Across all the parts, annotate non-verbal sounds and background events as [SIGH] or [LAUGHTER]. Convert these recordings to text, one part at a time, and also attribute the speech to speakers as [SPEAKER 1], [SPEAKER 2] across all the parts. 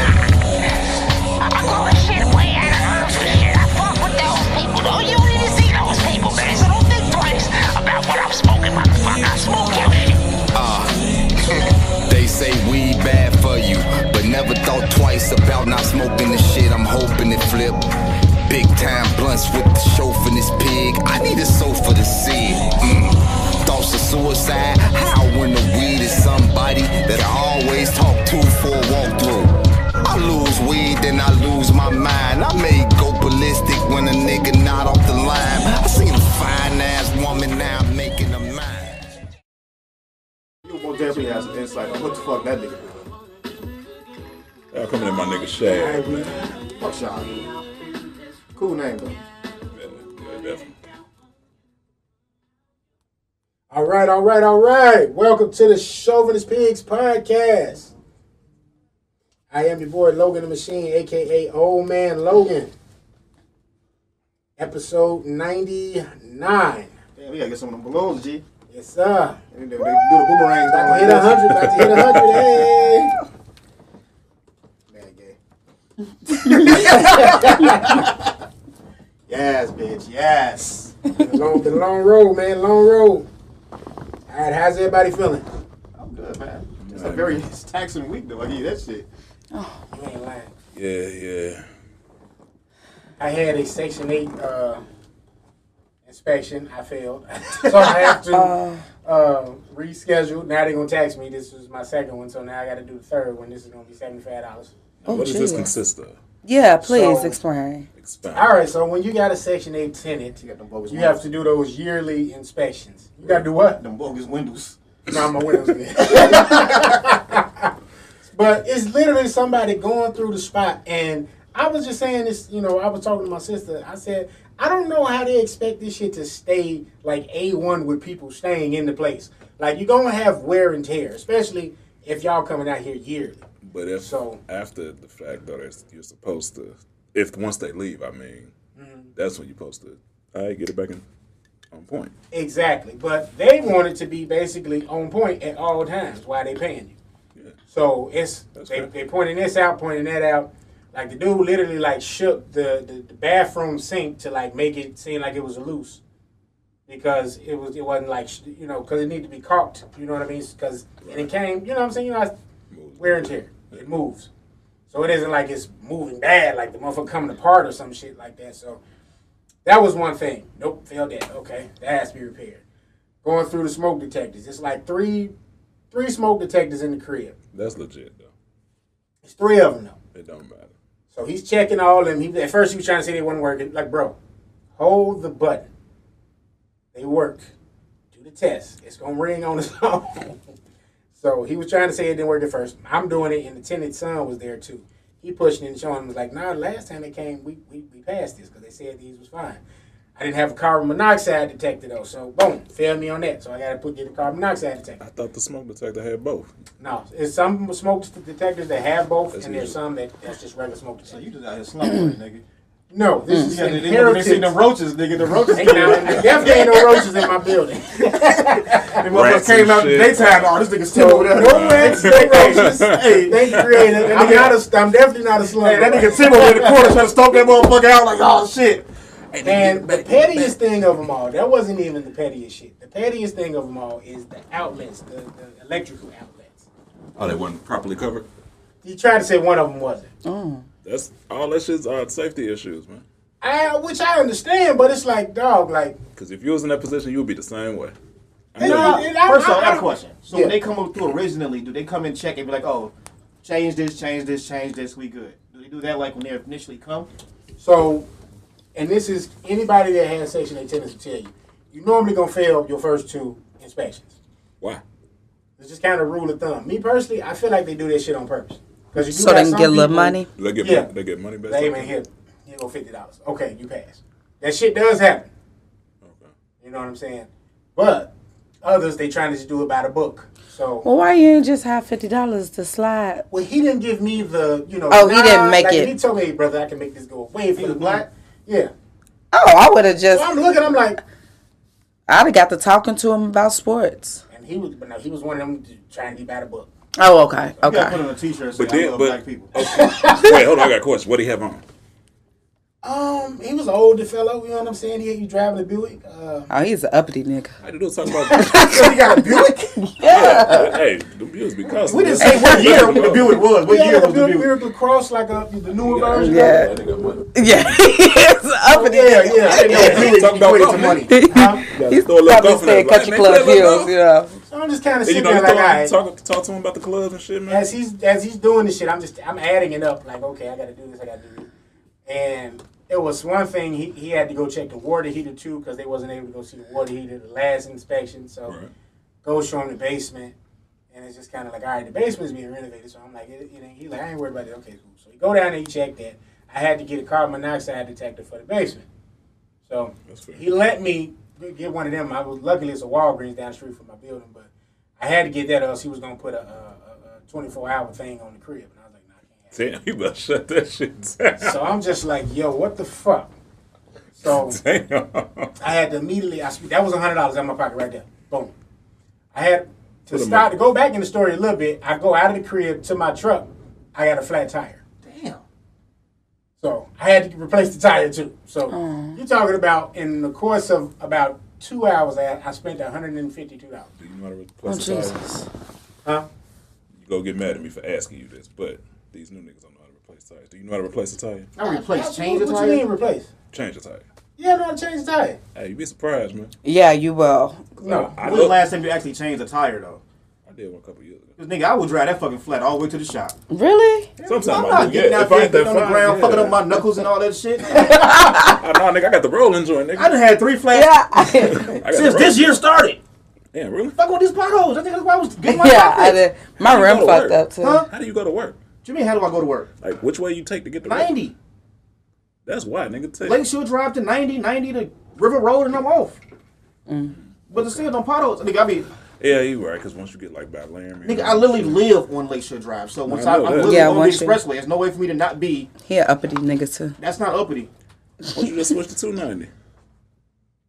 [SPEAKER 1] Oh,
[SPEAKER 2] [LAUGHS] guns with the chauvinist pig. I need a sofa to see. Mm. Thoughts of suicide. How when the weed is somebody that I always talk to for a walkthrough. I lose weed, then I lose my mind. I may go ballistic when a nigga not off the line. I seen a fine ass woman now making a mind.
[SPEAKER 3] You most definitely have some insight on what the fuck that nigga doing.
[SPEAKER 4] Y'all coming in my nigga
[SPEAKER 3] I
[SPEAKER 4] Shad,
[SPEAKER 3] ain't
[SPEAKER 4] man.
[SPEAKER 3] read. Fuck y'all. dude. Cool name though.
[SPEAKER 4] Yeah, yeah, definitely.
[SPEAKER 5] All right, all right, all right. Welcome to the Chauvinist Pigs podcast. I am your boy Logan the Machine, aka Old Man Logan. Episode 99.
[SPEAKER 3] Damn, we gotta get some of them balloons, G.
[SPEAKER 5] Yes, sir.
[SPEAKER 3] They, they do the boomerangs
[SPEAKER 5] About
[SPEAKER 3] back
[SPEAKER 5] to hit 100,
[SPEAKER 3] [LAUGHS]
[SPEAKER 5] about to hit 100. Hey.
[SPEAKER 3] Man, gay. yes, bitch.
[SPEAKER 5] [LAUGHS]
[SPEAKER 3] Yes.
[SPEAKER 5] The long, the long road, man. Long road. All right, how's everybody feeling?
[SPEAKER 3] I'm good, man. It's a very taxing week though. I hear that shit.
[SPEAKER 5] You ain't lying.
[SPEAKER 4] Yeah, yeah.
[SPEAKER 5] I had a Section 8 uh, inspection. I failed. [LAUGHS] so I have to uh, reschedule. Now they're going to tax me. This was my second one, so now I got to do the third one. This is going to be $75.
[SPEAKER 4] Now, what does this
[SPEAKER 6] Jesus.
[SPEAKER 4] consist of?
[SPEAKER 6] Oh, Yeah, please
[SPEAKER 5] So-
[SPEAKER 6] explain.
[SPEAKER 4] Expound.
[SPEAKER 5] All right, so when you got a Section 8 tenant,
[SPEAKER 3] You got them bogus
[SPEAKER 5] you
[SPEAKER 3] windows.
[SPEAKER 5] have to do those yearly inspections. You got to do what?
[SPEAKER 3] them bogus windows.
[SPEAKER 5] Nah, my windows good. but it's literally somebody going through the spot, and I was just saying this. You know, I was talking to my sister. I said, I don't know how they expect this shit to stay like a one with people staying in the place. Like you're gonna have wear and tear, especially if y'all coming out here yearly.
[SPEAKER 4] But if
[SPEAKER 5] So-
[SPEAKER 4] after the fact though, that's, you're supposed to. If once they leave, I mean,
[SPEAKER 5] Mm-hmm.
[SPEAKER 4] that's when you're supposed to. I get it back in, on point.
[SPEAKER 5] Exactly, but they want it to be basically on point at all times. Why they paying you?
[SPEAKER 4] Yeah.
[SPEAKER 5] So it's
[SPEAKER 4] That's
[SPEAKER 5] they,
[SPEAKER 4] fair.
[SPEAKER 5] they pointing this out, pointing that out. Like the dude literally like shook the, the, the bathroom sink to like make it seem like it was loose because it was it wasn't like sh- you know because it needed to be caulked. You know what I mean? Because and it came. You know what I'm saying? You know, I,
[SPEAKER 4] Moves.
[SPEAKER 5] wear and tear. It moves. So it isn't like it's moving bad, like the motherfucker coming apart or some shit like that. So that was one thing. Nope, failed that. Okay, that has to be repaired. Going through the smoke detectors. It's like three, three smoke detectors in the crib.
[SPEAKER 4] That's legit though.
[SPEAKER 5] It's three of them though.
[SPEAKER 4] It don't matter.
[SPEAKER 5] So he's checking all them. He at first he was trying to say they wasn't working. Like, bro, hold the button. They work. Do the test. It's gonna ring [LAUGHS] on its own. so he was trying to say it didn't work at first. I'm doing it, and the tenant's son was there too. He pushing and showing him was like, nah, last time they came, we we, we passed this because they said these was fine. I didn't have a carbon monoxide detector though, so boom, failed me on that. So I gotta put get a carbon monoxide detector.
[SPEAKER 4] I thought the smoke detector had both.
[SPEAKER 5] No, it's some smoke detectors that have both,
[SPEAKER 4] That's
[SPEAKER 5] and there's
[SPEAKER 4] usual.
[SPEAKER 5] some that that's just regular smoke detectors.
[SPEAKER 3] So you just out here
[SPEAKER 5] [CLEARS THROAT]
[SPEAKER 3] slumping, nigga.
[SPEAKER 5] No, this is
[SPEAKER 3] Yeah, they, they, they
[SPEAKER 5] inheritance.
[SPEAKER 3] seen them roaches, nigga. The roaches.
[SPEAKER 5] Ain't no- there definitely ain't no roaches in my [LAUGHS] building.
[SPEAKER 3] Them motherfuckers
[SPEAKER 4] Rats
[SPEAKER 3] came
[SPEAKER 4] and
[SPEAKER 3] out in the
[SPEAKER 4] shit.
[SPEAKER 3] daytime. Oh, this nigga still
[SPEAKER 5] So
[SPEAKER 3] over there.
[SPEAKER 5] no rats, no roaches.
[SPEAKER 3] Hey,
[SPEAKER 5] They created. I'm not a. I'm definitely not a slumber.
[SPEAKER 3] Hey, that nigga Tim over in the corner trying to stomp that motherfucker out like, oh shit. Hey, nigga,
[SPEAKER 5] And
[SPEAKER 3] get
[SPEAKER 5] the
[SPEAKER 3] it back, get it
[SPEAKER 5] pettiest thing of them all, that wasn't even the pettiest shit. The pettiest thing of them all is the outlets, the, the electrical outlets.
[SPEAKER 4] Oh, they wasn't properly covered.
[SPEAKER 5] You tried to say one of them wasn't.
[SPEAKER 4] That's all. That shit's uh, safety issues, man.
[SPEAKER 5] I, which I understand, but it's like, dog, like,
[SPEAKER 4] Because if you was in that position, you would be the same way. I
[SPEAKER 5] They
[SPEAKER 4] know
[SPEAKER 5] don't-
[SPEAKER 4] you-
[SPEAKER 5] it-
[SPEAKER 3] back. First off, I got a question. So
[SPEAKER 5] Yeah.
[SPEAKER 3] when they come up through originally, do they come and check and be like, oh, change this, change this, change this, we good? Do they do that like when they initially come?
[SPEAKER 5] so, and this is anybody that has Section 8 tenants will tell you, you normally gonna fail your first two inspections.
[SPEAKER 4] why?
[SPEAKER 5] It's just kind of rule of thumb. Me personally, I feel like they do that shit on purpose. Cause you do
[SPEAKER 6] So they
[SPEAKER 5] have
[SPEAKER 6] can
[SPEAKER 5] some
[SPEAKER 6] get a little
[SPEAKER 5] people-
[SPEAKER 6] money.
[SPEAKER 4] Do They get
[SPEAKER 5] Yeah.
[SPEAKER 4] they get money back.
[SPEAKER 5] They ain't here. Here go fifty dollars. Okay, you pass. That shit does happen.
[SPEAKER 4] Okay.
[SPEAKER 5] You know what I'm saying? But others they trying to just do it by the book. So
[SPEAKER 6] Well, why you ain't just have fifty dollars to slide?
[SPEAKER 5] well, he didn't give me the you know.
[SPEAKER 6] Oh, he didn't make
[SPEAKER 5] like,
[SPEAKER 6] it.
[SPEAKER 5] He told me, hey, brother, I can make this go away for
[SPEAKER 3] was
[SPEAKER 5] the
[SPEAKER 3] black?
[SPEAKER 5] black. Yeah.
[SPEAKER 6] Oh, I would have
[SPEAKER 5] So
[SPEAKER 6] just.
[SPEAKER 5] I'm looking. I'm like,
[SPEAKER 6] I'd have got to talking to him about sports.
[SPEAKER 5] and he was, but no, he was one of them trying to be by the book.
[SPEAKER 6] Oh, okay,
[SPEAKER 3] You gotta put
[SPEAKER 6] okay.
[SPEAKER 3] on a t-shirt saying,
[SPEAKER 4] But
[SPEAKER 3] I
[SPEAKER 4] then,
[SPEAKER 3] love
[SPEAKER 4] but
[SPEAKER 3] black people.
[SPEAKER 4] okay. wait, hold on. I got a question. What do he have on?
[SPEAKER 5] Um, he was an older fellow. You know what I'm saying? He, he driving a Buick.
[SPEAKER 6] [LAUGHS]
[SPEAKER 5] Uh,
[SPEAKER 6] Oh, he's an uppity nigga.
[SPEAKER 4] How you do talk about?
[SPEAKER 3] so you got a Buick?
[SPEAKER 4] hey, the bills be costing.
[SPEAKER 5] We didn't say what
[SPEAKER 3] year the Buick was. What
[SPEAKER 5] we
[SPEAKER 3] year
[SPEAKER 5] had a
[SPEAKER 3] was the
[SPEAKER 5] Buick. We
[SPEAKER 3] Buick?
[SPEAKER 5] were cross like a the newer version.
[SPEAKER 6] Yeah. Yeah, [LAUGHS] he's an uppity
[SPEAKER 5] yeah, yeah. I didn't know if you were-
[SPEAKER 4] Talk
[SPEAKER 5] you
[SPEAKER 4] about
[SPEAKER 5] were into
[SPEAKER 4] golf,
[SPEAKER 6] [LAUGHS]
[SPEAKER 5] money.
[SPEAKER 6] He's
[SPEAKER 4] throw a little
[SPEAKER 6] probably
[SPEAKER 4] golf in there,
[SPEAKER 6] saying
[SPEAKER 4] like,
[SPEAKER 6] Country
[SPEAKER 4] man,
[SPEAKER 6] Club
[SPEAKER 4] play a little
[SPEAKER 6] Hills, you know.
[SPEAKER 5] So I'm just kind
[SPEAKER 4] And
[SPEAKER 5] of
[SPEAKER 4] you
[SPEAKER 5] sitting
[SPEAKER 4] know,
[SPEAKER 5] there
[SPEAKER 4] you
[SPEAKER 5] like, all
[SPEAKER 4] throw-
[SPEAKER 5] right.
[SPEAKER 4] talk, talk to him about the club and shit, man.
[SPEAKER 5] as he's as he's doing this shit, I'm just I'm adding it up. Like, okay, I got to do this. I got to do this. And it was one thing he, he had to go check the water heater too because they wasn't able to go see the water heater the last inspection. So
[SPEAKER 4] Right.
[SPEAKER 5] go show him the basement, and it's just kind of like, all right, the basement's being renovated. So I'm like, it, it ain't, he like, I ain't worried about it. Okay, cool. So he go down there, he checked that. I had to get a carbon monoxide detector for the basement. So
[SPEAKER 4] That's fair.
[SPEAKER 5] he let me get one of them. I was luckily it's a Walgreens down the street from my building, but I had to get that, or else he was gonna put a, a, a- a 24 hour thing on the crib, and I was like, nah, I can't. Have
[SPEAKER 4] Damn, you better shut that shit
[SPEAKER 7] [LAUGHS]
[SPEAKER 4] down. [LAUGHS]
[SPEAKER 5] it. So I'm just like, yo, what the fuck? So
[SPEAKER 4] Damn.
[SPEAKER 5] I had to immediately. I sp- that was hundred dollars out of my pocket right there. Boom. I had to start to go back in the story a little bit. I go out of the crib to my truck. I got a flat tire.
[SPEAKER 7] Damn.
[SPEAKER 5] So I had to replace the tire too. So
[SPEAKER 7] Oh.
[SPEAKER 5] you're talking about in the course of about two hours, I, I spent 152 dollars.
[SPEAKER 4] Do you know how to
[SPEAKER 6] Oh,
[SPEAKER 4] request a tire?
[SPEAKER 6] Jesus.
[SPEAKER 5] Huh?
[SPEAKER 4] You go get mad at me for asking you this, but these new niggas don't know how to replace tires. Do you know how to replace a tire?
[SPEAKER 7] I replaced, change the
[SPEAKER 5] what you mean
[SPEAKER 7] tire.
[SPEAKER 5] replace?
[SPEAKER 4] Change a tire.
[SPEAKER 5] Yeah, no, I changed the tire.
[SPEAKER 4] Hey, you'd be surprised, man.
[SPEAKER 6] Yeah, you will.
[SPEAKER 5] No,
[SPEAKER 4] I,
[SPEAKER 7] When was the
[SPEAKER 4] look,
[SPEAKER 7] last time you actually changed a tire though?
[SPEAKER 4] I did one a couple years ago.
[SPEAKER 7] Cause nigga, I would drive that fucking flat all the way to the shop.
[SPEAKER 6] Really?
[SPEAKER 4] Sometimes
[SPEAKER 7] I'm
[SPEAKER 4] I
[SPEAKER 7] not
[SPEAKER 4] do.
[SPEAKER 7] getting
[SPEAKER 4] Yeah,
[SPEAKER 7] out
[SPEAKER 4] if I
[SPEAKER 7] there,
[SPEAKER 4] ain't that
[SPEAKER 7] getting on the
[SPEAKER 4] fine,
[SPEAKER 7] ground,
[SPEAKER 4] yeah.
[SPEAKER 7] fucking up my knuckles and all that
[SPEAKER 4] [LAUGHS]
[SPEAKER 7] shit.
[SPEAKER 4] I know, nigga. I got the rolling joint, nigga.
[SPEAKER 7] I done had three flats
[SPEAKER 6] [LAUGHS] Yeah.
[SPEAKER 4] I got
[SPEAKER 7] since
[SPEAKER 4] the
[SPEAKER 7] this year started.
[SPEAKER 4] rolling- Damn, really?
[SPEAKER 7] Fuck with these potholes. I think that's why I was getting my
[SPEAKER 6] [LAUGHS] yeah,
[SPEAKER 7] yeah,
[SPEAKER 6] I did. My
[SPEAKER 4] You
[SPEAKER 6] rim
[SPEAKER 4] go to
[SPEAKER 6] fucked
[SPEAKER 4] work.
[SPEAKER 6] up too.
[SPEAKER 7] Huh?
[SPEAKER 4] How do you go to work?
[SPEAKER 7] What you mean how do I go to work?
[SPEAKER 4] Like, which way you take to get to work?
[SPEAKER 7] 90.
[SPEAKER 4] That's why, nigga. Tell
[SPEAKER 7] Lakeshore Drive to 90, 90 to River Road, and I'm off. But the still on potholes. Nigga, I be,
[SPEAKER 4] Yeah, you right. Because once you get like by Laramie,
[SPEAKER 7] nigga, I literally live on Lakeshore Drive. So once
[SPEAKER 4] I
[SPEAKER 7] I,
[SPEAKER 4] know
[SPEAKER 7] I'm
[SPEAKER 4] that.
[SPEAKER 7] literally
[SPEAKER 6] Yeah,
[SPEAKER 7] on the
[SPEAKER 6] once you-
[SPEAKER 7] expressway, there's no way for me to not be.
[SPEAKER 6] He an uppity nigga too.
[SPEAKER 7] That's not uppity.
[SPEAKER 4] once you just switch to two ninety.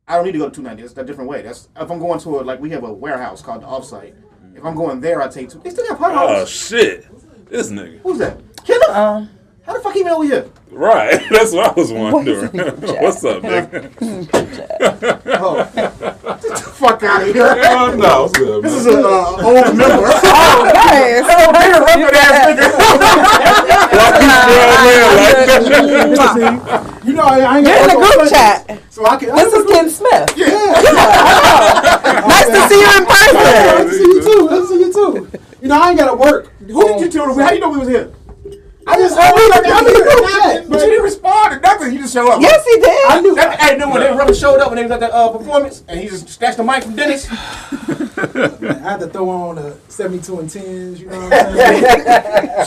[SPEAKER 7] I don't need to go to 290. That's a different way. That's if I'm going to a like we have a warehouse called the offsite. If I'm going there, I take two. They still got
[SPEAKER 4] Oh
[SPEAKER 7] potholes.
[SPEAKER 4] shit, this nigga.
[SPEAKER 7] Who's that? Killer. How the fuck he been over here?
[SPEAKER 4] Right, [LAUGHS] that's what I was wondering. [LAUGHS]
[SPEAKER 6] Jack?
[SPEAKER 4] What's up, nigga?
[SPEAKER 7] Oh, get the fuck out of
[SPEAKER 4] [LAUGHS]
[SPEAKER 7] here.
[SPEAKER 4] oh no, what's good,
[SPEAKER 7] This
[SPEAKER 4] man?
[SPEAKER 7] is an uh, [LAUGHS] old member.
[SPEAKER 6] [LAUGHS] Oh, nice.
[SPEAKER 4] [LAUGHS]
[SPEAKER 7] you know, I ain't
[SPEAKER 6] You're [LAUGHS] in the group chat.
[SPEAKER 7] So I can.
[SPEAKER 6] This is Ken Smith.
[SPEAKER 7] yeah.
[SPEAKER 6] Nice to see you in person.
[SPEAKER 7] Good to see you too. Good to see you too. You know, I ain't gotta work. Who did you tell? How you know we was here? I just heard we like I'm here. But you didn't respond to nothing. You just show up.
[SPEAKER 6] Yes, he
[SPEAKER 7] I
[SPEAKER 6] did.
[SPEAKER 7] knew. That, hey, then when that rubber showed up when they was at that uh, performance, and he just snatched the mic from Dennis.
[SPEAKER 8] I had to throw on a 72 and 10s, you know what I'm saying?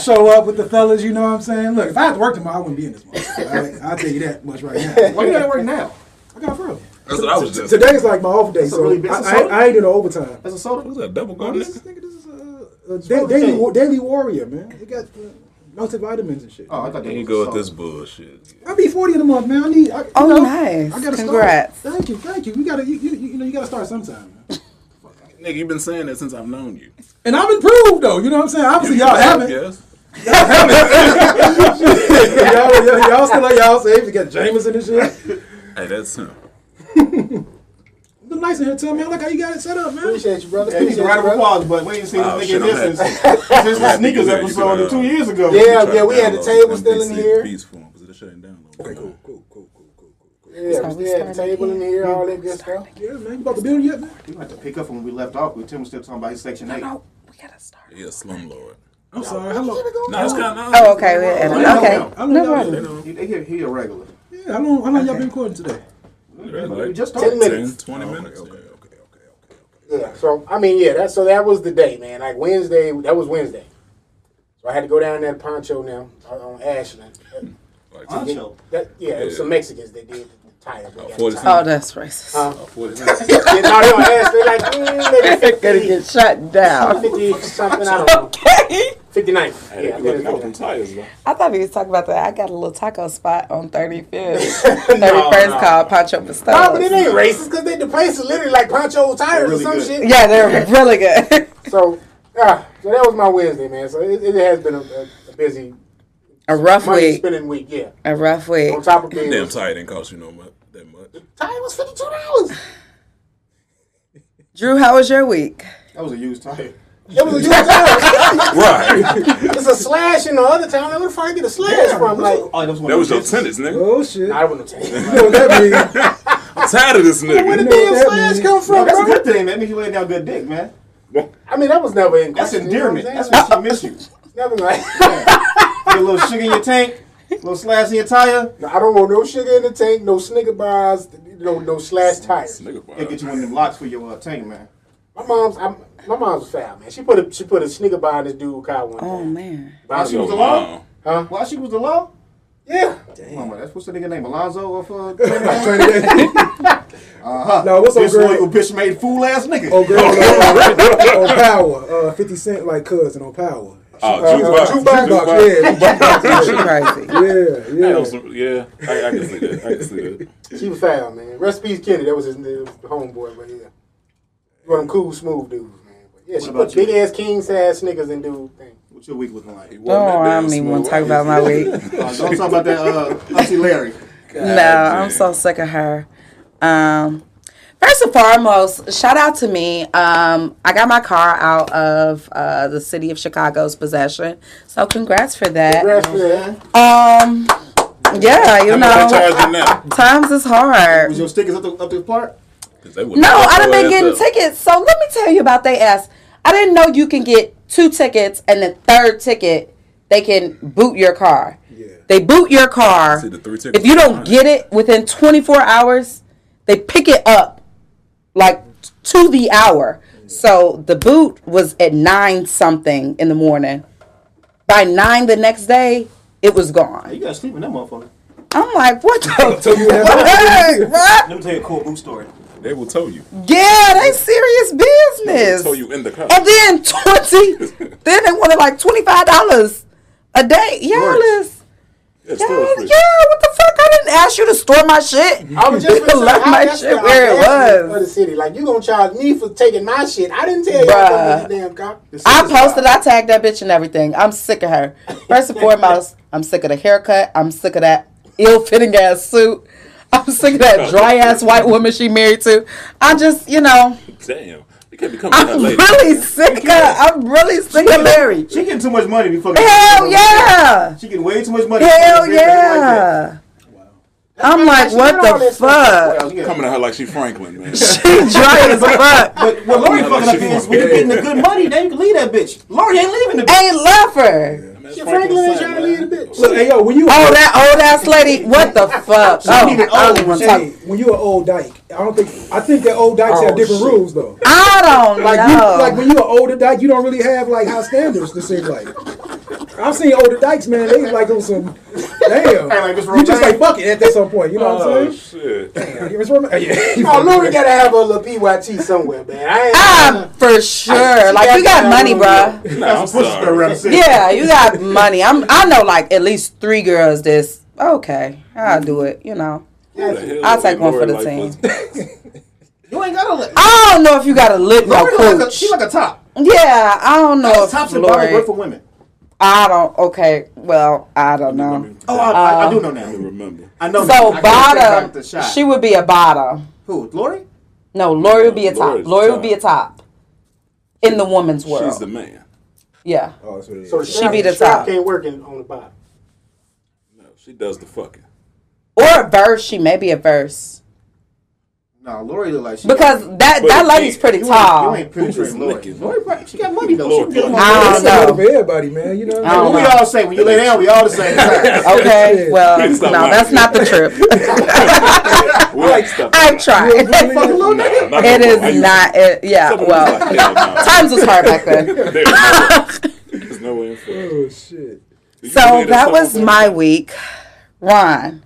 [SPEAKER 7] [LAUGHS]
[SPEAKER 8] Show up with the fellas, you know what I'm saying? Look, if I had to work tomorrow, I wouldn't be in this motherfucker. I, I'll tell you that much
[SPEAKER 7] [LAUGHS]
[SPEAKER 8] right now.
[SPEAKER 7] Why you not at work now?
[SPEAKER 8] I got fro.
[SPEAKER 4] That's what I was just.
[SPEAKER 8] Today's like my off day,
[SPEAKER 7] a
[SPEAKER 8] so
[SPEAKER 7] really big-
[SPEAKER 8] I,
[SPEAKER 7] it's a
[SPEAKER 8] I,
[SPEAKER 7] soda?
[SPEAKER 8] I ain't in the overtime.
[SPEAKER 7] As a soda.
[SPEAKER 4] Who's that double
[SPEAKER 8] Oh,
[SPEAKER 4] gold
[SPEAKER 8] this, this
[SPEAKER 4] nigga?
[SPEAKER 8] nigga, this is a, a
[SPEAKER 7] really
[SPEAKER 8] da- daily,
[SPEAKER 7] big.
[SPEAKER 8] wa- daily warrior, man. It got uh, multivitamins and shit.
[SPEAKER 7] Oh, I thought
[SPEAKER 4] There
[SPEAKER 7] that
[SPEAKER 4] you
[SPEAKER 7] was
[SPEAKER 4] go
[SPEAKER 7] a
[SPEAKER 4] with
[SPEAKER 7] soda.
[SPEAKER 4] this bullshit.
[SPEAKER 8] I'll be 40 in a month, man. I need. I, you
[SPEAKER 6] Oh,
[SPEAKER 8] know,
[SPEAKER 6] nice.
[SPEAKER 8] I gotta
[SPEAKER 6] Congrats.
[SPEAKER 8] Start. Thank you, thank you. We gotta, you, you, you know, you gotta start sometime. Man.
[SPEAKER 4] Nigga, you've been saying that since I've known you.
[SPEAKER 8] And I'm improved though. You know what I'm saying? Obviously, y'all haven't.
[SPEAKER 4] Yes.
[SPEAKER 8] [LAUGHS] y'all, y'all, y'all still like y'all safe. You got Jameson and shit.
[SPEAKER 4] Hey, that's him.
[SPEAKER 8] Look nice in here, Tim. Man, look how you got it set up, man.
[SPEAKER 5] appreciate you, brother.
[SPEAKER 7] Hey, he's a round of applause, but we ain't seen [LAUGHS]
[SPEAKER 4] Oh,
[SPEAKER 7] this
[SPEAKER 4] shit,
[SPEAKER 7] nigga here
[SPEAKER 4] I'm
[SPEAKER 7] since, since the sneakers
[SPEAKER 4] Yeah, you
[SPEAKER 7] episode
[SPEAKER 4] can, uh,
[SPEAKER 7] of two years ago.
[SPEAKER 5] Yeah,
[SPEAKER 4] Try
[SPEAKER 5] yeah,
[SPEAKER 4] to
[SPEAKER 5] we had the
[SPEAKER 4] download
[SPEAKER 5] table
[SPEAKER 4] some
[SPEAKER 5] still in
[SPEAKER 4] MPC
[SPEAKER 5] here.
[SPEAKER 4] Beats for him, 'cause it shit ain't downloaded.
[SPEAKER 8] Cool, cool, cool, cool, cool. cool.
[SPEAKER 5] Yeah, we had the table in here, all that good stuff.
[SPEAKER 8] Yeah, man. You about to build yet, man?
[SPEAKER 7] We had to pick up from when we left off. We Tim was still talking about his section eight.
[SPEAKER 6] Oh, we gotta start.
[SPEAKER 4] He a slumlord.
[SPEAKER 8] I'm sorry. How long?
[SPEAKER 4] No, it's kind of.
[SPEAKER 6] Oh, okay. We're at it. Okay.
[SPEAKER 8] How long
[SPEAKER 6] No
[SPEAKER 8] y'all
[SPEAKER 6] problem.
[SPEAKER 8] been?
[SPEAKER 7] He, he, he a regular.
[SPEAKER 8] Yeah, how long? How long y'all been recording today?
[SPEAKER 7] We just
[SPEAKER 5] Ten
[SPEAKER 7] started.
[SPEAKER 5] minutes.
[SPEAKER 4] 10, 20 minutes. yeah.
[SPEAKER 8] okay, okay, okay.
[SPEAKER 5] Yeah. So I mean, yeah. That so that was the day, man. Like Wednesday, that was Wednesday. So I had to go down there to Poncho now uh, on Ashland.
[SPEAKER 4] Like,
[SPEAKER 7] Poncho.
[SPEAKER 5] That, yeah, it was some Mexicans that did the tire. They got the
[SPEAKER 4] 40
[SPEAKER 5] tire.
[SPEAKER 6] Oh, that's racist.
[SPEAKER 4] uh, 40 minutes.
[SPEAKER 5] Yeah, no, they on Ashland like mm, maybe
[SPEAKER 6] Gonna
[SPEAKER 5] 50,
[SPEAKER 6] get shut down.
[SPEAKER 5] 50 something. I don't know.
[SPEAKER 6] Okay.
[SPEAKER 5] 59.
[SPEAKER 4] Hey,
[SPEAKER 5] Yeah, I
[SPEAKER 4] you
[SPEAKER 5] think it's
[SPEAKER 4] looking out them
[SPEAKER 5] 59.
[SPEAKER 4] tires, though.
[SPEAKER 6] I thought we was talking about that. I got a little taco spot on 35th, 31st
[SPEAKER 5] no.
[SPEAKER 6] called Pancho
[SPEAKER 5] Nah, Oh, but it
[SPEAKER 6] Pistola.
[SPEAKER 5] ain't racist because the place is literally like Poncho tires
[SPEAKER 7] Really
[SPEAKER 5] or some
[SPEAKER 7] good.
[SPEAKER 5] shit.
[SPEAKER 6] Yeah, they're really good. [LAUGHS]
[SPEAKER 5] So, ah, so that was my Wednesday, man. So it, it has been a, a, a busy
[SPEAKER 6] a rough
[SPEAKER 5] money
[SPEAKER 6] week.
[SPEAKER 5] spending week. Yeah.
[SPEAKER 6] A rough week.
[SPEAKER 5] On top of being
[SPEAKER 4] Damn tire didn't cost you no much, that much.
[SPEAKER 5] tire was fifty two dollars.
[SPEAKER 6] Drew, how was your week?
[SPEAKER 7] That was a used tire.
[SPEAKER 5] It was a good time.
[SPEAKER 4] Right.
[SPEAKER 5] it's a slash in the other town. Where the fuck I get a slash from? Like,
[SPEAKER 7] Oh, that was one
[SPEAKER 4] That
[SPEAKER 7] of
[SPEAKER 4] was
[SPEAKER 7] them
[SPEAKER 4] your
[SPEAKER 7] tennis.
[SPEAKER 4] sentence, nigga.
[SPEAKER 9] Oh shit.
[SPEAKER 5] I wouldn't take it.
[SPEAKER 9] You know what that mean?
[SPEAKER 4] I'm tired of this
[SPEAKER 5] Where the
[SPEAKER 4] nigga.
[SPEAKER 5] damn
[SPEAKER 9] that
[SPEAKER 5] slash
[SPEAKER 9] means.
[SPEAKER 5] come from,
[SPEAKER 7] That's a
[SPEAKER 5] bro?
[SPEAKER 7] good thing, man. That means you laying down good dick, man.
[SPEAKER 5] I mean, that was never in
[SPEAKER 7] That's
[SPEAKER 5] question, you know
[SPEAKER 7] endearment.
[SPEAKER 5] what I'm
[SPEAKER 7] That's
[SPEAKER 5] saying?
[SPEAKER 7] when she miss you.
[SPEAKER 5] Never mind. [LAUGHS]
[SPEAKER 7] Get a little sugar in your tank, a little slash in your tire.
[SPEAKER 5] I don't want no sugar in the tank, no Snicker bars, no no slash tires.
[SPEAKER 4] Nigga,
[SPEAKER 7] They'll
[SPEAKER 4] boy.
[SPEAKER 7] get you one of them locks for your uh, tank, man.
[SPEAKER 5] My mom's I'm, my mom's foul, man. She put a she put a Snicker bar in this dude's car one
[SPEAKER 6] Oh
[SPEAKER 5] time.
[SPEAKER 6] man.
[SPEAKER 7] While she was
[SPEAKER 4] Yo,
[SPEAKER 7] alone?
[SPEAKER 4] mom.
[SPEAKER 7] While she was alone?
[SPEAKER 5] Yeah.
[SPEAKER 7] Come on, man. That's what's the nigga name? Alonzo or for
[SPEAKER 8] Oh,
[SPEAKER 7] Uh
[SPEAKER 8] [LAUGHS] Uh-huh.
[SPEAKER 7] huh.
[SPEAKER 9] No, what's up,
[SPEAKER 7] This
[SPEAKER 9] girl?
[SPEAKER 7] loyal bitch made fool ass nigga.
[SPEAKER 9] Oh girl, on, on power, uh, Fifty Cent like cousin on power.
[SPEAKER 4] Oh,
[SPEAKER 9] Uh,
[SPEAKER 4] jukebox.
[SPEAKER 9] jukebox, yeah,
[SPEAKER 6] She crazy.
[SPEAKER 8] [LAUGHS]
[SPEAKER 9] yeah,
[SPEAKER 4] That
[SPEAKER 9] yeah.
[SPEAKER 4] was- Yeah, I, I can see that. I can see that.
[SPEAKER 5] She was foul, man. Recipes Kenny, that was his name, homeboy, but yeah. One of them cool, smooth dudes, man. But yeah, she
[SPEAKER 7] about
[SPEAKER 5] put
[SPEAKER 7] you?
[SPEAKER 5] big ass king size Snickers in dude thing.
[SPEAKER 7] What's your week looking like?
[SPEAKER 6] Oh, I don't even want to talk about my week.
[SPEAKER 7] Uh, don't talk about that uh, Auntie Larry.
[SPEAKER 6] No, I'm so sick of her. Um, first and foremost, shout out to me. Um, I got my car out of uh, the city of Chicago's possession, so congrats for that.
[SPEAKER 5] Congrats for that.
[SPEAKER 6] Um, yeah, you know,
[SPEAKER 4] now.
[SPEAKER 6] times is hard.
[SPEAKER 7] Was your stickers up the, up the park?
[SPEAKER 6] No, I done been getting tickets. So let me tell you about they ass. I didn't know you can get two tickets and the third ticket they can boot your car. They boot your car.
[SPEAKER 4] See, the three tickets
[SPEAKER 6] if you don't
[SPEAKER 4] is
[SPEAKER 6] get it within 24 hours, they pick it up like to the hour. So the boot was at nine something in the morning. By nine the next day, it was
[SPEAKER 7] Hey,
[SPEAKER 6] gone.
[SPEAKER 7] you got to sleep in that motherfucker.
[SPEAKER 6] I'm like,
[SPEAKER 4] [LAUGHS]
[SPEAKER 6] what the?
[SPEAKER 9] You
[SPEAKER 6] [LAUGHS]
[SPEAKER 9] have-
[SPEAKER 6] fuck,
[SPEAKER 7] Let
[SPEAKER 6] bruh?
[SPEAKER 7] me tell you a cool boot story.
[SPEAKER 4] They will tell you.
[SPEAKER 6] Yeah, they serious
[SPEAKER 4] They
[SPEAKER 6] business.
[SPEAKER 4] will tell you in the car.
[SPEAKER 6] And then twenty, then they wanted like twenty five dollars a day. Y'all
[SPEAKER 4] Words.
[SPEAKER 6] is,
[SPEAKER 4] It's
[SPEAKER 6] y'all, yeah,
[SPEAKER 4] still
[SPEAKER 6] what
[SPEAKER 4] free.
[SPEAKER 6] the fuck? I didn't ask you to store my shit.
[SPEAKER 5] I
[SPEAKER 6] [LAUGHS]
[SPEAKER 5] was just gonna say,
[SPEAKER 6] Left
[SPEAKER 5] how-
[SPEAKER 6] my
[SPEAKER 5] that's
[SPEAKER 6] shit
[SPEAKER 5] the
[SPEAKER 6] where it
[SPEAKER 5] audacity
[SPEAKER 6] was.
[SPEAKER 5] of the city. Like you gonna charge me for taking my shit. I didn't tell y'all
[SPEAKER 6] Bruh.
[SPEAKER 5] about this damn car.
[SPEAKER 6] I posted, I tagged that bitch and everything. I'm sick of her. First and foremost, I'm sick of the haircut. I'm sick of that ill fitting ass suit. I'm sick of that dry ass white woman she married to. I just, you know,
[SPEAKER 4] Damn. You can't be coming to that
[SPEAKER 6] I'm
[SPEAKER 4] lady.
[SPEAKER 6] really sick of. I'm really sick
[SPEAKER 7] [LAUGHS]
[SPEAKER 6] of Larry.
[SPEAKER 7] She getting too much money to be fucking.
[SPEAKER 6] Hell yeah!
[SPEAKER 7] She getting way too much money.
[SPEAKER 6] Hell
[SPEAKER 7] She getting like that.
[SPEAKER 6] yeah! I'm like, what
[SPEAKER 5] all
[SPEAKER 6] the
[SPEAKER 5] that
[SPEAKER 6] fuck? [LAUGHS]
[SPEAKER 7] Hell yeah.
[SPEAKER 4] Coming at her like she Franklin, man.
[SPEAKER 6] She dry as fuck.
[SPEAKER 7] But what Lori fucking up
[SPEAKER 4] She
[SPEAKER 7] is
[SPEAKER 4] want
[SPEAKER 7] when you're
[SPEAKER 4] bad.
[SPEAKER 7] getting the good money, then you can leave that bitch. Lori ain't leaving the bitch.
[SPEAKER 6] Ain't love her.
[SPEAKER 4] Man,
[SPEAKER 5] Franklin
[SPEAKER 4] the same,
[SPEAKER 5] is trying to
[SPEAKER 4] man.
[SPEAKER 5] leave the bitch.
[SPEAKER 9] Look, hey yo, when you
[SPEAKER 6] Oh, that old ass lady. What the fuck? Oh,
[SPEAKER 7] even
[SPEAKER 6] I don't
[SPEAKER 7] old,
[SPEAKER 6] want to
[SPEAKER 9] hey,
[SPEAKER 6] talk.
[SPEAKER 9] when you an old dyke, I don't think I think that old dykes have different rules though.
[SPEAKER 6] I don't
[SPEAKER 9] Like you, like
[SPEAKER 6] know.
[SPEAKER 9] when you an older dyke, you don't really have like high standards. This seems like I've seen older dykes, man. They like on some damn.
[SPEAKER 7] like, Miss
[SPEAKER 9] you just
[SPEAKER 7] Romaine.
[SPEAKER 9] like fuck it at some point. You know what
[SPEAKER 4] Oh
[SPEAKER 9] I'm saying?
[SPEAKER 4] shit!
[SPEAKER 9] Yeah, Miss Romaine- yeah, you
[SPEAKER 5] [LAUGHS]
[SPEAKER 9] [LAUGHS]
[SPEAKER 5] Oh, Lori gotta have a little PYT somewhere, man. I ain't
[SPEAKER 6] I'm Ah, for sure. Like you got money, bruh.
[SPEAKER 4] Nah, I'm
[SPEAKER 7] Push her
[SPEAKER 4] sorry.
[SPEAKER 7] around the city.
[SPEAKER 6] Yeah, you got money. I'm. I know like at least three girls. This okay. I'll do it. You know.
[SPEAKER 4] Who the hell
[SPEAKER 6] I'll take one
[SPEAKER 4] Lori
[SPEAKER 6] for the
[SPEAKER 4] like
[SPEAKER 6] team.
[SPEAKER 4] was-
[SPEAKER 7] You ain't got to.
[SPEAKER 6] I don't know if you got a lip no
[SPEAKER 7] Lori like a,
[SPEAKER 6] coach.
[SPEAKER 7] she like a top.
[SPEAKER 6] Yeah, I don't know. If
[SPEAKER 7] Tops and bottoms
[SPEAKER 6] Lori,
[SPEAKER 7] work for women.
[SPEAKER 6] I don't. Okay, well, I don't know.
[SPEAKER 7] Oh, I, I, I do know now.
[SPEAKER 4] Remember,
[SPEAKER 7] I know. now. I
[SPEAKER 6] So
[SPEAKER 7] can't take back
[SPEAKER 6] bottom,
[SPEAKER 7] the shot.
[SPEAKER 6] she would be a bottom.
[SPEAKER 7] who? Lori?
[SPEAKER 6] No, Lori would be a
[SPEAKER 4] No,
[SPEAKER 6] top.
[SPEAKER 4] Lori's
[SPEAKER 6] Lori
[SPEAKER 4] top.
[SPEAKER 6] would be a top in the woman's world.
[SPEAKER 4] she's the man.
[SPEAKER 6] yeah.
[SPEAKER 9] Oh,
[SPEAKER 5] So the
[SPEAKER 6] She
[SPEAKER 5] strap-
[SPEAKER 6] be the
[SPEAKER 5] strap
[SPEAKER 6] top.
[SPEAKER 5] Can't work in, on the bottom.
[SPEAKER 4] No, she does the
[SPEAKER 6] [LAUGHS]
[SPEAKER 4] fucking.
[SPEAKER 6] Or a verse. She may be a verse
[SPEAKER 7] No, Lori look like she.
[SPEAKER 6] because that
[SPEAKER 4] But
[SPEAKER 6] that
[SPEAKER 4] you
[SPEAKER 6] lady's
[SPEAKER 4] ain't-
[SPEAKER 6] pretty
[SPEAKER 7] you
[SPEAKER 6] tall.
[SPEAKER 7] Ain't, you ain't penetrating
[SPEAKER 4] Who
[SPEAKER 7] Lori.
[SPEAKER 4] just licking?
[SPEAKER 7] Lori, probably- she got money though. She
[SPEAKER 4] Lord,
[SPEAKER 7] can get
[SPEAKER 4] Lord.
[SPEAKER 7] money.
[SPEAKER 6] I
[SPEAKER 9] That's
[SPEAKER 6] don't
[SPEAKER 9] a little
[SPEAKER 6] know.
[SPEAKER 9] for everybody, man. You know, what
[SPEAKER 6] I
[SPEAKER 9] I'm
[SPEAKER 6] don't
[SPEAKER 7] What we
[SPEAKER 6] know.
[SPEAKER 7] all say when you lay down, we all the same.
[SPEAKER 4] [LAUGHS]
[SPEAKER 7] size.
[SPEAKER 6] Okay, well,
[SPEAKER 4] It's
[SPEAKER 6] no,
[SPEAKER 4] not mine.
[SPEAKER 6] that's not
[SPEAKER 4] [LAUGHS]
[SPEAKER 6] the [LAUGHS] trip.
[SPEAKER 4] Well, like stuff.
[SPEAKER 6] I tried.
[SPEAKER 9] saying? Fuck, Lord,
[SPEAKER 4] Nah, I'm not
[SPEAKER 6] It
[SPEAKER 4] gonna
[SPEAKER 6] is
[SPEAKER 4] lie.
[SPEAKER 6] not. It, yeah.
[SPEAKER 4] Someone was
[SPEAKER 6] Well,
[SPEAKER 4] like, hell no.
[SPEAKER 6] times was hard back
[SPEAKER 4] [LAUGHS]
[SPEAKER 6] then.
[SPEAKER 4] There's no way. There's no way in fuck.
[SPEAKER 9] Oh shit.
[SPEAKER 4] You
[SPEAKER 6] So
[SPEAKER 4] made us
[SPEAKER 6] that
[SPEAKER 4] up
[SPEAKER 6] was
[SPEAKER 4] with
[SPEAKER 6] my week. Ron,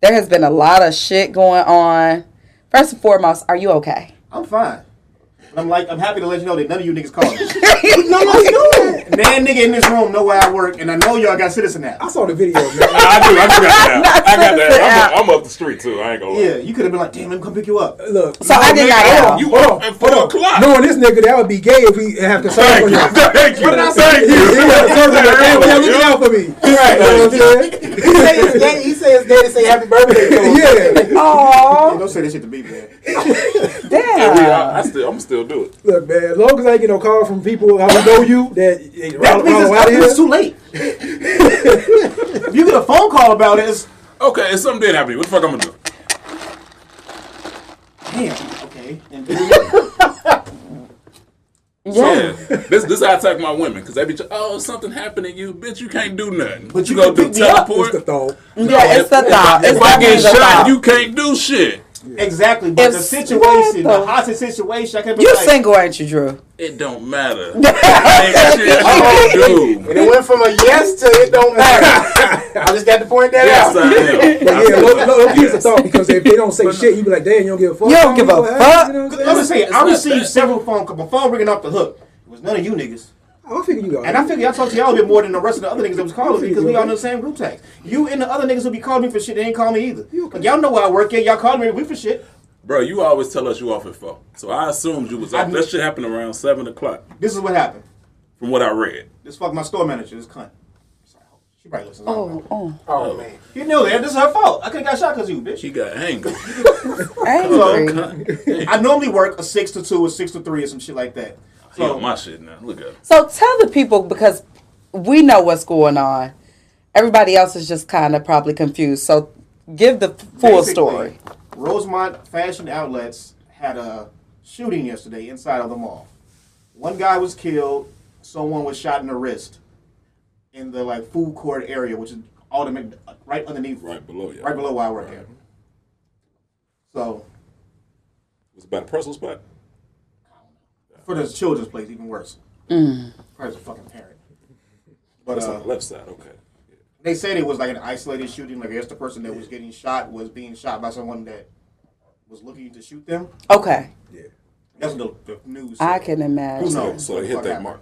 [SPEAKER 6] there has been a lot of shit going on. First and foremost, are you okay? [LAUGHS]
[SPEAKER 7] I'm fine. But I'm like, I'm happy to let you know that none of you niggas called me.
[SPEAKER 6] no, no, no.
[SPEAKER 7] Nan nigga in this room know where I work, and I know y'all got Citizen
[SPEAKER 8] I
[SPEAKER 7] app.
[SPEAKER 8] saw the video, man.
[SPEAKER 4] I do. I do got that.
[SPEAKER 6] [LAUGHS]
[SPEAKER 4] I got
[SPEAKER 6] sending
[SPEAKER 4] that. I'm, I'm up the street too. I ain't gonna.
[SPEAKER 7] Yeah, you could have been like, damn, let me come pick you up.
[SPEAKER 6] [LAUGHS]
[SPEAKER 8] Look,
[SPEAKER 6] So I did not
[SPEAKER 4] lie.
[SPEAKER 6] know.
[SPEAKER 4] You up at four o'clock?
[SPEAKER 8] knowing this nigga, that would be gay if we have to serve
[SPEAKER 4] Thank
[SPEAKER 8] for
[SPEAKER 9] [LAUGHS]
[SPEAKER 4] you.
[SPEAKER 8] him.
[SPEAKER 4] Thank you. Thank
[SPEAKER 8] He
[SPEAKER 4] you.
[SPEAKER 8] got to serve for him. Hey, man, look out for me. You know what I'm
[SPEAKER 5] He said
[SPEAKER 8] saying?
[SPEAKER 5] his dad- he said his daddy say happy birthday to him.
[SPEAKER 8] Yeah.
[SPEAKER 6] Oh,
[SPEAKER 7] Don't say that shit to me, [LAUGHS] man.
[SPEAKER 4] We,
[SPEAKER 6] damn.
[SPEAKER 4] I, I still, I'm still do it.
[SPEAKER 8] Look, man, as long as I ain't get no call from people I don't know you, that hey,
[SPEAKER 7] That
[SPEAKER 8] Ronald,
[SPEAKER 7] means it's,
[SPEAKER 8] Ronald out
[SPEAKER 7] that
[SPEAKER 8] of
[SPEAKER 7] means it's
[SPEAKER 8] here.
[SPEAKER 7] too late. if you get a phone call about it, it's
[SPEAKER 4] Okay, if something did happen, to you, what the fuck I'm gonna do?
[SPEAKER 7] damn. Okay. And [LAUGHS]
[SPEAKER 4] Yeah, this this how I attack my women because they be ch- oh something happened to you, bitch. You can't do nothing. But
[SPEAKER 7] you
[SPEAKER 4] go
[SPEAKER 7] can
[SPEAKER 4] do
[SPEAKER 7] pick me up,
[SPEAKER 8] It's
[SPEAKER 4] teleport.
[SPEAKER 8] the thought.
[SPEAKER 6] Yeah, it's the thought. It's
[SPEAKER 4] If I
[SPEAKER 6] definitely
[SPEAKER 4] get
[SPEAKER 6] the
[SPEAKER 4] shot,
[SPEAKER 6] thought.
[SPEAKER 4] you can't do shit.
[SPEAKER 7] exactly. But
[SPEAKER 6] If-
[SPEAKER 7] the situation,
[SPEAKER 6] what the-
[SPEAKER 7] the hostage situation, I could be
[SPEAKER 6] You
[SPEAKER 7] like,
[SPEAKER 6] single, aren't you, Drew?
[SPEAKER 4] It don't
[SPEAKER 8] [LAUGHS]
[SPEAKER 4] matter. Nigga, shit, I don't do.
[SPEAKER 5] And it went from a yes to it don't
[SPEAKER 6] [LAUGHS]
[SPEAKER 5] matter. I just got to point that
[SPEAKER 4] Yes,
[SPEAKER 5] out.
[SPEAKER 4] I am. I
[SPEAKER 8] Yeah,
[SPEAKER 4] feel
[SPEAKER 8] low,
[SPEAKER 4] that.
[SPEAKER 8] low, key it's a
[SPEAKER 4] Yes.
[SPEAKER 8] thought because if they don't say shit, you be like, damn, you don't give a fuck.
[SPEAKER 6] You don't give a
[SPEAKER 8] What happened?
[SPEAKER 6] fuck.
[SPEAKER 8] You know what
[SPEAKER 7] I'm
[SPEAKER 8] I'm
[SPEAKER 7] gonna say,
[SPEAKER 8] saying?
[SPEAKER 7] I
[SPEAKER 4] not
[SPEAKER 7] received
[SPEAKER 4] that.
[SPEAKER 7] several phone calls. My phone ringing off the hook. It was none of you niggas.
[SPEAKER 8] Oh, I figure you
[SPEAKER 7] And I
[SPEAKER 8] out.
[SPEAKER 7] figure y'all talk to y'all a bit more than the rest of the other niggas that was calling me because we all in the same group text. You and the other niggas who be calling me for shit, they ain't call me either. Like, y'all know where I work at. Y'all called me, we for shit.
[SPEAKER 4] Bro, you always tell us you off at four, so I assumed you was off. That shit happened around seven o'clock,
[SPEAKER 7] This is what happened.
[SPEAKER 4] from what I read.
[SPEAKER 7] This fuck my store manager, this cunt. She probably listens. Oh,
[SPEAKER 6] Oh,
[SPEAKER 5] Oh, man.
[SPEAKER 7] You knew that. This is her fault. I could have got shot because you, bitch.
[SPEAKER 4] She got
[SPEAKER 8] [LAUGHS]
[SPEAKER 4] angry.
[SPEAKER 6] angry.
[SPEAKER 7] I normally work a six to two or six to three or some shit like that.
[SPEAKER 4] She on
[SPEAKER 7] So
[SPEAKER 4] my shit now. Look at her.
[SPEAKER 6] So tell the people because we know what's going on. Everybody else is just kind of probably confused. So give the full
[SPEAKER 7] basically,
[SPEAKER 6] story.
[SPEAKER 7] Rosemont Fashion Outlets had a shooting yesterday inside of the mall. One guy was killed. Someone was shot in the wrist in the like food court area, which is all the Mc- right underneath,
[SPEAKER 4] right below you.
[SPEAKER 7] right below where I work at. So
[SPEAKER 4] Was it by the pretzel spot?
[SPEAKER 7] for the children's place, even worse.
[SPEAKER 6] Mm.
[SPEAKER 7] Probably as a fucking parent. But
[SPEAKER 4] That's
[SPEAKER 7] uh,
[SPEAKER 4] on the left side. Okay.
[SPEAKER 7] they said it was like an isolated shooting. Like, I guess the person that was getting shot was being shot by someone that was looking to shoot them.
[SPEAKER 6] Okay,
[SPEAKER 7] That's what the, the news.
[SPEAKER 6] I
[SPEAKER 7] said.
[SPEAKER 6] can imagine.
[SPEAKER 7] No.
[SPEAKER 4] Oh, So, so they hit that mark.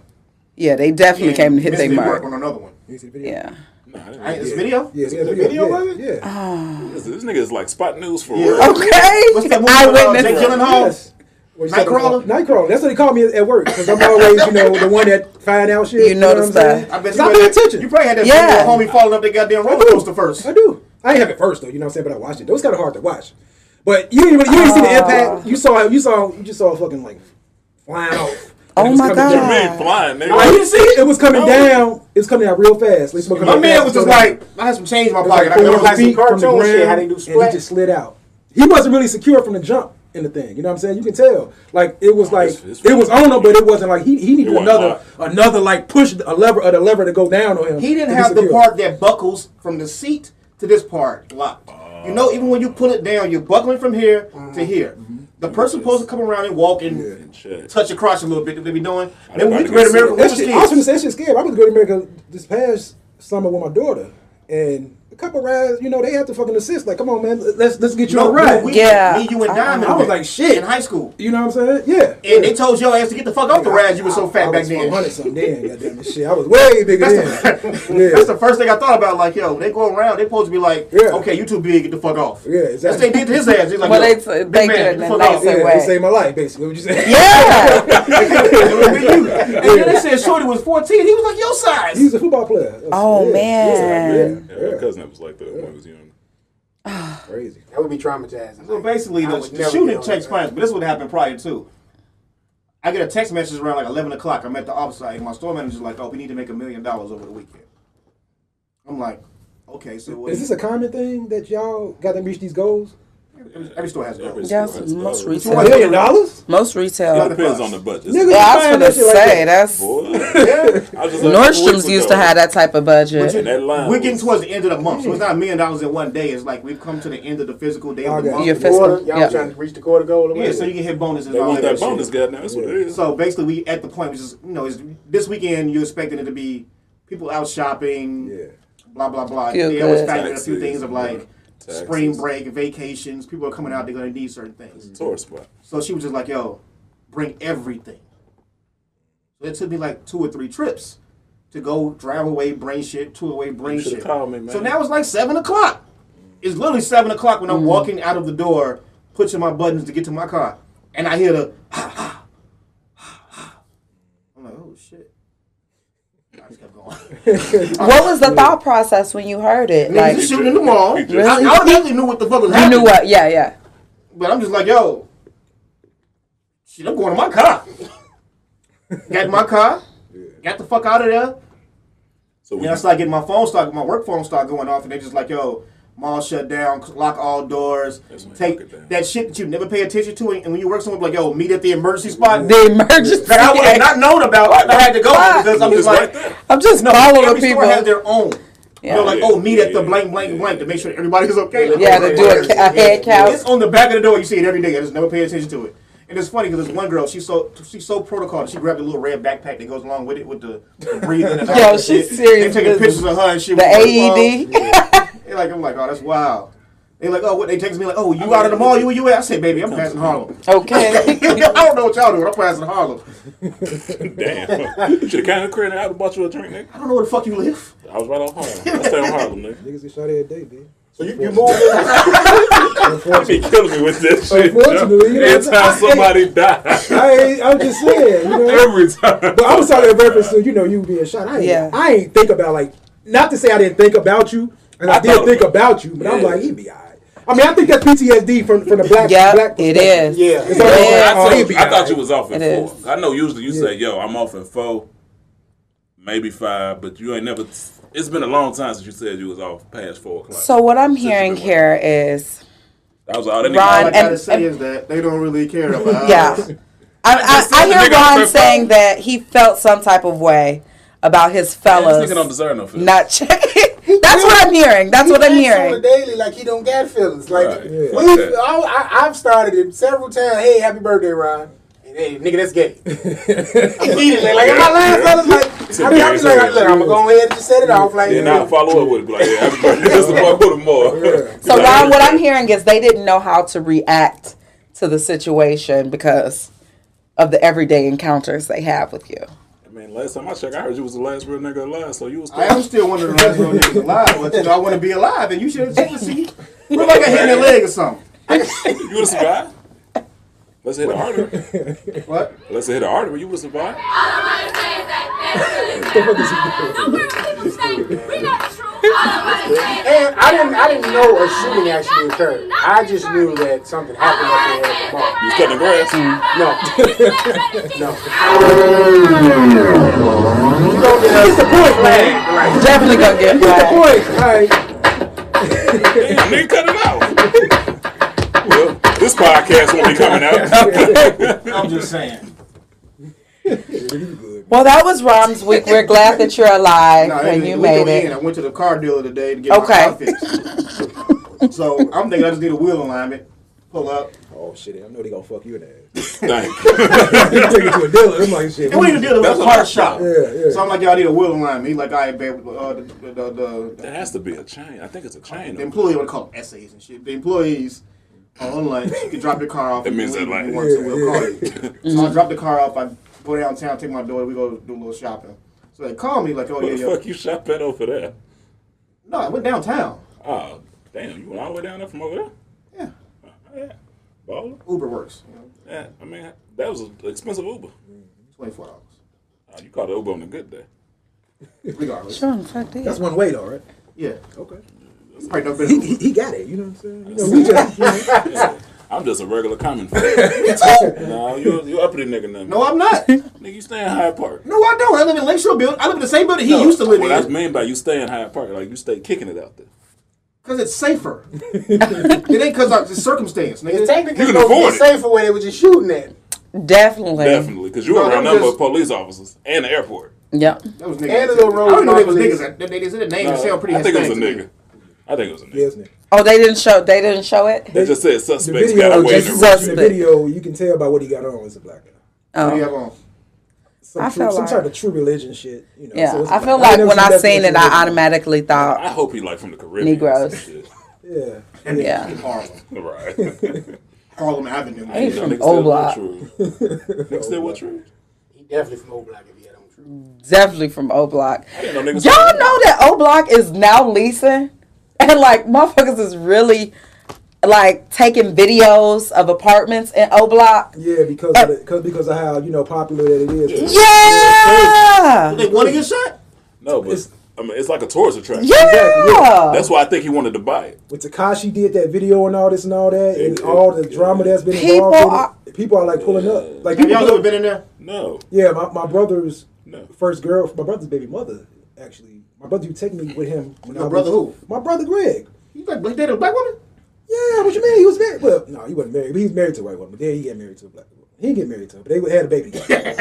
[SPEAKER 6] Yeah, they definitely
[SPEAKER 7] And
[SPEAKER 6] came to hit
[SPEAKER 7] missed
[SPEAKER 6] their
[SPEAKER 7] their
[SPEAKER 6] mark.
[SPEAKER 7] on another one.
[SPEAKER 8] You see the video?
[SPEAKER 6] Yeah. Uh-huh.
[SPEAKER 4] Nah, I didn't
[SPEAKER 7] Right,
[SPEAKER 4] read
[SPEAKER 7] this video.
[SPEAKER 8] Yeah, yeah,
[SPEAKER 7] the video
[SPEAKER 8] yeah,
[SPEAKER 7] of it?
[SPEAKER 8] Yeah.
[SPEAKER 4] this, this nigga is like spot news for
[SPEAKER 7] Yeah.
[SPEAKER 4] real.
[SPEAKER 6] Okay.
[SPEAKER 7] What's that movie?
[SPEAKER 6] I
[SPEAKER 7] with, uh, Jake
[SPEAKER 6] witnessed.
[SPEAKER 7] Gyllenhaal?
[SPEAKER 8] Yes. What you
[SPEAKER 7] Nightcrawler?
[SPEAKER 8] said- Nightcrawler. That's what they call me at work because I'm always, you know, the one that find out shit.
[SPEAKER 6] You
[SPEAKER 8] know what
[SPEAKER 6] noticed
[SPEAKER 8] I'm saying?
[SPEAKER 6] that.
[SPEAKER 7] I bet
[SPEAKER 8] I
[SPEAKER 7] had
[SPEAKER 8] pay
[SPEAKER 7] that-
[SPEAKER 8] attention.
[SPEAKER 7] You probably had that
[SPEAKER 6] Yeah.
[SPEAKER 7] video of homie falling up that goddamn roller coaster first.
[SPEAKER 8] I do. I ain't have it first though. You know what I'm saying? But I watched it. It was kind of hard to watch. But you didn't really, you didn't see the impact. You saw you saw you just saw it fucking like flying off.
[SPEAKER 6] Oh
[SPEAKER 8] It was
[SPEAKER 6] my
[SPEAKER 8] coming down. Oh,
[SPEAKER 6] God.
[SPEAKER 4] You mean flying, nigga?
[SPEAKER 8] Like, it was coming
[SPEAKER 4] No.
[SPEAKER 8] down. It was coming out real fast. Like, smoking
[SPEAKER 7] My
[SPEAKER 8] real
[SPEAKER 7] man
[SPEAKER 8] fast.
[SPEAKER 7] was just
[SPEAKER 8] So,
[SPEAKER 7] like, I had some change in my
[SPEAKER 8] it was
[SPEAKER 7] pocket. I
[SPEAKER 8] like
[SPEAKER 7] got
[SPEAKER 8] four
[SPEAKER 7] a
[SPEAKER 5] like some
[SPEAKER 8] feet from the
[SPEAKER 5] cartoon shit,
[SPEAKER 8] ground,
[SPEAKER 5] how they do
[SPEAKER 8] and he
[SPEAKER 5] splat.
[SPEAKER 8] just slid out. He wasn't really secure from the jump in the thing. You know what I'm saying? You can tell. Like it was like
[SPEAKER 4] it's- it's-
[SPEAKER 8] it was on him, but it wasn't like he, he needed
[SPEAKER 4] wasn't
[SPEAKER 8] another another like push a lever or the lever to go down on him.
[SPEAKER 7] He didn't
[SPEAKER 8] to be
[SPEAKER 7] have the
[SPEAKER 8] secure.
[SPEAKER 7] part that buckles from the seat to this part locked. you know, even when you pull it down, you're buckling from here to
[SPEAKER 8] Mm-hmm.
[SPEAKER 7] here. The person supposed to come around and walk and
[SPEAKER 4] Shit.
[SPEAKER 7] touch your crotch a little bit. That they be doing.
[SPEAKER 4] I
[SPEAKER 7] Then we get
[SPEAKER 4] didn't
[SPEAKER 7] Great
[SPEAKER 4] like
[SPEAKER 7] America.
[SPEAKER 4] to
[SPEAKER 8] That
[SPEAKER 7] Women's
[SPEAKER 8] shit, I was gonna
[SPEAKER 7] Kids.
[SPEAKER 8] say that shit scared. I was going to America this past summer with my daughter, and a couple rides, you know, they have to fucking assist. Like, come on, man, let's let's get you on a ride.
[SPEAKER 7] we,
[SPEAKER 6] Yeah.
[SPEAKER 7] Me, you, and
[SPEAKER 6] I-
[SPEAKER 7] Diamond.
[SPEAKER 8] I was
[SPEAKER 7] went
[SPEAKER 8] like, shit.
[SPEAKER 7] in high school.
[SPEAKER 8] you know what I'm saying? Yeah.
[SPEAKER 7] And they told your ass to get the fuck off the ride. You were so
[SPEAKER 8] I
[SPEAKER 7] fat back
[SPEAKER 8] was
[SPEAKER 7] then.
[SPEAKER 8] 100 something then. Goddamn it, shit, I was way bigger then. yeah.
[SPEAKER 7] [LAUGHS] That's the first thing I thought about. Like, yo, they go around. They supposed to be like,
[SPEAKER 8] Yeah.
[SPEAKER 7] okay, you too big. Get the fuck off.
[SPEAKER 8] Yeah,
[SPEAKER 7] That's what they
[SPEAKER 8] exactly.
[SPEAKER 7] did to his ass. He's like,
[SPEAKER 6] Well,
[SPEAKER 7] yo,
[SPEAKER 6] they t-
[SPEAKER 7] big man,
[SPEAKER 6] they did
[SPEAKER 7] get
[SPEAKER 6] it
[SPEAKER 7] the
[SPEAKER 6] in
[SPEAKER 7] fuck
[SPEAKER 6] nice
[SPEAKER 7] off.
[SPEAKER 6] and-
[SPEAKER 8] yeah,
[SPEAKER 6] way.
[SPEAKER 8] they saved my life, basically. What you saying?
[SPEAKER 6] Yeah.
[SPEAKER 7] It would've been you. And then they said Shorty was 14. He was like your size.
[SPEAKER 8] [LAUGHS] He's a football player. That's-
[SPEAKER 6] Oh
[SPEAKER 8] yeah,
[SPEAKER 6] man.
[SPEAKER 4] Yeah, my cousin that was like that when I was young.
[SPEAKER 8] that's crazy.
[SPEAKER 5] That would be traumatizing.
[SPEAKER 7] So basically,
[SPEAKER 5] I
[SPEAKER 7] the,
[SPEAKER 5] would
[SPEAKER 7] the
[SPEAKER 5] never get
[SPEAKER 7] shooting
[SPEAKER 5] on
[SPEAKER 7] checks
[SPEAKER 5] that.
[SPEAKER 7] plans, but this would happen prior to. I get a text message around like 11 o'clock. I'm at the office site, and my store manager's like, oh, we need to make a million dollars over the weekend. I'm like, okay, so what
[SPEAKER 8] Is this a common thing that y'all got to reach these goals?
[SPEAKER 7] every, every store has goals.
[SPEAKER 6] Yes, most
[SPEAKER 8] A
[SPEAKER 6] retail.
[SPEAKER 8] million dollars?
[SPEAKER 6] Most retail.
[SPEAKER 4] Depends on the budget.
[SPEAKER 8] Nigga,
[SPEAKER 6] Yeah, I was
[SPEAKER 8] Man,
[SPEAKER 6] gonna
[SPEAKER 8] that shit like
[SPEAKER 6] say
[SPEAKER 8] that.
[SPEAKER 6] that's
[SPEAKER 8] [LAUGHS]
[SPEAKER 4] Boy. I was just like, four weeks
[SPEAKER 6] Nordstrom's used to
[SPEAKER 4] ago,
[SPEAKER 6] have that type
[SPEAKER 4] And
[SPEAKER 6] of budget.
[SPEAKER 4] that line
[SPEAKER 7] We're getting
[SPEAKER 4] was-
[SPEAKER 7] towards the end of the month, so it's not a million dollars in one day. It's like we've come to the end of the physical day of the
[SPEAKER 8] Okay.
[SPEAKER 7] month.
[SPEAKER 6] Your
[SPEAKER 7] Yeah,
[SPEAKER 6] fiscal.
[SPEAKER 5] Quarter, y'all
[SPEAKER 6] yeah.
[SPEAKER 5] trying to reach the quarter goal. or
[SPEAKER 7] so
[SPEAKER 5] whatever.
[SPEAKER 7] you can hit bonuses and
[SPEAKER 4] They
[SPEAKER 7] all
[SPEAKER 4] want that
[SPEAKER 7] shit.
[SPEAKER 4] bonus, goddamn. That's what it is.
[SPEAKER 7] So basically, we at the point which is you know is this weekend you're expecting it to be people out shopping,
[SPEAKER 8] Yeah.
[SPEAKER 7] blah blah blah.
[SPEAKER 6] Feel
[SPEAKER 7] they always
[SPEAKER 6] good.
[SPEAKER 7] factor in a few
[SPEAKER 4] Taxes,
[SPEAKER 7] things of like
[SPEAKER 4] yeah.
[SPEAKER 7] spring
[SPEAKER 4] Taxes.
[SPEAKER 7] break, vacations. People are coming out; they're gonna need certain things.
[SPEAKER 4] Tour spot.
[SPEAKER 7] So she was just like, "Yo, bring everything." So it took me like two or three trips to go drive away, bring shit, tool away, bring
[SPEAKER 10] should've
[SPEAKER 7] shit.
[SPEAKER 10] told me, man.
[SPEAKER 7] So now it's like seven o'clock. It's literally seven o'clock when I'm
[SPEAKER 6] Mm-hmm.
[SPEAKER 7] walking out of the door, pushing my buttons to get to my car, and I hear the. I'm like, oh shit. I just kept going. [LAUGHS]
[SPEAKER 6] What was the thought process when you heard it? Like,
[SPEAKER 7] Niggas is
[SPEAKER 6] you
[SPEAKER 7] shooting in the
[SPEAKER 6] [LAUGHS]
[SPEAKER 7] mall. I, I automatically knew what the fuck was happening.
[SPEAKER 6] knew what? Yeah, yeah.
[SPEAKER 7] But I'm just like, yo, shit, I'm going to my car.
[SPEAKER 4] [LAUGHS]
[SPEAKER 7] got in my car, got the fuck out of there.
[SPEAKER 4] So we
[SPEAKER 7] Then I started getting my phone start, my work phone start going off, and they just like, yo, mall shut down, lock all doors,
[SPEAKER 4] when you lock it down.
[SPEAKER 7] take that shit that you never pay attention to, and and when you work somewhere, like, yo, meet at the emergency spot
[SPEAKER 6] The emergency.
[SPEAKER 7] that I would
[SPEAKER 4] [LAUGHS]
[SPEAKER 7] have not known about. if I had to go
[SPEAKER 6] fuck?
[SPEAKER 7] because I'm just
[SPEAKER 4] It's
[SPEAKER 7] like,
[SPEAKER 4] right there.
[SPEAKER 6] I'm just
[SPEAKER 7] no,
[SPEAKER 6] following
[SPEAKER 7] every
[SPEAKER 6] people.
[SPEAKER 7] store has their own.
[SPEAKER 6] Yeah.
[SPEAKER 7] You know, like,
[SPEAKER 4] Yeah,
[SPEAKER 7] oh, meet at the
[SPEAKER 4] yeah,
[SPEAKER 7] blank, blank, blank to make sure everybody's okay.
[SPEAKER 6] Yeah, to do a, ca- a head
[SPEAKER 7] It's
[SPEAKER 6] count.
[SPEAKER 7] on the back of the door. You see it every day. I just never pay attention to it. And it's funny because there's one girl. She's so she's so protocol. that She grabbed a little red backpack that goes along with it with the, the breathing.
[SPEAKER 6] [LAUGHS]
[SPEAKER 7] And all
[SPEAKER 6] Yo,
[SPEAKER 7] that
[SPEAKER 6] she's
[SPEAKER 7] shit.
[SPEAKER 6] serious
[SPEAKER 7] They taking
[SPEAKER 6] business.
[SPEAKER 7] pictures of her and shit.
[SPEAKER 6] The E
[SPEAKER 7] with her phone.
[SPEAKER 6] [LAUGHS] AED.
[SPEAKER 7] They like I'm like, oh, that's wild. They like, oh, what? They text me like, oh, you out of the mall? You where you at? I said, baby, I'm passing Harlem. [LAUGHS] I
[SPEAKER 6] Okay.
[SPEAKER 7] don't know what y'all doing. I'm passing Harlem.
[SPEAKER 4] [LAUGHS] damn. you should have kind of cleared out and bought you a drink,
[SPEAKER 7] I
[SPEAKER 4] nigga.
[SPEAKER 7] don't know where the fuck you live.
[SPEAKER 4] I was right on Harlem. I stay on Harlem, nigga.
[SPEAKER 10] Niggas get shot every day, man.
[SPEAKER 5] So you, you more
[SPEAKER 6] [LAUGHS]
[SPEAKER 5] than
[SPEAKER 4] They be killing me with this shit.
[SPEAKER 8] Unfortunately,
[SPEAKER 4] yo.
[SPEAKER 8] you know,
[SPEAKER 4] every time
[SPEAKER 8] I-
[SPEAKER 4] somebody dies,
[SPEAKER 8] I ain't, I'm just saying, you know.
[SPEAKER 4] every time.
[SPEAKER 8] But I was talking in reference to you know you being shot. I ain't,
[SPEAKER 6] Yeah.
[SPEAKER 8] I ain't think about like not to say I didn't think about you, and I,
[SPEAKER 4] I
[SPEAKER 8] did
[SPEAKER 4] thought
[SPEAKER 8] think
[SPEAKER 4] about
[SPEAKER 8] about you, but I'm like he be alright. I mean, I think that's PTSD from from the black.
[SPEAKER 6] Yep,
[SPEAKER 8] black
[SPEAKER 6] it is.
[SPEAKER 8] perspective.
[SPEAKER 5] Yeah.
[SPEAKER 8] It's always
[SPEAKER 6] Yeah.
[SPEAKER 8] like, oh,
[SPEAKER 4] I,
[SPEAKER 8] he
[SPEAKER 4] thought,
[SPEAKER 8] be
[SPEAKER 4] I thought
[SPEAKER 8] alright.
[SPEAKER 4] you was off at
[SPEAKER 6] It
[SPEAKER 4] four. I know usually you say, "Yo, I'm off at four, maybe five, but you ain't never. It's been a long time since you said you was off past four o'clock.
[SPEAKER 6] So what I'm
[SPEAKER 4] Since you
[SPEAKER 6] hearing
[SPEAKER 4] been
[SPEAKER 6] here is,
[SPEAKER 4] working. I was all that
[SPEAKER 7] All
[SPEAKER 6] Ron
[SPEAKER 7] I
[SPEAKER 4] nigga.
[SPEAKER 7] gotta
[SPEAKER 6] and-
[SPEAKER 7] say
[SPEAKER 6] and-
[SPEAKER 7] is that they don't really care about.
[SPEAKER 6] yeah, I, I, I
[SPEAKER 4] Nigga,
[SPEAKER 6] hear
[SPEAKER 4] I'm
[SPEAKER 6] Ron
[SPEAKER 4] pissed
[SPEAKER 6] saying
[SPEAKER 4] off.
[SPEAKER 6] that he felt some type of way about his
[SPEAKER 4] This nigga don't
[SPEAKER 6] fellas
[SPEAKER 4] deserve no feelings.
[SPEAKER 6] not checking. [LAUGHS] That's what I'm hearing. That's what I'm hearing.
[SPEAKER 5] daily, like he don't got feelings. Like
[SPEAKER 4] Right.
[SPEAKER 5] we,
[SPEAKER 4] Yeah. Fuck that.
[SPEAKER 5] I, I, I've started it several times. Hey, happy birthday, Ron. And, hey, nigga,
[SPEAKER 4] [LAUGHS]
[SPEAKER 5] that's gay. Immediately, like am I lying, fellas? Like I mean, I'm just like, look, I'm gonna go ahead and just set it off. Like
[SPEAKER 4] Then I'll follow up with it. be Like, yeah, happy birthday. [LAUGHS] Just a fuck with him more.
[SPEAKER 6] So Ron, what I'm hearing is they didn't know how to react to the situation because of the everyday encounters they have with you.
[SPEAKER 4] I mean, last time I checked, I heard you was the last real nigga alive, so you was.
[SPEAKER 7] I am still one of the last real niggas alive, but you know, I want to be alive, and you should have checked to
[SPEAKER 6] [LAUGHS]
[SPEAKER 7] see. Look like I hit in the leg or something.
[SPEAKER 4] You would have survived. Let's hit an [LAUGHS] artery.
[SPEAKER 7] What?
[SPEAKER 4] Let's hit an artery. You would have survived.
[SPEAKER 5] And I didn't, I didn't know a shooting actually occurred. I just knew that something happened up there at the bar.
[SPEAKER 4] You was cutting the grass.
[SPEAKER 6] Mm.
[SPEAKER 4] [LAUGHS]
[SPEAKER 5] No, no. You don't get a point, man. Like,
[SPEAKER 6] Definitely gonna get
[SPEAKER 8] All
[SPEAKER 6] black.
[SPEAKER 8] right, all right.
[SPEAKER 4] Damn, nigga, cut it out. well, this podcast won't be coming out.
[SPEAKER 7] I'm just saying.
[SPEAKER 6] Well, that was Rom's week. We're glad that you're alive
[SPEAKER 7] No,
[SPEAKER 6] and
[SPEAKER 7] and
[SPEAKER 6] you
[SPEAKER 7] we
[SPEAKER 6] made
[SPEAKER 7] made
[SPEAKER 6] it.
[SPEAKER 7] in. I went to the car dealer today to get my
[SPEAKER 6] Okay.
[SPEAKER 7] car fixed.
[SPEAKER 6] [LAUGHS]
[SPEAKER 7] so I'm thinking I just need a wheel alignment. Pull up.
[SPEAKER 10] Oh shit! I know they gonna fuck you in
[SPEAKER 8] [LAUGHS]
[SPEAKER 10] the ass.
[SPEAKER 4] Thank you.
[SPEAKER 8] You take it to a dealer. I'm like shit.
[SPEAKER 7] And we need to deal with a car shop.
[SPEAKER 8] yeah.
[SPEAKER 7] So I'm like, y'all need a wheel alignment. He's like, all right, babe. Uh, the, the, the, the,
[SPEAKER 4] That has to be a chain. I think it's a chain.
[SPEAKER 7] the employee, what they call them, essays and shit. The employees are online. You can drop your car off.
[SPEAKER 4] That
[SPEAKER 7] and
[SPEAKER 4] means
[SPEAKER 7] you
[SPEAKER 4] that,
[SPEAKER 7] leave if you
[SPEAKER 4] like-
[SPEAKER 7] want, so we'll call you. [LAUGHS] So I drop the car off. I go downtown, take my daughter. We go do a little shopping. So they call me like, oh
[SPEAKER 4] What
[SPEAKER 7] yeah,
[SPEAKER 4] the
[SPEAKER 7] yo.
[SPEAKER 4] fuck you shot that over there?
[SPEAKER 7] No, I went downtown.
[SPEAKER 4] Oh, damn, you went all the way down there from over there?
[SPEAKER 7] Yeah,
[SPEAKER 4] Yeah. Baller?
[SPEAKER 7] Uber works. You know,
[SPEAKER 4] Yeah, I mean, that was an expensive Uber.
[SPEAKER 7] Twenty four dollars.
[SPEAKER 4] Oh, you caught an Uber on a good day.
[SPEAKER 7] Regardless.
[SPEAKER 6] Sure, fuck that.
[SPEAKER 8] That's one way though, right?
[SPEAKER 7] Yeah.
[SPEAKER 8] Okay.
[SPEAKER 7] It's probably never
[SPEAKER 8] He,
[SPEAKER 7] been.
[SPEAKER 8] he, he got it. You know what I'm saying? You know, we just
[SPEAKER 4] I'm just a regular
[SPEAKER 7] [LAUGHS]
[SPEAKER 4] common folk. no, you you uppity nigga now.
[SPEAKER 7] No, I'm not. No,
[SPEAKER 4] nigga, you stay in Hyde Park.
[SPEAKER 7] I don't. I live in Lakeshore building. I live in the same building he used to live
[SPEAKER 4] What I
[SPEAKER 7] in.
[SPEAKER 4] mean by you stay in Hyde Park, like you stay kicking it out there.
[SPEAKER 7] Cause it's [LAUGHS] safer. it ain't cause of the circumstance,
[SPEAKER 5] it's
[SPEAKER 7] nigga.
[SPEAKER 5] technically
[SPEAKER 4] You can
[SPEAKER 5] supposed to
[SPEAKER 4] afford
[SPEAKER 5] be
[SPEAKER 4] it.
[SPEAKER 5] safer where they were just shooting at.
[SPEAKER 6] Definitely.
[SPEAKER 4] Definitely, because you
[SPEAKER 7] No,
[SPEAKER 4] were around
[SPEAKER 7] I'm
[SPEAKER 4] number
[SPEAKER 7] just-
[SPEAKER 4] of police officers and the airport.
[SPEAKER 6] Yep.
[SPEAKER 7] That was niggas.
[SPEAKER 5] And the little
[SPEAKER 7] I don't know if it was
[SPEAKER 5] road
[SPEAKER 7] niggas. I- They they said a name. It sounded pretty.
[SPEAKER 4] I think it was a
[SPEAKER 7] Hispanic to me.
[SPEAKER 4] nigga. I think it was a nigga.
[SPEAKER 8] yes, man.
[SPEAKER 6] Oh, they didn't show. They didn't show it.
[SPEAKER 4] They just said
[SPEAKER 8] The
[SPEAKER 4] suspects
[SPEAKER 8] video,
[SPEAKER 4] got
[SPEAKER 8] oh,
[SPEAKER 4] away.
[SPEAKER 6] just
[SPEAKER 8] just
[SPEAKER 4] in the
[SPEAKER 6] sus-
[SPEAKER 8] watching the
[SPEAKER 6] suspect.
[SPEAKER 8] video, you can tell by what he got on is a black guy.
[SPEAKER 7] What do you have
[SPEAKER 6] Oh.
[SPEAKER 7] on?
[SPEAKER 8] Some,
[SPEAKER 6] I
[SPEAKER 8] true,
[SPEAKER 6] feel
[SPEAKER 8] some
[SPEAKER 6] like-
[SPEAKER 8] sort of true religion shit. You know,
[SPEAKER 6] Yeah,
[SPEAKER 8] so it's
[SPEAKER 6] I feel
[SPEAKER 8] black.
[SPEAKER 6] like
[SPEAKER 8] never
[SPEAKER 6] when
[SPEAKER 8] seen
[SPEAKER 6] I
[SPEAKER 8] that
[SPEAKER 6] seen it,
[SPEAKER 8] definition
[SPEAKER 6] I
[SPEAKER 8] of
[SPEAKER 6] automatically
[SPEAKER 4] I
[SPEAKER 6] thought,
[SPEAKER 4] hope he like from the Caribbean.
[SPEAKER 6] Negroes.
[SPEAKER 4] or some shit. [LAUGHS]
[SPEAKER 8] religion. Yeah.
[SPEAKER 6] yeah,
[SPEAKER 7] Harlem.
[SPEAKER 4] Right. Niggas
[SPEAKER 7] Harlem Avenue.
[SPEAKER 6] Hey,
[SPEAKER 7] nigga.
[SPEAKER 6] from
[SPEAKER 4] still
[SPEAKER 6] Old
[SPEAKER 4] what
[SPEAKER 6] Block.
[SPEAKER 4] true. Niggas still what true?
[SPEAKER 5] He definitely from Old Black if he had on true.
[SPEAKER 6] definitely from O Block. Y'all
[SPEAKER 4] didn't know niggas-
[SPEAKER 6] know that O Block is now leasing, and like motherfuckers is really like taking videos of apartments in O Block.
[SPEAKER 8] Yeah, because of the, cause, because of how you know popular that it is.
[SPEAKER 6] Yeah,
[SPEAKER 7] They want to get shot?
[SPEAKER 4] No, but it's, I mean, it's like a tourist attraction.
[SPEAKER 6] yeah.
[SPEAKER 4] That's why I think he wanted to buy it.
[SPEAKER 8] When Takashi did that video and all this and all that, and
[SPEAKER 4] It-
[SPEAKER 8] all
[SPEAKER 4] it-
[SPEAKER 8] the drama that's been
[SPEAKER 6] People
[SPEAKER 8] involved, in it,
[SPEAKER 6] are-
[SPEAKER 8] people are like pulling up. Like
[SPEAKER 7] Have
[SPEAKER 8] people,
[SPEAKER 7] y'all ever been in there?
[SPEAKER 4] No.
[SPEAKER 8] yeah, my, my brother's
[SPEAKER 4] No.
[SPEAKER 8] first girl, my brother's baby mother, actually. My brother, you take me with him. When
[SPEAKER 7] Your brother who?
[SPEAKER 8] My brother Greg.
[SPEAKER 7] You like he dated a black woman?
[SPEAKER 8] Yeah, what you mean? He was married. Well, no, he wasn't married. But he was married to a white woman. But then he got married to a black woman. He didn't get married to her, but they had
[SPEAKER 7] [LAUGHS]
[SPEAKER 8] a baby. together.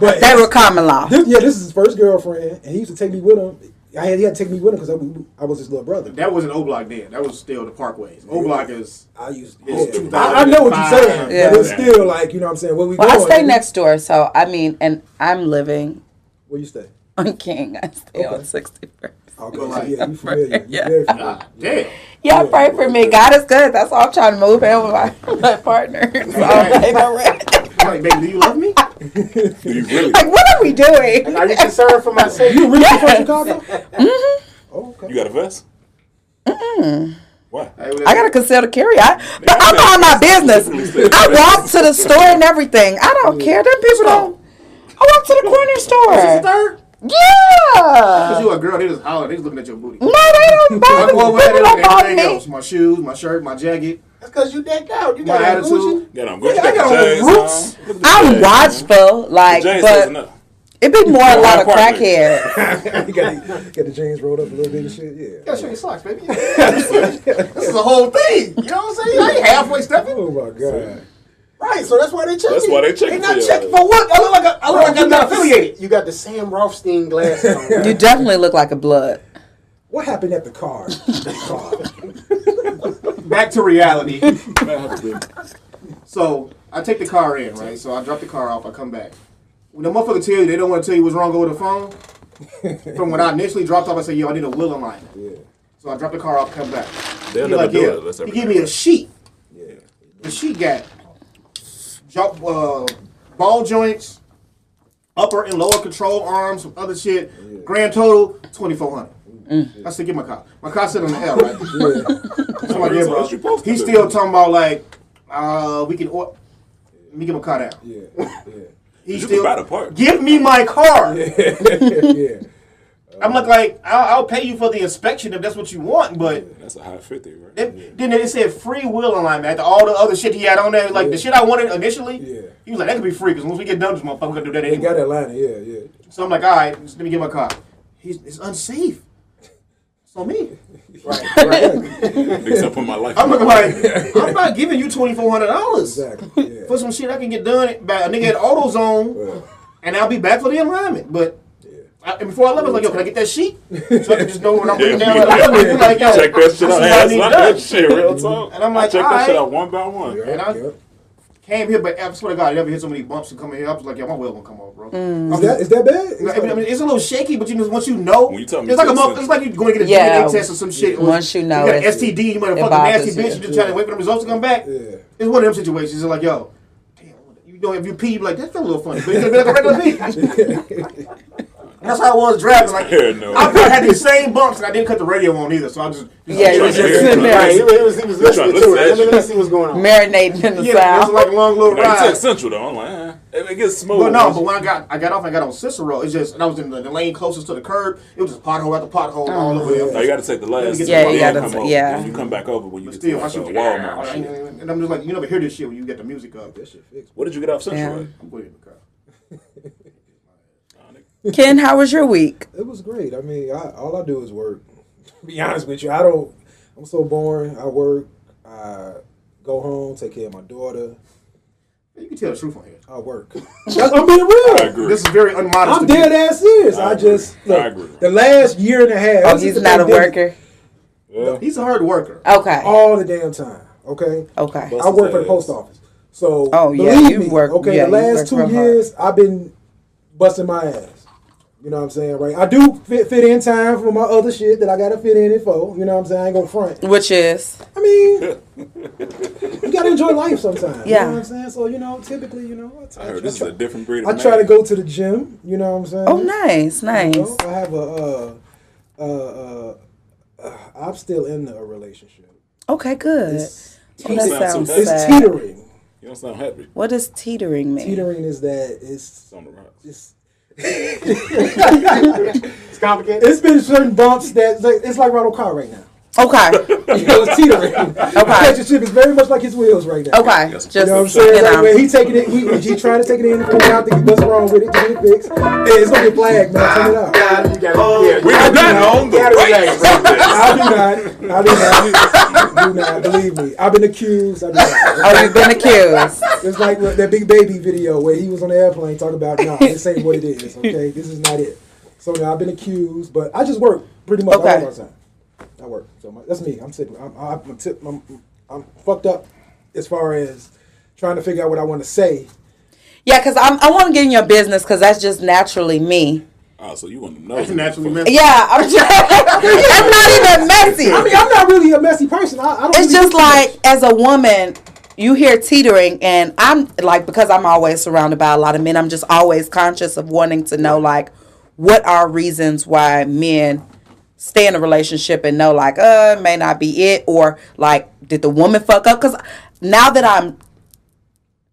[SPEAKER 8] but
[SPEAKER 6] They were common law.
[SPEAKER 8] this, yeah, this is his first girlfriend, and he used to take me with him. I had, he had to take me with him because I, was- I was his little brother.
[SPEAKER 7] That wasn't O Block then. That was still the Parkways. O Block is.
[SPEAKER 8] I used.
[SPEAKER 7] It's
[SPEAKER 8] Yeah. I, I know what you're saying,
[SPEAKER 6] Yeah.
[SPEAKER 8] but it's still like you know what I'm saying. Where we
[SPEAKER 6] Well,
[SPEAKER 8] going?
[SPEAKER 6] I stay next door, so I mean, and I'm living
[SPEAKER 8] Where you stay?
[SPEAKER 6] on King. I stay on
[SPEAKER 8] Okay.
[SPEAKER 6] 61st.
[SPEAKER 8] Okay,
[SPEAKER 7] Go
[SPEAKER 8] so
[SPEAKER 7] like-
[SPEAKER 8] yeah, you familiar?
[SPEAKER 6] Yeah.
[SPEAKER 8] Yeah.
[SPEAKER 6] [LAUGHS]
[SPEAKER 8] Very familiar.
[SPEAKER 7] Ah, damn.
[SPEAKER 6] Y'all pray for me. God is good. That's all I'm trying to move in with my, [LAUGHS] my partner. So I'm paying my rent.
[SPEAKER 7] I'm like, baby, do you love me?
[SPEAKER 4] Do you really?
[SPEAKER 6] like, what are we doing?
[SPEAKER 5] Are you
[SPEAKER 4] [LAUGHS]
[SPEAKER 5] concerned for my safety?
[SPEAKER 8] You really from Chicago?
[SPEAKER 6] Mm-hmm.
[SPEAKER 8] Oh, okay. [LAUGHS]
[SPEAKER 4] You got a vest? Why?
[SPEAKER 6] I gotta conceal the carry. I, but I'm on my business. I walk to the store and everything. I don't care. Them people don't. I walk to the corner store.
[SPEAKER 7] Third? Because
[SPEAKER 6] Yeah.
[SPEAKER 7] you a girl, they just holler. They just looking at your booty.
[SPEAKER 6] No, they don't bother.
[SPEAKER 7] Like, well, well, they
[SPEAKER 6] People don't
[SPEAKER 7] looking at
[SPEAKER 6] bother
[SPEAKER 7] everything
[SPEAKER 6] me.
[SPEAKER 7] else. My shoes, my shirt, my jacket,
[SPEAKER 3] That's because you decked out. You
[SPEAKER 7] my
[SPEAKER 3] got an illusion.
[SPEAKER 7] attitude.
[SPEAKER 4] Got on good.
[SPEAKER 7] I got on roots.
[SPEAKER 6] I'm watchful, like,
[SPEAKER 4] James doesn't
[SPEAKER 6] but
[SPEAKER 4] know.
[SPEAKER 6] it'd be more a lot of
[SPEAKER 4] Apartment.
[SPEAKER 6] crackhead.
[SPEAKER 8] You got, the, got the jeans rolled up a little bit and shit. Yeah.
[SPEAKER 7] gotta show your socks, [LAUGHS] baby. this is a whole thing. You know what I'm saying? I ain't halfway stepping.
[SPEAKER 8] Oh my god.
[SPEAKER 3] Right, so that's why they check
[SPEAKER 4] That's
[SPEAKER 3] you.
[SPEAKER 4] why they checking
[SPEAKER 3] not
[SPEAKER 4] for you.
[SPEAKER 3] checking
[SPEAKER 7] Oh,
[SPEAKER 3] for what? I look like a, Oh, I look like
[SPEAKER 5] you
[SPEAKER 3] I'm
[SPEAKER 5] not
[SPEAKER 3] not affiliated.
[SPEAKER 5] affiliated. You got the Sam Rothstein
[SPEAKER 3] [LAUGHS]
[SPEAKER 5] glass on.
[SPEAKER 6] You definitely look like a blood.
[SPEAKER 8] What happened at the
[SPEAKER 6] [LAUGHS]
[SPEAKER 8] car? The car.
[SPEAKER 7] Back to reality. [LAUGHS]
[SPEAKER 4] That's
[SPEAKER 7] So I take the car in, right? So I drop the car off. I come back. When the motherfucker tell you they don't want to tell you what's wrong over the phone, from when I initially dropped off, I said, "Yo, I need a wheel aligner."
[SPEAKER 8] Yeah.
[SPEAKER 7] So I drop the car off, come back.
[SPEAKER 4] They'll
[SPEAKER 7] He
[SPEAKER 4] never
[SPEAKER 7] like,
[SPEAKER 4] do
[SPEAKER 7] yeah.
[SPEAKER 4] it unless
[SPEAKER 7] He
[SPEAKER 4] everything
[SPEAKER 7] give me a
[SPEAKER 4] works.
[SPEAKER 7] sheet.
[SPEAKER 8] Yeah.
[SPEAKER 7] The sheet got jump, uh, ball joints, upper and lower control arms, some other shit. Grand total twenty four hundred. I said, "Get my car." My car sitting on the L, right? I'm like, yeah,
[SPEAKER 4] what you
[SPEAKER 7] bro.
[SPEAKER 4] supposed to
[SPEAKER 7] He's
[SPEAKER 4] do.
[SPEAKER 7] still talking about like, uh, we can. Or- Let me get my car down. [LAUGHS]
[SPEAKER 8] Yeah. Yeah.
[SPEAKER 7] He's
[SPEAKER 4] You
[SPEAKER 7] still
[SPEAKER 4] can buy the part.
[SPEAKER 7] give me my car. [LAUGHS]
[SPEAKER 8] [LAUGHS] Yeah. yeah.
[SPEAKER 7] I'm like, like I'll, I'll pay you for the inspection if that's what you want, but.
[SPEAKER 4] a high fifty, right?
[SPEAKER 7] Then, then it said free will alignment after all the other shit he had on there. Like the shit I wanted initially,
[SPEAKER 8] Yeah.
[SPEAKER 7] he was like, that could be free because once we get done, with this motherfucker gonna do that
[SPEAKER 8] They
[SPEAKER 7] anyway.
[SPEAKER 8] got Atlanta. Yeah. Yeah.
[SPEAKER 7] So I'm like, all right, just let me get my car. He's, it's unsafe. It's on
[SPEAKER 8] [LAUGHS]
[SPEAKER 7] me. [LAUGHS]
[SPEAKER 4] Except for my life.
[SPEAKER 7] I'm looking like,
[SPEAKER 8] [LAUGHS]
[SPEAKER 7] I'm not giving you twenty four hundred dollars.
[SPEAKER 8] Exactly. Yeah.
[SPEAKER 7] for some shit I can get done by a nigga at AutoZone, and I'll be back for the alignment. But I, and before I left, I was like, yo, can I get that sheet? So I can just know when I'm
[SPEAKER 4] Yeah,
[SPEAKER 7] putting down.
[SPEAKER 4] [LAUGHS] yeah.
[SPEAKER 7] Like, I'm gonna be like, yo,
[SPEAKER 4] check that
[SPEAKER 7] this is
[SPEAKER 4] shit out.
[SPEAKER 7] what I
[SPEAKER 4] Hey,
[SPEAKER 7] need
[SPEAKER 4] that's
[SPEAKER 7] done.
[SPEAKER 4] that shit. Real talk.
[SPEAKER 7] And I'm like,
[SPEAKER 4] check that
[SPEAKER 7] alright.
[SPEAKER 4] shit out one by one.
[SPEAKER 7] And I
[SPEAKER 8] Yep.
[SPEAKER 7] came here, but I swear to God, I never hit so many bumps and coming here. I was like, yo, my wheel gonna come off, bro.
[SPEAKER 8] Is that is that bad? It's
[SPEAKER 7] I mean, I mean,
[SPEAKER 8] like-
[SPEAKER 7] it's a little shaky, but you know, once you know,
[SPEAKER 4] When you tell me
[SPEAKER 7] it's like a
[SPEAKER 4] this
[SPEAKER 7] mo-
[SPEAKER 4] is-
[SPEAKER 7] it's like you're going to get a
[SPEAKER 6] Yeah.
[SPEAKER 7] DNA test or some shit.
[SPEAKER 6] Once you know
[SPEAKER 7] you got
[SPEAKER 6] it's-
[SPEAKER 7] STD, you might have
[SPEAKER 6] it
[SPEAKER 7] fucking nasty
[SPEAKER 6] bothers
[SPEAKER 7] bitch.
[SPEAKER 6] you.
[SPEAKER 7] You just trying to wait for the results to come back.
[SPEAKER 8] Yeah.
[SPEAKER 7] It's one of them situations. It's like, yo, damn, you know, if you pee, you be like that felt a little funny, but it's gonna be like a regular pee.
[SPEAKER 4] [LAUGHS]
[SPEAKER 7] And that's how I was driving. Like,
[SPEAKER 4] Paranoid.
[SPEAKER 7] I probably had these same bumps, and I didn't cut the radio on either, so I just,
[SPEAKER 6] Yeah, you
[SPEAKER 7] I'm trying
[SPEAKER 6] was just
[SPEAKER 7] to hear
[SPEAKER 6] sitting
[SPEAKER 7] it.
[SPEAKER 6] there
[SPEAKER 5] Right, he was, he was listening
[SPEAKER 4] trying to
[SPEAKER 5] to it.
[SPEAKER 4] listen
[SPEAKER 5] Let me
[SPEAKER 4] to
[SPEAKER 5] let's see what's going on.
[SPEAKER 6] Marinating in the
[SPEAKER 7] Yeah, it's
[SPEAKER 6] sound.
[SPEAKER 7] like a long little
[SPEAKER 4] When you
[SPEAKER 7] ride.
[SPEAKER 4] take Central though, I'm like, eh. it, it gets smooth.
[SPEAKER 7] But no, but when I got I got off, I got on Cicero. It's just and I was in the, the lane closest to the curb. It was just pothole after pothole all over there.
[SPEAKER 4] No, you got to take the last.
[SPEAKER 7] Yeah,
[SPEAKER 4] step,
[SPEAKER 7] you
[SPEAKER 4] then
[SPEAKER 6] gotta-
[SPEAKER 4] come over,
[SPEAKER 6] yeah.
[SPEAKER 4] then You come back over when you
[SPEAKER 7] But
[SPEAKER 4] get to
[SPEAKER 7] still, my
[SPEAKER 4] like, uh,
[SPEAKER 7] shit was-
[SPEAKER 4] Walmart. and shit.
[SPEAKER 7] and I'm just like, you never hear this shit when you get the music up.
[SPEAKER 8] That shit fixed.
[SPEAKER 4] What did you get off Central?
[SPEAKER 6] Yeah.
[SPEAKER 4] at?
[SPEAKER 7] I'm going in the car.
[SPEAKER 6] Ken, how was your week?
[SPEAKER 8] It was great. I mean, I, all I do is work. [LAUGHS] To be honest with you, I don't. I'm so boring. I work. I go home, take care of my daughter.
[SPEAKER 7] You can tell the truth on here.
[SPEAKER 4] [LAUGHS]
[SPEAKER 8] I work. I'm being real.
[SPEAKER 4] I agree.
[SPEAKER 7] This is very unmodest.
[SPEAKER 8] I'm
[SPEAKER 7] of you.
[SPEAKER 8] dead ass serious.
[SPEAKER 4] I
[SPEAKER 8] I, just
[SPEAKER 4] agree.
[SPEAKER 8] look,
[SPEAKER 4] I agree.
[SPEAKER 8] the last year and a half.
[SPEAKER 6] Oh,
[SPEAKER 8] since
[SPEAKER 6] he's
[SPEAKER 8] the
[SPEAKER 6] not a
[SPEAKER 8] pandemic,
[SPEAKER 6] worker.
[SPEAKER 7] He's a hard worker.
[SPEAKER 6] Okay.
[SPEAKER 8] All the damn time. Okay.
[SPEAKER 6] Okay.
[SPEAKER 8] I work for the post office. So
[SPEAKER 6] Oh, yeah,
[SPEAKER 8] believe
[SPEAKER 6] you
[SPEAKER 8] me,
[SPEAKER 6] work-
[SPEAKER 8] okay,
[SPEAKER 6] yeah,
[SPEAKER 8] the
[SPEAKER 6] you work
[SPEAKER 8] last
[SPEAKER 6] real
[SPEAKER 8] two
[SPEAKER 6] hard.
[SPEAKER 8] years I've been busting my ass. You know what I'm saying, right? I do fit, fit in time for my other shit that I gotta fit in it for. You know what I'm saying? I ain't gonna front.
[SPEAKER 6] Which is
[SPEAKER 4] [LAUGHS]
[SPEAKER 8] I mean, you gotta enjoy life sometimes. You
[SPEAKER 6] Yeah.
[SPEAKER 8] know what I'm saying? So, you know, typically, you know, I try,
[SPEAKER 4] I heard this is a different breed of
[SPEAKER 8] I
[SPEAKER 4] man.
[SPEAKER 8] try to go to the gym. You know what I'm saying?
[SPEAKER 6] oh nice,
[SPEAKER 8] You
[SPEAKER 6] nice.
[SPEAKER 8] know, I have a, uh, uh, uh, uh, I'm still in a relationship.
[SPEAKER 6] Okay, good. Oh, that
[SPEAKER 4] sounds
[SPEAKER 6] sounds
[SPEAKER 4] so bad.
[SPEAKER 8] It's
[SPEAKER 6] sad.
[SPEAKER 8] teetering.
[SPEAKER 4] You don't sound happy.
[SPEAKER 6] What does teetering mean?
[SPEAKER 8] Teetering is that it's
[SPEAKER 4] It's on the rocks. [LAUGHS]
[SPEAKER 8] it's
[SPEAKER 5] It's complicated.
[SPEAKER 8] it's been certain bumps that like, it's like Ronald Carr right now. [LAUGHS]
[SPEAKER 6] Okay,
[SPEAKER 8] You know, it's teetering. Okay. His ship is very much like his wheels right now.
[SPEAKER 6] okay. Just you
[SPEAKER 8] You know
[SPEAKER 6] know,
[SPEAKER 8] what I'm saying? Like when he taking it, he, he trying to take it in and figure out the- what's wrong with it, get it fixed. And it's gonna get flagged, man. Turn it out.
[SPEAKER 5] God, you gotta,
[SPEAKER 3] Oh,
[SPEAKER 5] yeah,
[SPEAKER 4] We are not on the
[SPEAKER 5] you gotta relax, bro.
[SPEAKER 8] I do not. I do not. do not believe me. I've been accused. I do not.
[SPEAKER 6] oh, you've been accused. [LAUGHS]
[SPEAKER 8] It's like that big baby video where he was on the airplane talking about, nah, this ain't what it is. Okay, this is not it. So now I've been accused, but I just work pretty much
[SPEAKER 6] Okay.
[SPEAKER 8] all my time. I work. So my, that's me. I'm sitting. I'm, I'm, tip, I'm, I'm fucked up as far as trying to figure out what I want to say.
[SPEAKER 6] Yeah, because I'm I want to get in your business because that's just naturally me.
[SPEAKER 4] Oh, so you want to know?
[SPEAKER 7] naturally
[SPEAKER 4] Fuck.
[SPEAKER 7] meant.
[SPEAKER 6] Yeah, I'm [LAUGHS] just I'm not even messy.
[SPEAKER 8] I mean, I'm not really a messy person. I, I don't.
[SPEAKER 6] it's
[SPEAKER 8] really
[SPEAKER 4] [LAUGHS]
[SPEAKER 6] just
[SPEAKER 8] do too much.
[SPEAKER 6] like as a woman you hear teetering and i'm like because i'm always surrounded by a lot of men i'm just always conscious of wanting to know like what are reasons why men stay in a relationship and know like uh it may not be it or like did the woman fuck up because now that i'm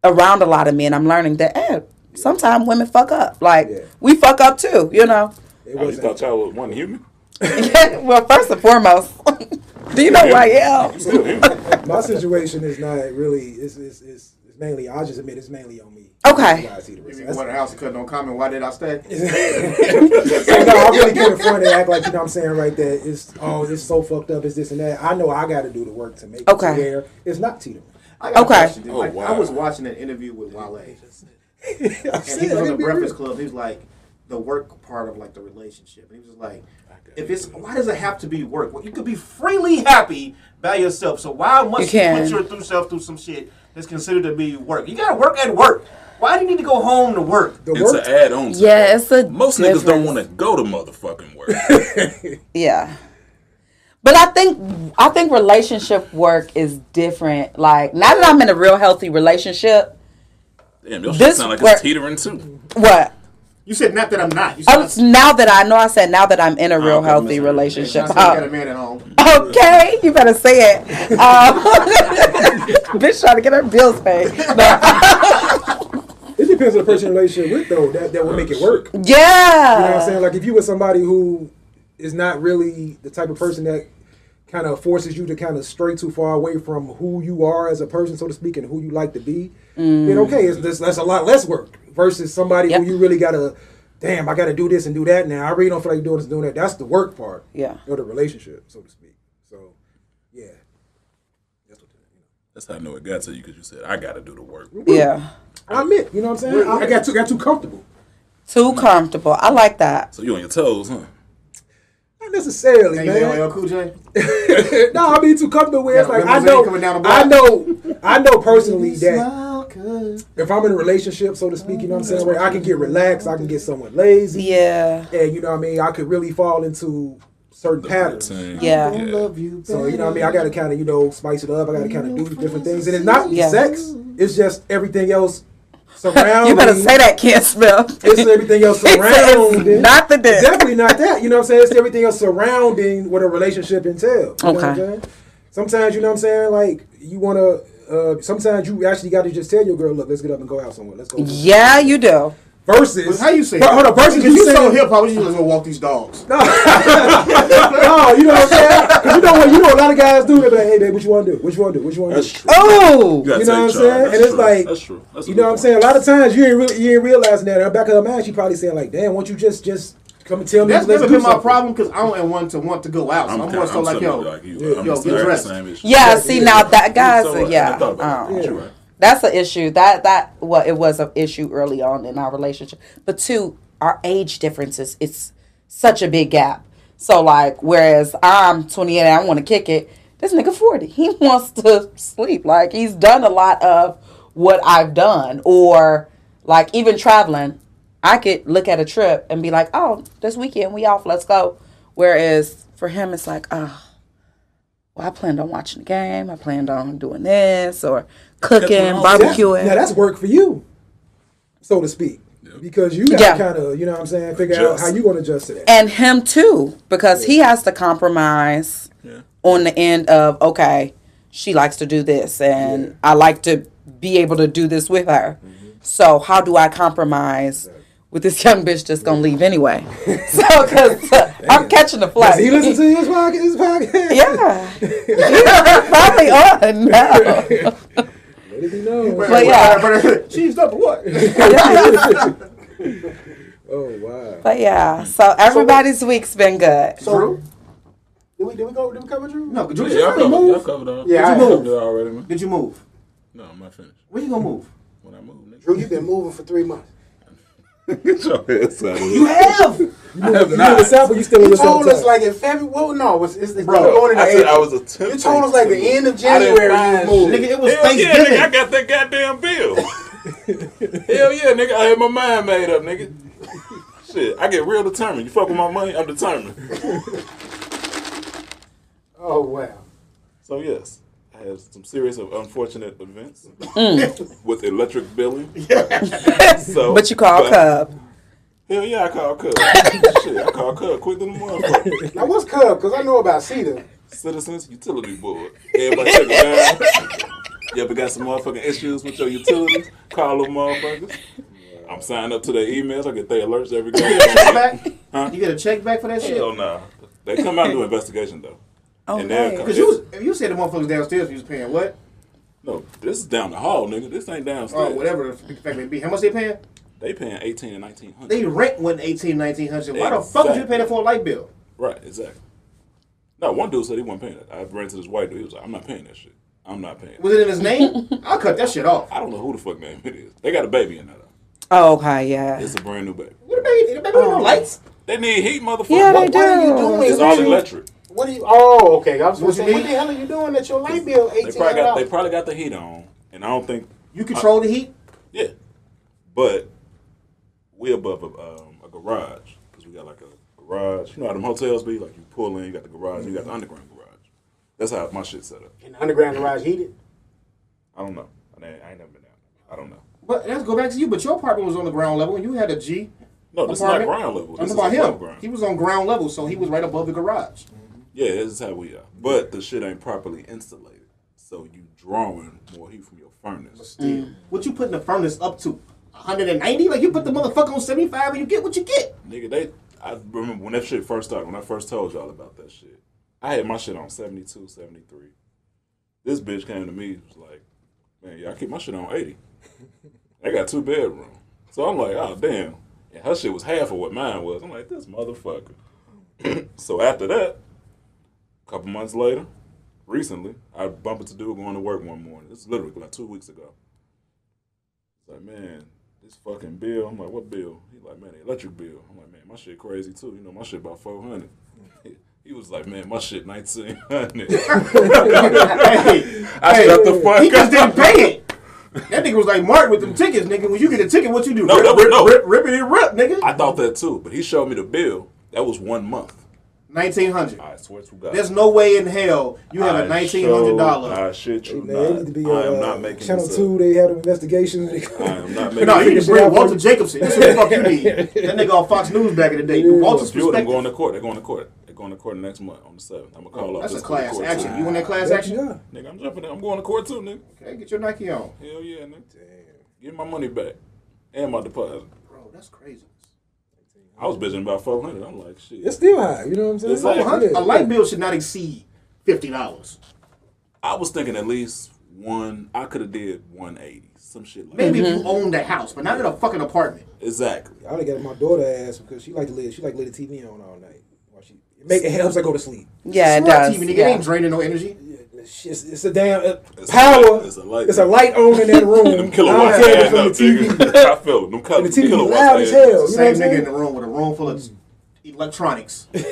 [SPEAKER 6] around a lot of men i'm learning that eh, sometimes women fuck up like
[SPEAKER 8] Yeah.
[SPEAKER 6] we fuck up too you know [LAUGHS]
[SPEAKER 8] It
[SPEAKER 4] Oh, you
[SPEAKER 8] wasn't.
[SPEAKER 4] thought y'all was one human?
[SPEAKER 6] well first and foremost [LAUGHS] do you know who i am
[SPEAKER 7] [LAUGHS]
[SPEAKER 4] Still human.
[SPEAKER 8] my situation is not really. It's, it's, it's, it's mainly. I just admit it's mainly on me.
[SPEAKER 6] Okay.
[SPEAKER 8] Why I see the
[SPEAKER 7] If you
[SPEAKER 8] results. That's-
[SPEAKER 7] want a house cut, no comment. Why did I stay?
[SPEAKER 8] So, [LAUGHS] no, I really get in front and act like you know what I'm saying right there. It's oh, it's so fucked up. It's this and that. I know I got to do the work to make
[SPEAKER 6] Okay.
[SPEAKER 8] it to where it's not teetering.
[SPEAKER 7] I got a
[SPEAKER 6] Okay.
[SPEAKER 7] question, dude.
[SPEAKER 4] Oh,
[SPEAKER 7] I, I
[SPEAKER 4] wow.
[SPEAKER 7] was watching an interview with
[SPEAKER 8] [LAUGHS]
[SPEAKER 7] Wale, and
[SPEAKER 8] I'm
[SPEAKER 7] he was
[SPEAKER 8] saying,
[SPEAKER 7] on
[SPEAKER 8] I
[SPEAKER 7] the
[SPEAKER 8] can be
[SPEAKER 7] Breakfast
[SPEAKER 8] real.
[SPEAKER 7] Club. He was like, the work part of like the relationship. And he was just like, if it's why does it have to be work? Well, you could be freely happy by yourself. So why must
[SPEAKER 6] You
[SPEAKER 7] you,
[SPEAKER 6] can.
[SPEAKER 7] put your through self through some shit that's considered to be work? You gotta work at work. Why do you need to go home to work?
[SPEAKER 8] The
[SPEAKER 4] It's an
[SPEAKER 8] work.
[SPEAKER 4] add on.
[SPEAKER 6] yeah it's a
[SPEAKER 4] Most niggas don't want to go to motherfucking work.
[SPEAKER 7] [LAUGHS]
[SPEAKER 6] Yeah. But I think I think relationship work is different. Like now that I'm in a real healthy relationship,
[SPEAKER 4] Damn, your shit
[SPEAKER 6] This
[SPEAKER 4] sound like
[SPEAKER 6] work-
[SPEAKER 4] it's teetering too.
[SPEAKER 6] what?
[SPEAKER 7] You said not that I'm not. You said,
[SPEAKER 6] Oh, it's now that I know, I said now that I'm in a real
[SPEAKER 4] okay,
[SPEAKER 6] healthy
[SPEAKER 4] Mr.
[SPEAKER 6] relationship.
[SPEAKER 7] I said you got a man at home.
[SPEAKER 6] Oh, okay, you better say it. Um, [LAUGHS] bitch, trying to get her bills paid. No.
[SPEAKER 8] It depends on the person you're in a relationship with though. That that will make it work. You know what I'm
[SPEAKER 6] [LAUGHS] Yeah.
[SPEAKER 8] saying? Like if you with somebody who is not really the type of person that kind of forces you to kind of stray too far away from who you are as a person, so to speak, and who you like to be, then okay, it's, that's, that's a lot less work versus somebody
[SPEAKER 6] Mm. Yep.
[SPEAKER 8] who you really gotta. Damn, I gotta do this and do that now. I really don't feel like doing this, and doing that. That's the work part.
[SPEAKER 6] Yeah.
[SPEAKER 8] Or the relationship, so to speak. So, yeah. That's what.
[SPEAKER 4] That's how I know it got to you because you said I gotta do the work.
[SPEAKER 6] Yeah.
[SPEAKER 8] I admit, you know what I'm saying. I, I got too got too comfortable.
[SPEAKER 6] Too comfortable. I like that.
[SPEAKER 4] So you on your toes, huh?
[SPEAKER 8] Not necessarily,
[SPEAKER 7] And you
[SPEAKER 8] man.
[SPEAKER 7] said,
[SPEAKER 8] [LAUGHS]
[SPEAKER 7] LL Cool J.
[SPEAKER 8] No, I mean too comfortable where it's
[SPEAKER 7] Yeah,
[SPEAKER 8] like I
[SPEAKER 7] Represent
[SPEAKER 8] know,
[SPEAKER 7] coming down the block.
[SPEAKER 8] I know, I know
[SPEAKER 7] [LAUGHS]
[SPEAKER 8] personally that if I'm in a relationship, so to speak, you know what I'm saying, where I can get relaxed, I can get somewhat lazy,
[SPEAKER 6] Yeah.
[SPEAKER 8] and you know what I mean, I could really fall into certain patterns.
[SPEAKER 4] Saying,
[SPEAKER 6] Yeah.
[SPEAKER 8] So you know what I mean, I gotta kind of you know spice it up, I gotta kind of do different things, and it's not
[SPEAKER 6] Yeah.
[SPEAKER 8] sex, it's just everything else surrounding.
[SPEAKER 6] You better say that, Ken Smith. [LAUGHS]
[SPEAKER 8] It's everything else surrounding.
[SPEAKER 6] It's not the dick.
[SPEAKER 8] It's definitely not that. You know what I'm saying? It's everything else surrounding what a relationship entails. You know what I'm
[SPEAKER 6] Okay.
[SPEAKER 8] saying? Sometimes you know what I'm saying. Like you want to. Uh, sometimes you actually got to just tell your girl, look, let's get up and go out somewhere. Let's go.
[SPEAKER 6] Yeah, you do.
[SPEAKER 8] Versus
[SPEAKER 7] How you say?
[SPEAKER 8] But hold on. Versus
[SPEAKER 7] Because
[SPEAKER 8] you
[SPEAKER 7] you so
[SPEAKER 8] saying
[SPEAKER 7] hip hop, you just go walk these dogs.
[SPEAKER 8] [LAUGHS] no. You know what I'm saying? 'Cause you know what? You know a lot of guys do. They're like, hey, babe, what you want to do? What you want to do? What you want to do?
[SPEAKER 4] That's true.
[SPEAKER 6] Oh.
[SPEAKER 4] gotta
[SPEAKER 8] You know
[SPEAKER 4] take
[SPEAKER 8] what I'm saying?
[SPEAKER 4] charge.
[SPEAKER 8] And it's
[SPEAKER 4] true.
[SPEAKER 8] like,
[SPEAKER 4] that's true. That's a
[SPEAKER 8] You know
[SPEAKER 4] good
[SPEAKER 8] what I'm
[SPEAKER 4] point.
[SPEAKER 8] saying? A lot of times you ain't really, you ain't realizing that. In the back of her mind, she probably saying like, damn, won't you just just come and tell me?
[SPEAKER 7] That's
[SPEAKER 8] let's
[SPEAKER 7] never
[SPEAKER 8] do
[SPEAKER 7] been my
[SPEAKER 8] something?
[SPEAKER 7] problem because I don't want to want to go out. So I'm,
[SPEAKER 4] I'm,
[SPEAKER 7] more
[SPEAKER 4] kind,
[SPEAKER 7] so
[SPEAKER 4] I'm
[SPEAKER 7] like, yo,
[SPEAKER 4] you. I'm
[SPEAKER 7] yo,
[SPEAKER 4] just
[SPEAKER 7] get
[SPEAKER 4] like,
[SPEAKER 7] dressed.
[SPEAKER 4] same issue.
[SPEAKER 6] Yeah, see now that guys,
[SPEAKER 4] So what? I
[SPEAKER 6] yeah,
[SPEAKER 4] thought about
[SPEAKER 6] um,
[SPEAKER 4] it. You right.
[SPEAKER 6] that's an issue. That that well, it was an issue early on in our relationship. But two, our age differences, it's such a big gap. So like, whereas I'm 28, and I want to kick it. This nigga 40, [LAUGHS] he wants to sleep. Like he's done a lot of what I've done, or like even traveling. I could look at a trip and be like, oh, this weekend we off, let's go. Whereas for him, it's like, oh, well, I planned on watching the game. I planned on doing this or cooking, barbecuing.
[SPEAKER 8] Now that's work for you, so to speak, because you got to
[SPEAKER 6] Yeah.
[SPEAKER 8] kind of, you know what I'm saying, figure
[SPEAKER 4] Adjust.
[SPEAKER 8] out how you going to adjust to that.
[SPEAKER 6] and him too because he has to compromise on the end of okay she likes to do this and i like to be able to do this with her so how do i compromise with this young bitch that's gonna leave anyway so because i'm catching the flight
[SPEAKER 8] Does he listen to his podcast? His podcast?
[SPEAKER 6] [LAUGHS] yeah [LAUGHS] yeah probably on now.
[SPEAKER 8] [LAUGHS] Let it be known.
[SPEAKER 6] but yeah
[SPEAKER 7] She's up
[SPEAKER 8] [LAUGHS]
[SPEAKER 7] what?
[SPEAKER 6] [LAUGHS]
[SPEAKER 8] Oh wow.
[SPEAKER 6] but yeah so everybody's week's been good
[SPEAKER 7] Drew?
[SPEAKER 3] Did we, did we go? Did we cover Drew?
[SPEAKER 7] No, did you,
[SPEAKER 4] Yeah,
[SPEAKER 7] did you
[SPEAKER 4] y'all
[SPEAKER 7] already
[SPEAKER 4] covered, y'all
[SPEAKER 7] move?
[SPEAKER 4] covered all.
[SPEAKER 3] Yeah,
[SPEAKER 4] I
[SPEAKER 3] I-
[SPEAKER 4] covered it already, man.
[SPEAKER 7] Did you move?
[SPEAKER 4] No, I'm not finished.
[SPEAKER 7] Where you gonna move?
[SPEAKER 4] When I move, nigga.
[SPEAKER 3] Drew, you've been moving for three months.
[SPEAKER 4] Get your ass [LAUGHS] out of here.
[SPEAKER 7] You have.
[SPEAKER 4] I have
[SPEAKER 8] You in the
[SPEAKER 4] not.
[SPEAKER 8] south, but you still in
[SPEAKER 3] You
[SPEAKER 8] the
[SPEAKER 3] told us
[SPEAKER 8] south.
[SPEAKER 3] like in February. Well, no, it's, it's, it's
[SPEAKER 4] Bro,
[SPEAKER 3] going in
[SPEAKER 4] I said I
[SPEAKER 3] April.
[SPEAKER 4] was attempting.
[SPEAKER 3] You told us like the end of
[SPEAKER 4] I didn't
[SPEAKER 3] January you
[SPEAKER 4] find
[SPEAKER 3] was moving.
[SPEAKER 7] Nigga, it was
[SPEAKER 4] Hell yeah,
[SPEAKER 7] Thanksgiving.
[SPEAKER 4] nigga, I got that goddamn bill. Hell yeah, nigga, I had my mind made up, nigga. Shit, I get real determined. You fuck with my money, I'm determined.
[SPEAKER 3] Oh wow.
[SPEAKER 4] So yes, I had some series of unfortunate events
[SPEAKER 7] Mm.
[SPEAKER 4] with electric billing. so,
[SPEAKER 6] but you call cub
[SPEAKER 4] Hell yeah, I call Cub. Shit, I call Cub quicker than a motherfucker.
[SPEAKER 3] Now what's Cub? Because I know about Cedar.
[SPEAKER 4] Citizens Utility Board. Everybody check it down. You ever got some motherfucking issues with your utilities? Call them motherfuckers. I'm signed up to their emails. I get their alerts
[SPEAKER 7] [LAUGHS]
[SPEAKER 4] every day.
[SPEAKER 7] back? You get a check back for that shit?
[SPEAKER 4] Hell no. They come out and do investigation though.
[SPEAKER 6] oh,
[SPEAKER 4] And they'll
[SPEAKER 6] right.
[SPEAKER 4] come-
[SPEAKER 7] Cause you was, if you said the motherfuckers downstairs, you was paying what?
[SPEAKER 4] No, this is down the hall, nigga. This ain't downstairs.
[SPEAKER 7] Or Oh, whatever the fact may be. How much they paying?
[SPEAKER 4] They paying eighteen and nineteen hundred.
[SPEAKER 7] They rent went 18, 1900. Why the fuck would you pay that for a light bill?
[SPEAKER 4] Right, exactly. No, one dude said he wasn't paying that. I ran to this white dude. He was like, "I'm not paying that shit. I'm not paying." It.
[SPEAKER 7] Was it in his name?
[SPEAKER 6] [LAUGHS]
[SPEAKER 7] I'll cut that shit off.
[SPEAKER 4] I don't know who the fuck name it is. They got a baby in there. Though.
[SPEAKER 6] oh okay yeah
[SPEAKER 4] It's a brand new baby.
[SPEAKER 7] What the baby? The baby ain't no lights.
[SPEAKER 4] They need heat, motherfucker.
[SPEAKER 6] yeah they
[SPEAKER 4] What-
[SPEAKER 6] do
[SPEAKER 4] It's all electric.
[SPEAKER 3] What do you? Oh, okay. I was what,
[SPEAKER 7] What you
[SPEAKER 3] saying, what the
[SPEAKER 7] mean?
[SPEAKER 3] hell are you doing at your light bill?
[SPEAKER 4] They
[SPEAKER 3] Eighteen
[SPEAKER 4] probably
[SPEAKER 3] hundred
[SPEAKER 4] got they
[SPEAKER 3] dollars.
[SPEAKER 4] probably got the heat on, and I don't think
[SPEAKER 7] You control the heat.
[SPEAKER 4] yeah, but we above a, um, a garage because we got like a garage. You know how them hotels be like you pull in, you got the garage, you got the underground garage. That's how my shit's set up.
[SPEAKER 3] And the underground garage heated.
[SPEAKER 4] I don't know. I ain't, I ain't never been down. there. I don't know.
[SPEAKER 7] But let's go back to you. But your apartment was on the ground level, and you had a G.
[SPEAKER 4] No, this is
[SPEAKER 7] apartment.
[SPEAKER 4] not ground level.
[SPEAKER 7] I'm
[SPEAKER 4] This is
[SPEAKER 7] about
[SPEAKER 4] above
[SPEAKER 7] him.
[SPEAKER 4] ground.
[SPEAKER 7] He was on ground level, so he was right above the garage.
[SPEAKER 4] Yeah, this is how we are. But the shit ain't properly insulated, so you drawing more heat from your furnace.
[SPEAKER 7] What you putting the furnace up to? 190? Like you put the motherfucker on 75 and you get what you
[SPEAKER 4] [LAUGHS]
[SPEAKER 7] get.
[SPEAKER 4] Nigga, they. I remember when that shit first started, when I first told y'all about that shit. I had my shit on 72, 73. This bitch came to me, was like, man, y'all keep my shit on 80. I got two bedroom. So I'm like, oh, damn. And her shit was half of what mine was. I'm like, this motherfucker. [CLEARS THROAT] so after that, a couple months later, recently, I bumped into dude going to work one morning. This is literally like two weeks ago. He's like, man, this fucking bill. I'm like, what bill? He's like, man, the electric bill. I'm like, man, my shit crazy too. You know, my shit about 400. [LAUGHS] He was like, man, my shit 1900.
[SPEAKER 7] hey,
[SPEAKER 4] [LAUGHS] I
[SPEAKER 7] hey,
[SPEAKER 4] shut the
[SPEAKER 7] [LAUGHS]
[SPEAKER 4] fuck
[SPEAKER 7] he just
[SPEAKER 4] up.
[SPEAKER 7] didn't pay it. That nigga was like Mark with them tickets, nigga. When you get a ticket, what you do?
[SPEAKER 4] [LAUGHS] No,
[SPEAKER 7] rip,
[SPEAKER 4] no,
[SPEAKER 7] rip,
[SPEAKER 4] no.
[SPEAKER 7] rip, rippity rip, nigga.
[SPEAKER 4] I thought that too, but he showed me the bill. That was one month.
[SPEAKER 7] 1900.
[SPEAKER 4] I swear to God.
[SPEAKER 7] There's no way in hell you have
[SPEAKER 4] I
[SPEAKER 7] a $1,900
[SPEAKER 4] showed- I shit you
[SPEAKER 8] Man,
[SPEAKER 4] not.
[SPEAKER 8] it need to be
[SPEAKER 4] I am
[SPEAKER 8] uh,
[SPEAKER 4] not making
[SPEAKER 8] Channel
[SPEAKER 4] this
[SPEAKER 8] Two.
[SPEAKER 4] up.
[SPEAKER 8] They had an investigation. [LAUGHS]
[SPEAKER 4] I
[SPEAKER 7] [LAUGHS]
[SPEAKER 4] am not making
[SPEAKER 7] No, you
[SPEAKER 4] this
[SPEAKER 7] can
[SPEAKER 4] up.
[SPEAKER 7] bring Walter Jacobson. That's what the fuck you need. That nigga on Fox News back in the day. Walter's
[SPEAKER 4] Few of them going
[SPEAKER 7] perspective.
[SPEAKER 4] to court. They're going to court. They're going to court next month on the seventh. I'm gonna call off.
[SPEAKER 7] Oh, That's a
[SPEAKER 4] this court
[SPEAKER 7] class
[SPEAKER 4] court
[SPEAKER 7] action.
[SPEAKER 4] too.
[SPEAKER 7] You in that class
[SPEAKER 8] That's
[SPEAKER 7] action?
[SPEAKER 8] yeah.
[SPEAKER 4] Nigga, I'm jumping. in. I'm going to court too, nigga.
[SPEAKER 7] Okay, get your Nike on.
[SPEAKER 4] Hell yeah, nigga. Give my money back and my deposit.
[SPEAKER 7] Bro, that's crazy.
[SPEAKER 4] I was bitching about four hundred. I'm like, shit.
[SPEAKER 8] It's still high. You know what I'm saying?
[SPEAKER 4] It's like
[SPEAKER 8] Yeah.
[SPEAKER 7] 100 A light bill should not exceed $50.
[SPEAKER 4] I was thinking at least one. I could have did one eighty, some shit like
[SPEAKER 7] Maybe
[SPEAKER 6] Mm-hmm.
[SPEAKER 7] if you owned a house, but not in a fucking apartment.
[SPEAKER 4] that. Exactly.
[SPEAKER 8] I done got my daughter ass because she like to live. She like to lay the TV on all night. While she it make it helps her go to sleep.
[SPEAKER 6] yeah it
[SPEAKER 7] Smart
[SPEAKER 6] does
[SPEAKER 7] TV, nigga. It
[SPEAKER 6] yeah.
[SPEAKER 7] ain't draining no energy.
[SPEAKER 8] It's, just- it's a damn uh,
[SPEAKER 4] It's a
[SPEAKER 8] power.
[SPEAKER 4] light- it's a light.
[SPEAKER 8] on in that
[SPEAKER 4] [LAUGHS]
[SPEAKER 8] room.
[SPEAKER 4] Them kilowatts
[SPEAKER 8] I don't
[SPEAKER 4] add
[SPEAKER 8] have it
[SPEAKER 4] up,
[SPEAKER 8] from the TV.
[SPEAKER 4] nigga. [LAUGHS] I feel it. them
[SPEAKER 8] And the
[SPEAKER 4] colors.
[SPEAKER 8] TV
[SPEAKER 4] kilowatts
[SPEAKER 8] loud as
[SPEAKER 4] add up.
[SPEAKER 8] hell. You know what
[SPEAKER 7] Same nigga
[SPEAKER 8] I'm
[SPEAKER 7] in
[SPEAKER 8] saying?
[SPEAKER 7] the room with a room full of electronics,
[SPEAKER 4] But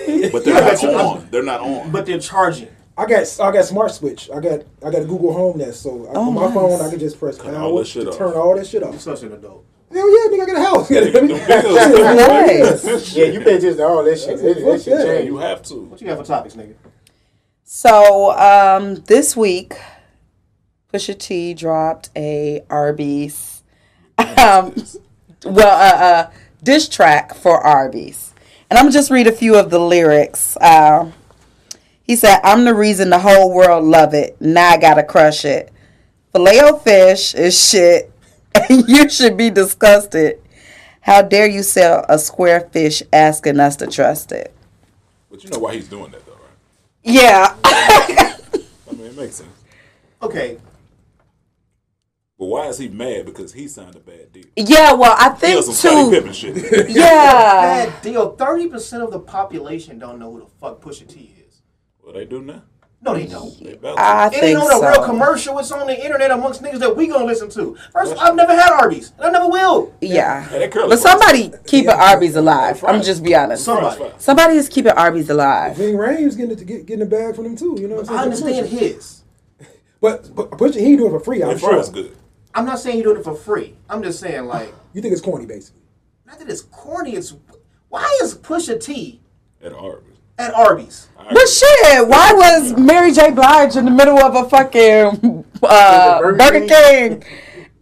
[SPEAKER 4] they're not
[SPEAKER 7] Yeah.
[SPEAKER 4] on. They're not on.
[SPEAKER 7] but they're charging.
[SPEAKER 8] I got I got smart switch. I got I got a Google Home Nest, so I, on my phone I can just press
[SPEAKER 4] all
[SPEAKER 8] power
[SPEAKER 4] that shit
[SPEAKER 8] to
[SPEAKER 4] off.
[SPEAKER 8] turn all that shit off.
[SPEAKER 7] Such an adult.
[SPEAKER 8] Hell yeah, nigga get a house. [LAUGHS] You know what I
[SPEAKER 4] [LAUGHS]
[SPEAKER 8] mean?
[SPEAKER 6] Nice.
[SPEAKER 5] Yeah, you pay attention to all that shit. That, that shit
[SPEAKER 8] Fuck that.
[SPEAKER 5] changed.
[SPEAKER 4] You have to.
[SPEAKER 7] What you got for topics, nigga?
[SPEAKER 6] So um, this week, Pusha T dropped a Arby's, um, well, a, a diss track for Arby's, and I'm gonna just read a few of the lyrics. Uh, he said, "I'm the reason the whole world love it. Now I gotta crush it. Filet fish is shit, [LAUGHS] and you should be disgusted. How dare you sell a square fish asking us to trust it?"
[SPEAKER 4] But you know why he's doing that though, right?
[SPEAKER 6] Yeah. [LAUGHS]
[SPEAKER 4] I mean, it makes sense.
[SPEAKER 7] Okay,
[SPEAKER 4] But why is he mad? Because he signed a bad deal.
[SPEAKER 6] Yeah, well, I
[SPEAKER 4] He on
[SPEAKER 6] think
[SPEAKER 4] some Scottie
[SPEAKER 6] too.
[SPEAKER 4] Pippen shit.
[SPEAKER 8] [LAUGHS]
[SPEAKER 6] Yeah,
[SPEAKER 7] bad deal. Thirty percent of the population don't know who the fuck Pusha T is.
[SPEAKER 4] well, they do now.
[SPEAKER 7] No, they don't.
[SPEAKER 4] They about
[SPEAKER 6] I
[SPEAKER 7] It ain't
[SPEAKER 6] think
[SPEAKER 7] on a real
[SPEAKER 6] so.
[SPEAKER 7] commercial. It's on the internet amongst niggas that we gonna listen to. First, of all, I've never had Arby's, and I never will.
[SPEAKER 4] Yeah,
[SPEAKER 6] Yeah,
[SPEAKER 4] that curly
[SPEAKER 6] but
[SPEAKER 4] fries.
[SPEAKER 6] somebody keeping Arby's alive. I'm just be honest.
[SPEAKER 7] Somebody.
[SPEAKER 6] Somebody is keeping Arby's alive.
[SPEAKER 8] Ving Rhames getting it to get, getting a bag from him too. You know what I'm saying?
[SPEAKER 7] I understand his.
[SPEAKER 8] But but Pusha, he ain't doing it for free. I'm
[SPEAKER 4] That
[SPEAKER 8] sure.
[SPEAKER 4] fries good.
[SPEAKER 7] I'm not saying you're doing it for free. I'm just saying
[SPEAKER 5] [SIGHS]
[SPEAKER 7] like,
[SPEAKER 8] You think it's corny, basically.
[SPEAKER 7] not that it's corny. It's why is Pusha T
[SPEAKER 4] At Arby's.
[SPEAKER 7] at Arby's?
[SPEAKER 6] But shit, why was Mary J. Blige in the middle of a fucking uh,
[SPEAKER 5] Burger
[SPEAKER 6] Burger King?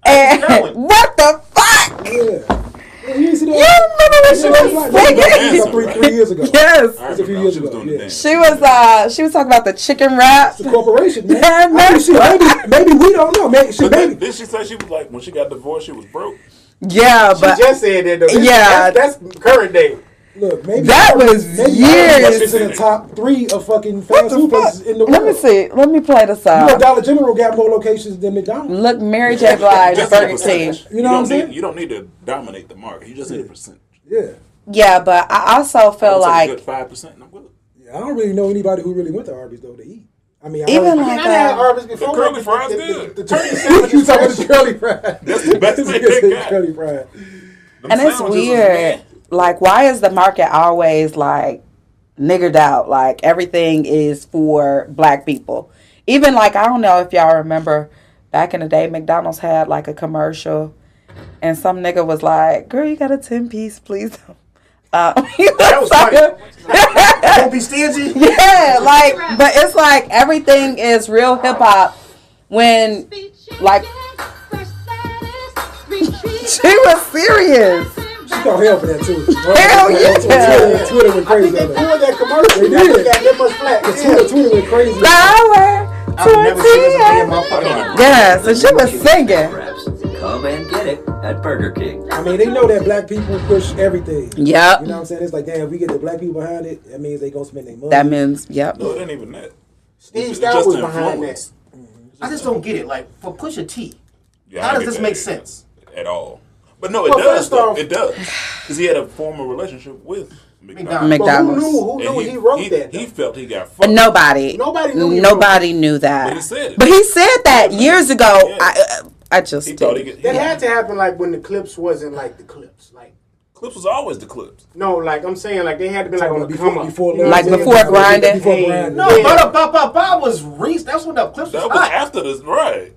[SPEAKER 6] And
[SPEAKER 7] that one.
[SPEAKER 6] [LAUGHS] what the fuck? You
[SPEAKER 8] Yeah. Yeah, you ain't see that?
[SPEAKER 6] remember when she was
[SPEAKER 4] Dancing,
[SPEAKER 6] singing?
[SPEAKER 8] three,
[SPEAKER 4] right?
[SPEAKER 8] three years ago.
[SPEAKER 6] Yes,
[SPEAKER 4] I
[SPEAKER 8] It's a few
[SPEAKER 4] remember
[SPEAKER 8] years
[SPEAKER 4] she was
[SPEAKER 8] ago,
[SPEAKER 4] doing the
[SPEAKER 8] yeah.
[SPEAKER 4] dance.
[SPEAKER 6] she was. Uh, she was talking about the chicken wrap.
[SPEAKER 8] It's a corporation, man.
[SPEAKER 6] Yeah,
[SPEAKER 8] I
[SPEAKER 6] man.
[SPEAKER 8] mean, shit, maybe, maybe we don't know. Maybe, shit,
[SPEAKER 4] But then, [LAUGHS]
[SPEAKER 8] maybe.
[SPEAKER 4] then she said she was like, when she got divorced, she was broke.
[SPEAKER 6] Yeah,
[SPEAKER 5] She
[SPEAKER 6] but
[SPEAKER 5] just said that though. That's-
[SPEAKER 6] Yeah.
[SPEAKER 5] that's, that's current day.
[SPEAKER 8] Look, maybe
[SPEAKER 6] That was years.
[SPEAKER 8] It's in the top three of fucking fast food places in the world.
[SPEAKER 6] let me see. Let me play this out.
[SPEAKER 8] You know, Dollar General got more locations than McDonald's.
[SPEAKER 6] Look, Mary J.
[SPEAKER 4] [LAUGHS]
[SPEAKER 6] Blige,
[SPEAKER 4] Just a
[SPEAKER 6] Burger King.
[SPEAKER 4] percentage.
[SPEAKER 8] You know what I'm
[SPEAKER 4] don't need-
[SPEAKER 8] saying?
[SPEAKER 4] You don't need to dominate the market. You just need a percent.
[SPEAKER 8] Yeah.
[SPEAKER 6] Yeah, but I also feel like
[SPEAKER 4] five percent. I'm good.
[SPEAKER 8] yeah. I don't really know anybody who really went to Arby's though to eat. I mean, I
[SPEAKER 6] even
[SPEAKER 8] don't-
[SPEAKER 6] like
[SPEAKER 5] I had
[SPEAKER 6] uh,
[SPEAKER 5] Arby's before.
[SPEAKER 4] curly fries
[SPEAKER 5] the,
[SPEAKER 4] good.
[SPEAKER 5] The, the turkey sandwich.
[SPEAKER 8] [LAUGHS] you talking about the curly fries.
[SPEAKER 4] That's the best thing
[SPEAKER 8] It's
[SPEAKER 4] they
[SPEAKER 8] a
[SPEAKER 4] got.
[SPEAKER 8] curly fries.
[SPEAKER 4] Them
[SPEAKER 6] and it's
[SPEAKER 4] sandwiches was
[SPEAKER 6] weird.
[SPEAKER 4] mad.
[SPEAKER 6] Like, why is the market always like niggered out? Like everything is for black people. Even like I don't know if y'all remember back in the day, McDonald's had like a commercial, and some nigga was like, "Girl, you got a ten piece, please." [LAUGHS] Uh, [LAUGHS] that
[SPEAKER 7] was funny. Don't be
[SPEAKER 5] [LAUGHS]
[SPEAKER 7] stingy.
[SPEAKER 6] [LAUGHS] Yeah, like, but it's like everything is real hip hop when [LAUGHS]
[SPEAKER 1] Like,
[SPEAKER 6] she was serious.
[SPEAKER 1] she
[SPEAKER 8] She got hell for that too.
[SPEAKER 6] Hell yeah.
[SPEAKER 8] Twitter, Twitter went
[SPEAKER 5] I
[SPEAKER 8] crazy.
[SPEAKER 5] think they pulled
[SPEAKER 8] on that.
[SPEAKER 5] that commercial.
[SPEAKER 8] They
[SPEAKER 5] They
[SPEAKER 8] did.
[SPEAKER 5] got that much flack.
[SPEAKER 8] Twitter, Twitter went crazy.
[SPEAKER 6] Flower
[SPEAKER 7] I've never seen this day in my
[SPEAKER 6] tortilla.
[SPEAKER 7] fucking life.
[SPEAKER 6] Yes, and she was singing.
[SPEAKER 11] Wraps. Come and get it at Burger King.
[SPEAKER 8] I mean, they know that black people push everything. You know
[SPEAKER 6] Yep.
[SPEAKER 8] what I'm saying? It's like, damn, if we get the black people behind it, that means they gonna spend their money.
[SPEAKER 6] That means yep.
[SPEAKER 4] No, it ain't even that.
[SPEAKER 5] Steve
[SPEAKER 4] It's
[SPEAKER 5] Stout
[SPEAKER 4] just
[SPEAKER 5] was
[SPEAKER 4] the
[SPEAKER 5] behind that.
[SPEAKER 4] influence.
[SPEAKER 7] I just don't get it. Like for Pusha T,
[SPEAKER 4] Yeah,
[SPEAKER 7] How
[SPEAKER 4] I
[SPEAKER 7] does
[SPEAKER 4] get
[SPEAKER 7] this
[SPEAKER 4] that
[SPEAKER 7] make
[SPEAKER 4] nigga
[SPEAKER 7] sense?
[SPEAKER 4] at all? But no, it
[SPEAKER 5] Well,
[SPEAKER 4] does.
[SPEAKER 5] first
[SPEAKER 4] though.
[SPEAKER 5] off-
[SPEAKER 4] it does because he had a formal relationship with McDonald's.
[SPEAKER 7] McDonald's.
[SPEAKER 5] But Oh, who
[SPEAKER 6] McDonald's.
[SPEAKER 5] knew? Who
[SPEAKER 4] And
[SPEAKER 5] knew he, wrote that?
[SPEAKER 4] He
[SPEAKER 5] though?
[SPEAKER 4] felt he got fucked.
[SPEAKER 6] But nobody,
[SPEAKER 5] Nobody knew he
[SPEAKER 6] nobody knew that.
[SPEAKER 4] But he said it.
[SPEAKER 6] But he said that years ago.
[SPEAKER 4] Yeah.
[SPEAKER 6] I, uh, I just
[SPEAKER 4] he
[SPEAKER 6] did.
[SPEAKER 4] thought he could.
[SPEAKER 5] that
[SPEAKER 4] he-
[SPEAKER 5] had to happen like when the clips wasn't like the clips. Like
[SPEAKER 4] Clips was always the clips.
[SPEAKER 5] no, like I'm saying, like they had to be like on the
[SPEAKER 8] before,
[SPEAKER 5] come up.
[SPEAKER 8] before,
[SPEAKER 5] You know what
[SPEAKER 6] Like
[SPEAKER 5] I'm saying?
[SPEAKER 6] before grinding?
[SPEAKER 8] Before
[SPEAKER 5] Hey,
[SPEAKER 8] grinding.
[SPEAKER 7] no,
[SPEAKER 5] Yeah.
[SPEAKER 7] but uh, Ba Ba Ba was Reese. That's when the clips was
[SPEAKER 4] That was
[SPEAKER 7] hot.
[SPEAKER 4] after this, right?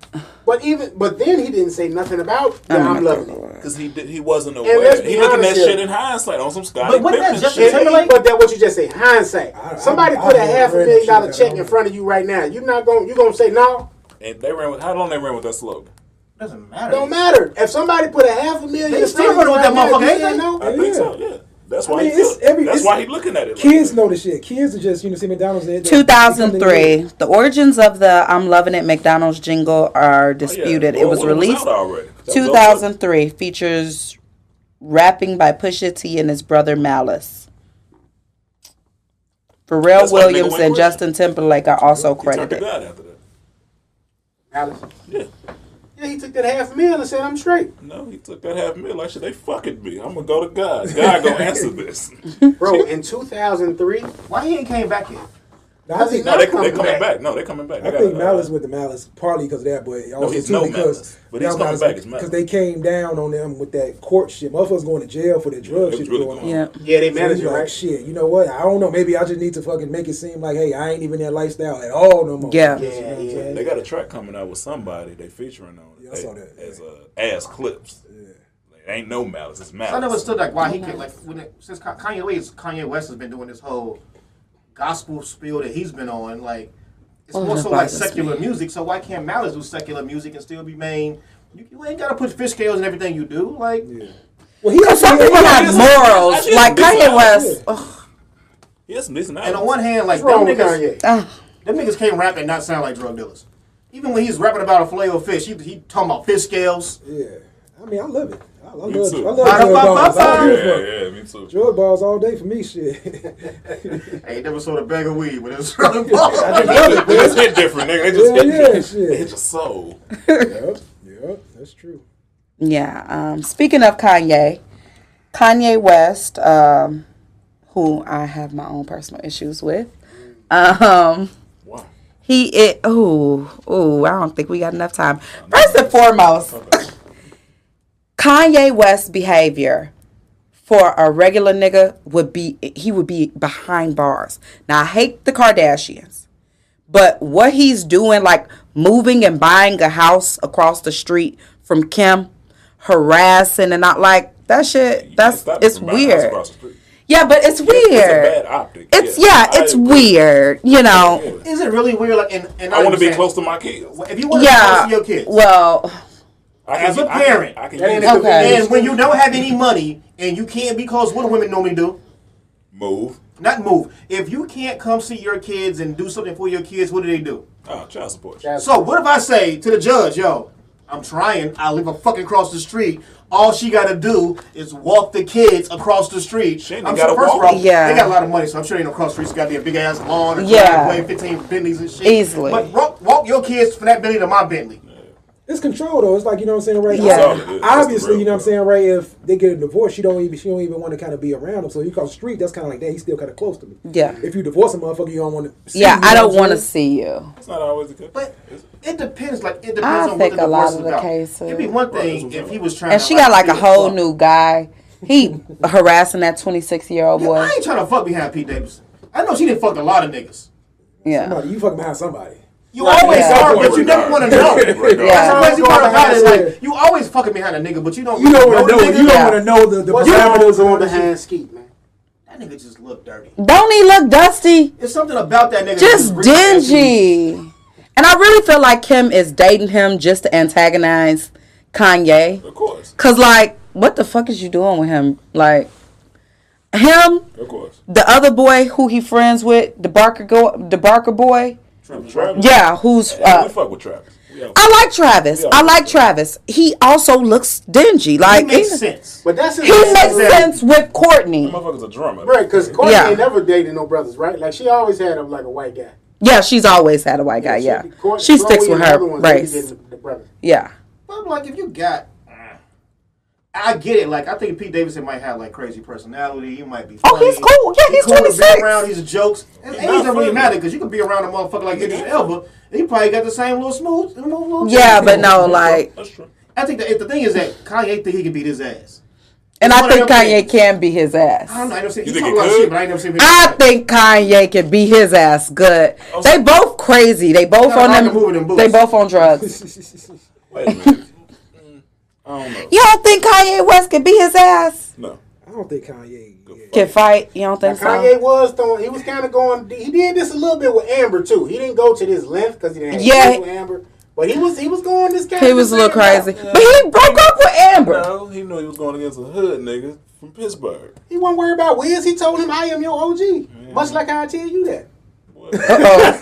[SPEAKER 5] But even but then he didn't say nothing about
[SPEAKER 6] Oh
[SPEAKER 5] yeah,
[SPEAKER 6] my
[SPEAKER 5] I'm loving it.
[SPEAKER 6] God.
[SPEAKER 4] Because he did, he wasn't
[SPEAKER 5] let's
[SPEAKER 4] aware.
[SPEAKER 5] be
[SPEAKER 4] He looking
[SPEAKER 5] honest
[SPEAKER 4] at
[SPEAKER 5] here.
[SPEAKER 4] shit in hindsight on some Scottie
[SPEAKER 7] But wasn't that
[SPEAKER 4] Pippen
[SPEAKER 7] just
[SPEAKER 4] shit.
[SPEAKER 7] a tape? Timberlake?
[SPEAKER 5] But that what you just say, hindsight.
[SPEAKER 8] I-
[SPEAKER 5] Somebody
[SPEAKER 8] I-
[SPEAKER 5] put
[SPEAKER 8] I
[SPEAKER 5] a half a
[SPEAKER 8] read
[SPEAKER 5] million
[SPEAKER 8] shit
[SPEAKER 5] dollar
[SPEAKER 8] that
[SPEAKER 5] check
[SPEAKER 8] I
[SPEAKER 5] in
[SPEAKER 8] don't-
[SPEAKER 5] front of you right now. You're not going. to You're going to say no.
[SPEAKER 4] And they ran with how long they ran with that slogan?
[SPEAKER 7] Doesn't matter.
[SPEAKER 5] Don't matter. If somebody put a half a million,
[SPEAKER 7] They
[SPEAKER 5] in
[SPEAKER 7] still
[SPEAKER 5] front of you
[SPEAKER 7] running with that
[SPEAKER 5] right now,
[SPEAKER 7] motherfucker,
[SPEAKER 5] you saying
[SPEAKER 7] ain't they?
[SPEAKER 5] no?
[SPEAKER 4] I
[SPEAKER 8] Yeah.
[SPEAKER 4] think so. Yeah, that's why
[SPEAKER 8] I mean,
[SPEAKER 4] he.
[SPEAKER 8] it's
[SPEAKER 4] felt-
[SPEAKER 8] every-
[SPEAKER 4] that's
[SPEAKER 8] it's-
[SPEAKER 4] why he looking at it. like
[SPEAKER 8] Kids
[SPEAKER 4] that.
[SPEAKER 8] know the shit. Kids are just, you know, see McDonald's. they- they-
[SPEAKER 6] 2003. The origins of the "I'm Loving It" McDonald's jingle are
[SPEAKER 4] Oh, Yeah,
[SPEAKER 6] disputed.
[SPEAKER 4] well,
[SPEAKER 6] it was
[SPEAKER 4] well,
[SPEAKER 6] released
[SPEAKER 4] out already. That was over.
[SPEAKER 6] 2003. Features rapping by Pusha T and his brother Malice. Pharrell
[SPEAKER 4] That's why nigga
[SPEAKER 6] Williams
[SPEAKER 4] went
[SPEAKER 6] and
[SPEAKER 4] crazy.
[SPEAKER 6] Justin Timberlake are also
[SPEAKER 4] He turned to
[SPEAKER 6] credited.
[SPEAKER 4] God after that.
[SPEAKER 5] Alex.
[SPEAKER 4] Yeah.
[SPEAKER 5] Yeah, he took that half million and said, "I'm straight,
[SPEAKER 4] No, he took that half meal. Like, shit, they fucking me. I'm gonna go to God. God gonna
[SPEAKER 8] [LAUGHS]
[SPEAKER 4] answer this.
[SPEAKER 5] bro." In 2003,
[SPEAKER 7] Why he ain't came back yet?
[SPEAKER 8] I think,
[SPEAKER 4] No,
[SPEAKER 8] I
[SPEAKER 4] they, they coming back. No, they coming back. They got
[SPEAKER 8] think
[SPEAKER 4] a-
[SPEAKER 8] Malice with the Malice, partly because of that, but also
[SPEAKER 4] he's
[SPEAKER 8] too
[SPEAKER 4] uh, no
[SPEAKER 8] because
[SPEAKER 4] Malice, but he's
[SPEAKER 8] now
[SPEAKER 4] coming
[SPEAKER 8] Malice-
[SPEAKER 4] back as Malice.
[SPEAKER 8] Because they came down on them with that court shit. Motherfuckers going to jail for the drug
[SPEAKER 4] they
[SPEAKER 8] shit
[SPEAKER 4] really
[SPEAKER 8] going on.
[SPEAKER 4] going.
[SPEAKER 6] Yeah.
[SPEAKER 5] yeah, they
[SPEAKER 8] So he's
[SPEAKER 5] managed it
[SPEAKER 8] like,
[SPEAKER 5] right.
[SPEAKER 8] shit, you know what? I don't know. Maybe I just need to fucking make it seem like, hey, I ain't even that lifestyle at all no more.
[SPEAKER 6] Yeah.
[SPEAKER 8] You know what I'm
[SPEAKER 5] Yeah,
[SPEAKER 8] saying?
[SPEAKER 4] They got a track coming out with somebody. They featuring on it.
[SPEAKER 8] Yeah, I saw that,
[SPEAKER 4] As uh, ass clips. Yeah. Like, It ain't no malice. It's malice.
[SPEAKER 7] I never understood like why he can like when it, since Ka- Kanye West Kanye West has been doing this whole gospel spiel that he's been on like it's
[SPEAKER 6] Well,
[SPEAKER 7] more
[SPEAKER 6] that
[SPEAKER 7] so like
[SPEAKER 6] bothers me.
[SPEAKER 7] secular music. So why can't Malice do secular music and still be main? You, you ain't gotta put fish scales in everything you do. Like
[SPEAKER 8] Well, he
[SPEAKER 6] Because some
[SPEAKER 8] also-
[SPEAKER 6] people have morals.
[SPEAKER 4] I- I-
[SPEAKER 6] Like
[SPEAKER 4] I-
[SPEAKER 6] Kanye West. Ugh,
[SPEAKER 4] He has some decent
[SPEAKER 7] and
[SPEAKER 4] albums.
[SPEAKER 7] on one hand like
[SPEAKER 5] What's wrong
[SPEAKER 7] them
[SPEAKER 5] with
[SPEAKER 7] niggas,
[SPEAKER 5] Kanye?
[SPEAKER 6] ugh.
[SPEAKER 7] them niggas can't rap and not sound like drug dealers. Even when he's rapping about a fillet of fish, he, he talking about fish scales.
[SPEAKER 8] Yeah. I mean, I love it. I, I love
[SPEAKER 4] Me
[SPEAKER 8] it.
[SPEAKER 4] too.
[SPEAKER 8] I love drug balls. I don't give a fuck.
[SPEAKER 4] Oh, yeah, yeah, me too.
[SPEAKER 8] Drug balls all day for me, shit. [LAUGHS]
[SPEAKER 7] I ain't never sold a bag of weed, but it's [LAUGHS] drug ball.
[SPEAKER 4] they just hit different, nigga. They just
[SPEAKER 8] Yeah,
[SPEAKER 4] hit
[SPEAKER 8] yeah,
[SPEAKER 4] different. [LAUGHS]
[SPEAKER 8] shit.
[SPEAKER 4] They hit your soul.
[SPEAKER 8] yep, yep, that's true.
[SPEAKER 6] Yeah. Um, speaking of Kanye, Kanye West, um, who I have my own personal issues with. Um,
[SPEAKER 4] Why?
[SPEAKER 6] he it ooh ooh I don't think we got enough time. First and foremost, Kanye West's behavior for a regular nigga would be he would be behind bars. Now I hate the Kardashians, but what he's doing, like moving and buying a house across the street from Kim, harassing and not like that shit. That's
[SPEAKER 4] Stop it
[SPEAKER 6] it's
[SPEAKER 4] from buying a house
[SPEAKER 6] weird.
[SPEAKER 4] across the street.
[SPEAKER 6] Yeah, but it's weird.
[SPEAKER 4] It's a bad optic.
[SPEAKER 6] It's yeah,
[SPEAKER 4] I
[SPEAKER 6] it's
[SPEAKER 4] agree.
[SPEAKER 6] weird. You know.
[SPEAKER 4] Yeah.
[SPEAKER 7] Is it really weird? Like, and, and
[SPEAKER 4] I want to be
[SPEAKER 7] understand-
[SPEAKER 4] close to my kids.
[SPEAKER 7] If you want to
[SPEAKER 6] yeah.
[SPEAKER 7] be close to your kids,
[SPEAKER 6] Well,
[SPEAKER 4] I
[SPEAKER 7] As a
[SPEAKER 4] I
[SPEAKER 7] parent,
[SPEAKER 4] I can,
[SPEAKER 5] That ain't
[SPEAKER 4] use-
[SPEAKER 5] a
[SPEAKER 6] Okay.
[SPEAKER 7] And when you don't have any money and you can't be close, what do women normally do?
[SPEAKER 4] move.
[SPEAKER 7] Not move. If you can't come see your kids and do something for your kids, what do they do?
[SPEAKER 4] Oh, child support.
[SPEAKER 7] So what if I say to the judge, yo, I'm trying, I live a fucking across the street. All she gotta do is walk the kids across the street.
[SPEAKER 4] She ain't
[SPEAKER 7] I'm
[SPEAKER 4] gotta
[SPEAKER 7] sure, first
[SPEAKER 4] walk.
[SPEAKER 7] of all,
[SPEAKER 6] Yeah.
[SPEAKER 7] they got a lot of money, so I'm sure they know across the street's got their big ass lawn and
[SPEAKER 6] Yeah.
[SPEAKER 7] driveway, 15 Bentleys and shit.
[SPEAKER 6] Easily.
[SPEAKER 7] But walk, walk your kids from that Bentley to my Bentley.
[SPEAKER 8] It's control though. It's like you know what I'm saying, right?
[SPEAKER 6] Yeah.
[SPEAKER 4] That's all it is. That's the
[SPEAKER 8] Obviously,
[SPEAKER 4] real
[SPEAKER 8] you know what I'm
[SPEAKER 4] deal.
[SPEAKER 8] saying, right? If they get a divorce, she don't even she don't even want to kind of be around him. So you cross the street, that's kind of like that. He's still kind of close to me.
[SPEAKER 6] Yeah.
[SPEAKER 8] If you divorce a motherfucker, you don't want to.
[SPEAKER 6] yeah, I don't want to see you.
[SPEAKER 4] It's not always the case.
[SPEAKER 7] But it depends. Like it depends
[SPEAKER 6] I
[SPEAKER 7] on
[SPEAKER 6] think
[SPEAKER 7] what the
[SPEAKER 6] a lot
[SPEAKER 7] divorce
[SPEAKER 6] of
[SPEAKER 7] is
[SPEAKER 6] the
[SPEAKER 7] about.
[SPEAKER 6] cases-
[SPEAKER 7] It'd be one
[SPEAKER 4] that's
[SPEAKER 7] thing
[SPEAKER 4] what I'm
[SPEAKER 7] if he
[SPEAKER 4] saying.
[SPEAKER 7] was trying.
[SPEAKER 6] And
[SPEAKER 7] to,
[SPEAKER 6] she got like
[SPEAKER 7] be
[SPEAKER 6] a whole
[SPEAKER 7] fuck.
[SPEAKER 6] new guy. He harassing that 26 year old
[SPEAKER 7] Yeah,
[SPEAKER 6] boy.
[SPEAKER 7] I ain't trying to fuck behind Pete Davidson. I know she didn't fuck a lot of niggas.
[SPEAKER 6] Yeah.
[SPEAKER 8] Somebody, you fucking behind somebody.
[SPEAKER 7] You always
[SPEAKER 6] yeah.
[SPEAKER 7] are, but you never want to
[SPEAKER 4] [LAUGHS]
[SPEAKER 7] know.
[SPEAKER 6] Yeah.
[SPEAKER 4] Yeah.
[SPEAKER 7] That's the crazy part about it.
[SPEAKER 8] Yeah.
[SPEAKER 7] Like you always fucking behind a nigga, but you don't.
[SPEAKER 8] You don't want
[SPEAKER 7] the
[SPEAKER 8] to know.
[SPEAKER 7] nigga.
[SPEAKER 8] You don't
[SPEAKER 6] yeah.
[SPEAKER 8] want to know the the
[SPEAKER 5] What's wrong
[SPEAKER 8] parameters
[SPEAKER 5] with
[SPEAKER 8] on
[SPEAKER 5] going
[SPEAKER 8] the shit.
[SPEAKER 5] behind Skeet, man?
[SPEAKER 7] That nigga just look dirty.
[SPEAKER 6] Don't he look dusty?
[SPEAKER 7] It's something about that nigga.
[SPEAKER 6] Just
[SPEAKER 7] that's really-
[SPEAKER 6] dingy. And I really feel like Kim is dating him just to antagonize Kanye.
[SPEAKER 4] Of course.
[SPEAKER 6] Cause like, what the fuck is you doing with him? Like, him,
[SPEAKER 4] Of course.
[SPEAKER 6] the other boy who he friends with, the Barker go, the Barker boy.
[SPEAKER 4] Travis.
[SPEAKER 6] Yeah, who's
[SPEAKER 4] Yeah, we
[SPEAKER 6] uh,
[SPEAKER 4] fuck with Travis. We have-
[SPEAKER 6] I like Travis. I like Travis. He also looks dingy.
[SPEAKER 7] It
[SPEAKER 6] Like
[SPEAKER 7] makes
[SPEAKER 6] he-
[SPEAKER 7] sense.
[SPEAKER 5] But that's his
[SPEAKER 6] He makes
[SPEAKER 5] Right,
[SPEAKER 6] sense with Courtney.
[SPEAKER 4] Motherfucker's a drummer.
[SPEAKER 5] Right, because Courtney
[SPEAKER 6] Yeah.
[SPEAKER 5] ain't never dated no brothers, right? Like she always had him like a white guy.
[SPEAKER 6] Yeah, she's always had a white guy. Yeah,
[SPEAKER 5] She, Courtney-
[SPEAKER 6] she sticks
[SPEAKER 5] Chloe
[SPEAKER 6] with
[SPEAKER 5] and
[SPEAKER 6] her
[SPEAKER 5] the other ones, they be
[SPEAKER 6] race.
[SPEAKER 5] dating the brothers.
[SPEAKER 6] Yeah,
[SPEAKER 7] But I'm like, if you got. I get it. Like, I think Pete Davidson might have like crazy personality. He might be.
[SPEAKER 6] Oh, he's
[SPEAKER 7] funny.
[SPEAKER 6] cool. Yeah, he's
[SPEAKER 7] cool to be
[SPEAKER 6] 26.
[SPEAKER 7] Around his jokes, and age
[SPEAKER 4] not
[SPEAKER 7] doesn't really
[SPEAKER 4] funny.
[SPEAKER 7] matter because you could be around a motherfucker like Idris Elba, and he probably got the same little smooth, little, little
[SPEAKER 6] yeah, but no, like,
[SPEAKER 4] That's true.
[SPEAKER 7] I think that, the thing is that Kanye think he can beat his ass.
[SPEAKER 6] and I
[SPEAKER 7] One of
[SPEAKER 6] think
[SPEAKER 7] them
[SPEAKER 6] Kanye
[SPEAKER 7] things.
[SPEAKER 6] can be his
[SPEAKER 7] I don't know.
[SPEAKER 6] ass.
[SPEAKER 7] I never seen.
[SPEAKER 4] You
[SPEAKER 7] he
[SPEAKER 4] think
[SPEAKER 7] talk a lot
[SPEAKER 4] he
[SPEAKER 7] of shit,
[SPEAKER 4] could?
[SPEAKER 7] but I ain't never seen him.
[SPEAKER 6] I think Kanye can be his ass good. They both crazy. They both
[SPEAKER 7] Gotta
[SPEAKER 6] on
[SPEAKER 7] rock and move in them
[SPEAKER 6] them.
[SPEAKER 7] boots.
[SPEAKER 6] They both on drugs.
[SPEAKER 8] [LAUGHS]
[SPEAKER 4] Wait a
[SPEAKER 6] [LAUGHS]
[SPEAKER 4] minute. I don't know.
[SPEAKER 6] You don't think Kanye West can be his ass?
[SPEAKER 4] No.
[SPEAKER 8] I don't think Kanye. Yeah.
[SPEAKER 6] Can fight? You don't think
[SPEAKER 5] Kanye
[SPEAKER 6] so?
[SPEAKER 5] was throwing. He was kind of going. He did this a little bit with Amber too. He didn't go to this length because he didn't have
[SPEAKER 6] Yeah.
[SPEAKER 5] kids with Amber. But he was he was going this kind.
[SPEAKER 6] He
[SPEAKER 5] of
[SPEAKER 6] was a little
[SPEAKER 5] thing out.
[SPEAKER 6] crazy, but he broke up with Amber.
[SPEAKER 4] No, Oh, he knew he was going against a hood nigga from [LAUGHS] Pittsburgh.
[SPEAKER 5] He wasn't worried about Wiz. He told him, "I am your OG." Much like how I tell you [LAUGHS] that.
[SPEAKER 4] What?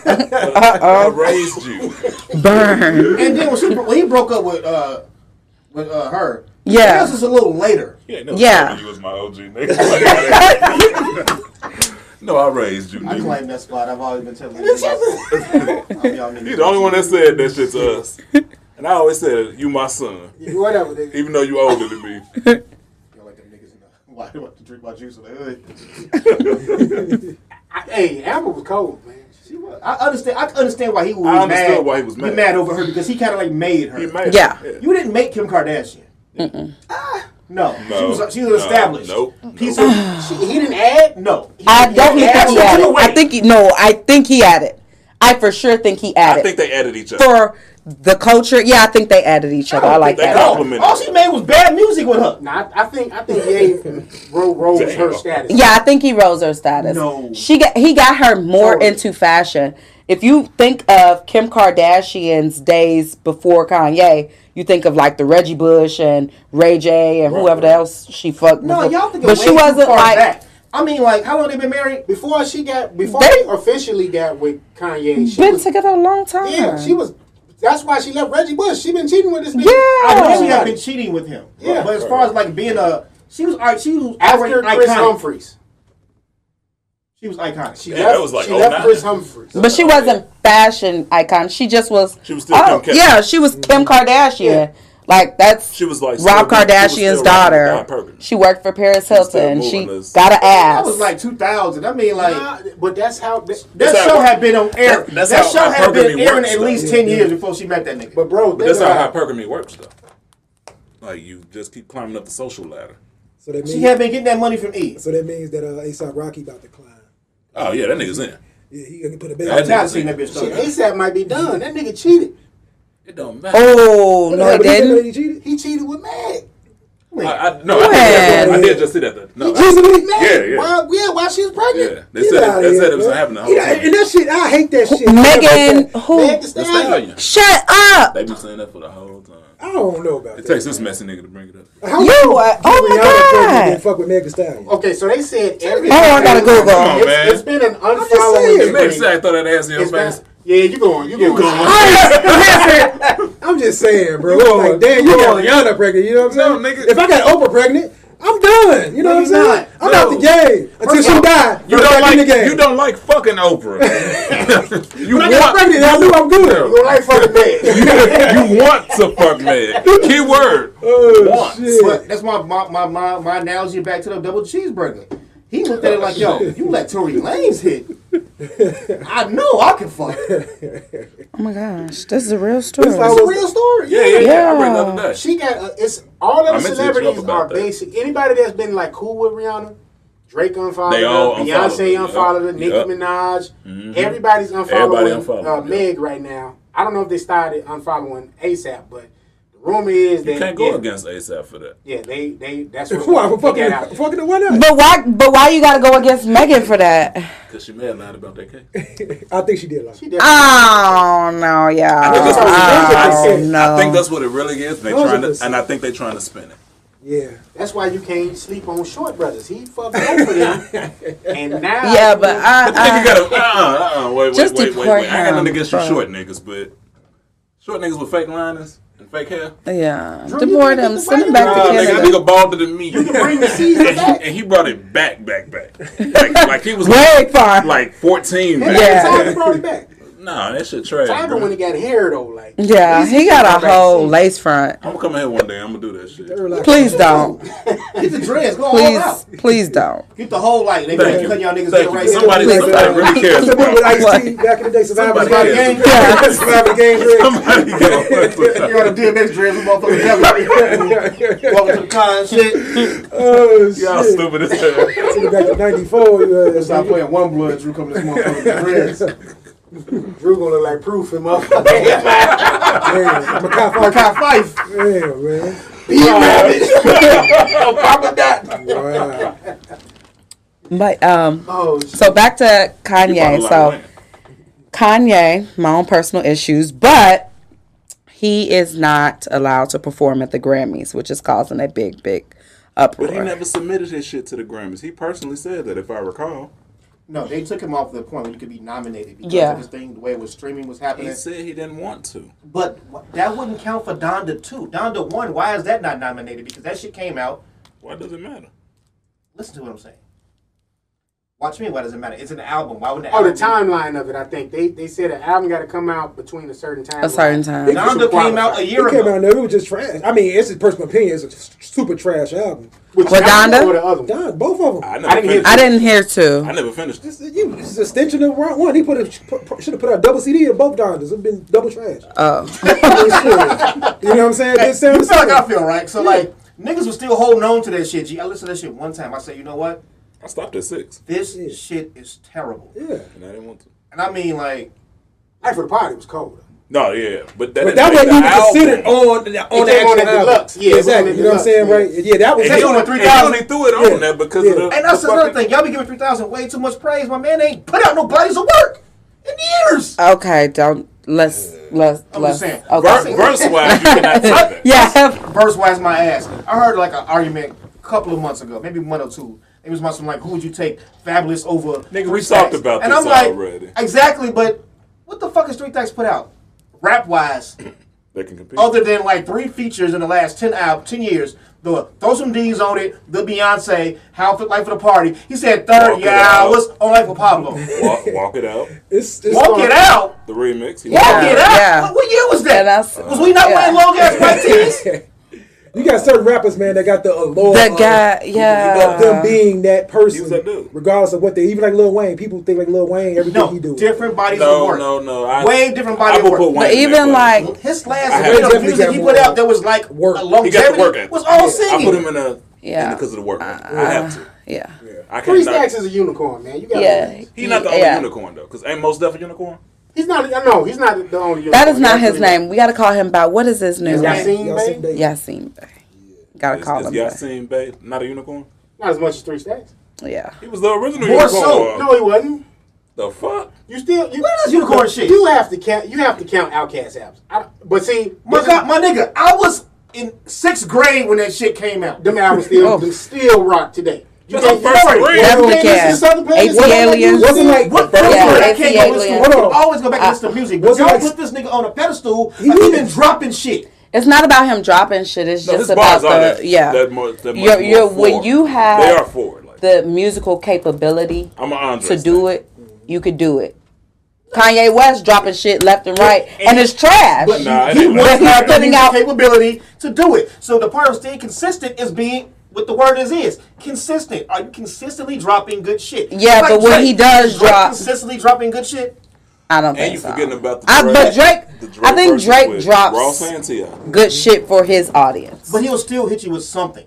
[SPEAKER 4] I raised you. [LAUGHS]
[SPEAKER 6] Burn.
[SPEAKER 7] And then when, she, when he broke up with uh with uh, her,
[SPEAKER 6] Yeah.
[SPEAKER 7] this is a little later.
[SPEAKER 4] You ain't never
[SPEAKER 6] Yeah.
[SPEAKER 4] told me You was my OG nigga. [LAUGHS] no, I raised you,
[SPEAKER 7] I
[SPEAKER 4] nigga.
[SPEAKER 7] claim that spot. I've always been telling you.
[SPEAKER 6] [LAUGHS]
[SPEAKER 7] I'm y'all niggas.
[SPEAKER 4] He's the only one that said that shit to us. And I always said, you my son.
[SPEAKER 5] Whatever. [LAUGHS] They,
[SPEAKER 4] Even though you older than me.
[SPEAKER 7] Y'all like them niggas
[SPEAKER 4] [LAUGHS]
[SPEAKER 7] in the. Why do I have to drink my juice in the hood? [LAUGHS]
[SPEAKER 5] I, hey, Amber was cold, man.
[SPEAKER 7] She was, I understand. I understand why he was
[SPEAKER 4] I
[SPEAKER 7] mad.
[SPEAKER 4] understood why he was mad.
[SPEAKER 7] He mad over her because he kind of like made her.
[SPEAKER 4] He made
[SPEAKER 6] Yeah.
[SPEAKER 4] it.
[SPEAKER 7] You didn't make Kim Kardashian. Ah, no. she
[SPEAKER 4] No.
[SPEAKER 7] was she was
[SPEAKER 4] No.
[SPEAKER 7] established.
[SPEAKER 4] Nope.
[SPEAKER 7] Piece
[SPEAKER 4] Nope.
[SPEAKER 7] of
[SPEAKER 5] She, he didn't add.
[SPEAKER 7] no. He-
[SPEAKER 6] I
[SPEAKER 7] he-
[SPEAKER 6] definitely
[SPEAKER 7] he
[SPEAKER 6] think
[SPEAKER 7] asked
[SPEAKER 6] he
[SPEAKER 7] her
[SPEAKER 6] had
[SPEAKER 7] to
[SPEAKER 6] it. I
[SPEAKER 7] wait.
[SPEAKER 6] think he, no, I think he had it. I for sure think he
[SPEAKER 4] I
[SPEAKER 6] added
[SPEAKER 4] think they added each other.
[SPEAKER 6] for the culture. Yeah, I think they added each other. I, like
[SPEAKER 4] they
[SPEAKER 6] that.
[SPEAKER 4] complimented.
[SPEAKER 7] All she made was bad music with her.
[SPEAKER 5] Nah, I, I think I think Ye rose, rose her status.
[SPEAKER 6] Yeah, I think he rose her status.
[SPEAKER 7] No.
[SPEAKER 6] She got he got her more into fashion. If you think of Kim Kardashian's days before Kanye, you think of like the Reggie Bush and Ray J and whoever else she fucked.
[SPEAKER 7] No,
[SPEAKER 6] before.
[SPEAKER 7] y'all think
[SPEAKER 6] but she wasn't like
[SPEAKER 7] Back. I mean, like, how long they been married?
[SPEAKER 5] Before she got, before
[SPEAKER 6] They-
[SPEAKER 5] she officially got with Kanye, she
[SPEAKER 6] been
[SPEAKER 5] was,
[SPEAKER 6] together a long time.
[SPEAKER 5] yeah, she was. That's why she left Reggie Bush. She been cheating with this nigga.
[SPEAKER 6] Yeah.
[SPEAKER 7] I know
[SPEAKER 6] Oh.
[SPEAKER 7] she had been cheating with him.
[SPEAKER 5] Yeah.
[SPEAKER 7] But as far as like being a, she was art. She was
[SPEAKER 5] after
[SPEAKER 7] already
[SPEAKER 5] Chris
[SPEAKER 7] iconic.
[SPEAKER 5] Humphries.
[SPEAKER 7] She was iconic. She,
[SPEAKER 4] Yeah, that was like
[SPEAKER 5] she left
[SPEAKER 4] 09.
[SPEAKER 5] Chris Humphries.
[SPEAKER 6] But she wasn't fashion icon. She just was. Oh,
[SPEAKER 4] She was still Kim K.
[SPEAKER 6] yeah, she was Kim Kardashian. Like that's
[SPEAKER 4] She was like still- she
[SPEAKER 6] Rob
[SPEAKER 4] was
[SPEAKER 6] Kardashian's
[SPEAKER 4] still Rob
[SPEAKER 6] daughter.
[SPEAKER 4] Perkins.
[SPEAKER 6] She worked for Paris
[SPEAKER 4] was still
[SPEAKER 6] Hilton. She
[SPEAKER 4] moving us.
[SPEAKER 6] got an ass.
[SPEAKER 7] that was like 2000. I mean, like
[SPEAKER 5] Nah, but that's how. That,
[SPEAKER 7] that
[SPEAKER 4] That's
[SPEAKER 7] show
[SPEAKER 4] how-
[SPEAKER 7] had been on air.
[SPEAKER 4] that- that's
[SPEAKER 7] that
[SPEAKER 4] how
[SPEAKER 7] show had been
[SPEAKER 4] hyperbole
[SPEAKER 7] airing
[SPEAKER 4] works,
[SPEAKER 7] at
[SPEAKER 4] though.
[SPEAKER 7] least 10 years before she met that nigga.
[SPEAKER 5] but bro,
[SPEAKER 4] But that's
[SPEAKER 5] think
[SPEAKER 4] how
[SPEAKER 5] about it.
[SPEAKER 4] hypergamy works, though. Like you just keep climbing up the social ladder.
[SPEAKER 8] So that
[SPEAKER 7] she
[SPEAKER 8] means
[SPEAKER 7] had been getting that money from E.
[SPEAKER 8] so that means that uh, ASAP Rocky about to climb.
[SPEAKER 4] Oh yeah, that nigga's in.
[SPEAKER 8] Yeah, he gonna put a
[SPEAKER 4] That
[SPEAKER 8] bag.
[SPEAKER 7] Now I've
[SPEAKER 4] nigga's
[SPEAKER 7] seen that
[SPEAKER 4] in.
[SPEAKER 7] bitch. though.
[SPEAKER 5] ASAP might be done. That nigga cheated.
[SPEAKER 4] It don't matter.
[SPEAKER 6] oh no, it didn't.
[SPEAKER 8] He cheated.
[SPEAKER 5] He cheated with Meg.
[SPEAKER 4] I, I, no, I, did, that- I did just see that. Though. No, I-
[SPEAKER 8] Jesus, he-
[SPEAKER 4] yeah, yeah,
[SPEAKER 5] Why, yeah, while she was pregnant.
[SPEAKER 4] yeah. They said it, they said it was happening. The whole
[SPEAKER 8] Yeah,
[SPEAKER 4] time.
[SPEAKER 8] and that shit, I hate that shit.
[SPEAKER 6] Megan,
[SPEAKER 5] Meg
[SPEAKER 6] who?
[SPEAKER 5] Thee
[SPEAKER 4] The
[SPEAKER 5] Stallion.
[SPEAKER 4] stallion.
[SPEAKER 6] Shut up!
[SPEAKER 4] They been saying that for the whole time.
[SPEAKER 8] I don't know about
[SPEAKER 4] It
[SPEAKER 8] that.
[SPEAKER 4] takes this messy nigga to bring it up.
[SPEAKER 8] How
[SPEAKER 6] You what? Oh my God.
[SPEAKER 8] And fuck with Megan Thee Stallion.
[SPEAKER 5] Okay, so they said every.
[SPEAKER 6] Oh, I gotta Google.
[SPEAKER 4] Come on,
[SPEAKER 5] It's-
[SPEAKER 4] man.
[SPEAKER 5] it's been an
[SPEAKER 8] saying.
[SPEAKER 5] unfollowing
[SPEAKER 8] It
[SPEAKER 4] Next,
[SPEAKER 5] degree.
[SPEAKER 4] I throw that ass in your
[SPEAKER 5] It's
[SPEAKER 4] face.
[SPEAKER 5] been- Yeah, you going. You going.
[SPEAKER 8] I'm just saying, bro.
[SPEAKER 4] You
[SPEAKER 8] like,
[SPEAKER 4] on-
[SPEAKER 8] damn, you
[SPEAKER 4] you
[SPEAKER 8] got
[SPEAKER 4] on-
[SPEAKER 8] Rihanna pregnant. You know what
[SPEAKER 4] No,
[SPEAKER 8] I'm saying?
[SPEAKER 4] nigga.
[SPEAKER 8] If I got Oprah pregnant, I'm done. You know
[SPEAKER 5] No,
[SPEAKER 8] what I'm
[SPEAKER 5] you
[SPEAKER 8] saying?
[SPEAKER 5] not.
[SPEAKER 8] I'm
[SPEAKER 4] No.
[SPEAKER 8] out the game until
[SPEAKER 4] First
[SPEAKER 8] she
[SPEAKER 4] of all,
[SPEAKER 8] die.
[SPEAKER 4] You
[SPEAKER 8] First
[SPEAKER 4] don't
[SPEAKER 8] back in the
[SPEAKER 4] like
[SPEAKER 8] game.
[SPEAKER 4] you don't like fucking Oprah. you
[SPEAKER 8] When I got
[SPEAKER 4] want
[SPEAKER 8] pregnant. I knew I'm good.
[SPEAKER 5] Don't like fucking
[SPEAKER 6] [LAUGHS]
[SPEAKER 5] Meg.
[SPEAKER 4] you want to fuck Meg. Key word.
[SPEAKER 7] want.
[SPEAKER 8] shit.
[SPEAKER 7] But that's my my, my my my analogy back to the double cheeseburger. He looked at it like, yo, you let Tory Lanez hit. I know I can fuck. It's
[SPEAKER 6] Oh my gosh, this is a real story.
[SPEAKER 8] That's why I
[SPEAKER 5] It's a
[SPEAKER 8] was-
[SPEAKER 5] real story.
[SPEAKER 4] Yeah, yeah, yeah. I read the other day.
[SPEAKER 5] She got a, it's all of
[SPEAKER 4] I
[SPEAKER 5] the
[SPEAKER 4] meant to hit you up
[SPEAKER 5] celebrities
[SPEAKER 4] about
[SPEAKER 5] are
[SPEAKER 4] that.
[SPEAKER 5] basic. Anybody that's been like cool with Rihanna, Drake unfollowed
[SPEAKER 4] They
[SPEAKER 5] her,
[SPEAKER 4] all
[SPEAKER 5] Beyonce
[SPEAKER 4] unfollowed her,
[SPEAKER 5] unfollowed her,
[SPEAKER 4] yup,
[SPEAKER 5] Nicki
[SPEAKER 4] yup. Mm-hmm.
[SPEAKER 5] Minaj. Everybody's unfollowing
[SPEAKER 4] Everybody unfollowed,
[SPEAKER 5] uh,
[SPEAKER 4] yup.
[SPEAKER 5] Meg right now. I don't know if they started unfollowing ASAP, but the rumor is that
[SPEAKER 4] You can't go
[SPEAKER 5] yeah,
[SPEAKER 4] against ASAP for that.
[SPEAKER 5] Yeah, they they that's what
[SPEAKER 8] Why?
[SPEAKER 5] they
[SPEAKER 8] For fucking,
[SPEAKER 5] got out there.
[SPEAKER 8] fucking the one up.
[SPEAKER 6] But why? But why you gotta go against Megan for that?
[SPEAKER 4] Because she may have lied about that case.
[SPEAKER 8] I think she did lie.
[SPEAKER 5] She definitely-
[SPEAKER 6] Oh no, y'all.
[SPEAKER 4] that's what
[SPEAKER 6] Oh,
[SPEAKER 5] it is.
[SPEAKER 6] no.
[SPEAKER 4] I think that's what it really is. They
[SPEAKER 8] Those are
[SPEAKER 4] trying to,
[SPEAKER 8] the-
[SPEAKER 4] and I think they trying to spin it. [LAUGHS]
[SPEAKER 8] Yeah.
[SPEAKER 5] That's why you can't sleep on Short Brothers. He fucked over them, and now
[SPEAKER 6] yeah, but I,
[SPEAKER 4] I think
[SPEAKER 6] I
[SPEAKER 4] you gotta uh uh uh wait wait
[SPEAKER 6] Just
[SPEAKER 4] wait wait
[SPEAKER 6] deport
[SPEAKER 4] wait. I got nothing
[SPEAKER 6] him,
[SPEAKER 4] against you
[SPEAKER 6] bro.
[SPEAKER 4] short niggas, but short niggas with fake liners and fake hair.
[SPEAKER 6] yeah. Deport him. Send him
[SPEAKER 4] Nah,
[SPEAKER 6] back to
[SPEAKER 4] nigga, that
[SPEAKER 6] Canada.
[SPEAKER 4] nigga balder than me. [LAUGHS] and, he, and he brought it back, back, back. Like,
[SPEAKER 6] [LAUGHS]
[SPEAKER 4] like he was
[SPEAKER 6] Way far.
[SPEAKER 4] like 14 back.
[SPEAKER 6] Yeah.
[SPEAKER 5] Tiger brought it back.
[SPEAKER 4] Nah, that shit trash.
[SPEAKER 5] Tiger
[SPEAKER 4] bro.
[SPEAKER 5] when he got hair though, like
[SPEAKER 6] Yeah, he got a
[SPEAKER 5] back
[SPEAKER 6] whole
[SPEAKER 5] seat.
[SPEAKER 6] lace front.
[SPEAKER 4] I'm gonna come in here one day. I'm gonna do that shit.
[SPEAKER 6] Please don't.
[SPEAKER 7] the dreads.
[SPEAKER 6] Oh,
[SPEAKER 7] Go all out.
[SPEAKER 6] Please, please don't.
[SPEAKER 7] Get the whole like they
[SPEAKER 4] Thank
[SPEAKER 7] better
[SPEAKER 4] you.
[SPEAKER 7] cut y'all niggas
[SPEAKER 4] Thank
[SPEAKER 7] get
[SPEAKER 4] you.
[SPEAKER 7] right
[SPEAKER 4] somebody,
[SPEAKER 6] Please.
[SPEAKER 4] somebody really cares.
[SPEAKER 8] The one with
[SPEAKER 4] About
[SPEAKER 8] Ice T back in the day, Survivor
[SPEAKER 4] somebody
[SPEAKER 8] Game.
[SPEAKER 4] cares.
[SPEAKER 7] Yeah.
[SPEAKER 8] Survivor Game.
[SPEAKER 4] Somebody cares.
[SPEAKER 7] You got a DMX dreads with motherfucking devil. Welcome to the con and shit.
[SPEAKER 8] Oh,
[SPEAKER 4] Y'all
[SPEAKER 8] shit.
[SPEAKER 4] stupid as hell.
[SPEAKER 8] Take it back to 94. you, uh,
[SPEAKER 7] So I'm playing one blood. Drew coming this motherfucking dreads.
[SPEAKER 5] Drew gonna look like proof him up. That's
[SPEAKER 8] Damn, Macaulay
[SPEAKER 7] Like high five.
[SPEAKER 8] Damn, man. Wow.
[SPEAKER 6] But um,
[SPEAKER 5] Oh,
[SPEAKER 6] so back to Kanye.
[SPEAKER 4] Like,
[SPEAKER 6] So
[SPEAKER 4] man,
[SPEAKER 6] Kanye, my own personal issues, but he is not allowed to perform at the Grammys, which is causing a big, big uproar.
[SPEAKER 4] But he never submitted his shit to the Grammys. He personally said that, if I recall.
[SPEAKER 7] No, they took him off the point where you could be nominated because
[SPEAKER 6] Yeah.
[SPEAKER 7] of this thing, the way it was streaming was
[SPEAKER 4] He
[SPEAKER 7] happening.
[SPEAKER 4] said he didn't want to.
[SPEAKER 7] But wh- that wouldn't count for Donda 2. Donda 1, why is that not nominated? Because that shit came out.
[SPEAKER 4] Why does it matter?
[SPEAKER 7] Listen to what I'm saying. Watch me, why does it matter? It's an album. Why wouldn't the
[SPEAKER 5] Oh, the
[SPEAKER 7] album be-
[SPEAKER 5] timeline of it. I think they they said an album got to come out between a certain time.
[SPEAKER 6] a certain time.
[SPEAKER 7] Donda came out a year
[SPEAKER 8] It came
[SPEAKER 7] ago.
[SPEAKER 8] out there. It was just trash. I mean, it's his personal opinion. It's a s- super trash album.
[SPEAKER 5] With
[SPEAKER 6] Donda?
[SPEAKER 5] or the other one.
[SPEAKER 8] Done. Both of them.
[SPEAKER 4] I never
[SPEAKER 5] didn't hear
[SPEAKER 4] finished.
[SPEAKER 6] I didn't hear
[SPEAKER 4] I
[SPEAKER 6] too.
[SPEAKER 4] never finished.
[SPEAKER 8] It's, you, it's an extension of round one. He put a should have put out a double CD in both Dondas. It'd been double trash. [LAUGHS]
[SPEAKER 6] Oh,
[SPEAKER 8] I mean, shit. you know what I'm saying? It sound
[SPEAKER 7] You
[SPEAKER 8] the
[SPEAKER 7] feel
[SPEAKER 8] same.
[SPEAKER 7] like I feel, right? So, like, niggas was still holding on to that shit. Gee, I listened to that shit one time. I said, you know what?
[SPEAKER 4] I stopped at six,
[SPEAKER 7] This shit is terrible.
[SPEAKER 8] Yeah.
[SPEAKER 4] and I didn't want to.
[SPEAKER 7] And I mean, like,
[SPEAKER 3] Life of the Party was cold.
[SPEAKER 4] No, yeah, but that,
[SPEAKER 8] But that
[SPEAKER 4] is
[SPEAKER 8] wasn't
[SPEAKER 4] the
[SPEAKER 8] even
[SPEAKER 4] album.
[SPEAKER 8] considered on the, on the
[SPEAKER 3] came
[SPEAKER 8] actual
[SPEAKER 3] on that
[SPEAKER 8] album.
[SPEAKER 3] deluxe. Yeah, it was on
[SPEAKER 8] exactly.
[SPEAKER 3] that
[SPEAKER 8] You know what I'm saying,
[SPEAKER 3] deluxe,
[SPEAKER 8] right? Yeah, that was
[SPEAKER 4] And
[SPEAKER 8] that's
[SPEAKER 4] he
[SPEAKER 8] on
[SPEAKER 4] only
[SPEAKER 8] the
[SPEAKER 4] three
[SPEAKER 8] 3,000.
[SPEAKER 4] thousand. He threw it on
[SPEAKER 8] Yeah.
[SPEAKER 4] there because
[SPEAKER 8] Yeah.
[SPEAKER 4] of the.
[SPEAKER 7] And that's
[SPEAKER 4] the
[SPEAKER 7] another
[SPEAKER 4] fucking-
[SPEAKER 7] thing. Y'all be giving three thousand way too much praise. My man ain't put out no bodies of work in years.
[SPEAKER 6] Okay, don't let's let's
[SPEAKER 7] I'm just
[SPEAKER 6] let's.
[SPEAKER 7] saying.
[SPEAKER 6] Okay.
[SPEAKER 4] Ver- Verse wise, you cannot say that.
[SPEAKER 6] Yeah.
[SPEAKER 7] Verse wise my ass. I heard like an argument a couple of months ago, maybe one or two. It was about some like, who would you take Fabulous over?
[SPEAKER 4] Nigga,
[SPEAKER 7] Three
[SPEAKER 4] we talked
[SPEAKER 7] Stacks?
[SPEAKER 4] about
[SPEAKER 7] and
[SPEAKER 4] this
[SPEAKER 7] I'm like,
[SPEAKER 4] already.
[SPEAKER 7] Exactly, but what the fuck has Three Stacks put out? Rap
[SPEAKER 4] [CLEARS THROAT]
[SPEAKER 7] wise,
[SPEAKER 4] They can compete.
[SPEAKER 7] other than like three features in the last ten out ten years. The throw some D's on it. The Beyonce, how fit life for the party. He said
[SPEAKER 4] Walk
[SPEAKER 7] third,
[SPEAKER 4] it
[SPEAKER 7] yeah, I
[SPEAKER 4] out.
[SPEAKER 7] was on life with
[SPEAKER 4] [LAUGHS]
[SPEAKER 7] Pablo.
[SPEAKER 4] walk, walk it out.
[SPEAKER 8] It's, it's
[SPEAKER 7] Walk it out.
[SPEAKER 4] The remix. He
[SPEAKER 7] Walk it out.
[SPEAKER 6] Yeah.
[SPEAKER 7] What, what year was
[SPEAKER 6] Yeah,
[SPEAKER 7] that?
[SPEAKER 6] that's-
[SPEAKER 7] was we not
[SPEAKER 6] yeah.
[SPEAKER 7] wearing long
[SPEAKER 6] [LAUGHS]
[SPEAKER 7] ass white tees?
[SPEAKER 8] You got certain rappers, man, that got the allure.
[SPEAKER 6] The
[SPEAKER 8] of-
[SPEAKER 6] guy, yeah.
[SPEAKER 8] Of them being that person,
[SPEAKER 4] was that dude.
[SPEAKER 8] regardless of what they, even like Lil Wayne, people think like Lil Wayne, everything
[SPEAKER 7] No,
[SPEAKER 8] he do.
[SPEAKER 7] different bodies of
[SPEAKER 4] No,
[SPEAKER 7] work.
[SPEAKER 4] no, no. I,
[SPEAKER 7] Way different body
[SPEAKER 4] I would
[SPEAKER 7] of work.
[SPEAKER 4] put Wayne
[SPEAKER 6] But
[SPEAKER 4] in
[SPEAKER 6] even
[SPEAKER 4] that
[SPEAKER 6] like,
[SPEAKER 4] bucket.
[SPEAKER 7] His
[SPEAKER 4] I
[SPEAKER 7] last
[SPEAKER 4] had-
[SPEAKER 7] original
[SPEAKER 8] definitely
[SPEAKER 7] music
[SPEAKER 8] got
[SPEAKER 7] he
[SPEAKER 8] more
[SPEAKER 7] put out that was like
[SPEAKER 8] work.
[SPEAKER 7] a
[SPEAKER 4] he got the work
[SPEAKER 7] longevity
[SPEAKER 4] ethic.
[SPEAKER 7] was all
[SPEAKER 4] I
[SPEAKER 7] singing.
[SPEAKER 4] put him in a
[SPEAKER 6] Yeah.
[SPEAKER 4] yeah because of the work. ethic. We
[SPEAKER 6] Uh,
[SPEAKER 4] have to.
[SPEAKER 6] yeah,
[SPEAKER 4] I can't.
[SPEAKER 3] Three Stacks is a unicorn, man. You got
[SPEAKER 6] yeah.
[SPEAKER 4] He's not the only
[SPEAKER 6] yeah.
[SPEAKER 4] unicorn though, because ain't most Def a unicorn?
[SPEAKER 3] He's not. No, he's not the only. Unicorn.
[SPEAKER 6] That is not his
[SPEAKER 3] That's
[SPEAKER 6] name. We got to call him by what is his new
[SPEAKER 3] Y'all
[SPEAKER 6] name?
[SPEAKER 3] seen,
[SPEAKER 8] Y'all
[SPEAKER 3] babe?
[SPEAKER 8] seen that?
[SPEAKER 6] Yasin. Bey. Got to
[SPEAKER 4] Is,
[SPEAKER 6] call
[SPEAKER 4] is
[SPEAKER 6] him. that.
[SPEAKER 4] Yasin Bey not a unicorn?
[SPEAKER 3] Not as much as Three Stacks.
[SPEAKER 6] Yeah.
[SPEAKER 4] He was the original
[SPEAKER 7] More
[SPEAKER 4] unicorn.
[SPEAKER 7] so.
[SPEAKER 4] uh,
[SPEAKER 3] No, he wasn't.
[SPEAKER 4] The fuck?
[SPEAKER 3] You still. You,
[SPEAKER 7] Where does unicorn shit?
[SPEAKER 3] You have to count. You have to count Outcast albums. I, but see,
[SPEAKER 7] My,
[SPEAKER 3] this
[SPEAKER 7] God, my nigga, I was in sixth grade when that shit came out.
[SPEAKER 3] them albums still
[SPEAKER 7] [LAUGHS]
[SPEAKER 6] Oh.
[SPEAKER 3] them still rock today. You
[SPEAKER 4] That's the first three.
[SPEAKER 3] you can't
[SPEAKER 6] Definitely
[SPEAKER 3] listen to
[SPEAKER 6] can.
[SPEAKER 3] Southern Playlist.
[SPEAKER 6] AC Aliens.
[SPEAKER 8] Wasn't like
[SPEAKER 7] What first
[SPEAKER 6] Yeah,
[SPEAKER 7] word? I
[SPEAKER 6] AC
[SPEAKER 7] can't go listen
[SPEAKER 6] Alien.
[SPEAKER 7] to. You always go back and listen to music. But
[SPEAKER 8] What's
[SPEAKER 7] y'all
[SPEAKER 8] like-
[SPEAKER 7] put this nigga on a pedestal. Like he
[SPEAKER 8] was-
[SPEAKER 7] been dropping shit.
[SPEAKER 6] It's not about him dropping shit. It's
[SPEAKER 4] No,
[SPEAKER 6] just
[SPEAKER 4] his
[SPEAKER 6] about
[SPEAKER 4] bars
[SPEAKER 6] the
[SPEAKER 4] are that.
[SPEAKER 6] yeah.
[SPEAKER 4] That more, that much
[SPEAKER 6] You're-
[SPEAKER 4] more
[SPEAKER 6] you're- when
[SPEAKER 4] forward.
[SPEAKER 6] you have-
[SPEAKER 4] they are forward. Like
[SPEAKER 6] the musical capability
[SPEAKER 4] I'm an Andre.
[SPEAKER 6] to do it, you could do it. Kanye West dropping shit left and right, and, it's trash.
[SPEAKER 7] But
[SPEAKER 4] Nah, it
[SPEAKER 7] he
[SPEAKER 4] ain't
[SPEAKER 7] was
[SPEAKER 4] like
[SPEAKER 7] not
[SPEAKER 4] that.
[SPEAKER 7] putting
[SPEAKER 6] Putting out-
[SPEAKER 7] out capability to do it. So the part of staying consistent is being what the word is is consistent. Are you consistently dropping good shit?
[SPEAKER 6] Yeah, but when
[SPEAKER 7] Drake,
[SPEAKER 6] he does
[SPEAKER 7] Drake
[SPEAKER 6] drop-
[SPEAKER 7] consistently dropping good shit.
[SPEAKER 6] I don't
[SPEAKER 4] And
[SPEAKER 6] think
[SPEAKER 4] you
[SPEAKER 6] so.
[SPEAKER 4] forgetting about the
[SPEAKER 6] I- but Drake-
[SPEAKER 4] the
[SPEAKER 6] I think
[SPEAKER 4] versus
[SPEAKER 6] Drake
[SPEAKER 4] with
[SPEAKER 6] drops-
[SPEAKER 4] Ross and T.I.
[SPEAKER 6] Good shit for his audience.
[SPEAKER 7] But he'll still hit you with something.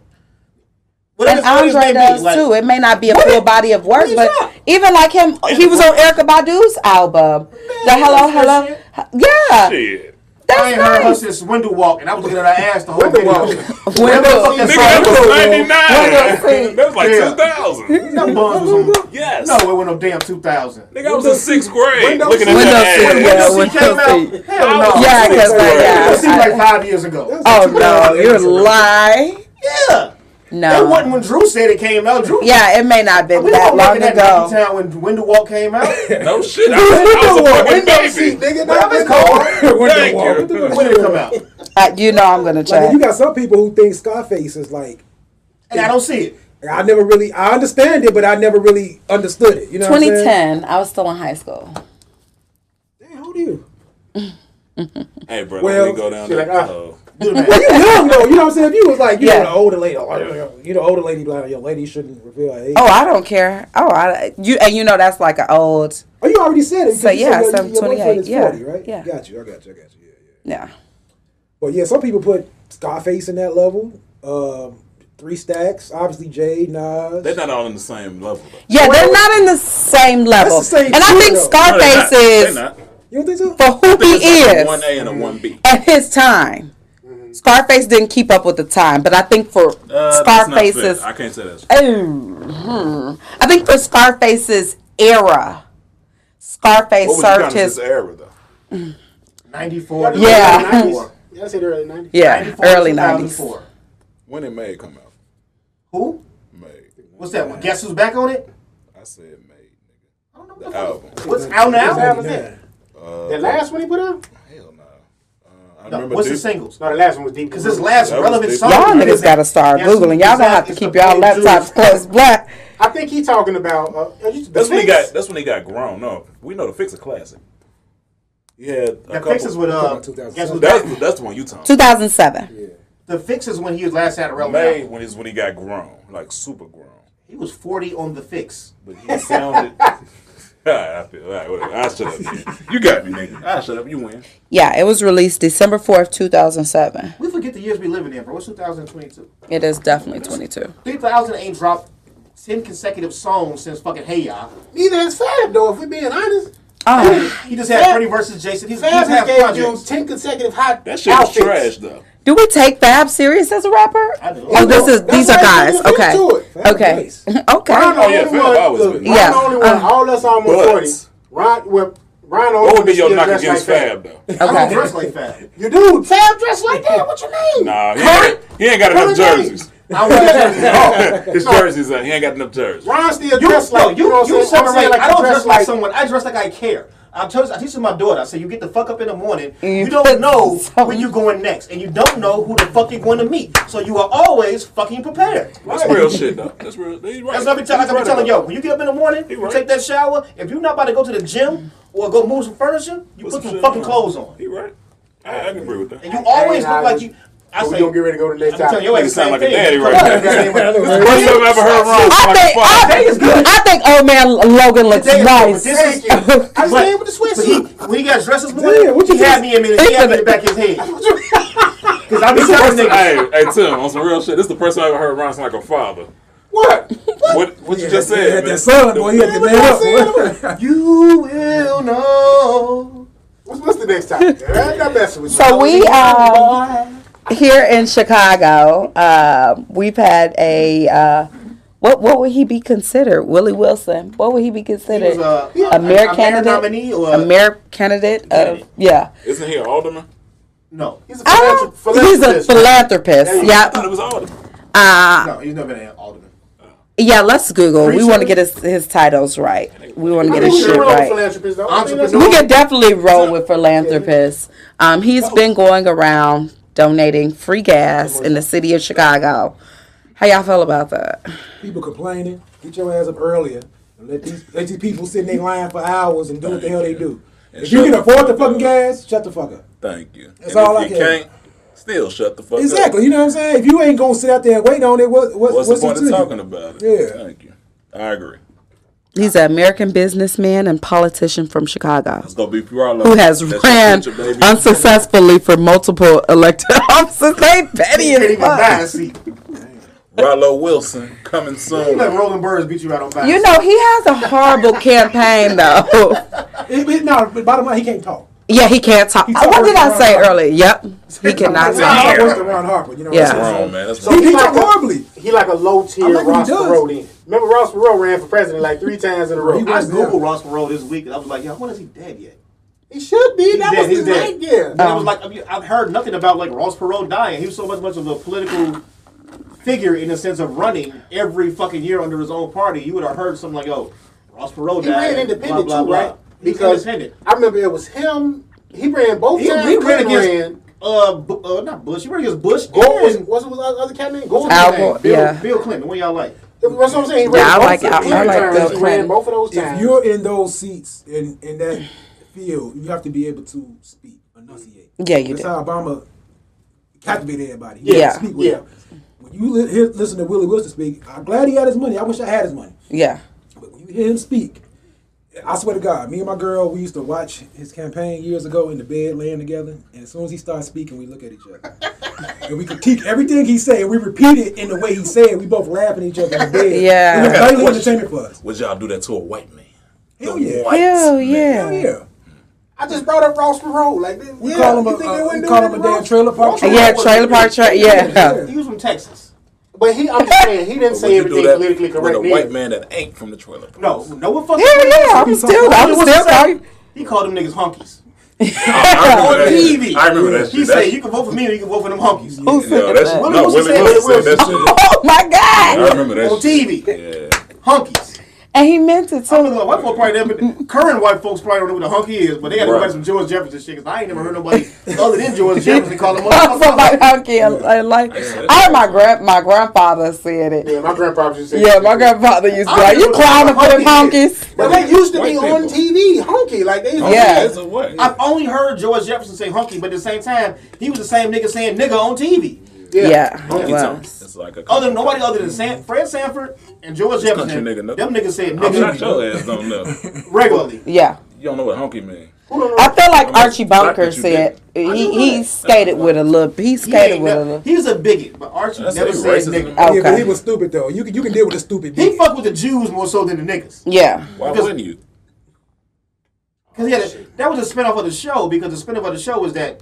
[SPEAKER 6] and
[SPEAKER 7] Whatever his
[SPEAKER 6] Andre
[SPEAKER 7] name
[SPEAKER 6] does
[SPEAKER 7] like-
[SPEAKER 6] too. It may not be a full body of work,
[SPEAKER 7] he's
[SPEAKER 6] but
[SPEAKER 7] not.
[SPEAKER 6] even like him, he was on Erica Badu's album. the Hello,
[SPEAKER 7] that's
[SPEAKER 6] Hello,
[SPEAKER 7] shit.
[SPEAKER 6] yeah,
[SPEAKER 4] Shit.
[SPEAKER 7] I ain't
[SPEAKER 6] that's
[SPEAKER 7] heard her
[SPEAKER 4] [LAUGHS]
[SPEAKER 6] nice.
[SPEAKER 7] since window walk, and I was looking at her ass the whole video.
[SPEAKER 6] Window-
[SPEAKER 7] Whatever the fuck that
[SPEAKER 4] Nigga, that
[SPEAKER 7] song was.
[SPEAKER 4] was
[SPEAKER 6] Wait, wait,
[SPEAKER 4] '99. That was like
[SPEAKER 7] Yeah.
[SPEAKER 6] [LAUGHS]
[SPEAKER 4] 2000.
[SPEAKER 7] Them buns was on.
[SPEAKER 4] Yes.
[SPEAKER 7] No, it went no damn 2000.
[SPEAKER 4] Nigga, I was in sixth grade
[SPEAKER 3] Windows-
[SPEAKER 4] looking at
[SPEAKER 6] Windows
[SPEAKER 4] that
[SPEAKER 6] seat,
[SPEAKER 4] ass.
[SPEAKER 6] yeah,
[SPEAKER 7] When she
[SPEAKER 6] Windows
[SPEAKER 7] came
[SPEAKER 6] seat.
[SPEAKER 7] out, hell no.
[SPEAKER 6] Yeah, because like
[SPEAKER 4] Sixth grade.
[SPEAKER 6] yeah,
[SPEAKER 7] It seemed like
[SPEAKER 6] I-
[SPEAKER 7] five years ago.
[SPEAKER 6] oh no, you're lying.
[SPEAKER 7] Yeah.
[SPEAKER 6] No,
[SPEAKER 7] That wasn't when Drew said it came out. Drew
[SPEAKER 6] Um, yeah, it may not have been
[SPEAKER 7] We
[SPEAKER 6] that
[SPEAKER 7] were
[SPEAKER 6] long
[SPEAKER 7] walking at Nike
[SPEAKER 6] ago.
[SPEAKER 7] Town when Window Walk came out.
[SPEAKER 4] No shit. I was, I was a fucking
[SPEAKER 3] Seat,
[SPEAKER 4] baby.
[SPEAKER 3] nigga,
[SPEAKER 7] Whatever
[SPEAKER 3] that
[SPEAKER 7] it's
[SPEAKER 6] [LAUGHS]
[SPEAKER 7] called.
[SPEAKER 4] Thank you.
[SPEAKER 7] When did it come out?
[SPEAKER 6] Uh, you know, I'm gonna
[SPEAKER 8] Like,
[SPEAKER 6] check.
[SPEAKER 8] you got some people who think Scarface is like.
[SPEAKER 7] And I don't see it.
[SPEAKER 8] I never really, I understand it, but I never really understood it. You know, what I'm saying?
[SPEAKER 6] 2010. I was still in high school.
[SPEAKER 8] Damn, how old are you?
[SPEAKER 4] Hey, bro,
[SPEAKER 8] Well,
[SPEAKER 4] we go down
[SPEAKER 3] she
[SPEAKER 4] there.
[SPEAKER 3] like, ah.
[SPEAKER 4] uh,
[SPEAKER 7] Do the
[SPEAKER 8] Well,
[SPEAKER 7] math.
[SPEAKER 8] you young though. You know what I'm saying? If you was like, you
[SPEAKER 6] Yeah.
[SPEAKER 8] know, the older lady, oh, you the older lady, like, your lady shouldn't reveal her age.
[SPEAKER 6] Oh, I don't care. Oh, I you and you know that's like an old
[SPEAKER 8] Oh, you already said it. because
[SPEAKER 6] So,
[SPEAKER 8] you said
[SPEAKER 6] yeah,
[SPEAKER 8] your-
[SPEAKER 6] so I'm
[SPEAKER 8] your boyfriend
[SPEAKER 6] 28,
[SPEAKER 8] is
[SPEAKER 6] yeah,
[SPEAKER 8] 40, right?
[SPEAKER 6] yeah.
[SPEAKER 8] Got you. I got you. I got you. Yeah, yeah.
[SPEAKER 6] yeah.
[SPEAKER 8] But yeah, some people put Scarface in that level. Um, three stacks, obviously Jade, Nas.
[SPEAKER 4] they're not all in the same level. Though.
[SPEAKER 6] Yeah, they're not in the same level.
[SPEAKER 8] That's the same
[SPEAKER 6] and I
[SPEAKER 8] crew,
[SPEAKER 6] think
[SPEAKER 8] though.
[SPEAKER 4] No, they're not.
[SPEAKER 6] Scarface
[SPEAKER 4] They're
[SPEAKER 6] is
[SPEAKER 4] not.
[SPEAKER 8] you don't think so?
[SPEAKER 6] for who he
[SPEAKER 4] It's like a
[SPEAKER 6] is
[SPEAKER 4] one A and a one B.
[SPEAKER 6] at his time.
[SPEAKER 8] Mm-hmm.
[SPEAKER 6] Scarface didn't keep up with the time, but I think for
[SPEAKER 4] Uh, that's not fair.
[SPEAKER 6] Scarface's
[SPEAKER 4] I can't say that's
[SPEAKER 6] Oh, hmm. I think for Scarface's era, Scarface
[SPEAKER 4] What would you count
[SPEAKER 6] served
[SPEAKER 4] as
[SPEAKER 6] his
[SPEAKER 4] era though?
[SPEAKER 7] 94.
[SPEAKER 6] Yeah.
[SPEAKER 7] 94.
[SPEAKER 3] Yeah, I said early nineties.
[SPEAKER 6] yeah
[SPEAKER 7] 94,
[SPEAKER 6] early 90s.
[SPEAKER 7] 2004.
[SPEAKER 4] When did May come out?
[SPEAKER 7] Who?
[SPEAKER 4] May.
[SPEAKER 7] What's that one? Guess who's back on it?
[SPEAKER 4] I said May, nigga.
[SPEAKER 7] I don't know
[SPEAKER 4] The
[SPEAKER 7] what the
[SPEAKER 4] album.
[SPEAKER 7] fuck. What's out now?
[SPEAKER 3] That last one he put out?
[SPEAKER 4] Hell no. Uh, I
[SPEAKER 7] No,
[SPEAKER 4] remember
[SPEAKER 7] what's the
[SPEAKER 4] this.
[SPEAKER 7] singles?
[SPEAKER 3] No, the last one was deep.
[SPEAKER 7] Because his last
[SPEAKER 4] That was
[SPEAKER 7] relevant
[SPEAKER 4] big.
[SPEAKER 7] song.
[SPEAKER 6] Y'all
[SPEAKER 7] is
[SPEAKER 6] niggas
[SPEAKER 7] that-
[SPEAKER 6] gotta start
[SPEAKER 7] Guess
[SPEAKER 6] googling.
[SPEAKER 7] Who's
[SPEAKER 6] Y'all gonna
[SPEAKER 7] Out
[SPEAKER 6] have to
[SPEAKER 7] is
[SPEAKER 6] keep
[SPEAKER 7] the
[SPEAKER 6] y'all
[SPEAKER 7] big dude.
[SPEAKER 6] laptops closed black.
[SPEAKER 3] I think he talking about. Uh,
[SPEAKER 4] That's when he got. That's when he got grown up. We know the fix a classic. Yeah,
[SPEAKER 7] The fix is with uh, guess who's
[SPEAKER 4] That's
[SPEAKER 7] back?
[SPEAKER 4] the, that's the one you talking.
[SPEAKER 6] 2007.
[SPEAKER 7] The fix is when he was last had a
[SPEAKER 4] about.
[SPEAKER 7] relevant.
[SPEAKER 4] May
[SPEAKER 7] album.
[SPEAKER 4] when is when he got grown, like super grown.
[SPEAKER 7] He was 40 on the fix.
[SPEAKER 4] But he sounded. [LAUGHS] All right, I feel. All right, whatever. I shut up. Then. You got me, nigga. I shut up. You win.
[SPEAKER 6] Yeah, it was released December 4th, 2007.
[SPEAKER 7] We forget the years we living in, bro. It's 2022.
[SPEAKER 6] It is definitely 22.
[SPEAKER 7] 3000 ain't dropped 10 consecutive songs since fucking Hey Ya.
[SPEAKER 3] neither has Fab though. If we being honest,
[SPEAKER 6] Oh,
[SPEAKER 7] He just had Freddie versus Jason. He's, he's
[SPEAKER 5] Fab
[SPEAKER 7] had
[SPEAKER 5] gave you
[SPEAKER 7] projects.
[SPEAKER 5] ten consecutive hot
[SPEAKER 4] That shit was
[SPEAKER 5] outfits.
[SPEAKER 4] trash though.
[SPEAKER 6] do we take Fab serious as a rapper?
[SPEAKER 7] I do.
[SPEAKER 6] Oh, this is these are guys. Okay, okay, [LAUGHS] okay.
[SPEAKER 4] Oh yeah, Fab always
[SPEAKER 5] look,
[SPEAKER 4] been.
[SPEAKER 6] Yeah.
[SPEAKER 5] Ron the only one.
[SPEAKER 6] uh,
[SPEAKER 5] all us almost
[SPEAKER 4] but-
[SPEAKER 5] forty. Ron, well, Ron
[SPEAKER 4] What
[SPEAKER 5] only
[SPEAKER 4] would be
[SPEAKER 5] still
[SPEAKER 4] your knock
[SPEAKER 5] dressed
[SPEAKER 4] against
[SPEAKER 5] like
[SPEAKER 4] Fab though?
[SPEAKER 7] I don't
[SPEAKER 6] Okay.
[SPEAKER 7] dress like Fab.
[SPEAKER 5] You do. Fab dressed like that. What you mean?
[SPEAKER 4] Nah, he ain't, he ain't got
[SPEAKER 7] [LAUGHS]
[SPEAKER 4] enough jerseys.
[SPEAKER 7] I wear jerseys.
[SPEAKER 4] [LAUGHS] His jerseys, uh, he ain't got enough jerseys.
[SPEAKER 5] Ron still
[SPEAKER 7] You,
[SPEAKER 5] dressed
[SPEAKER 7] no,
[SPEAKER 5] like You know
[SPEAKER 7] you,
[SPEAKER 5] what I'm
[SPEAKER 7] you
[SPEAKER 5] saying? I'm saying
[SPEAKER 7] separate.
[SPEAKER 5] like
[SPEAKER 7] I don't
[SPEAKER 5] dress
[SPEAKER 7] dress like someone. I dress like I care. I tell, I teach my daughter. I say, you get the fuck up in the morning.
[SPEAKER 6] You
[SPEAKER 7] You don't
[SPEAKER 6] [LAUGHS] put
[SPEAKER 7] know
[SPEAKER 6] some-
[SPEAKER 7] when you're going next, and you don't know who the fuck you're going to meet. So you are always fucking prepared.
[SPEAKER 4] That's real shit though. That's real. He's right.
[SPEAKER 7] That's what I be telling.
[SPEAKER 4] He's
[SPEAKER 7] Like I be
[SPEAKER 4] right
[SPEAKER 7] telling
[SPEAKER 4] about
[SPEAKER 7] yo, when you get up in the morning,
[SPEAKER 4] He
[SPEAKER 7] you
[SPEAKER 4] right.
[SPEAKER 7] take that shower. If you're not about to go to the gym or go move some furniture, you
[SPEAKER 4] that.
[SPEAKER 7] put, some
[SPEAKER 4] shit
[SPEAKER 7] fucking
[SPEAKER 4] on.
[SPEAKER 7] clothes on,
[SPEAKER 4] He right. I, I can agree with that.
[SPEAKER 7] and you always
[SPEAKER 5] Hey,
[SPEAKER 7] look like
[SPEAKER 5] Howard.
[SPEAKER 7] you. I
[SPEAKER 5] We
[SPEAKER 7] say,
[SPEAKER 5] gonna get ready to go to the next
[SPEAKER 7] I'm telling
[SPEAKER 5] topic.
[SPEAKER 7] you,
[SPEAKER 4] Nigga
[SPEAKER 7] it's
[SPEAKER 4] sound
[SPEAKER 7] same
[SPEAKER 4] like a
[SPEAKER 7] thing.
[SPEAKER 4] daddy right now. [LAUGHS] First time I ever heard Ron
[SPEAKER 6] I
[SPEAKER 4] sound like a
[SPEAKER 6] think
[SPEAKER 4] father.
[SPEAKER 6] I, I think old man Logan looks
[SPEAKER 7] Today is good,
[SPEAKER 6] nice.
[SPEAKER 7] but this is-
[SPEAKER 5] I just came with the
[SPEAKER 7] But
[SPEAKER 5] sweatsuit.
[SPEAKER 7] he, when he got dressed this morning,
[SPEAKER 8] Damn, what you
[SPEAKER 7] he had
[SPEAKER 8] just-
[SPEAKER 7] me in it. He had me in the back of his head. [LAUGHS] Because I be
[SPEAKER 4] This is the
[SPEAKER 7] telling
[SPEAKER 4] first
[SPEAKER 7] niggas.
[SPEAKER 4] time- Hey, hey Tim, on some real shit. This is the first time I ever heard Ron sound like a father.
[SPEAKER 5] What?
[SPEAKER 4] What what you just said?
[SPEAKER 8] Had
[SPEAKER 4] man?
[SPEAKER 8] that son, boy. He had to man up. [LAUGHS]
[SPEAKER 7] You will know.
[SPEAKER 5] What's, what's the next topic? I ain't not messing with you.
[SPEAKER 6] So we um, here in Chicago, uh, we've had a uh, what what would he be considered? Willie Wilson. What would he be considered?
[SPEAKER 7] He was, uh,
[SPEAKER 6] a,
[SPEAKER 7] a- a
[SPEAKER 6] mayor
[SPEAKER 7] mayor
[SPEAKER 6] candidate.
[SPEAKER 7] nominee or-
[SPEAKER 6] a mayor candidate of yeah.
[SPEAKER 4] Isn't he an alderman?
[SPEAKER 7] No, he's
[SPEAKER 5] He's a
[SPEAKER 6] Uh,
[SPEAKER 5] philanthropist.
[SPEAKER 6] he's a philanthropist.
[SPEAKER 4] I
[SPEAKER 6] Yeah,
[SPEAKER 4] thought it was alderman.
[SPEAKER 7] no, he's never been an alderman.
[SPEAKER 6] yeah. Let's Google. We
[SPEAKER 7] Pretty
[SPEAKER 6] want to
[SPEAKER 7] sure-
[SPEAKER 6] get his his titles right. We want to get
[SPEAKER 5] I
[SPEAKER 6] his
[SPEAKER 5] think
[SPEAKER 6] shit
[SPEAKER 5] we're all
[SPEAKER 6] right.
[SPEAKER 5] philanthropists, though. I think that's-
[SPEAKER 6] We can definitely roll with philanthropists. Um, he's been going around donating free gas in the city of Chicago. How y'all feel about that?
[SPEAKER 8] People complaining. Get your ass up earlier. And let these let these people sit in their line for hours and do what the hell they do. If you
[SPEAKER 4] shut
[SPEAKER 8] can
[SPEAKER 4] the
[SPEAKER 8] afford the
[SPEAKER 4] fuck
[SPEAKER 8] fucking
[SPEAKER 4] up.
[SPEAKER 8] gas, shut the fuck up.
[SPEAKER 4] Thank you. That's
[SPEAKER 8] all I can-
[SPEAKER 4] still shut the fuck
[SPEAKER 8] Exactly. You know what I'm saying? If you ain't gonna sit out there and wait on it, what, what
[SPEAKER 4] What's,
[SPEAKER 8] what's,
[SPEAKER 4] the point
[SPEAKER 8] it to
[SPEAKER 4] of
[SPEAKER 8] you?
[SPEAKER 4] talking about it?
[SPEAKER 8] Yeah.
[SPEAKER 4] Thank you. I agree.
[SPEAKER 6] He's an American businessman and politician from Chicago
[SPEAKER 4] It's gonna be pure love.
[SPEAKER 6] who has
[SPEAKER 4] That's your
[SPEAKER 6] ran
[SPEAKER 4] future,
[SPEAKER 6] [LAUGHS]
[SPEAKER 4] baby.
[SPEAKER 6] unsuccessfully for multiple elected [LAUGHS] offices. They petty
[SPEAKER 7] He can't
[SPEAKER 6] as
[SPEAKER 7] even buy
[SPEAKER 6] fuck.
[SPEAKER 7] a seat. You
[SPEAKER 4] Rallo Wilson coming soon.
[SPEAKER 7] let Rolling Birds beat you out on back.
[SPEAKER 6] You know, he has a horrible campaign, though.
[SPEAKER 8] It, it, no, but bottom line, he can't talk.
[SPEAKER 6] Yeah, he can't talk.
[SPEAKER 8] talk
[SPEAKER 6] What did I
[SPEAKER 8] around
[SPEAKER 6] say
[SPEAKER 8] like-
[SPEAKER 6] earlier? Yep, he cannot
[SPEAKER 8] Ron
[SPEAKER 6] talk.
[SPEAKER 8] Harper was the Ron Harper. You know
[SPEAKER 6] Yeah.
[SPEAKER 8] what I'm
[SPEAKER 4] Wrong,
[SPEAKER 8] saying?
[SPEAKER 4] man. That's
[SPEAKER 8] He
[SPEAKER 4] wrong.
[SPEAKER 8] talked horribly.
[SPEAKER 5] He like a low
[SPEAKER 8] I
[SPEAKER 5] tier
[SPEAKER 8] like what he
[SPEAKER 5] Ross
[SPEAKER 8] does.
[SPEAKER 5] Perot. then. Remember Ross Perot ran for president like three times in a row.
[SPEAKER 8] He
[SPEAKER 7] I
[SPEAKER 8] was-
[SPEAKER 7] googled Ross Perot this week, and I was like, yo, when is he dead yet?
[SPEAKER 5] He should be.
[SPEAKER 7] He's
[SPEAKER 5] that
[SPEAKER 7] dead,
[SPEAKER 5] was
[SPEAKER 7] he's
[SPEAKER 5] his
[SPEAKER 7] dead.
[SPEAKER 5] name. Yeah.
[SPEAKER 7] And I
[SPEAKER 6] Um,
[SPEAKER 7] was like, I mean, I've heard nothing about like Ross Perot dying. He was so much much of a political figure in the sense of running every fucking year under his own party. You would have heard something like, "Oh, Ross Perot
[SPEAKER 5] He
[SPEAKER 7] died."
[SPEAKER 5] ran independent
[SPEAKER 7] blah, blah,
[SPEAKER 5] too,
[SPEAKER 7] blah.
[SPEAKER 5] right?
[SPEAKER 7] He's
[SPEAKER 5] Because
[SPEAKER 7] independent.
[SPEAKER 5] I remember it was him. He ran both
[SPEAKER 7] He,
[SPEAKER 5] times.
[SPEAKER 7] he ran
[SPEAKER 5] Clinton
[SPEAKER 7] against
[SPEAKER 5] ran.
[SPEAKER 7] uh, Bu- uh, not Bush. He ran against Bush.
[SPEAKER 5] Gore was
[SPEAKER 7] and
[SPEAKER 5] what's his other cat name? Gore.
[SPEAKER 6] Al
[SPEAKER 5] name.
[SPEAKER 6] Gore.
[SPEAKER 7] Bill,
[SPEAKER 6] Yeah.
[SPEAKER 7] Bill Clinton. What y'all like?
[SPEAKER 5] That's what I'm saying. He
[SPEAKER 6] Yeah,
[SPEAKER 5] ran
[SPEAKER 6] I
[SPEAKER 5] both
[SPEAKER 6] like-
[SPEAKER 5] of
[SPEAKER 6] I-
[SPEAKER 5] those
[SPEAKER 6] I like
[SPEAKER 5] times.
[SPEAKER 6] Bill
[SPEAKER 5] He
[SPEAKER 6] Clinton.
[SPEAKER 5] ran both of those
[SPEAKER 8] If
[SPEAKER 5] times.
[SPEAKER 8] you're in those seats in in that field, you have to be able to speak, enunciate.
[SPEAKER 6] Yeah, you
[SPEAKER 8] That's
[SPEAKER 6] do.
[SPEAKER 8] how Obama captivated everybody. He
[SPEAKER 6] Yeah.
[SPEAKER 8] had to Speak with
[SPEAKER 5] Yeah.
[SPEAKER 8] him. When you li- hear, listen to Willie Wilson speak, I'm glad he had his money. I wish I had his money.
[SPEAKER 6] Yeah,
[SPEAKER 8] But when you hear him speak, I swear to God, me and my girl, we used to watch his campaign years ago in the bed laying together. And as soon as he starts speaking, we look at each [LAUGHS] other. and we critique everything he said. We repeat it in the way he said. We both laugh at each other in the bed.
[SPEAKER 6] Yeah.
[SPEAKER 8] It was daily entertainment for us.
[SPEAKER 4] Would y'all do that to a white man?
[SPEAKER 8] Hell yeah.
[SPEAKER 6] hell
[SPEAKER 8] Hell
[SPEAKER 6] yeah.
[SPEAKER 8] yeah.
[SPEAKER 5] I just brought up Ross Perot. Like this,
[SPEAKER 8] We call him a, uh, we call him a damn trailer park.
[SPEAKER 6] Yeah, trailer park, tra- yeah.
[SPEAKER 7] He was from Texas.
[SPEAKER 5] But he, I'm just saying, he didn't
[SPEAKER 4] Would
[SPEAKER 5] say
[SPEAKER 4] you do
[SPEAKER 5] everything
[SPEAKER 4] that
[SPEAKER 5] politically
[SPEAKER 4] with
[SPEAKER 5] correct.
[SPEAKER 4] a
[SPEAKER 5] either.
[SPEAKER 4] white man that ain't from the trailer? park?
[SPEAKER 7] No, no one fucking.
[SPEAKER 6] Hell yeah, I'm still, I'm
[SPEAKER 7] What's
[SPEAKER 6] still
[SPEAKER 7] he say?
[SPEAKER 6] talking.
[SPEAKER 7] He called them niggas honkies.
[SPEAKER 4] I
[SPEAKER 7] On
[SPEAKER 4] remember that shit.
[SPEAKER 7] TV.
[SPEAKER 4] I remember that
[SPEAKER 7] He
[SPEAKER 4] shit.
[SPEAKER 7] said,
[SPEAKER 4] [LAUGHS]
[SPEAKER 7] "You can vote for me, or you can vote for them honkies."
[SPEAKER 6] Who said
[SPEAKER 4] No, that's
[SPEAKER 6] that? [LAUGHS]
[SPEAKER 4] no, Willie
[SPEAKER 7] Wilson said-
[SPEAKER 4] Wilson said that shit.
[SPEAKER 6] Oh my
[SPEAKER 4] I
[SPEAKER 6] god!
[SPEAKER 4] remember that
[SPEAKER 7] on
[SPEAKER 4] shit.
[SPEAKER 7] TV.
[SPEAKER 4] Yeah.
[SPEAKER 7] Hunkies.
[SPEAKER 6] And he meant it
[SPEAKER 7] Some of
[SPEAKER 6] too.
[SPEAKER 7] the white folks probably never, current white folks probably don't know what a hunky is, but they had to
[SPEAKER 4] Right.
[SPEAKER 7] buy some George Jefferson shit because I ain't never heard nobody other than
[SPEAKER 6] [LAUGHS]
[SPEAKER 7] George Jefferson call them
[SPEAKER 6] Somebody
[SPEAKER 7] motherfuckers.
[SPEAKER 6] out here uh, like I heard my grand my grandfather said it.
[SPEAKER 5] Yeah, my grandpa just said.
[SPEAKER 6] Yeah, my grandfather used to be like, "You clowning for them honkies."
[SPEAKER 5] But that used to
[SPEAKER 4] White
[SPEAKER 5] be on
[SPEAKER 4] people.
[SPEAKER 5] TV, honky. Like they.
[SPEAKER 6] Yeah.
[SPEAKER 4] That's a what?
[SPEAKER 7] I've only heard George Jefferson say hunky, but at the same time, he was the same nigga saying nigga on TV.
[SPEAKER 6] Yeah, it
[SPEAKER 4] Honky tonk.
[SPEAKER 6] was.
[SPEAKER 4] It's like a
[SPEAKER 7] Other than nobody other than San, Fred Sanford and George Jefferson,
[SPEAKER 4] country nigga, no.
[SPEAKER 7] them niggas said
[SPEAKER 4] I'm not
[SPEAKER 7] nigga
[SPEAKER 4] your ass don't know. You
[SPEAKER 7] regularly.
[SPEAKER 6] Yeah,
[SPEAKER 4] don't know what honky mean.
[SPEAKER 6] I feel like Archie
[SPEAKER 4] Black
[SPEAKER 6] Bunker
[SPEAKER 4] that you
[SPEAKER 6] said he he
[SPEAKER 7] that.
[SPEAKER 6] skated with a little he
[SPEAKER 7] He, ain't
[SPEAKER 6] skated with a
[SPEAKER 7] never,
[SPEAKER 6] little.
[SPEAKER 7] he was a bigot, but Archie
[SPEAKER 4] That's
[SPEAKER 7] never
[SPEAKER 4] like
[SPEAKER 7] said
[SPEAKER 4] racism.
[SPEAKER 7] nigga.
[SPEAKER 6] Oh.
[SPEAKER 8] Yeah, but
[SPEAKER 6] Okay.
[SPEAKER 8] he was stupid though. You can you can deal with a stupid
[SPEAKER 7] He
[SPEAKER 8] bitch.
[SPEAKER 7] fucked with the Jews more so than the niggas.
[SPEAKER 6] Yeah,
[SPEAKER 4] Why wouldn't you?
[SPEAKER 7] Because yeah, that, that was a spinoff of the show. Because the spinoff of the show was that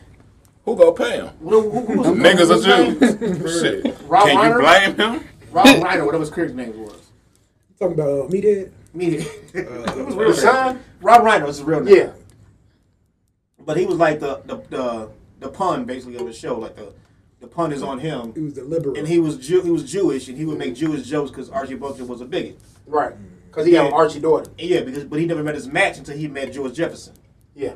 [SPEAKER 4] Who gonna pay him?
[SPEAKER 7] who, who, who was who
[SPEAKER 4] Niggas
[SPEAKER 7] was
[SPEAKER 4] are
[SPEAKER 7] his name?
[SPEAKER 4] Jews. Shit.
[SPEAKER 7] Rob
[SPEAKER 4] Can you
[SPEAKER 7] Reiner?
[SPEAKER 4] blame him?
[SPEAKER 7] Rob Reiner, whatever his character name was.
[SPEAKER 8] Talking about uh, me dead.
[SPEAKER 7] Me. [LAUGHS] it was real Sean. Rob Reiner was his real name.
[SPEAKER 5] Yeah.
[SPEAKER 7] But he was like the the the, the pun basically of the show. Like the the pun is on him.
[SPEAKER 8] He was the liberal.
[SPEAKER 7] and he was Jew, he was Jewish, and he would make Jewish jokes because Archie Bunker was a bigot.
[SPEAKER 5] Right. Because he got an Archie daughter.
[SPEAKER 7] And yeah, because but he never met his match until he met George Jefferson.
[SPEAKER 5] Yeah.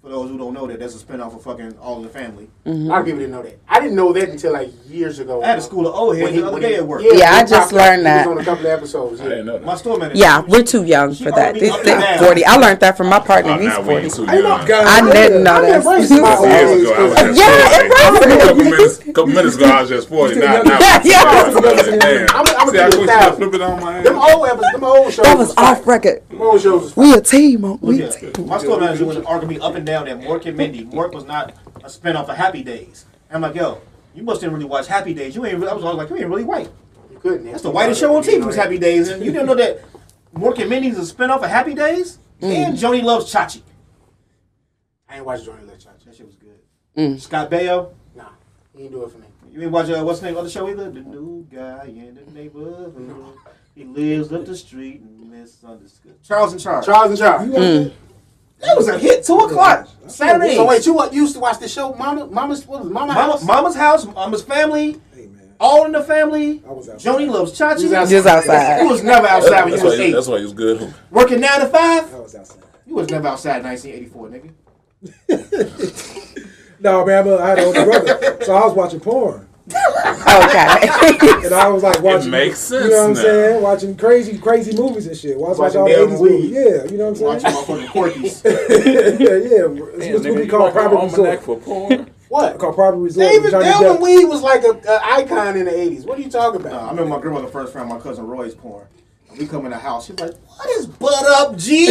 [SPEAKER 7] For those who don't know that, that's a spinoff of fucking All in the Family.
[SPEAKER 5] A lot of people didn't know that. I didn't know that until like years ago.
[SPEAKER 7] I had a school of old heads the other day at work.
[SPEAKER 6] Yeah, I
[SPEAKER 5] he
[SPEAKER 6] just
[SPEAKER 5] popped up.
[SPEAKER 6] learned
[SPEAKER 5] He
[SPEAKER 6] that.
[SPEAKER 5] Was on a couple of episodes.
[SPEAKER 4] I
[SPEAKER 5] Yeah.
[SPEAKER 4] didn't know that.
[SPEAKER 7] My store manager.
[SPEAKER 6] Yeah, we're too young for that. This thing, forty. I learned that from my partner.
[SPEAKER 4] Oh,
[SPEAKER 6] He's
[SPEAKER 4] now we ain't
[SPEAKER 6] forty.
[SPEAKER 4] too young.
[SPEAKER 8] God,
[SPEAKER 6] I didn't know
[SPEAKER 3] I
[SPEAKER 6] that.
[SPEAKER 3] didn't raise my own
[SPEAKER 4] Years
[SPEAKER 3] age.
[SPEAKER 4] ago, I was
[SPEAKER 3] 'cause
[SPEAKER 4] at
[SPEAKER 6] Yeah, it
[SPEAKER 4] 40.
[SPEAKER 6] was.
[SPEAKER 4] couple minutes, couple minutes ago, I was just 40. Now, now
[SPEAKER 6] Yeah, yeah.
[SPEAKER 4] I'm
[SPEAKER 3] I'm gonna-
[SPEAKER 4] just damn.
[SPEAKER 3] I'm gonna
[SPEAKER 4] See, I
[SPEAKER 3] do a
[SPEAKER 4] quit
[SPEAKER 3] thousand.
[SPEAKER 4] flipping on my
[SPEAKER 3] Them
[SPEAKER 4] ass.
[SPEAKER 3] old episodes, them old shows.
[SPEAKER 6] That was off record.
[SPEAKER 3] Them old shows was
[SPEAKER 6] We a team. aren't We.
[SPEAKER 7] Yeah. My store manager was arguing me up and down that Mork and Mindy. Mork was not a spinoff of Happy Days. And I'm like, yo, you must didn't really watch Happy Days. You ain't. Really, I was always like, you ain't really white.
[SPEAKER 3] you couldn't.
[SPEAKER 7] That's the whitest show on TV was Happy Days, and you didn't know that Mork and Mindy's a spinoff of Happy Days. And Joni loves Chachi.
[SPEAKER 3] I ain't watched Johnny Lechach.
[SPEAKER 7] That shit was good. Scott Baio.
[SPEAKER 3] Nah, he didn't do it for me.
[SPEAKER 7] You ain't watch uh, what's the name of the show either? The new guy in the neighborhood. He lives up the street and misunderstood. Charles and Charles.
[SPEAKER 3] Charles and Charles.
[SPEAKER 7] That was a hit. Two o'clock Saturday.
[SPEAKER 3] So wait, you wa- used to watch the show, Mama? Mama's what was it, Mama?
[SPEAKER 7] Mama,
[SPEAKER 3] House?
[SPEAKER 7] Mama's house, Mama's family, all in the family.
[SPEAKER 8] was outside.
[SPEAKER 7] Joni loves Chachi.
[SPEAKER 6] Just
[SPEAKER 7] You
[SPEAKER 6] outside.
[SPEAKER 7] was never outside when
[SPEAKER 4] That's
[SPEAKER 7] you
[SPEAKER 4] why
[SPEAKER 7] was
[SPEAKER 4] you-
[SPEAKER 7] eight.
[SPEAKER 4] That's why he was good. Who?
[SPEAKER 7] Working nine to five.
[SPEAKER 8] I was outside.
[SPEAKER 7] You was never outside in 1984, nigga.
[SPEAKER 8] No, man, but I had an older brother, so I was watching porn,
[SPEAKER 6] Okay.
[SPEAKER 8] and I was like watching.
[SPEAKER 4] It makes sense
[SPEAKER 8] You know what I'm
[SPEAKER 4] now.
[SPEAKER 8] saying? Watching crazy, crazy movies and shit. Watch, watch
[SPEAKER 3] Watching
[SPEAKER 8] all the
[SPEAKER 3] Delvin
[SPEAKER 8] 80s
[SPEAKER 3] Weed.
[SPEAKER 8] movies. Yeah, you know what I'm
[SPEAKER 7] Watching
[SPEAKER 8] saying?
[SPEAKER 7] motherfucking [LAUGHS] Corky's.
[SPEAKER 8] [LAUGHS] yeah, yeah. It's this movie called Private
[SPEAKER 4] Almanac
[SPEAKER 8] Resort.
[SPEAKER 4] for [LAUGHS] porn.
[SPEAKER 3] What?
[SPEAKER 8] Called Private Resort. with
[SPEAKER 3] David
[SPEAKER 8] Johnny
[SPEAKER 3] Delvin
[SPEAKER 8] Depp.
[SPEAKER 3] Weed was like an icon in the 80s. What are you talking
[SPEAKER 7] Uh, I
[SPEAKER 3] about?
[SPEAKER 7] remember my grandmother first found my cousin Roy's porn. And we come in the house. She's [LAUGHS] like, "What is butt up, G?"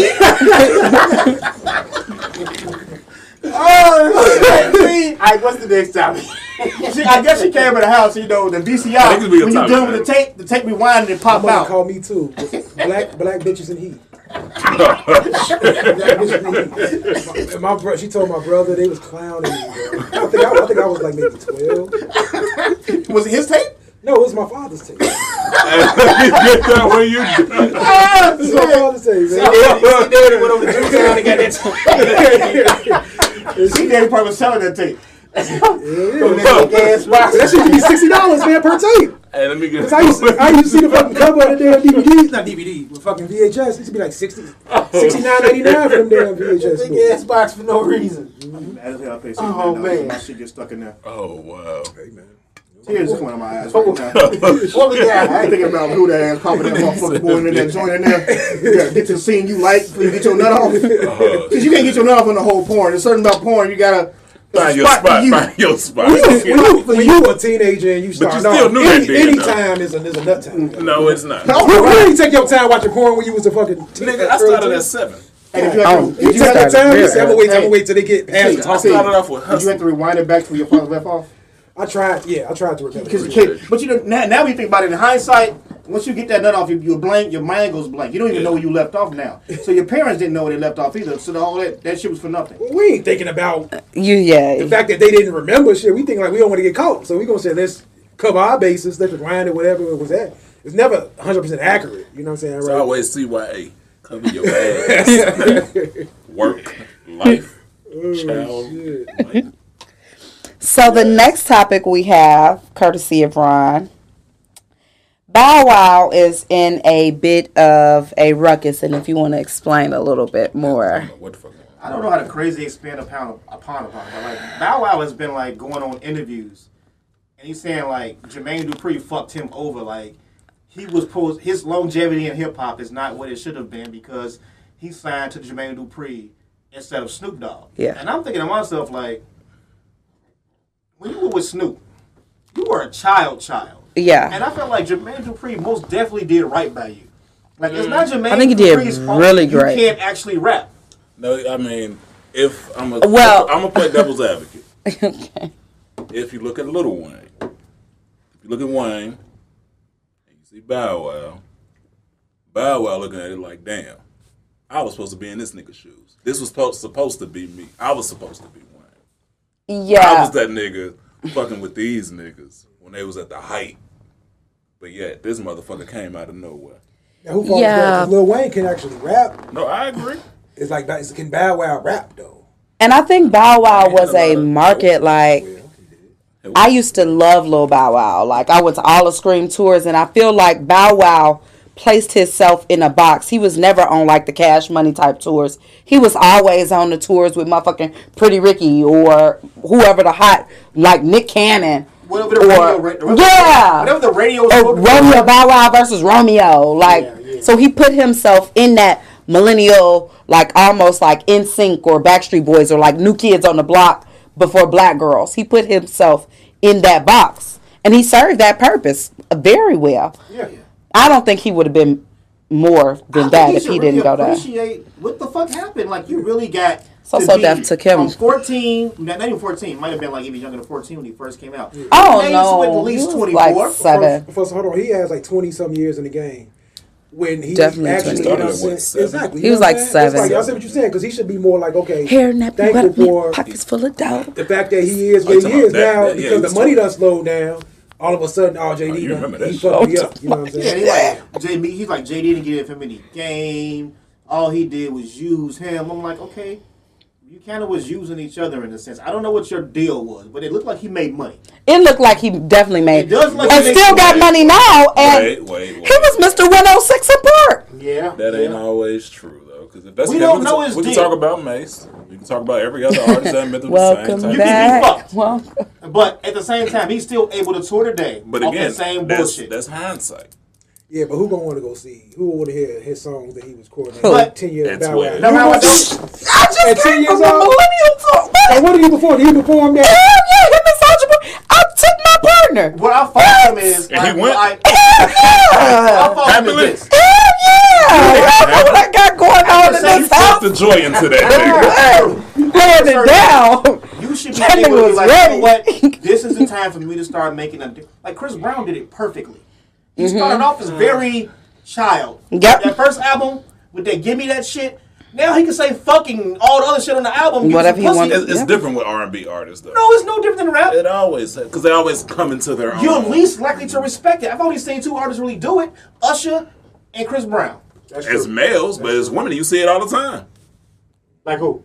[SPEAKER 3] Oh, see? All right, what's the next
[SPEAKER 7] [LAUGHS]
[SPEAKER 3] topic?
[SPEAKER 7] she, I guess she came in the house. You know, the VCR.
[SPEAKER 4] Niggas be
[SPEAKER 7] When you
[SPEAKER 4] entitled,
[SPEAKER 7] done with the
[SPEAKER 4] man.
[SPEAKER 7] tape, the tape rewind and it pop
[SPEAKER 8] Somebody
[SPEAKER 7] out.
[SPEAKER 8] called me too. Black, black bitches
[SPEAKER 4] [LAUGHS]
[SPEAKER 8] in heat. And my bro, she told my brother they was clowning me. Bro. I think I, I think I was like maybe twelve.
[SPEAKER 7] Was it his [LAUGHS] tape?
[SPEAKER 8] No, it was my father's tape. It
[SPEAKER 4] Get that when you done.
[SPEAKER 3] [LAUGHS]
[SPEAKER 8] was my father's tape, man.
[SPEAKER 3] Daddy went over to Juketown and got that
[SPEAKER 7] [LAUGHS] She damn probably was selling that tape.
[SPEAKER 3] gas box.
[SPEAKER 8] That shit could be sixty dollars, man, per tape.
[SPEAKER 4] Hey, let me get
[SPEAKER 8] That's how
[SPEAKER 4] [LAUGHS]
[SPEAKER 8] you see, how you see the fucking cover of the damn DVDs, not DVD, but fucking VHS. It used to be
[SPEAKER 4] [LAUGHS]
[SPEAKER 8] like 60,
[SPEAKER 4] Oh.
[SPEAKER 8] 69.99 for them damn VHS.
[SPEAKER 3] Big
[SPEAKER 8] movies.
[SPEAKER 3] gas box for no reason.
[SPEAKER 7] Mad as hell, I paid
[SPEAKER 3] Oh,
[SPEAKER 7] $69.
[SPEAKER 3] man.
[SPEAKER 7] My shit gets stuck in there.
[SPEAKER 4] Oh wow.
[SPEAKER 7] Tears just went in my eyes. Right now.
[SPEAKER 3] What was
[SPEAKER 7] I
[SPEAKER 3] that?
[SPEAKER 7] ain't [LAUGHS] thinking about who that ass popping [LAUGHS] that motherfucker going in that joint in [LAUGHS] there. You gotta get to the scene you like before you get your nut off. Because you can't get your nut off on the whole porn. There's something about porn you gotta
[SPEAKER 4] Find your
[SPEAKER 7] spot for
[SPEAKER 4] spot.
[SPEAKER 7] you.
[SPEAKER 4] Find your spot.
[SPEAKER 8] [LAUGHS] When you, when you were a teenager and you
[SPEAKER 4] But you
[SPEAKER 8] started
[SPEAKER 4] still
[SPEAKER 8] off,
[SPEAKER 4] knew that
[SPEAKER 8] any,
[SPEAKER 4] then,
[SPEAKER 8] any
[SPEAKER 4] though.
[SPEAKER 8] time is a, is a nut time.
[SPEAKER 4] No, it's not.
[SPEAKER 8] You really take your time watching porn when you was a fucking
[SPEAKER 4] Nigga, I started at seven.
[SPEAKER 7] And if you have to,
[SPEAKER 8] Oh, You
[SPEAKER 7] if you have
[SPEAKER 8] take
[SPEAKER 7] to,
[SPEAKER 8] your time. You
[SPEAKER 6] Yeah.
[SPEAKER 8] say, I'm gonna wait. I'm
[SPEAKER 7] Hey.
[SPEAKER 8] gonna wait till they get past the
[SPEAKER 7] I
[SPEAKER 8] top.
[SPEAKER 7] see.
[SPEAKER 4] Started off with
[SPEAKER 7] Did you have
[SPEAKER 4] hustling.
[SPEAKER 7] to rewind it back to where your father left off?
[SPEAKER 8] I tried. Yeah, I tried to remember.
[SPEAKER 7] Because you can't. But you know, now, now when you think about it in hindsight, once you get that nut off, you, you're blank. Your mind goes blank. You don't even know where you left off now. So your parents didn't know where they left off either. So the, all that that shit was for nothing.
[SPEAKER 8] We ain't thinking about
[SPEAKER 6] You
[SPEAKER 8] the
[SPEAKER 6] yeah.
[SPEAKER 8] fact that they didn't remember shit. We think like we don't want to get caught, so we gonna say let's cover our bases. Let's rewind it, whatever it was at. It's never 100 percent accurate. You know what I'm saying? Right?
[SPEAKER 4] I always CYA. Cover your ass. Work, life, child. life.
[SPEAKER 6] So the next topic we have, courtesy of Ron. Bow Wow is in a bit of a ruckus, and if you want to explain a little bit more,
[SPEAKER 4] What the fuck?
[SPEAKER 7] I don't know how to crazy expand upon upon upon it, but like Bow Wow has been like going on interviews, and he's saying like Jermaine Dupri fucked him over. Like he was posed his longevity in hip hop is not what it should have been because he signed to Jermaine Dupri instead of Snoop Dogg.
[SPEAKER 6] Yeah.
[SPEAKER 7] and I'm thinking to myself like, when you were with Snoop, you were a child, child. And
[SPEAKER 6] yeah,
[SPEAKER 7] I felt like Jermaine Dupri most definitely did right by you. Like it's not Jermaine.
[SPEAKER 6] I think he did
[SPEAKER 7] Dupri's fault
[SPEAKER 6] really great.
[SPEAKER 7] You can't actually rap.
[SPEAKER 4] No, I mean, if I'm a,
[SPEAKER 6] Well-
[SPEAKER 4] I'm gonna play devil's
[SPEAKER 6] [LAUGHS]
[SPEAKER 4] advocate. If you look at Little Wayne, if you look at Wayne, and you see Bow Wow, Bow Wow looking at it like, damn, I was supposed to be in this nigga's shoes. This was supposed supposed to be me. I was supposed to be one. I
[SPEAKER 6] Yeah.
[SPEAKER 4] was that nigga fucking with these niggas when they was at the height. But yet this motherfucker came out of nowhere.
[SPEAKER 8] Now, who falls
[SPEAKER 6] Yeah.
[SPEAKER 8] yeah. Lil Wayne can actually rap.
[SPEAKER 4] No, I agree.
[SPEAKER 8] It's like it's- can Bow Wow rap though?
[SPEAKER 6] and I think Bow Wow
[SPEAKER 4] a
[SPEAKER 6] was
[SPEAKER 4] lot
[SPEAKER 6] a
[SPEAKER 4] of-
[SPEAKER 6] market like. I used to love Lil Bow Wow. Like I went to all the Scream tours, and I feel like Bow Wow placed himself in a box. He was never on like the Cash Money type tours. He was always on the tours with motherfucking Pretty Ricky or whoever the hot like Nick Cannon.
[SPEAKER 7] Whatever the radio,
[SPEAKER 6] Or-
[SPEAKER 7] whatever the-
[SPEAKER 6] yeah.
[SPEAKER 7] whatever the radio.
[SPEAKER 6] or
[SPEAKER 7] spoke-
[SPEAKER 6] Romeo Bow Wow versus Romeo. Like so he put himself in that millennial, like almost like in sync or Backstreet Boys or like new kids on the block before black girls. He put himself in that box. And he served that purpose very well.
[SPEAKER 7] Yeah.
[SPEAKER 6] I don't think he would have been more
[SPEAKER 7] I
[SPEAKER 6] than
[SPEAKER 7] think
[SPEAKER 6] that if
[SPEAKER 7] should
[SPEAKER 6] he didn't
[SPEAKER 7] really
[SPEAKER 6] go there.
[SPEAKER 7] Appreciate what the fuck happened. Like you really got.
[SPEAKER 6] So,
[SPEAKER 7] to
[SPEAKER 6] so
[SPEAKER 7] be
[SPEAKER 6] Def took him.
[SPEAKER 7] From 14, not not even 14, might have been like even younger than 14 when he first came out.
[SPEAKER 6] Oh
[SPEAKER 7] Mace
[SPEAKER 6] no,
[SPEAKER 7] went at least
[SPEAKER 6] he was like
[SPEAKER 7] 24.
[SPEAKER 6] seven.
[SPEAKER 8] First, first, hold on, he has like twenty some years in the game. When he
[SPEAKER 6] Definitely
[SPEAKER 8] actually,
[SPEAKER 6] 20.
[SPEAKER 8] you know what I'm
[SPEAKER 4] Started at, what,
[SPEAKER 8] saying?
[SPEAKER 4] seven?
[SPEAKER 8] Exactly.
[SPEAKER 6] He
[SPEAKER 8] you
[SPEAKER 6] was
[SPEAKER 8] know
[SPEAKER 6] like
[SPEAKER 8] what I'm saying? It's
[SPEAKER 6] seven.
[SPEAKER 8] Like, I see what you're saying because he should be more like okay,
[SPEAKER 6] Hair nappy,
[SPEAKER 8] thankful
[SPEAKER 6] buttermilk,
[SPEAKER 8] for
[SPEAKER 6] pockets full of dough.
[SPEAKER 8] the fact that he is
[SPEAKER 4] Oh, you
[SPEAKER 8] where he
[SPEAKER 4] talking
[SPEAKER 8] is
[SPEAKER 4] about that-
[SPEAKER 8] now
[SPEAKER 4] that- yeah,
[SPEAKER 8] because
[SPEAKER 4] you
[SPEAKER 8] the money
[SPEAKER 4] talking- Oh,
[SPEAKER 8] done slowed down. All of a sudden, all JD,
[SPEAKER 4] you
[SPEAKER 8] done-
[SPEAKER 4] remember that
[SPEAKER 8] he
[SPEAKER 4] shit.
[SPEAKER 8] fucked me
[SPEAKER 6] Oh,
[SPEAKER 8] up. You know what I'm
[SPEAKER 7] Yeah,
[SPEAKER 8] saying?
[SPEAKER 7] they like JB. He's like JD didn't give him any game. All he did was use him. I'm like, okay, you kind of was using each other in a sense. I don't know what your deal was, but it looked like he made money.
[SPEAKER 6] It looked like he definitely made
[SPEAKER 7] It does look
[SPEAKER 6] and
[SPEAKER 7] like-
[SPEAKER 6] still got money now and
[SPEAKER 4] Wait, wait, wait.
[SPEAKER 6] he was oh Mr. 106 in Park.
[SPEAKER 5] Yeah.
[SPEAKER 4] That ain't always true though, because if that's
[SPEAKER 7] We
[SPEAKER 4] the case,
[SPEAKER 7] don't
[SPEAKER 4] we
[SPEAKER 7] know
[SPEAKER 4] can,
[SPEAKER 7] his
[SPEAKER 4] we can
[SPEAKER 7] deal.
[SPEAKER 4] talk about Mace. We can talk about every other artist that meant the same
[SPEAKER 6] Welcome
[SPEAKER 4] type.
[SPEAKER 7] back.
[SPEAKER 6] back.
[SPEAKER 7] fucked.
[SPEAKER 6] Welcome.
[SPEAKER 7] But at the same time, he's still able to tour today.
[SPEAKER 4] But
[SPEAKER 7] off
[SPEAKER 4] again,
[SPEAKER 7] the same
[SPEAKER 4] that's,
[SPEAKER 7] bullshit.
[SPEAKER 4] that's hindsight.
[SPEAKER 8] Yeah, but who gonna want to go see? Who want to hear his songs that he was coordinating?
[SPEAKER 7] But-
[SPEAKER 8] ten years
[SPEAKER 4] That's
[SPEAKER 8] Bow Wow.
[SPEAKER 4] weird.
[SPEAKER 8] You
[SPEAKER 7] Now, how I
[SPEAKER 8] want-
[SPEAKER 7] don't-
[SPEAKER 6] I just
[SPEAKER 8] At 10
[SPEAKER 6] came
[SPEAKER 8] years
[SPEAKER 6] from the
[SPEAKER 8] old?
[SPEAKER 6] millennial talk.
[SPEAKER 8] Hey,
[SPEAKER 6] What?
[SPEAKER 8] what did he perform? Did he perform
[SPEAKER 6] [LAUGHS] Hell
[SPEAKER 8] that?
[SPEAKER 6] yeah, him and Soulja Boy. I took my partner.
[SPEAKER 7] What I fault him is,
[SPEAKER 4] And
[SPEAKER 7] like,
[SPEAKER 4] he went.
[SPEAKER 7] like,
[SPEAKER 6] Hell
[SPEAKER 7] I
[SPEAKER 6] yeah.
[SPEAKER 7] fault him is
[SPEAKER 4] Happily.
[SPEAKER 7] this.
[SPEAKER 6] Hell yeah. I know what I got going on in
[SPEAKER 4] You
[SPEAKER 6] this
[SPEAKER 4] put
[SPEAKER 6] house.
[SPEAKER 4] the joy into that
[SPEAKER 6] Hey, hand it down.
[SPEAKER 7] You should be
[SPEAKER 6] That
[SPEAKER 7] able
[SPEAKER 6] nigga
[SPEAKER 7] to be
[SPEAKER 6] was
[SPEAKER 7] like, you know
[SPEAKER 6] ready. [LAUGHS]
[SPEAKER 7] what? This is the time for me to start making a di-" like Chris Brown did it perfectly. He started off as very child.
[SPEAKER 6] Mm-hmm. Yep.
[SPEAKER 7] That first album with that "Give Me That Shit." Now he can say "fucking" all the other shit on the album. give
[SPEAKER 6] Whatever
[SPEAKER 7] some
[SPEAKER 6] he
[SPEAKER 7] pussy.
[SPEAKER 6] wanted.
[SPEAKER 4] nigga. It's, it's
[SPEAKER 6] Yep.
[SPEAKER 4] different with R and B artists though.
[SPEAKER 7] No, it's no different than rap.
[SPEAKER 4] It always because they always come into their own.
[SPEAKER 7] You're least likely to respect it. I've only seen two artists really do it: Usher and Chris Brown.
[SPEAKER 4] as males, but as women, you see it all the time.
[SPEAKER 7] Like who?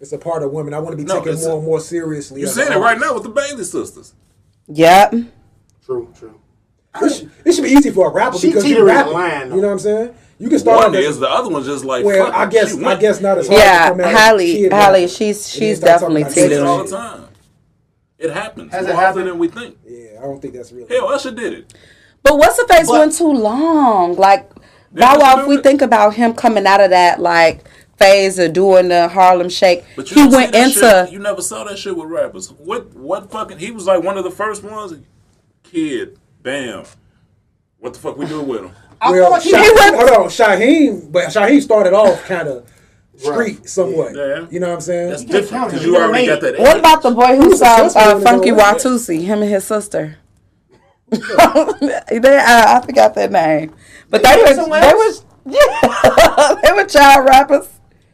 [SPEAKER 8] It's a part of women. I want to be
[SPEAKER 4] No,
[SPEAKER 8] taken
[SPEAKER 4] it's
[SPEAKER 8] more
[SPEAKER 4] a-
[SPEAKER 8] and more seriously.
[SPEAKER 4] You're
[SPEAKER 8] as
[SPEAKER 4] seeing
[SPEAKER 8] an
[SPEAKER 4] it right
[SPEAKER 8] artist.
[SPEAKER 4] now with the Bailey sisters.
[SPEAKER 6] Yep.
[SPEAKER 5] True, true.
[SPEAKER 8] This should, this should be easy for a rapper
[SPEAKER 5] She
[SPEAKER 8] because you
[SPEAKER 5] teetering
[SPEAKER 8] rap.
[SPEAKER 5] the line,
[SPEAKER 8] You know what I'm saying? You can start.
[SPEAKER 4] One
[SPEAKER 8] off as-
[SPEAKER 4] is the other one's just like.
[SPEAKER 8] well,
[SPEAKER 4] fuck
[SPEAKER 8] I
[SPEAKER 4] it,
[SPEAKER 8] guess
[SPEAKER 4] she
[SPEAKER 8] I
[SPEAKER 4] went.
[SPEAKER 8] guess not as hard. to
[SPEAKER 6] Yeah,
[SPEAKER 8] come out as
[SPEAKER 6] Hallie,
[SPEAKER 8] kid rap.
[SPEAKER 6] Hallie, she's
[SPEAKER 8] And then
[SPEAKER 6] she's
[SPEAKER 8] start talking
[SPEAKER 6] definitely
[SPEAKER 8] about
[SPEAKER 4] It
[SPEAKER 8] gangsta
[SPEAKER 6] teetering.
[SPEAKER 4] all
[SPEAKER 8] shit.
[SPEAKER 4] the time. It happens
[SPEAKER 7] Has
[SPEAKER 4] more
[SPEAKER 7] it
[SPEAKER 4] often
[SPEAKER 7] happened?
[SPEAKER 4] than we think.
[SPEAKER 8] Yeah, I don't think that's real.
[SPEAKER 4] Hell, Usher did it.
[SPEAKER 6] But what's the face
[SPEAKER 7] But-
[SPEAKER 6] went too long? Like Bow
[SPEAKER 4] Didn't
[SPEAKER 6] Wow,
[SPEAKER 4] Usher
[SPEAKER 6] if
[SPEAKER 4] do
[SPEAKER 6] we
[SPEAKER 4] it?
[SPEAKER 6] think about him coming out of that like phase of doing the Harlem Shake,
[SPEAKER 4] But you
[SPEAKER 6] he
[SPEAKER 4] don't see
[SPEAKER 6] went
[SPEAKER 4] that
[SPEAKER 6] into
[SPEAKER 4] shit. You never saw that shit with rappers. What? What fucking? He was like one of the first ones. Kid, bam. What the fuck we do with him?
[SPEAKER 8] Well,
[SPEAKER 7] thought he-
[SPEAKER 8] Shaheem,
[SPEAKER 6] he went-
[SPEAKER 8] hold on, Shaheem, but Shaheem started off kind of street somewhat.
[SPEAKER 4] Yeah.
[SPEAKER 8] You know what I'm saying?
[SPEAKER 4] That's different
[SPEAKER 7] count it.
[SPEAKER 4] because
[SPEAKER 7] You
[SPEAKER 4] you
[SPEAKER 7] know
[SPEAKER 4] already
[SPEAKER 7] what I
[SPEAKER 4] got that.
[SPEAKER 6] What
[SPEAKER 4] edge.
[SPEAKER 6] about the boy who
[SPEAKER 8] was
[SPEAKER 6] saw
[SPEAKER 8] successful
[SPEAKER 6] uh,
[SPEAKER 8] in the
[SPEAKER 6] Funky
[SPEAKER 8] whole way.
[SPEAKER 6] Watusi? Him and his sister. [LAUGHS] they, I, I forgot their name, but they,
[SPEAKER 7] They
[SPEAKER 6] were
[SPEAKER 7] went somewhere
[SPEAKER 6] they
[SPEAKER 7] else?
[SPEAKER 6] was yeah, [LAUGHS] they were child rappers.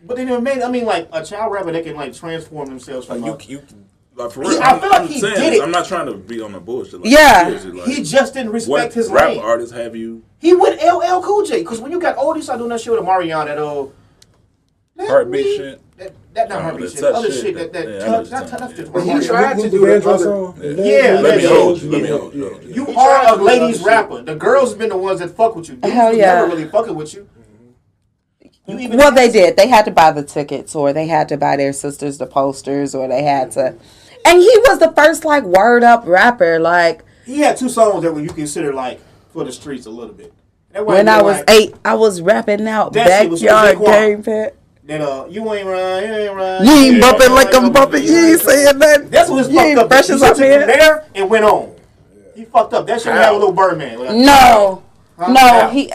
[SPEAKER 7] But they never made. I mean, like a child rapper, they can like transform themselves from.
[SPEAKER 4] You,
[SPEAKER 7] a-
[SPEAKER 4] you, like for
[SPEAKER 7] He-
[SPEAKER 4] real.
[SPEAKER 7] I
[SPEAKER 4] I'm-
[SPEAKER 7] feel like
[SPEAKER 4] I'm
[SPEAKER 7] he
[SPEAKER 4] saying
[SPEAKER 7] did
[SPEAKER 4] this.
[SPEAKER 7] it.
[SPEAKER 4] I'm not trying to be on the bullshit. Like,
[SPEAKER 6] Yeah.
[SPEAKER 4] seriously, like,
[SPEAKER 7] he just didn't respect
[SPEAKER 4] what
[SPEAKER 7] his
[SPEAKER 4] rap
[SPEAKER 7] lane.
[SPEAKER 4] artists have you
[SPEAKER 7] He went LL Cool J because when you got older, you started doing that shit with Marion that old Let
[SPEAKER 4] heartbeat
[SPEAKER 7] me-
[SPEAKER 4] shit?
[SPEAKER 7] That, that not
[SPEAKER 4] Oh,
[SPEAKER 7] heartbeat
[SPEAKER 4] that
[SPEAKER 7] shit.
[SPEAKER 4] touch
[SPEAKER 7] Other
[SPEAKER 4] shit,
[SPEAKER 7] shit that
[SPEAKER 4] that- yeah,
[SPEAKER 7] that
[SPEAKER 4] I know
[SPEAKER 7] touch.
[SPEAKER 4] what you're
[SPEAKER 7] That touch.
[SPEAKER 4] talking
[SPEAKER 7] that's
[SPEAKER 4] about.
[SPEAKER 7] different.
[SPEAKER 3] He tried to
[SPEAKER 8] Luther
[SPEAKER 3] do the
[SPEAKER 8] Vandross
[SPEAKER 3] other-
[SPEAKER 8] song?
[SPEAKER 4] Yeah.
[SPEAKER 7] Yeah,
[SPEAKER 4] Let me
[SPEAKER 7] yeah,
[SPEAKER 4] hold you.
[SPEAKER 8] yeah,
[SPEAKER 4] Let me
[SPEAKER 8] yeah,
[SPEAKER 4] hold you.
[SPEAKER 8] yeah.
[SPEAKER 7] You
[SPEAKER 3] He tried
[SPEAKER 7] are
[SPEAKER 3] to
[SPEAKER 7] a
[SPEAKER 3] do
[SPEAKER 7] ladies
[SPEAKER 3] other shit.
[SPEAKER 7] rapper. The girls been the ones that fuck with you. Dudes
[SPEAKER 6] Hell
[SPEAKER 7] was
[SPEAKER 6] yeah.
[SPEAKER 7] Never really fucking with you. You even
[SPEAKER 6] Well, they did. They had to buy the tickets, or they had to buy their sisters the posters, or they had to. And he was the first like word up rapper. Like
[SPEAKER 7] He had two songs that were you consider like for the streets a little bit. That wasn't
[SPEAKER 6] when I
[SPEAKER 7] even
[SPEAKER 6] was
[SPEAKER 7] like,
[SPEAKER 6] eight, I was rapping out
[SPEAKER 7] That shit was
[SPEAKER 6] backyard
[SPEAKER 7] Jay Quan.
[SPEAKER 6] game pit.
[SPEAKER 7] That uh, you ain't run, you ain't run.
[SPEAKER 6] You ain't bumping
[SPEAKER 7] run,
[SPEAKER 6] like I'm
[SPEAKER 7] run,
[SPEAKER 6] bumping. You ain't saying nothing.
[SPEAKER 7] That's what his
[SPEAKER 6] You ain't
[SPEAKER 7] fucked up.
[SPEAKER 6] fresh
[SPEAKER 7] He
[SPEAKER 6] as
[SPEAKER 7] took
[SPEAKER 6] I'm
[SPEAKER 7] it
[SPEAKER 6] here.
[SPEAKER 7] from there and went on. He fucked up. That shit had a little Birdman. Like,
[SPEAKER 6] No, no,
[SPEAKER 7] How?
[SPEAKER 6] he.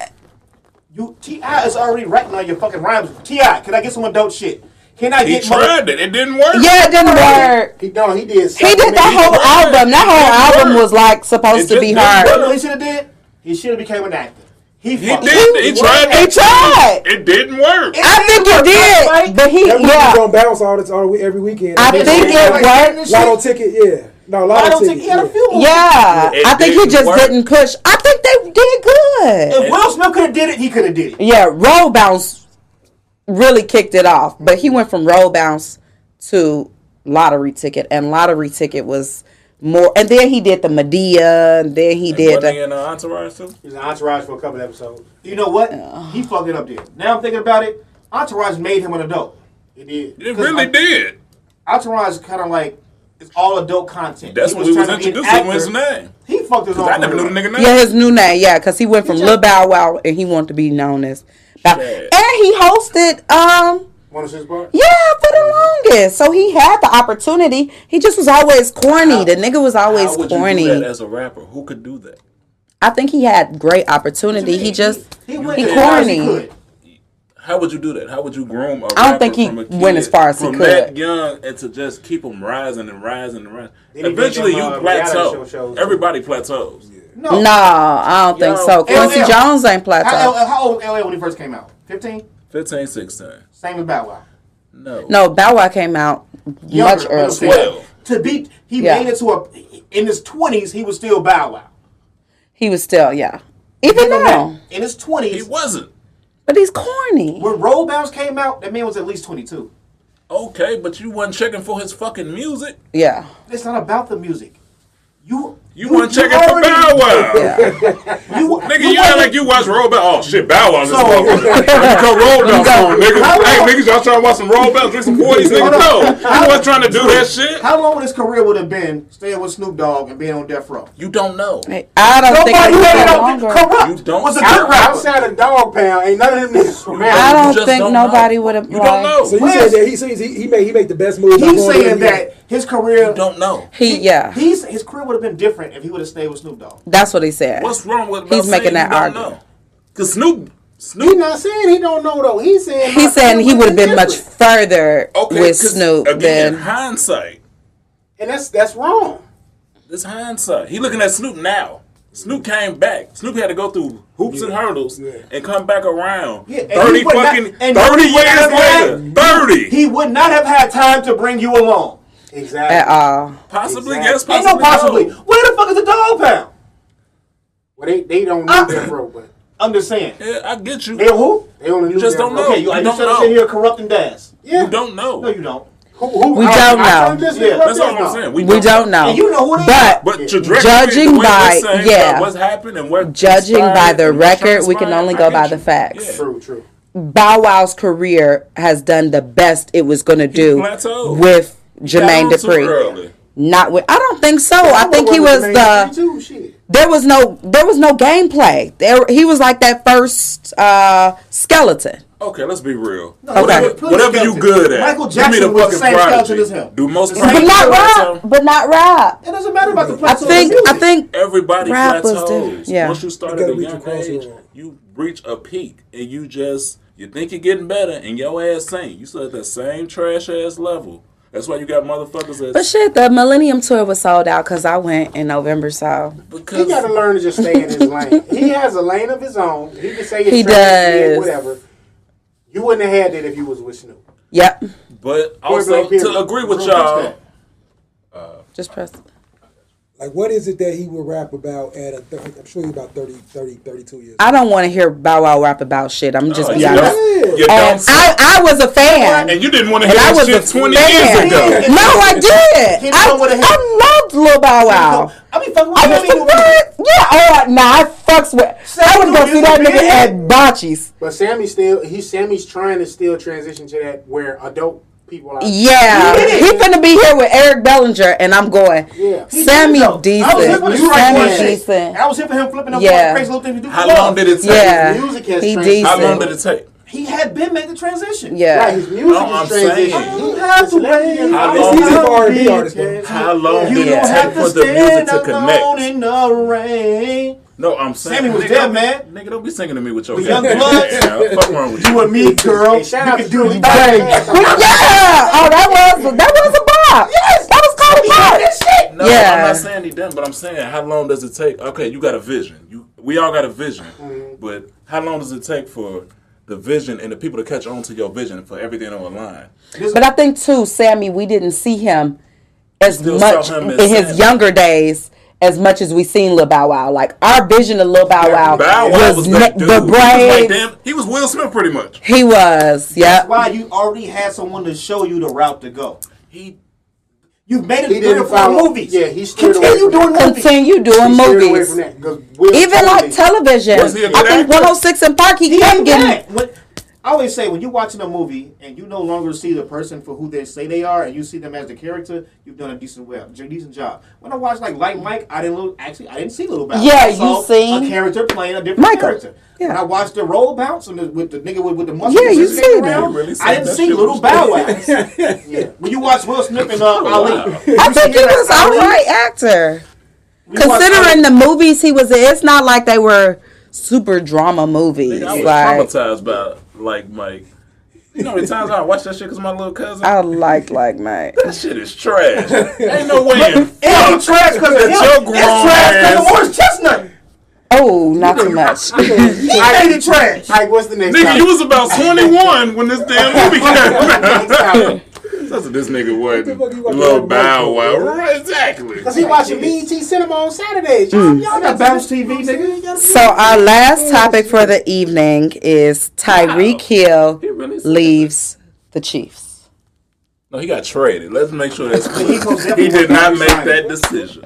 [SPEAKER 7] You Ti is already writing on your fucking rhymes. Ti, can I get some adult shit? Can I
[SPEAKER 4] He
[SPEAKER 7] get mother-
[SPEAKER 4] tried it. It didn't work.
[SPEAKER 6] Yeah, it didn't work.
[SPEAKER 3] He don't. He did.
[SPEAKER 6] He did that whole album. That whole album was like supposed
[SPEAKER 4] It
[SPEAKER 6] to be
[SPEAKER 4] just didn't
[SPEAKER 6] hard.
[SPEAKER 7] You know what he should have did? He should have became an actor. He,
[SPEAKER 4] He
[SPEAKER 7] fucked-
[SPEAKER 4] did. He tried.
[SPEAKER 6] He tried.
[SPEAKER 4] It didn't work.
[SPEAKER 6] I think it did, but he
[SPEAKER 8] That movie was
[SPEAKER 6] yeah.
[SPEAKER 8] on bounce all the all, every weekend.
[SPEAKER 6] I think it worked.
[SPEAKER 8] Lotto ticket, yeah. No, Lotto,
[SPEAKER 7] Lotto
[SPEAKER 8] ticket.
[SPEAKER 7] ticket, he had a
[SPEAKER 8] yeah.
[SPEAKER 7] few more.
[SPEAKER 6] Yeah,
[SPEAKER 4] It
[SPEAKER 6] I think he
[SPEAKER 4] didn't
[SPEAKER 6] just
[SPEAKER 4] work.
[SPEAKER 6] didn't push. I think they did good.
[SPEAKER 7] If Will Smith could have did it, he could have did it.
[SPEAKER 6] Yeah, roll bounce really kicked it off, but he went from roll bounce to lottery ticket, and lottery ticket was more. And then he did the Medea, and then he did
[SPEAKER 4] Wasn't he
[SPEAKER 6] the
[SPEAKER 4] in the entourage too?
[SPEAKER 5] He was an entourage for a couple episodes.
[SPEAKER 7] You know what? He fucked it up there. Now I'm thinking about it. Entourage made him an adult.
[SPEAKER 5] He did.
[SPEAKER 4] It really
[SPEAKER 7] I-
[SPEAKER 4] did.
[SPEAKER 7] Entourage kind of like it's all adult content.
[SPEAKER 4] That's when we was
[SPEAKER 7] trying to be an
[SPEAKER 4] introduced to his
[SPEAKER 7] actor.
[SPEAKER 4] name.
[SPEAKER 7] He fucked his own.
[SPEAKER 4] I never knew the
[SPEAKER 7] career.
[SPEAKER 4] nigga name.
[SPEAKER 6] yeah his new name, yeah, because he went from
[SPEAKER 7] just-
[SPEAKER 6] Lil Bow Wow and he wanted to be known as Bow. and
[SPEAKER 4] Shit.
[SPEAKER 6] he hosted um.
[SPEAKER 5] One of his parts.
[SPEAKER 6] Yeah, for the longest. So he had the opportunity. He just was always corny. the nigga was always
[SPEAKER 4] How would
[SPEAKER 6] corny.
[SPEAKER 4] you do that as a rapper? Who could do that?
[SPEAKER 6] I think he had great opportunity. He just
[SPEAKER 7] He went
[SPEAKER 6] He
[SPEAKER 7] as far as he
[SPEAKER 6] corny.
[SPEAKER 7] could.
[SPEAKER 4] How would you do that? How would you groom a
[SPEAKER 6] I don't
[SPEAKER 4] rapper
[SPEAKER 6] think he
[SPEAKER 4] from a kid,
[SPEAKER 6] went as far as he
[SPEAKER 4] from
[SPEAKER 6] could.
[SPEAKER 4] that young and to just keep him rising and rising and rising?
[SPEAKER 5] Then he did
[SPEAKER 4] Eventually,
[SPEAKER 5] them,
[SPEAKER 4] you
[SPEAKER 5] uh, reality show
[SPEAKER 4] plateau.
[SPEAKER 5] shows.
[SPEAKER 4] Everybody plateaus.
[SPEAKER 7] No.
[SPEAKER 6] no, I don't think so. Quincy
[SPEAKER 7] LL.
[SPEAKER 6] Jones ain't
[SPEAKER 7] How,
[SPEAKER 6] plateau.
[SPEAKER 7] how old LA when he first came out? 15?
[SPEAKER 4] Fifteen, sixteen. 15, 16.
[SPEAKER 7] Same as Bow Wow.
[SPEAKER 4] No.
[SPEAKER 6] No, Bow Wow came out
[SPEAKER 7] Younger,
[SPEAKER 6] much
[SPEAKER 7] but
[SPEAKER 6] earlier.
[SPEAKER 7] still-
[SPEAKER 4] Well.
[SPEAKER 7] To be, he
[SPEAKER 6] Yeah.
[SPEAKER 7] made it to a. In his 20s, he was still Bow Wow.
[SPEAKER 6] He was still, yeah. Even now,
[SPEAKER 7] In his
[SPEAKER 4] He
[SPEAKER 7] 20s,
[SPEAKER 4] wasn't.
[SPEAKER 6] but he's corny.
[SPEAKER 7] when Roll Bounce came out, that man was at least 22.
[SPEAKER 4] Okay, but you wasn't checking for his fucking music.
[SPEAKER 6] Yeah,
[SPEAKER 7] It's not about the music. You.
[SPEAKER 4] You, weren't checking for
[SPEAKER 7] already-
[SPEAKER 4] Bow Wow.
[SPEAKER 6] yeah.
[SPEAKER 7] You,
[SPEAKER 4] Nigga, you act like you watch Roll Bell. Oh shit, Bow Wow's this
[SPEAKER 7] So-
[SPEAKER 4] motherfucker. Cut Roll Bell on,
[SPEAKER 7] How
[SPEAKER 4] nigga.
[SPEAKER 7] long-
[SPEAKER 4] Hey, niggas, y'all trying to watch some Roll Bell, drink some 40s, nigga? No. You wasn't trying to do that shit.
[SPEAKER 7] How long would his career would have been staying with Snoop Dogg and being on death row?
[SPEAKER 4] You don't know.
[SPEAKER 6] I don't
[SPEAKER 7] Nobody
[SPEAKER 6] think
[SPEAKER 7] had
[SPEAKER 6] it
[SPEAKER 7] it
[SPEAKER 6] was
[SPEAKER 7] on
[SPEAKER 6] longer.
[SPEAKER 7] corrupt.
[SPEAKER 4] You don't-
[SPEAKER 7] was a
[SPEAKER 4] I-
[SPEAKER 7] good rapper.
[SPEAKER 5] Outside of Dog Pound, ain't none of them niggas from
[SPEAKER 6] I
[SPEAKER 5] Maryland.
[SPEAKER 6] don't
[SPEAKER 4] just
[SPEAKER 6] think
[SPEAKER 4] don't
[SPEAKER 6] nobody
[SPEAKER 4] know.
[SPEAKER 6] would have.
[SPEAKER 4] You don't know.
[SPEAKER 8] So you
[SPEAKER 7] Where's-
[SPEAKER 8] said that he says he, he made he made the best move.
[SPEAKER 7] He's saying that his career,
[SPEAKER 4] You don't know.
[SPEAKER 6] He, yeah,
[SPEAKER 7] he's, his career would have been different if he would have stayed with Snoop Dogg.
[SPEAKER 6] that's what he said.
[SPEAKER 4] What's wrong with
[SPEAKER 6] He's
[SPEAKER 4] about
[SPEAKER 6] making
[SPEAKER 4] saying
[SPEAKER 6] that
[SPEAKER 4] you don't
[SPEAKER 6] argument.
[SPEAKER 4] know? Cause Snoop,
[SPEAKER 5] He's
[SPEAKER 4] Snoop.
[SPEAKER 5] not saying he don't know though. He's saying my
[SPEAKER 6] He's saying
[SPEAKER 5] career
[SPEAKER 6] he would have been
[SPEAKER 5] different.
[SPEAKER 6] much further
[SPEAKER 4] Okay,
[SPEAKER 6] with
[SPEAKER 4] 'cause
[SPEAKER 6] Snoop
[SPEAKER 4] again.
[SPEAKER 6] than
[SPEAKER 4] Hindsight.
[SPEAKER 5] and that's that's wrong.
[SPEAKER 4] This hindsight. He looking at Snoop now. Snoop came back. Snoop had to go through hoops and hurdles and come back around.
[SPEAKER 7] Yeah, and
[SPEAKER 4] thirty
[SPEAKER 7] he would not-
[SPEAKER 4] fucking
[SPEAKER 7] and
[SPEAKER 4] thirty
[SPEAKER 7] he would
[SPEAKER 4] years
[SPEAKER 7] not have
[SPEAKER 4] later. Thirty.
[SPEAKER 7] He would not have had time to bring you along.
[SPEAKER 5] Exactly.
[SPEAKER 6] at all.
[SPEAKER 4] possibly
[SPEAKER 5] Exactly.
[SPEAKER 4] yes.
[SPEAKER 7] Ain't
[SPEAKER 4] Possibly
[SPEAKER 7] no possibly.
[SPEAKER 4] no.
[SPEAKER 7] Where the fuck is the dog pound?
[SPEAKER 5] Well, they they don't know that bro, but
[SPEAKER 7] I'm just saying.
[SPEAKER 4] Yeah, I get you.
[SPEAKER 7] They who?
[SPEAKER 5] they only knew
[SPEAKER 4] just
[SPEAKER 5] Death
[SPEAKER 4] don't
[SPEAKER 5] Row.
[SPEAKER 4] know.
[SPEAKER 7] Okay, you,
[SPEAKER 4] You
[SPEAKER 7] you
[SPEAKER 4] don't
[SPEAKER 7] should
[SPEAKER 4] know.
[SPEAKER 7] have here corrupting dads.
[SPEAKER 5] Yeah.
[SPEAKER 4] You don't know.
[SPEAKER 7] No, you don't.
[SPEAKER 5] Who, who,
[SPEAKER 6] We
[SPEAKER 5] I-
[SPEAKER 6] don't
[SPEAKER 5] I
[SPEAKER 6] know.
[SPEAKER 5] told this
[SPEAKER 7] Yeah,
[SPEAKER 5] nigga
[SPEAKER 4] That's
[SPEAKER 5] this
[SPEAKER 4] all I'm
[SPEAKER 5] now.
[SPEAKER 4] saying.
[SPEAKER 6] We don't know.
[SPEAKER 7] And you know who they
[SPEAKER 6] But-
[SPEAKER 7] are.
[SPEAKER 4] But
[SPEAKER 5] Yeah.
[SPEAKER 4] trajectory,
[SPEAKER 6] Judging
[SPEAKER 4] the way
[SPEAKER 6] by-
[SPEAKER 4] we're saying,
[SPEAKER 6] yeah.
[SPEAKER 4] like, what's happened and where
[SPEAKER 6] Judging
[SPEAKER 4] inspired
[SPEAKER 6] by the
[SPEAKER 4] and what's
[SPEAKER 6] record, we can
[SPEAKER 4] transpired,
[SPEAKER 6] only
[SPEAKER 4] I
[SPEAKER 6] go
[SPEAKER 4] get
[SPEAKER 6] by the
[SPEAKER 4] you.
[SPEAKER 6] facts.
[SPEAKER 4] Yeah.
[SPEAKER 5] True, true.
[SPEAKER 6] Bow Wow's career has done the best it was going to do
[SPEAKER 4] plateaued.
[SPEAKER 6] with Jermaine
[SPEAKER 4] Down too
[SPEAKER 6] Dupri.
[SPEAKER 4] early.
[SPEAKER 6] Not with I don't think so. I think he was
[SPEAKER 5] wasn't
[SPEAKER 6] the
[SPEAKER 5] Jermaine Dupri, too, shit.
[SPEAKER 6] there was no there was no gameplay. There he was like that first uh skeleton.
[SPEAKER 4] Okay, let's be real.
[SPEAKER 6] Okay.
[SPEAKER 4] Whatever, whatever you good at,
[SPEAKER 7] Michael
[SPEAKER 4] give me
[SPEAKER 7] Jackson was the
[SPEAKER 4] fucking
[SPEAKER 7] same skeleton
[SPEAKER 4] prodigy.
[SPEAKER 7] as him.
[SPEAKER 4] Do most
[SPEAKER 6] But
[SPEAKER 4] people
[SPEAKER 6] not
[SPEAKER 4] plateau?
[SPEAKER 6] Rob. But not Rob.
[SPEAKER 7] It doesn't matter about the
[SPEAKER 6] I
[SPEAKER 7] plateau.
[SPEAKER 6] think I think
[SPEAKER 4] Everybody
[SPEAKER 6] Rap was different,
[SPEAKER 4] plateaus.
[SPEAKER 6] yeah.
[SPEAKER 4] Once you start at
[SPEAKER 8] You gotta
[SPEAKER 4] a
[SPEAKER 8] reach
[SPEAKER 4] young
[SPEAKER 8] your
[SPEAKER 4] age,
[SPEAKER 8] crossover.
[SPEAKER 4] you reach a peak, and you just you think you're getting better, and your ass ain't. You still at that same trash ass level. That's why you got motherfuckers that
[SPEAKER 6] But shit, the Millennium Tour was sold out because I went in November. So
[SPEAKER 5] He
[SPEAKER 4] because
[SPEAKER 5] got to learn to just stay in his lane. He has a lane of his own. He can say his
[SPEAKER 6] He
[SPEAKER 5] trash, yeah,
[SPEAKER 6] does.
[SPEAKER 5] whatever. You wouldn't have had that if you was with Snoop.
[SPEAKER 6] yep,
[SPEAKER 4] but
[SPEAKER 5] blank
[SPEAKER 4] also
[SPEAKER 5] period.
[SPEAKER 4] to agree with
[SPEAKER 7] Real pitch
[SPEAKER 4] y'all.
[SPEAKER 7] that.
[SPEAKER 6] just press.
[SPEAKER 8] Like, what is it that he would rap about at a thir- I'm sure he's about 30, 30, 32 years.
[SPEAKER 6] I don't want to hear Bow Wow rap about shit. I'm just
[SPEAKER 4] Oh,
[SPEAKER 6] be
[SPEAKER 4] you
[SPEAKER 6] honest.
[SPEAKER 4] dumb- you dumb
[SPEAKER 6] And I, I was a fan.
[SPEAKER 4] And you didn't want to
[SPEAKER 6] And
[SPEAKER 4] hear
[SPEAKER 6] I
[SPEAKER 4] that
[SPEAKER 6] was a
[SPEAKER 4] shit 20
[SPEAKER 6] fan.
[SPEAKER 4] years ago.
[SPEAKER 6] No, I
[SPEAKER 7] He
[SPEAKER 6] did. I,
[SPEAKER 7] know what it
[SPEAKER 6] I loved Lil Bow Wow.
[SPEAKER 7] I mean, fuck with
[SPEAKER 6] I was the
[SPEAKER 7] you.
[SPEAKER 6] what? Yeah, oh, nah, I fucks with. I would go see that nigga at Bocce's.
[SPEAKER 5] But Sammy still, he Sammy's trying to still transition to that where adult people are.
[SPEAKER 6] Yeah, he finna be here with Eric Bellinger, and I'm going.
[SPEAKER 5] Yeah.
[SPEAKER 6] Sammy
[SPEAKER 7] I was here for
[SPEAKER 6] decent.
[SPEAKER 7] the
[SPEAKER 5] You
[SPEAKER 7] strike
[SPEAKER 6] Sammy
[SPEAKER 5] right.
[SPEAKER 7] one.
[SPEAKER 6] decent.
[SPEAKER 7] I was here for him flipping up
[SPEAKER 6] Yeah.
[SPEAKER 7] all the crazy little things we do. for
[SPEAKER 4] How
[SPEAKER 7] love.
[SPEAKER 4] long did it take?
[SPEAKER 6] Yeah,
[SPEAKER 5] music has
[SPEAKER 6] he
[SPEAKER 5] transitioned.
[SPEAKER 6] decent.
[SPEAKER 4] How long did it take?
[SPEAKER 7] He had been made the transition.
[SPEAKER 5] Right,
[SPEAKER 6] Yeah,
[SPEAKER 5] his music
[SPEAKER 4] No, I'm
[SPEAKER 5] is transitioning.
[SPEAKER 4] saying-
[SPEAKER 5] He has to wait.
[SPEAKER 4] How
[SPEAKER 8] It's
[SPEAKER 4] long
[SPEAKER 8] easy for
[SPEAKER 4] did
[SPEAKER 8] R and B artists. though.
[SPEAKER 4] how long
[SPEAKER 7] You
[SPEAKER 4] did
[SPEAKER 6] Yeah.
[SPEAKER 7] don't
[SPEAKER 4] it
[SPEAKER 7] have
[SPEAKER 4] take
[SPEAKER 7] to
[SPEAKER 4] for the music
[SPEAKER 7] stand
[SPEAKER 4] to
[SPEAKER 7] alone
[SPEAKER 4] connect?
[SPEAKER 7] in the rain.
[SPEAKER 4] No, I'm saying
[SPEAKER 7] Sammy was
[SPEAKER 4] nigga,
[SPEAKER 7] dead, man.
[SPEAKER 4] Nigga, don't be singing to me with your
[SPEAKER 7] We
[SPEAKER 4] [LAUGHS]
[SPEAKER 7] young
[SPEAKER 4] goddamn
[SPEAKER 7] bloods.
[SPEAKER 4] ass. Fuck wrong with you?
[SPEAKER 7] You and me, girl.
[SPEAKER 5] Hey, shout out
[SPEAKER 7] you
[SPEAKER 5] to
[SPEAKER 7] can do
[SPEAKER 5] Julie
[SPEAKER 7] it.
[SPEAKER 5] Byers.
[SPEAKER 6] yeah. Oh, that was that was a bop. Yes, that was called a bop.
[SPEAKER 4] No,
[SPEAKER 6] Yeah. Mm-hmm.
[SPEAKER 4] I'm not saying he didn't, but I'm saying how long does it take? Okay, you got a vision. You we all got a vision. but how long does it take for the vision and the people to catch on to your vision for everything to align?
[SPEAKER 6] But I think too, Sammy, we didn't see him as
[SPEAKER 4] Still saw
[SPEAKER 6] much
[SPEAKER 4] him as
[SPEAKER 6] in his
[SPEAKER 4] Sammy.
[SPEAKER 6] younger days as much as we seen Lil Bow Wow. Like our vision of Lil Bow Wow,
[SPEAKER 4] Bow Wow
[SPEAKER 6] was,
[SPEAKER 4] was
[SPEAKER 6] ne-
[SPEAKER 4] that dude.
[SPEAKER 6] the
[SPEAKER 4] He was like,
[SPEAKER 6] brave.
[SPEAKER 4] damn, he was Will Smith pretty much.
[SPEAKER 6] He was,
[SPEAKER 7] That's
[SPEAKER 6] yep.
[SPEAKER 7] why you already had someone to show you the route to go.
[SPEAKER 4] He
[SPEAKER 7] You've made it
[SPEAKER 3] He
[SPEAKER 7] three
[SPEAKER 3] didn't
[SPEAKER 7] or four
[SPEAKER 3] follow-
[SPEAKER 7] movies.
[SPEAKER 3] yeah, he steered
[SPEAKER 7] continue
[SPEAKER 3] away from
[SPEAKER 7] doing movies.
[SPEAKER 6] Continue doing
[SPEAKER 3] Steered away
[SPEAKER 6] movies.
[SPEAKER 3] from that, 'cause Will
[SPEAKER 6] Even
[SPEAKER 3] told
[SPEAKER 6] like
[SPEAKER 3] me-
[SPEAKER 6] television. I
[SPEAKER 4] Was he a
[SPEAKER 6] think
[SPEAKER 4] good actor?
[SPEAKER 6] 106 and Park, he kept getting.
[SPEAKER 7] Back. When- I always say when you're watching a movie and you no longer see the person for who they say they are and you see them as the character, you've done a decent well, a decent job. When I watched like Light Mike, I didn't look, actually I didn't see Little Bounce.
[SPEAKER 6] Yeah,
[SPEAKER 7] I
[SPEAKER 6] you
[SPEAKER 7] saw
[SPEAKER 6] seen-
[SPEAKER 7] a character playing a different
[SPEAKER 6] Michael.
[SPEAKER 7] character.
[SPEAKER 6] Yeah.
[SPEAKER 7] When I watched the Roll Bounce and the, with the nigga with, with the muscles,
[SPEAKER 6] Yeah, you
[SPEAKER 7] just
[SPEAKER 6] seen
[SPEAKER 7] hanging
[SPEAKER 6] that.
[SPEAKER 7] around,
[SPEAKER 4] You really seen
[SPEAKER 7] I didn't
[SPEAKER 4] that
[SPEAKER 7] see
[SPEAKER 4] shit
[SPEAKER 7] Little
[SPEAKER 4] was- Oh,
[SPEAKER 7] Bow Wow.
[SPEAKER 4] [LAUGHS]
[SPEAKER 7] yeah. When you watch Will Smith and uh, Ali,
[SPEAKER 6] I think he was all right actor. Considering the movies he was in, it's not like they were super drama movies.
[SPEAKER 4] I was
[SPEAKER 6] Like
[SPEAKER 4] traumatized by like Mike. You know how many times I watched that shit because my little cousin.
[SPEAKER 6] I like like Mike.
[SPEAKER 4] that shit is trash. Ain't no way. in
[SPEAKER 7] It ain't trash because it's
[SPEAKER 4] That's your grown
[SPEAKER 7] trash because
[SPEAKER 4] ass.
[SPEAKER 7] of orange chestnut.
[SPEAKER 6] Oh, not too much.
[SPEAKER 4] [LAUGHS]
[SPEAKER 7] He made it trash.
[SPEAKER 3] Ike, what's the next
[SPEAKER 4] Nigga,
[SPEAKER 3] topic?
[SPEAKER 4] you was about 21 when this damn movie came out. [LAUGHS] That's what this nigga was.
[SPEAKER 8] What the fuck you watching
[SPEAKER 4] Little
[SPEAKER 8] that
[SPEAKER 4] Bow
[SPEAKER 8] Michael,
[SPEAKER 4] Wow.
[SPEAKER 8] bro?
[SPEAKER 4] Right, exactly.
[SPEAKER 3] Cause he watching BET Cinema on Saturdays. Y'all, y'all
[SPEAKER 7] I got
[SPEAKER 3] got
[SPEAKER 7] bounce TV, nigga.
[SPEAKER 6] Hmm.
[SPEAKER 4] [LAUGHS]
[SPEAKER 6] So our last
[SPEAKER 4] Oh,
[SPEAKER 6] topic for the evening is Tyreek
[SPEAKER 4] He
[SPEAKER 6] Hill
[SPEAKER 4] really said
[SPEAKER 6] leaves the Chiefs.
[SPEAKER 4] No, he got traded. Let's make sure that's
[SPEAKER 7] He most
[SPEAKER 4] clear.
[SPEAKER 7] definitely
[SPEAKER 4] he
[SPEAKER 7] was
[SPEAKER 4] did not
[SPEAKER 7] not
[SPEAKER 4] make
[SPEAKER 7] signed.
[SPEAKER 4] that decision.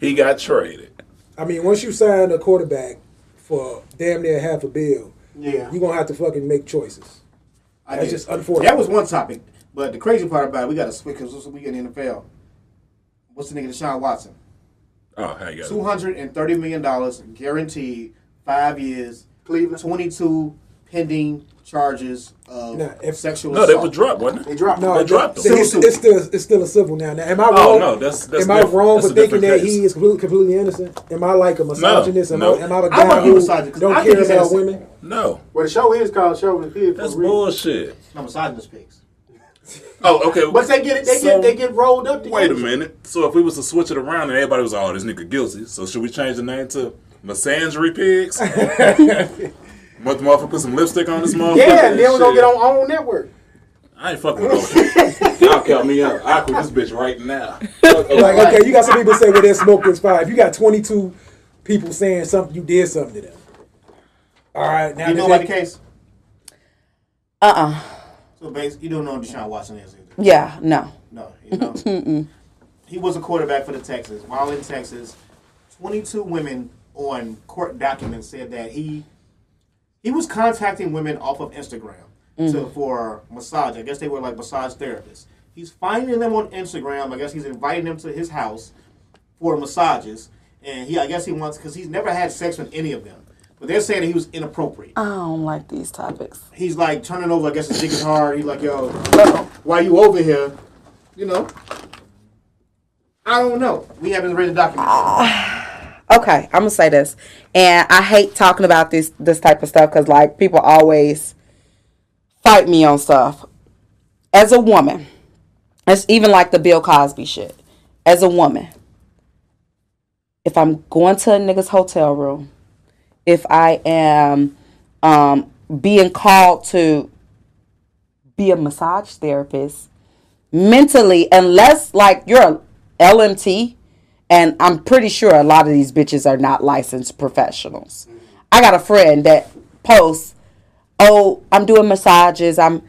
[SPEAKER 4] He got traded.
[SPEAKER 8] I mean, once you sign a quarterback for damn near half a bill,
[SPEAKER 3] Yeah.
[SPEAKER 8] you're gonna have to fucking make choices.
[SPEAKER 7] I
[SPEAKER 8] That's
[SPEAKER 7] did.
[SPEAKER 8] just unfortunate.
[SPEAKER 7] That was one topic. But the crazy part about it, we got to switch because we in the NFL. What's the nigga Deshaun Watson?
[SPEAKER 4] Oh, hang
[SPEAKER 7] Two
[SPEAKER 4] on.
[SPEAKER 7] hundred and thirty million dollars guaranteed, five years,
[SPEAKER 3] Cleveland.
[SPEAKER 7] twenty-two pending charges of
[SPEAKER 8] Nah, if-
[SPEAKER 7] sexual
[SPEAKER 4] No, they
[SPEAKER 7] assault.
[SPEAKER 4] were dropped, wasn't
[SPEAKER 3] They
[SPEAKER 4] it?
[SPEAKER 3] dropped.
[SPEAKER 8] No,
[SPEAKER 4] They dropped
[SPEAKER 8] it's,
[SPEAKER 4] him.
[SPEAKER 8] it's, it's still it's still a civil now. Now, am I wrong?
[SPEAKER 4] Oh, no, that's- that's
[SPEAKER 8] am I
[SPEAKER 4] different.
[SPEAKER 8] wrong
[SPEAKER 4] That's
[SPEAKER 8] for
[SPEAKER 4] a
[SPEAKER 8] thinking
[SPEAKER 4] different
[SPEAKER 8] that he
[SPEAKER 4] case.
[SPEAKER 8] is completely, completely innocent? Am I like a misogynist? am,
[SPEAKER 4] no.
[SPEAKER 8] I, am I a
[SPEAKER 7] I
[SPEAKER 8] guy
[SPEAKER 7] thought he
[SPEAKER 8] who
[SPEAKER 7] was misogynist, 'cause
[SPEAKER 8] don't
[SPEAKER 7] I think
[SPEAKER 8] care
[SPEAKER 7] he's
[SPEAKER 8] about
[SPEAKER 7] innocent.
[SPEAKER 8] women?
[SPEAKER 4] No.
[SPEAKER 3] Well, the show is called Chauvin's Pig.
[SPEAKER 4] That's
[SPEAKER 3] for real.
[SPEAKER 4] bullshit.
[SPEAKER 7] No, misogynist pigs.
[SPEAKER 4] Oh, okay.
[SPEAKER 3] But they get it. They
[SPEAKER 4] So-
[SPEAKER 3] get. They get rolled up.
[SPEAKER 4] Wait a
[SPEAKER 3] together.
[SPEAKER 4] minute. So if we was to switch it around and everybody was, oh, this nigga guilty, so should we change the name to Misandry Pigs? Mother motherfucker put some lipstick on this motherfucker.
[SPEAKER 3] Yeah, and
[SPEAKER 4] and
[SPEAKER 3] then we're gonna
[SPEAKER 4] shit.
[SPEAKER 3] get on our own network.
[SPEAKER 4] I ain't fucking with no- Y'all count me out. I quit this bitch right now.
[SPEAKER 8] Like, okay, you got some people say, "Well, there's smoke, there's fire." If you got 22 people saying something, you did something to them. All right, now
[SPEAKER 7] You know
[SPEAKER 8] does
[SPEAKER 7] about the
[SPEAKER 8] that-
[SPEAKER 7] case?
[SPEAKER 6] Uh uh
[SPEAKER 4] Uh-uh.
[SPEAKER 7] So basically, you don't know who Deshaun Watson is either.
[SPEAKER 6] Yeah, no.
[SPEAKER 7] No, you know. he was a quarterback for the Texans. While in Texas, 22 women on court documents said that he he was contacting women off of Instagram to, for massage. I guess they were like massage therapists. He's finding them on Instagram. I guess he's inviting them to his house for massages, and he I guess he wants because he's never had sex with any of them. But they're saying he was inappropriate.
[SPEAKER 6] I don't like these topics.
[SPEAKER 7] He's like turning over. I guess his dick is hard. He's like, yo, why you over here? You know. I don't know. We haven't read the document.
[SPEAKER 6] Okay, I'm gonna say this, and I hate talking about this this type of stuff because like people always fight me on stuff. As a woman, it's even like the Bill Cosby shit. As a woman, if I'm going to a nigga's hotel room, if I am um, being called to be a massage therapist, mentally, unless like you're a LMT, and I'm pretty sure a lot of these bitches are not licensed professionals. I got a friend that posts, "Oh, I'm doing massages. I'm,"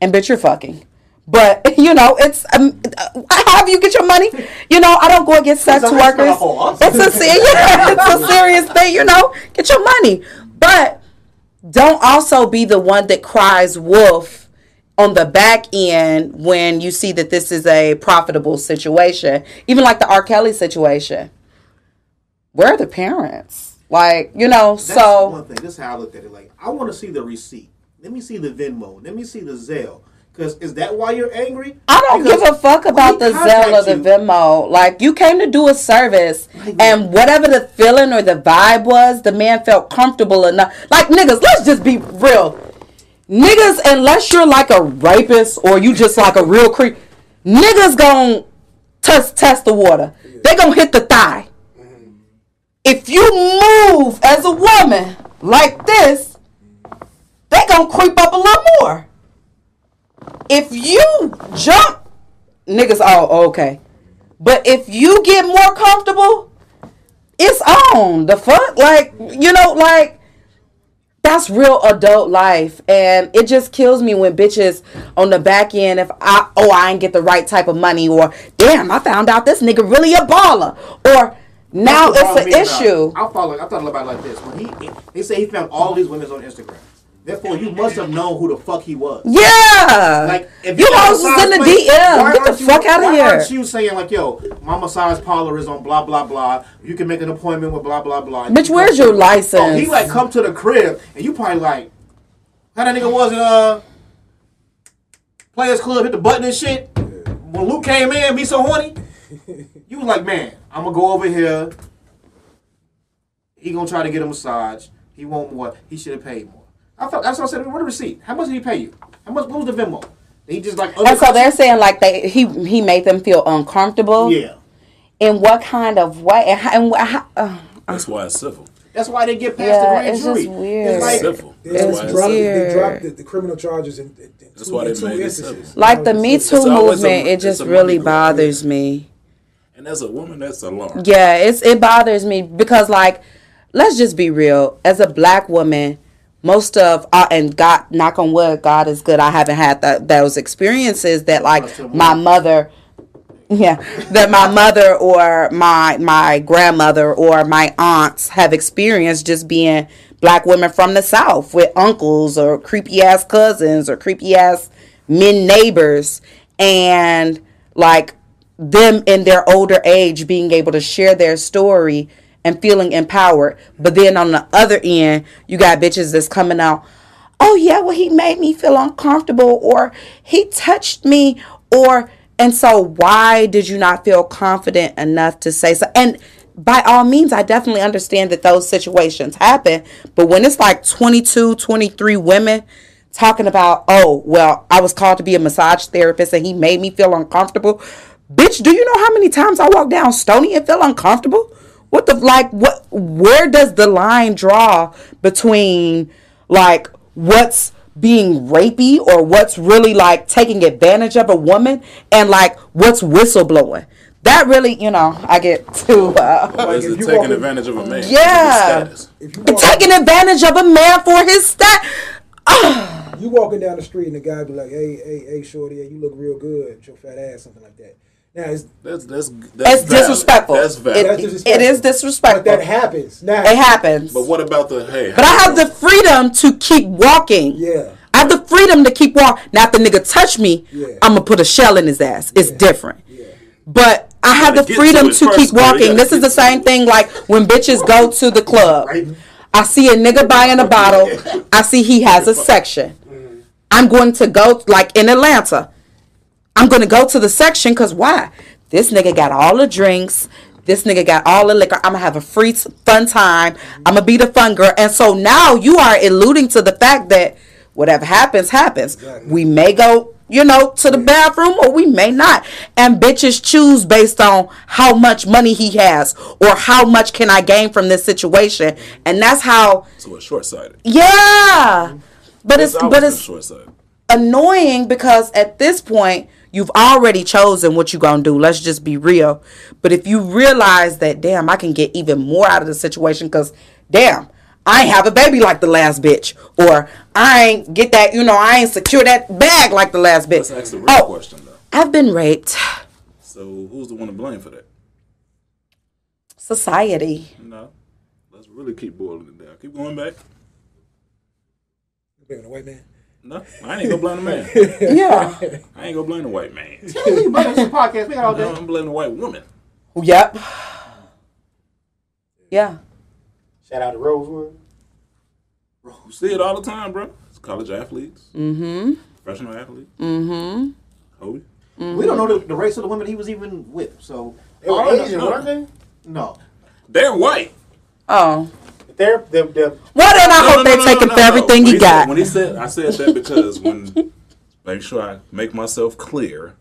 [SPEAKER 6] and bitch, you're fucking. But [LAUGHS] you know, it's um, I have you get your money. You know, I don't go against sex
[SPEAKER 7] It's a risk
[SPEAKER 6] workers.
[SPEAKER 7] level, huh?
[SPEAKER 6] It's a se- [LAUGHS] yeah, it's a serious thing. You know, get your money, but don't also be the one that cries wolf on the back end when you see that this is a profitable situation. Even like the R. Kelly situation. Where are the parents? Like, you know,
[SPEAKER 7] That's one
[SPEAKER 6] so
[SPEAKER 7] thing. This is how I looked at it. Like, I want to see the receipt. Let me see the Venmo. Let me see the Zelle. Because is that why you're angry?
[SPEAKER 6] I don't
[SPEAKER 7] Because
[SPEAKER 6] give a fuck
[SPEAKER 7] when
[SPEAKER 6] about
[SPEAKER 7] he
[SPEAKER 6] the Zelle or
[SPEAKER 7] contacts
[SPEAKER 6] the
[SPEAKER 7] you-
[SPEAKER 6] Venmo. Like, you came to do a service, and whatever the feeling or the vibe was, the man felt comfortable enough. Like, niggas, let's just be real. Niggas, unless you're like a rapist or you just like a real creep, niggas gon' test test the water. They gon' hit the thigh. If you move as a woman like this, they gonna creep up a little more. If you jump, niggas all okay. But if you get more comfortable, it's on. The fuck? Like, you know, like that's real adult life. And it just kills me when bitches on the back end, if I oh I ain't get the right type of money, or damn, I found out this nigga really a baller. Or
[SPEAKER 7] Follow
[SPEAKER 6] now
[SPEAKER 7] me
[SPEAKER 6] it's
[SPEAKER 7] about-
[SPEAKER 6] an issue.
[SPEAKER 7] I follow. I thought about it like this. When he he said he found all these women on Instagram. Therefore, you must have known who the fuck he was.
[SPEAKER 6] Yeah.
[SPEAKER 7] Like, if
[SPEAKER 6] you
[SPEAKER 7] you're
[SPEAKER 6] hoes is in the DM. Get the fuck out of
[SPEAKER 7] Why
[SPEAKER 6] here.
[SPEAKER 7] aren't you saying like, yo, my massage parlor is on blah blah blah. You can make an appointment with blah blah blah.
[SPEAKER 6] Bitch, where's your license?
[SPEAKER 7] Oh, he like come to the crib and you probably like how that nigga was in uh Players Club hit the button and shit. When Luke came in, be so horny. You was like, man, I'm gonna go over here. He gonna try to get a massage. He want more. He should have paid more. I thought that's what I said. What a receipt? How much did he pay you? How much? What was the Venmo? He just like
[SPEAKER 6] and so they're saying like they he he made them feel uncomfortable.
[SPEAKER 7] yeah.
[SPEAKER 6] In what kind of way? And how, and wha- how, uh,
[SPEAKER 4] That's why it's civil.
[SPEAKER 7] That's why they get past
[SPEAKER 6] Yeah,
[SPEAKER 7] the grand
[SPEAKER 6] it's
[SPEAKER 7] jury.
[SPEAKER 6] just weird.
[SPEAKER 7] It's
[SPEAKER 4] It's
[SPEAKER 7] like
[SPEAKER 4] civil.
[SPEAKER 8] They
[SPEAKER 4] That's
[SPEAKER 8] just
[SPEAKER 4] why it's
[SPEAKER 8] dropped,
[SPEAKER 4] civil.
[SPEAKER 8] they
[SPEAKER 6] weird.
[SPEAKER 8] dropped the, the criminal charges in, in, in two,
[SPEAKER 4] why they
[SPEAKER 8] in two
[SPEAKER 4] made it
[SPEAKER 8] instances.
[SPEAKER 4] civil.
[SPEAKER 6] like the Me
[SPEAKER 4] It's
[SPEAKER 6] Too
[SPEAKER 4] always a-
[SPEAKER 6] movement, it
[SPEAKER 4] it's
[SPEAKER 6] just
[SPEAKER 4] a money
[SPEAKER 6] really
[SPEAKER 4] grab.
[SPEAKER 6] bothers me.
[SPEAKER 4] And as a woman, that's alarm.
[SPEAKER 6] Yeah, it's it bothers me because like, let's just be real. As a black woman, most of uh, and God, knock on wood, God is good. I haven't had that those experiences that like my mother, yeah, that my mother or my my grandmother or my aunts have experienced just being black women from the south with uncles or creepy ass cousins or creepy ass men neighbors and like them in their older age being able to share their story and feeling empowered. But then on the other end, you got bitches that's coming out, oh yeah, well he made me feel uncomfortable or he touched me or and so why did you not feel confident enough to say so and by all means I definitely understand that those situations happen, but when it's like 22, 23 women talking about, oh, well, I was called to be a massage therapist and he made me feel uncomfortable. Bitch, do you know how many times I walk down Stony and feel uncomfortable? What the like what where does the line draw between like what's being rapey or what's really like taking advantage of a woman and like what's whistleblowing? That really, you know, I get too uh,
[SPEAKER 4] Or is it
[SPEAKER 8] you
[SPEAKER 4] taking
[SPEAKER 8] walk in-
[SPEAKER 4] advantage of a man?
[SPEAKER 6] Yeah.
[SPEAKER 4] It's his status.
[SPEAKER 8] If you walk,
[SPEAKER 6] taking advantage of a man for his stat.
[SPEAKER 8] you walking down the street and the guy be like, hey, hey, hey, shorty, hey, you look real good, with your fat ass, something like that. Now, it's,
[SPEAKER 4] That's that's
[SPEAKER 6] It's
[SPEAKER 4] that's valid.
[SPEAKER 6] disrespectful.
[SPEAKER 4] That's valid.
[SPEAKER 6] It-
[SPEAKER 8] That's
[SPEAKER 6] it
[SPEAKER 8] disrespectful.
[SPEAKER 6] is
[SPEAKER 8] but
[SPEAKER 6] disrespectful.
[SPEAKER 8] that happens. Now,
[SPEAKER 6] it happens.
[SPEAKER 4] but what about the hey?
[SPEAKER 6] But I have the freedom to keep walking.
[SPEAKER 8] Yeah.
[SPEAKER 6] I have the freedom to keep walking. Now, if the nigga touch me,
[SPEAKER 8] Yeah.
[SPEAKER 6] I'm gonna put a shell in his ass. It's different. But I have
[SPEAKER 4] gotta
[SPEAKER 6] the
[SPEAKER 4] get
[SPEAKER 6] freedom
[SPEAKER 4] to it
[SPEAKER 6] to
[SPEAKER 4] first,
[SPEAKER 6] keep
[SPEAKER 4] girl. You
[SPEAKER 6] walking.
[SPEAKER 4] gotta
[SPEAKER 6] This is
[SPEAKER 4] get
[SPEAKER 6] the
[SPEAKER 4] to
[SPEAKER 6] same
[SPEAKER 4] it.
[SPEAKER 6] thing like when bitches go to the club. I see a nigga buying a bottle. I see he has a section. I'm going to go like in Atlanta. I'm gonna go to the section because why? This nigga got all the drinks. This nigga got all the liquor. I'm gonna have a free s- fun time. I'm gonna be the fun girl. And so now you are alluding to the fact that whatever happens, happens. We may go, you know, to the bathroom or we may not. And bitches choose based on how much money he has or how much can I gain from this situation. And that's how,
[SPEAKER 4] so it's short sighted.
[SPEAKER 6] yeah. But it's, but it's
[SPEAKER 4] short sighted.
[SPEAKER 6] annoying because at this point you've already chosen what you're gonna do let's just be real but if you realize that damn i can get even more out of the situation because damn i ain't have a baby like the last bitch or i ain't get that you know i ain't secure that bag like the last bitch
[SPEAKER 4] Let's ask the real
[SPEAKER 6] oh
[SPEAKER 4] question though.
[SPEAKER 6] i've been raped
[SPEAKER 4] So who's the one to blame for that?
[SPEAKER 6] society
[SPEAKER 4] [LAUGHS] No. Let's really keep boiling it down. Keep going back.
[SPEAKER 8] Being a white man.
[SPEAKER 4] No, I ain't gonna blame the
[SPEAKER 6] [LAUGHS]
[SPEAKER 4] man.
[SPEAKER 6] yeah
[SPEAKER 4] I ain't gonna blame the white
[SPEAKER 6] [LAUGHS]
[SPEAKER 4] man.
[SPEAKER 7] But it's a podcast. We got all
[SPEAKER 4] No,
[SPEAKER 7] day.
[SPEAKER 4] I'm blaming the white woman.
[SPEAKER 6] yep yeah
[SPEAKER 5] Shout out to Rosewood.
[SPEAKER 4] You see it all the time, bro. It's college athletes. Mm-hmm. Professional athletes. Oh, Mm-hmm. Kobe.
[SPEAKER 7] We don't know the, the race of the women he was even with. So
[SPEAKER 5] They
[SPEAKER 4] Oh,
[SPEAKER 5] were
[SPEAKER 7] All in the-
[SPEAKER 5] Asian, weren't they?
[SPEAKER 7] No.
[SPEAKER 4] They're white.
[SPEAKER 6] oh
[SPEAKER 5] The therapy, the, the,
[SPEAKER 6] well then i
[SPEAKER 4] No,
[SPEAKER 6] hope
[SPEAKER 4] no,
[SPEAKER 6] they
[SPEAKER 4] no, no,
[SPEAKER 6] take him
[SPEAKER 4] no,
[SPEAKER 6] for
[SPEAKER 4] no.
[SPEAKER 6] everything
[SPEAKER 4] when
[SPEAKER 6] he got
[SPEAKER 4] Said, when he said, I said that because when, [LAUGHS] make sure I make myself clear.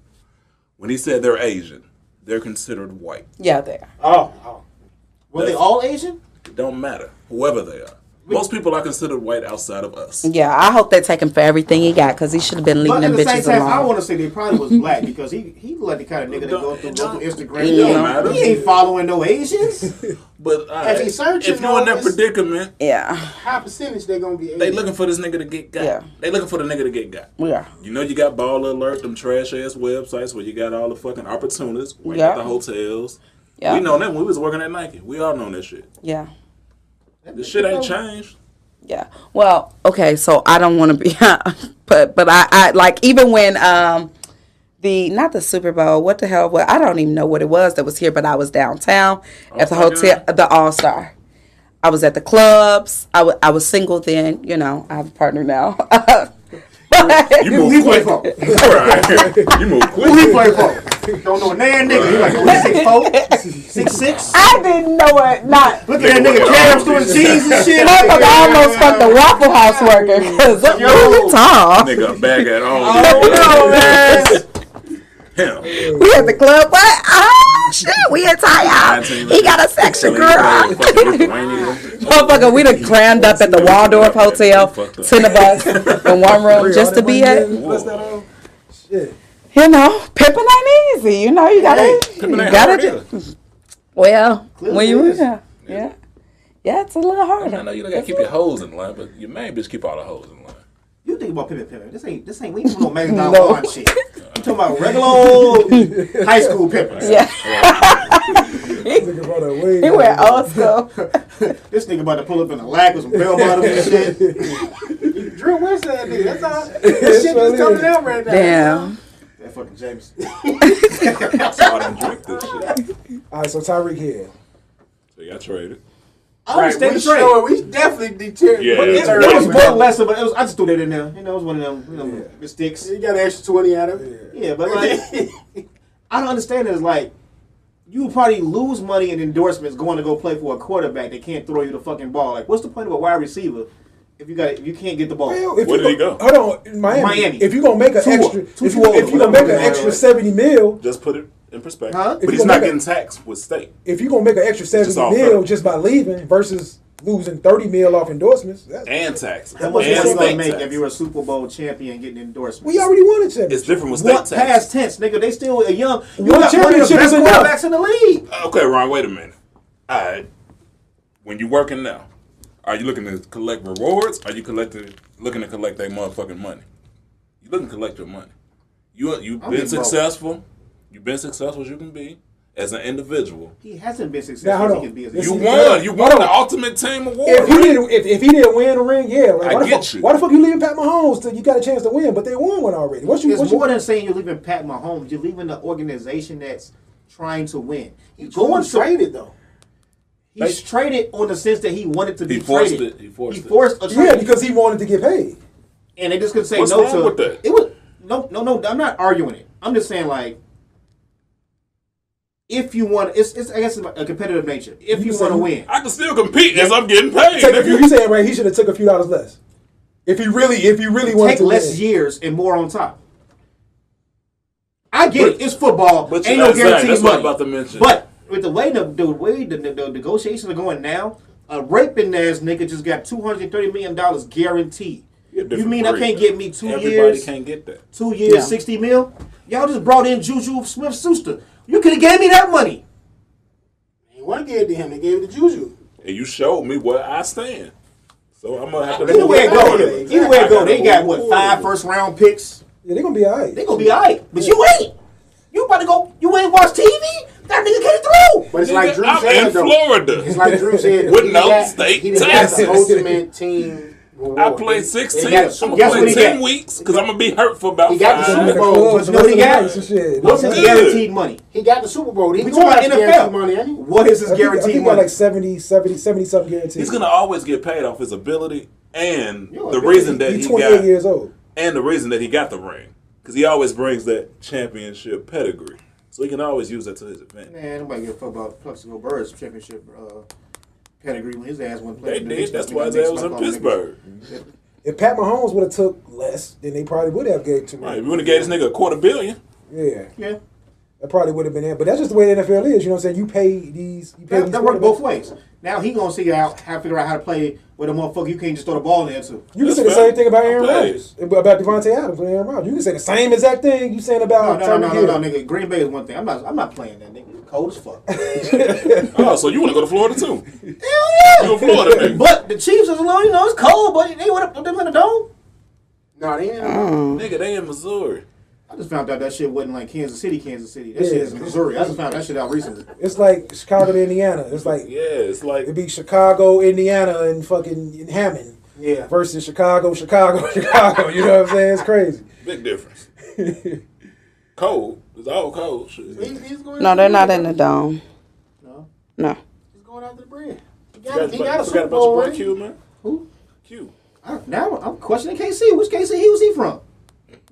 [SPEAKER 4] When he said they're Asian, they're considered white.
[SPEAKER 6] yeah there
[SPEAKER 5] oh, oh.
[SPEAKER 7] Were they all Asian?
[SPEAKER 4] It don't matter, whoever they are. Most people are considered white outside of us.
[SPEAKER 6] Yeah, I hope they take him for everything he got because he should have been leaving
[SPEAKER 7] But at
[SPEAKER 6] them
[SPEAKER 7] the same
[SPEAKER 6] bitches
[SPEAKER 7] time, I
[SPEAKER 6] alone.
[SPEAKER 7] want to say they probably was black because he he looked like the kind of nigga that go through local Instagram.
[SPEAKER 4] It
[SPEAKER 7] He
[SPEAKER 4] don't
[SPEAKER 7] ain't,
[SPEAKER 4] matter.
[SPEAKER 7] he ain't following no Asians.
[SPEAKER 4] But alright,
[SPEAKER 5] he searching,
[SPEAKER 4] if you're in that
[SPEAKER 5] though, it's-
[SPEAKER 4] predicament,
[SPEAKER 5] [LAUGHS]
[SPEAKER 6] yeah,
[SPEAKER 5] High percentage they gonna be.
[SPEAKER 4] they
[SPEAKER 5] Asian.
[SPEAKER 4] looking for this nigga to get got.
[SPEAKER 6] Yeah.
[SPEAKER 4] They looking for the nigga to get got.
[SPEAKER 6] yeah.
[SPEAKER 4] You know you got Baller Alert, them trash ass websites where you got all the fucking opportunists, waiting
[SPEAKER 6] Yeah.
[SPEAKER 4] at the hotels.
[SPEAKER 6] Yeah.
[SPEAKER 4] We know that when we was working at Nike. We all know that shit.
[SPEAKER 6] Yeah.
[SPEAKER 4] This shit ain't
[SPEAKER 6] [LAUGHS]
[SPEAKER 4] changed.
[SPEAKER 6] Yeah. Well, okay, so I don't want to be [LAUGHS] but but I I like even when um the not the Super Bowl, what the hell what I don't even know what it was that was here, but I was downtown at the
[SPEAKER 4] All-Star
[SPEAKER 6] hotel the All-Star. I was at the clubs. I wa- I was single then, you know, I have a partner now. [LAUGHS]
[SPEAKER 4] You move quick. [LAUGHS] Right. You move
[SPEAKER 7] Who he
[SPEAKER 4] quick.
[SPEAKER 7] play for? Don't know a damn nigga. He like what, six four, six six.
[SPEAKER 6] I didn't know it. Not
[SPEAKER 7] Look at that nigga jams through his cheese and shit.
[SPEAKER 6] motherfucker I almost fucked the Waffle House worker because I'm [LAUGHS] really tall.
[SPEAKER 4] Nigga, bag at
[SPEAKER 6] [LAUGHS]
[SPEAKER 4] all.
[SPEAKER 6] Oh,
[SPEAKER 4] Him.
[SPEAKER 6] We at the club, what? Oh shit, we at tie out. He got a section girl. [LAUGHS] Motherfucker, we done crammed up at the Waldorf Hotel, ten of us in one room just to be at.
[SPEAKER 8] um?
[SPEAKER 6] You know, pimping ain't easy. You know, you gotta, you gotta. Ju- [LAUGHS] well, when you in there, yeah, yeah, it's a little
[SPEAKER 4] I know
[SPEAKER 6] harder.
[SPEAKER 4] you gotta keep your hoes in line, but your main bitch keep all the hoes in line.
[SPEAKER 7] You think about pimping, pimping? This ain't this ain't we ain't doing no Megan Thee
[SPEAKER 6] [LAUGHS] No.
[SPEAKER 7] Stallion shit. You talking about regular old high school pimping?
[SPEAKER 6] Yeah, [LAUGHS]
[SPEAKER 8] Bro, that way-
[SPEAKER 6] he went old school.
[SPEAKER 7] This nigga about to pull up in a lack with some bell bottoms and shit.
[SPEAKER 5] [LAUGHS] Drew, where's that nigga? That's all. That shit just coming out right now.
[SPEAKER 6] Damn.
[SPEAKER 7] That fucking James.
[SPEAKER 5] [LAUGHS]
[SPEAKER 7] [LAUGHS]
[SPEAKER 4] So I don't drink this shit.
[SPEAKER 8] All right, so Tyreek Hill.
[SPEAKER 4] So y'all traded.
[SPEAKER 7] I
[SPEAKER 5] Right,
[SPEAKER 7] understand
[SPEAKER 5] we
[SPEAKER 7] the trade.
[SPEAKER 5] sure we definitely deteriorated.
[SPEAKER 4] Yeah.
[SPEAKER 5] But it's
[SPEAKER 4] That
[SPEAKER 7] That was
[SPEAKER 5] early, man.
[SPEAKER 7] one lesson, but it was, I just threw that in there. You know, it was one of them you know, mistakes.
[SPEAKER 5] You got an extra twenty out of it.
[SPEAKER 7] Yeah, but like, [LAUGHS] I don't understand. It's like you would probably lose money in endorsements going to go play for a quarterback that can't throw you the fucking ball. Like, what's the point of a wide receiver if you got if you can't get the ball?
[SPEAKER 8] Hell, if
[SPEAKER 4] Where
[SPEAKER 8] you
[SPEAKER 4] did he
[SPEAKER 8] gon-
[SPEAKER 4] go?
[SPEAKER 8] Hold on, Miami.
[SPEAKER 7] Miami.
[SPEAKER 8] If you gonna make an
[SPEAKER 7] Tua.
[SPEAKER 8] extra,
[SPEAKER 7] Tua.
[SPEAKER 8] if you if you gonna make an extra seventy mil,
[SPEAKER 4] Just put it in perspective.
[SPEAKER 7] Huh?
[SPEAKER 4] But
[SPEAKER 8] If
[SPEAKER 4] he's
[SPEAKER 8] you
[SPEAKER 4] not
[SPEAKER 8] gonna-
[SPEAKER 4] getting taxed with state.
[SPEAKER 8] if you gonna make an extra seventy
[SPEAKER 4] all
[SPEAKER 8] mil
[SPEAKER 4] fair.
[SPEAKER 8] just by leaving versus losing thirty mil off endorsements, that's,
[SPEAKER 4] And taxes.
[SPEAKER 7] How
[SPEAKER 4] And
[SPEAKER 7] much money you gonna
[SPEAKER 4] state
[SPEAKER 7] make if
[SPEAKER 4] tax.
[SPEAKER 7] you're a Super Bowl champion getting endorsements?
[SPEAKER 8] we already won a championship.
[SPEAKER 4] It's different with state
[SPEAKER 7] What
[SPEAKER 4] tax.
[SPEAKER 7] past tense, nigga? They still a young. You
[SPEAKER 8] One
[SPEAKER 7] got one of the
[SPEAKER 8] championship
[SPEAKER 7] best
[SPEAKER 8] is enough.
[SPEAKER 7] quarterbacks in the league.
[SPEAKER 4] Okay, Ron, wait a minute. All right. When you working now, are you looking to collect rewards? Are you collecting looking to collect that motherfucking money? You looking to collect your money. You you've been
[SPEAKER 7] getting
[SPEAKER 4] successful. You've been successful as you can be as an individual.
[SPEAKER 7] He hasn't been
[SPEAKER 8] Now,
[SPEAKER 7] successful.
[SPEAKER 8] hold
[SPEAKER 7] as
[SPEAKER 8] on.
[SPEAKER 7] He can be as a
[SPEAKER 8] This
[SPEAKER 4] You
[SPEAKER 8] is-
[SPEAKER 7] young.
[SPEAKER 4] won. You won
[SPEAKER 8] Hold
[SPEAKER 4] the
[SPEAKER 8] on.
[SPEAKER 4] ultimate team award.
[SPEAKER 8] If he didn't, if, if he didn't win the ring, yeah. Like,
[SPEAKER 4] I
[SPEAKER 8] why, the
[SPEAKER 4] get
[SPEAKER 8] fuck,
[SPEAKER 4] you.
[SPEAKER 8] why the fuck you leaving Pat Mahomes till you got a chance to win? But they won one already. What you?
[SPEAKER 7] It's
[SPEAKER 8] What you
[SPEAKER 7] more than saying you're leaving Pat Mahomes. You're leaving the organization that's trying to win. He's going to,
[SPEAKER 5] traded though.
[SPEAKER 7] He's traded on the sense that he wanted to be
[SPEAKER 4] He forced
[SPEAKER 7] traded.
[SPEAKER 4] it. He forced it.
[SPEAKER 7] a trade.
[SPEAKER 8] yeah, because he wanted to get paid.
[SPEAKER 7] and they just couldn't say
[SPEAKER 4] What's
[SPEAKER 7] no
[SPEAKER 4] wrong
[SPEAKER 7] to
[SPEAKER 4] with that?
[SPEAKER 7] it. Was no, no, no. I'm not arguing it. I'm just saying like. If you want, it's, it's I guess it's a competitive nature. If you,
[SPEAKER 8] You
[SPEAKER 7] want to
[SPEAKER 8] say-
[SPEAKER 7] win,
[SPEAKER 4] I can still compete as I'm getting paid.
[SPEAKER 8] Take a few,
[SPEAKER 4] nigga.
[SPEAKER 8] you saying right? He should have took a few dollars less. If he really, if he really wanted
[SPEAKER 7] take
[SPEAKER 8] to
[SPEAKER 7] less
[SPEAKER 8] win.
[SPEAKER 7] years and more on top. I get it.
[SPEAKER 4] But-
[SPEAKER 7] It's football.
[SPEAKER 4] but
[SPEAKER 7] Ain't
[SPEAKER 4] you-
[SPEAKER 7] no
[SPEAKER 4] that's right,
[SPEAKER 7] guaranteed
[SPEAKER 4] that's what
[SPEAKER 7] money.
[SPEAKER 4] I'm about to mention.
[SPEAKER 7] But with the way the, the way the, the, the negotiations are going now, a raping ass nigga just got two hundred thirty million dollars guaranteed.
[SPEAKER 4] You're a
[SPEAKER 7] You
[SPEAKER 4] different
[SPEAKER 7] mean I
[SPEAKER 4] breed,
[SPEAKER 7] can't
[SPEAKER 4] though.
[SPEAKER 7] get me two
[SPEAKER 4] Everybody
[SPEAKER 7] years?
[SPEAKER 4] can't get that.
[SPEAKER 7] Two years,
[SPEAKER 6] Yeah.
[SPEAKER 7] sixty mil. Y'all just brought in Juju Smith Schuster. You could have gave me that money.
[SPEAKER 5] They want to give it to him. They gave it to Juju.
[SPEAKER 4] And you showed me where I stand. So I'm gonna have to
[SPEAKER 7] Either way it go,
[SPEAKER 5] Exactly.
[SPEAKER 7] either way it go,
[SPEAKER 4] I
[SPEAKER 7] they
[SPEAKER 4] gotta
[SPEAKER 7] got
[SPEAKER 4] move
[SPEAKER 7] what five
[SPEAKER 4] forward.
[SPEAKER 7] first round picks.
[SPEAKER 8] Yeah, they're gonna be all right.
[SPEAKER 7] They gonna be alright, but you ain't. You about to go? You ain't watch TV? That nigga can't throw.
[SPEAKER 5] But it's like Drew
[SPEAKER 4] I'm
[SPEAKER 5] said
[SPEAKER 4] in
[SPEAKER 5] though.
[SPEAKER 4] Florida.
[SPEAKER 5] It's like Drew
[SPEAKER 4] [LAUGHS]
[SPEAKER 5] said.
[SPEAKER 4] With
[SPEAKER 5] he
[SPEAKER 4] no
[SPEAKER 5] got-
[SPEAKER 4] state
[SPEAKER 5] he done got
[SPEAKER 4] taxes.
[SPEAKER 5] the ultimate team. Reward.
[SPEAKER 4] I played
[SPEAKER 5] They
[SPEAKER 4] 16.
[SPEAKER 5] got-
[SPEAKER 4] I'm
[SPEAKER 5] guess
[SPEAKER 4] gonna
[SPEAKER 5] what
[SPEAKER 4] play
[SPEAKER 5] he
[SPEAKER 4] 10
[SPEAKER 5] got?
[SPEAKER 4] weeks because I'm gonna be hurt for about
[SPEAKER 5] He got the
[SPEAKER 8] At
[SPEAKER 4] five.
[SPEAKER 8] the
[SPEAKER 5] Bowl,
[SPEAKER 8] club,
[SPEAKER 7] but you
[SPEAKER 8] the
[SPEAKER 7] know what he
[SPEAKER 8] rest
[SPEAKER 7] got?
[SPEAKER 8] of the nights and shit.
[SPEAKER 7] What's his
[SPEAKER 8] He
[SPEAKER 7] guaranteed money?
[SPEAKER 5] He got the Super Bowl. He
[SPEAKER 7] We
[SPEAKER 5] we
[SPEAKER 7] talking
[SPEAKER 5] got
[SPEAKER 7] about NFL
[SPEAKER 5] guaranteed money. ain't he?
[SPEAKER 7] What is his
[SPEAKER 8] I think- I
[SPEAKER 7] guaranteed
[SPEAKER 8] think he got
[SPEAKER 7] money?
[SPEAKER 8] like 70, 70, 70 something guaranteed.
[SPEAKER 4] He's gonna always get paid off his ability and
[SPEAKER 7] You're
[SPEAKER 4] the
[SPEAKER 7] a bitch.
[SPEAKER 4] reason that
[SPEAKER 8] He's
[SPEAKER 4] he
[SPEAKER 8] 28
[SPEAKER 4] got
[SPEAKER 8] years old.
[SPEAKER 4] and the reason that he got the ring because he always brings that championship pedigree, so he can always use that to his advantage.
[SPEAKER 7] Man, nobody give a fuck about Plexico Bird's championship uh, pedigree when his ass wasn't
[SPEAKER 4] They
[SPEAKER 7] playing.
[SPEAKER 4] did. That's why they was in Pittsburgh.
[SPEAKER 8] If Pat Mahomes would have took less, then they probably would have gave too
[SPEAKER 4] Right,
[SPEAKER 8] much.
[SPEAKER 4] we would have gave this nigga a quarter billion.
[SPEAKER 8] Yeah,
[SPEAKER 7] Yeah.
[SPEAKER 8] that's that probably would have been it. But that's just the way the NFL is. You know what I'm saying? You pay these. You pay
[SPEAKER 7] That,
[SPEAKER 8] these
[SPEAKER 7] that worked
[SPEAKER 8] quarterbacks.
[SPEAKER 7] both ways. Now he gonna see how, how to figure out how to play with a motherfucker you can't just throw the ball in to.
[SPEAKER 8] You can
[SPEAKER 4] That's
[SPEAKER 8] say the
[SPEAKER 4] fair.
[SPEAKER 8] same thing about Aaron
[SPEAKER 4] Okay.
[SPEAKER 8] Rodgers, about Devontae Adams and Aaron Rodgers. You can say the same exact thing you saying
[SPEAKER 7] No,
[SPEAKER 8] about
[SPEAKER 7] no, no, no,
[SPEAKER 8] Tyreek
[SPEAKER 7] no,
[SPEAKER 8] Hill.
[SPEAKER 7] no, nigga. Green Bay is one thing. I'm not. I'm not playing that nigga. Cold as [LAUGHS] fuck.
[SPEAKER 4] Oh, so you want to go to Florida too? You in Florida, nigga.
[SPEAKER 7] but the Chiefs is alone. You know it's cold, but they went up them in the dome.
[SPEAKER 5] No, they ain't.
[SPEAKER 4] Nigga, they in Missouri.
[SPEAKER 7] I just found out that shit wasn't like Kansas City, Kansas City. That shit is Missouri. I just found that shit out
[SPEAKER 5] [LAUGHS]
[SPEAKER 7] recently.
[SPEAKER 8] It's like Chicago to Indiana. It's like
[SPEAKER 4] Yeah, it's like
[SPEAKER 8] it'd be Chicago, Indiana, and fucking in Hammond
[SPEAKER 5] Yeah.
[SPEAKER 8] versus Chicago, Chicago, [LAUGHS] Chicago. You know what I'm saying? It's crazy.
[SPEAKER 4] big difference. cold. It's all cold. Shit. You
[SPEAKER 5] He's going
[SPEAKER 6] No, they're not in the dome.
[SPEAKER 7] No.
[SPEAKER 6] No.
[SPEAKER 5] He's going after the bread. He
[SPEAKER 4] guys
[SPEAKER 5] got, he
[SPEAKER 4] about-
[SPEAKER 5] got a
[SPEAKER 4] forgot
[SPEAKER 5] Super
[SPEAKER 4] about your
[SPEAKER 5] Bowl
[SPEAKER 4] boy
[SPEAKER 5] ring.
[SPEAKER 4] Q, man.
[SPEAKER 7] Who?
[SPEAKER 4] Q.
[SPEAKER 7] I, now I'm questioning KC. Which KC? He was he from?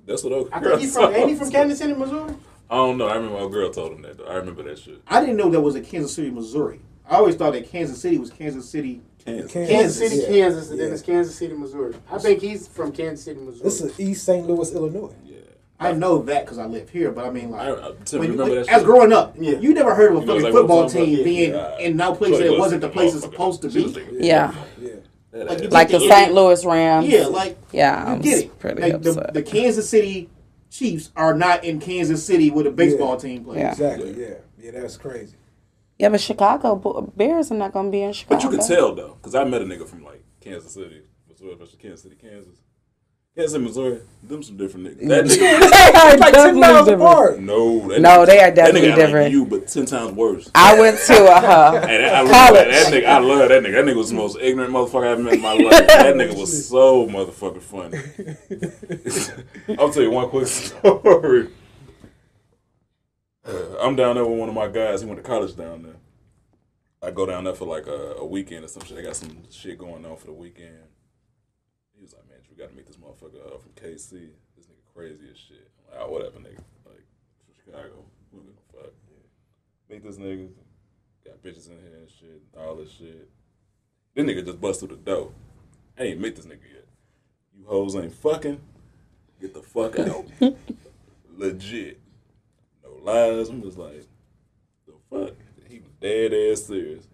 [SPEAKER 4] That's what old
[SPEAKER 5] I
[SPEAKER 4] girl
[SPEAKER 5] think he's from.
[SPEAKER 4] told
[SPEAKER 5] Ain't he
[SPEAKER 7] [LAUGHS]
[SPEAKER 5] from
[SPEAKER 4] us.
[SPEAKER 5] Kansas City, Missouri?
[SPEAKER 4] I don't know. I remember my girl told him that. Though. I remember that shit.
[SPEAKER 7] I didn't know that was a Kansas City, Missouri. I always thought that Kansas City was Kansas City.
[SPEAKER 4] Kansas.
[SPEAKER 5] Kansas City,
[SPEAKER 8] yeah.
[SPEAKER 5] Kansas, and then it's Kansas City, Missouri. I think he's from Kansas City, Missouri.
[SPEAKER 8] This is East St. Louis, Illinois.
[SPEAKER 4] Yeah.
[SPEAKER 7] I know that because I live here, but I mean like.
[SPEAKER 4] I, I Tim,
[SPEAKER 7] when you-
[SPEAKER 4] remember that
[SPEAKER 7] as
[SPEAKER 4] shit.
[SPEAKER 7] growing up,
[SPEAKER 5] Yeah.
[SPEAKER 7] you never heard of a
[SPEAKER 4] You know,
[SPEAKER 7] fucking
[SPEAKER 4] like,
[SPEAKER 7] football
[SPEAKER 4] what I'm talking
[SPEAKER 7] team
[SPEAKER 4] about?
[SPEAKER 7] being
[SPEAKER 4] Yeah.
[SPEAKER 7] in no place that
[SPEAKER 4] Shorty
[SPEAKER 7] it wasn't the
[SPEAKER 4] was
[SPEAKER 7] place it's
[SPEAKER 4] motherfucker.
[SPEAKER 7] supposed to
[SPEAKER 4] She was
[SPEAKER 7] be.
[SPEAKER 4] thinking-
[SPEAKER 6] Yeah.
[SPEAKER 4] That
[SPEAKER 7] Like,
[SPEAKER 4] ass.
[SPEAKER 7] you
[SPEAKER 6] Like the St. Louis Rams.
[SPEAKER 7] Yeah, like
[SPEAKER 6] Yeah,
[SPEAKER 7] you
[SPEAKER 6] I'm
[SPEAKER 7] get it.
[SPEAKER 6] pretty
[SPEAKER 7] Like, the,
[SPEAKER 6] upset.
[SPEAKER 7] the Kansas City Chiefs are not in Kansas City with a baseball team plays.
[SPEAKER 6] Yeah.
[SPEAKER 8] Exactly. Yeah. Yeah. That's crazy.
[SPEAKER 6] Yeah, but Chicago Bo- Bears are not going to be in Chicago.
[SPEAKER 4] But you could tell though, because I met a nigga from like Kansas City, Missouri, versus Kansas City, Kansas. Kansas City, Missouri, them some different niggas. That nigga,
[SPEAKER 6] They are
[SPEAKER 8] Like ten
[SPEAKER 6] definitely
[SPEAKER 8] miles
[SPEAKER 6] different.
[SPEAKER 8] apart.
[SPEAKER 4] no, that
[SPEAKER 6] No,
[SPEAKER 4] nigga-
[SPEAKER 6] they are
[SPEAKER 4] that
[SPEAKER 6] definitely
[SPEAKER 4] nigga act like
[SPEAKER 6] different.
[SPEAKER 4] you, but ten times worse.
[SPEAKER 6] I went to uh, a huh.
[SPEAKER 4] Hey, that, I love
[SPEAKER 6] College.
[SPEAKER 4] that, that nigga. I love that nigga. That nigga was the most ignorant motherfucker I've met in my life. That nigga was so motherfucking funny. [LAUGHS] I'll tell you one quick [LAUGHS] story. Uh, I'm down there with one of my guys. He went to college down there. I go down there for like a, a weekend or some shit. They got some shit going on for the weekend. He was like, "Man, you got to meet this motherfucker uh, from KC. This nigga crazy as shit." I'm like, oh, whatever, nigga. Like from Chicago, who give a fuck? Meet this nigga. Got bitches in here and shit, all this shit. This nigga just bust through the door. I ain't met this nigga yet. You hoes ain't fucking. Get the fuck out. Legit. No lies. I'm just like, the fuck? He was dead ass serious.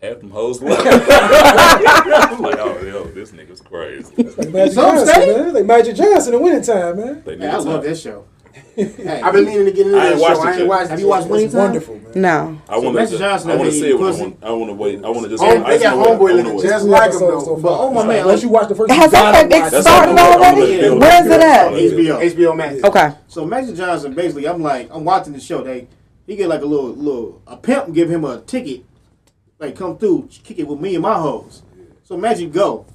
[SPEAKER 4] Half them hoes
[SPEAKER 5] [LAUGHS]
[SPEAKER 4] left. I'm like, oh, yo, this nigga's crazy.
[SPEAKER 8] Like Magic
[SPEAKER 7] Some
[SPEAKER 8] Johnson,
[SPEAKER 7] state?
[SPEAKER 8] man. Like Magic Johnson in winning time, man.
[SPEAKER 4] They need
[SPEAKER 7] Man, I
[SPEAKER 4] time.
[SPEAKER 7] love this show. Hey,
[SPEAKER 5] I've been meaning to get into
[SPEAKER 4] I ain't
[SPEAKER 5] that
[SPEAKER 4] watched
[SPEAKER 5] show. I
[SPEAKER 4] it yet.
[SPEAKER 5] ain't watched
[SPEAKER 7] Have you watched Winning
[SPEAKER 8] It's
[SPEAKER 7] Time?
[SPEAKER 8] wonderful, man.
[SPEAKER 6] [LAUGHS] No.
[SPEAKER 4] I want
[SPEAKER 7] Magic
[SPEAKER 4] to.
[SPEAKER 7] Johnson
[SPEAKER 4] I want
[SPEAKER 7] over
[SPEAKER 4] to
[SPEAKER 7] here,
[SPEAKER 4] see it. when I
[SPEAKER 7] pussy.
[SPEAKER 4] want. I want to wait. I want to just.
[SPEAKER 5] Home,
[SPEAKER 4] I
[SPEAKER 5] they
[SPEAKER 4] just
[SPEAKER 5] got
[SPEAKER 4] wanna- I
[SPEAKER 5] homeboy
[SPEAKER 4] wanna
[SPEAKER 5] looking
[SPEAKER 4] wait.
[SPEAKER 5] just like him
[SPEAKER 8] Episodes
[SPEAKER 5] though.
[SPEAKER 8] so
[SPEAKER 5] But
[SPEAKER 8] far.
[SPEAKER 5] oh my man,
[SPEAKER 8] Once you watch the first,
[SPEAKER 6] Has that
[SPEAKER 8] episode,
[SPEAKER 6] like
[SPEAKER 4] That's
[SPEAKER 6] started
[SPEAKER 4] all I'm gonna
[SPEAKER 6] already?
[SPEAKER 4] do.
[SPEAKER 6] Where is
[SPEAKER 4] That's
[SPEAKER 6] it
[SPEAKER 4] all
[SPEAKER 6] at?
[SPEAKER 4] I'm gonna do.
[SPEAKER 7] HBO.
[SPEAKER 5] HBO Max.
[SPEAKER 6] Okay.
[SPEAKER 7] So Magic Johnson, basically, I'm like, I'm watching the show. They he get like a little little a pimp give him a ticket, like come through, kick it with me and my hoes. So Magic go,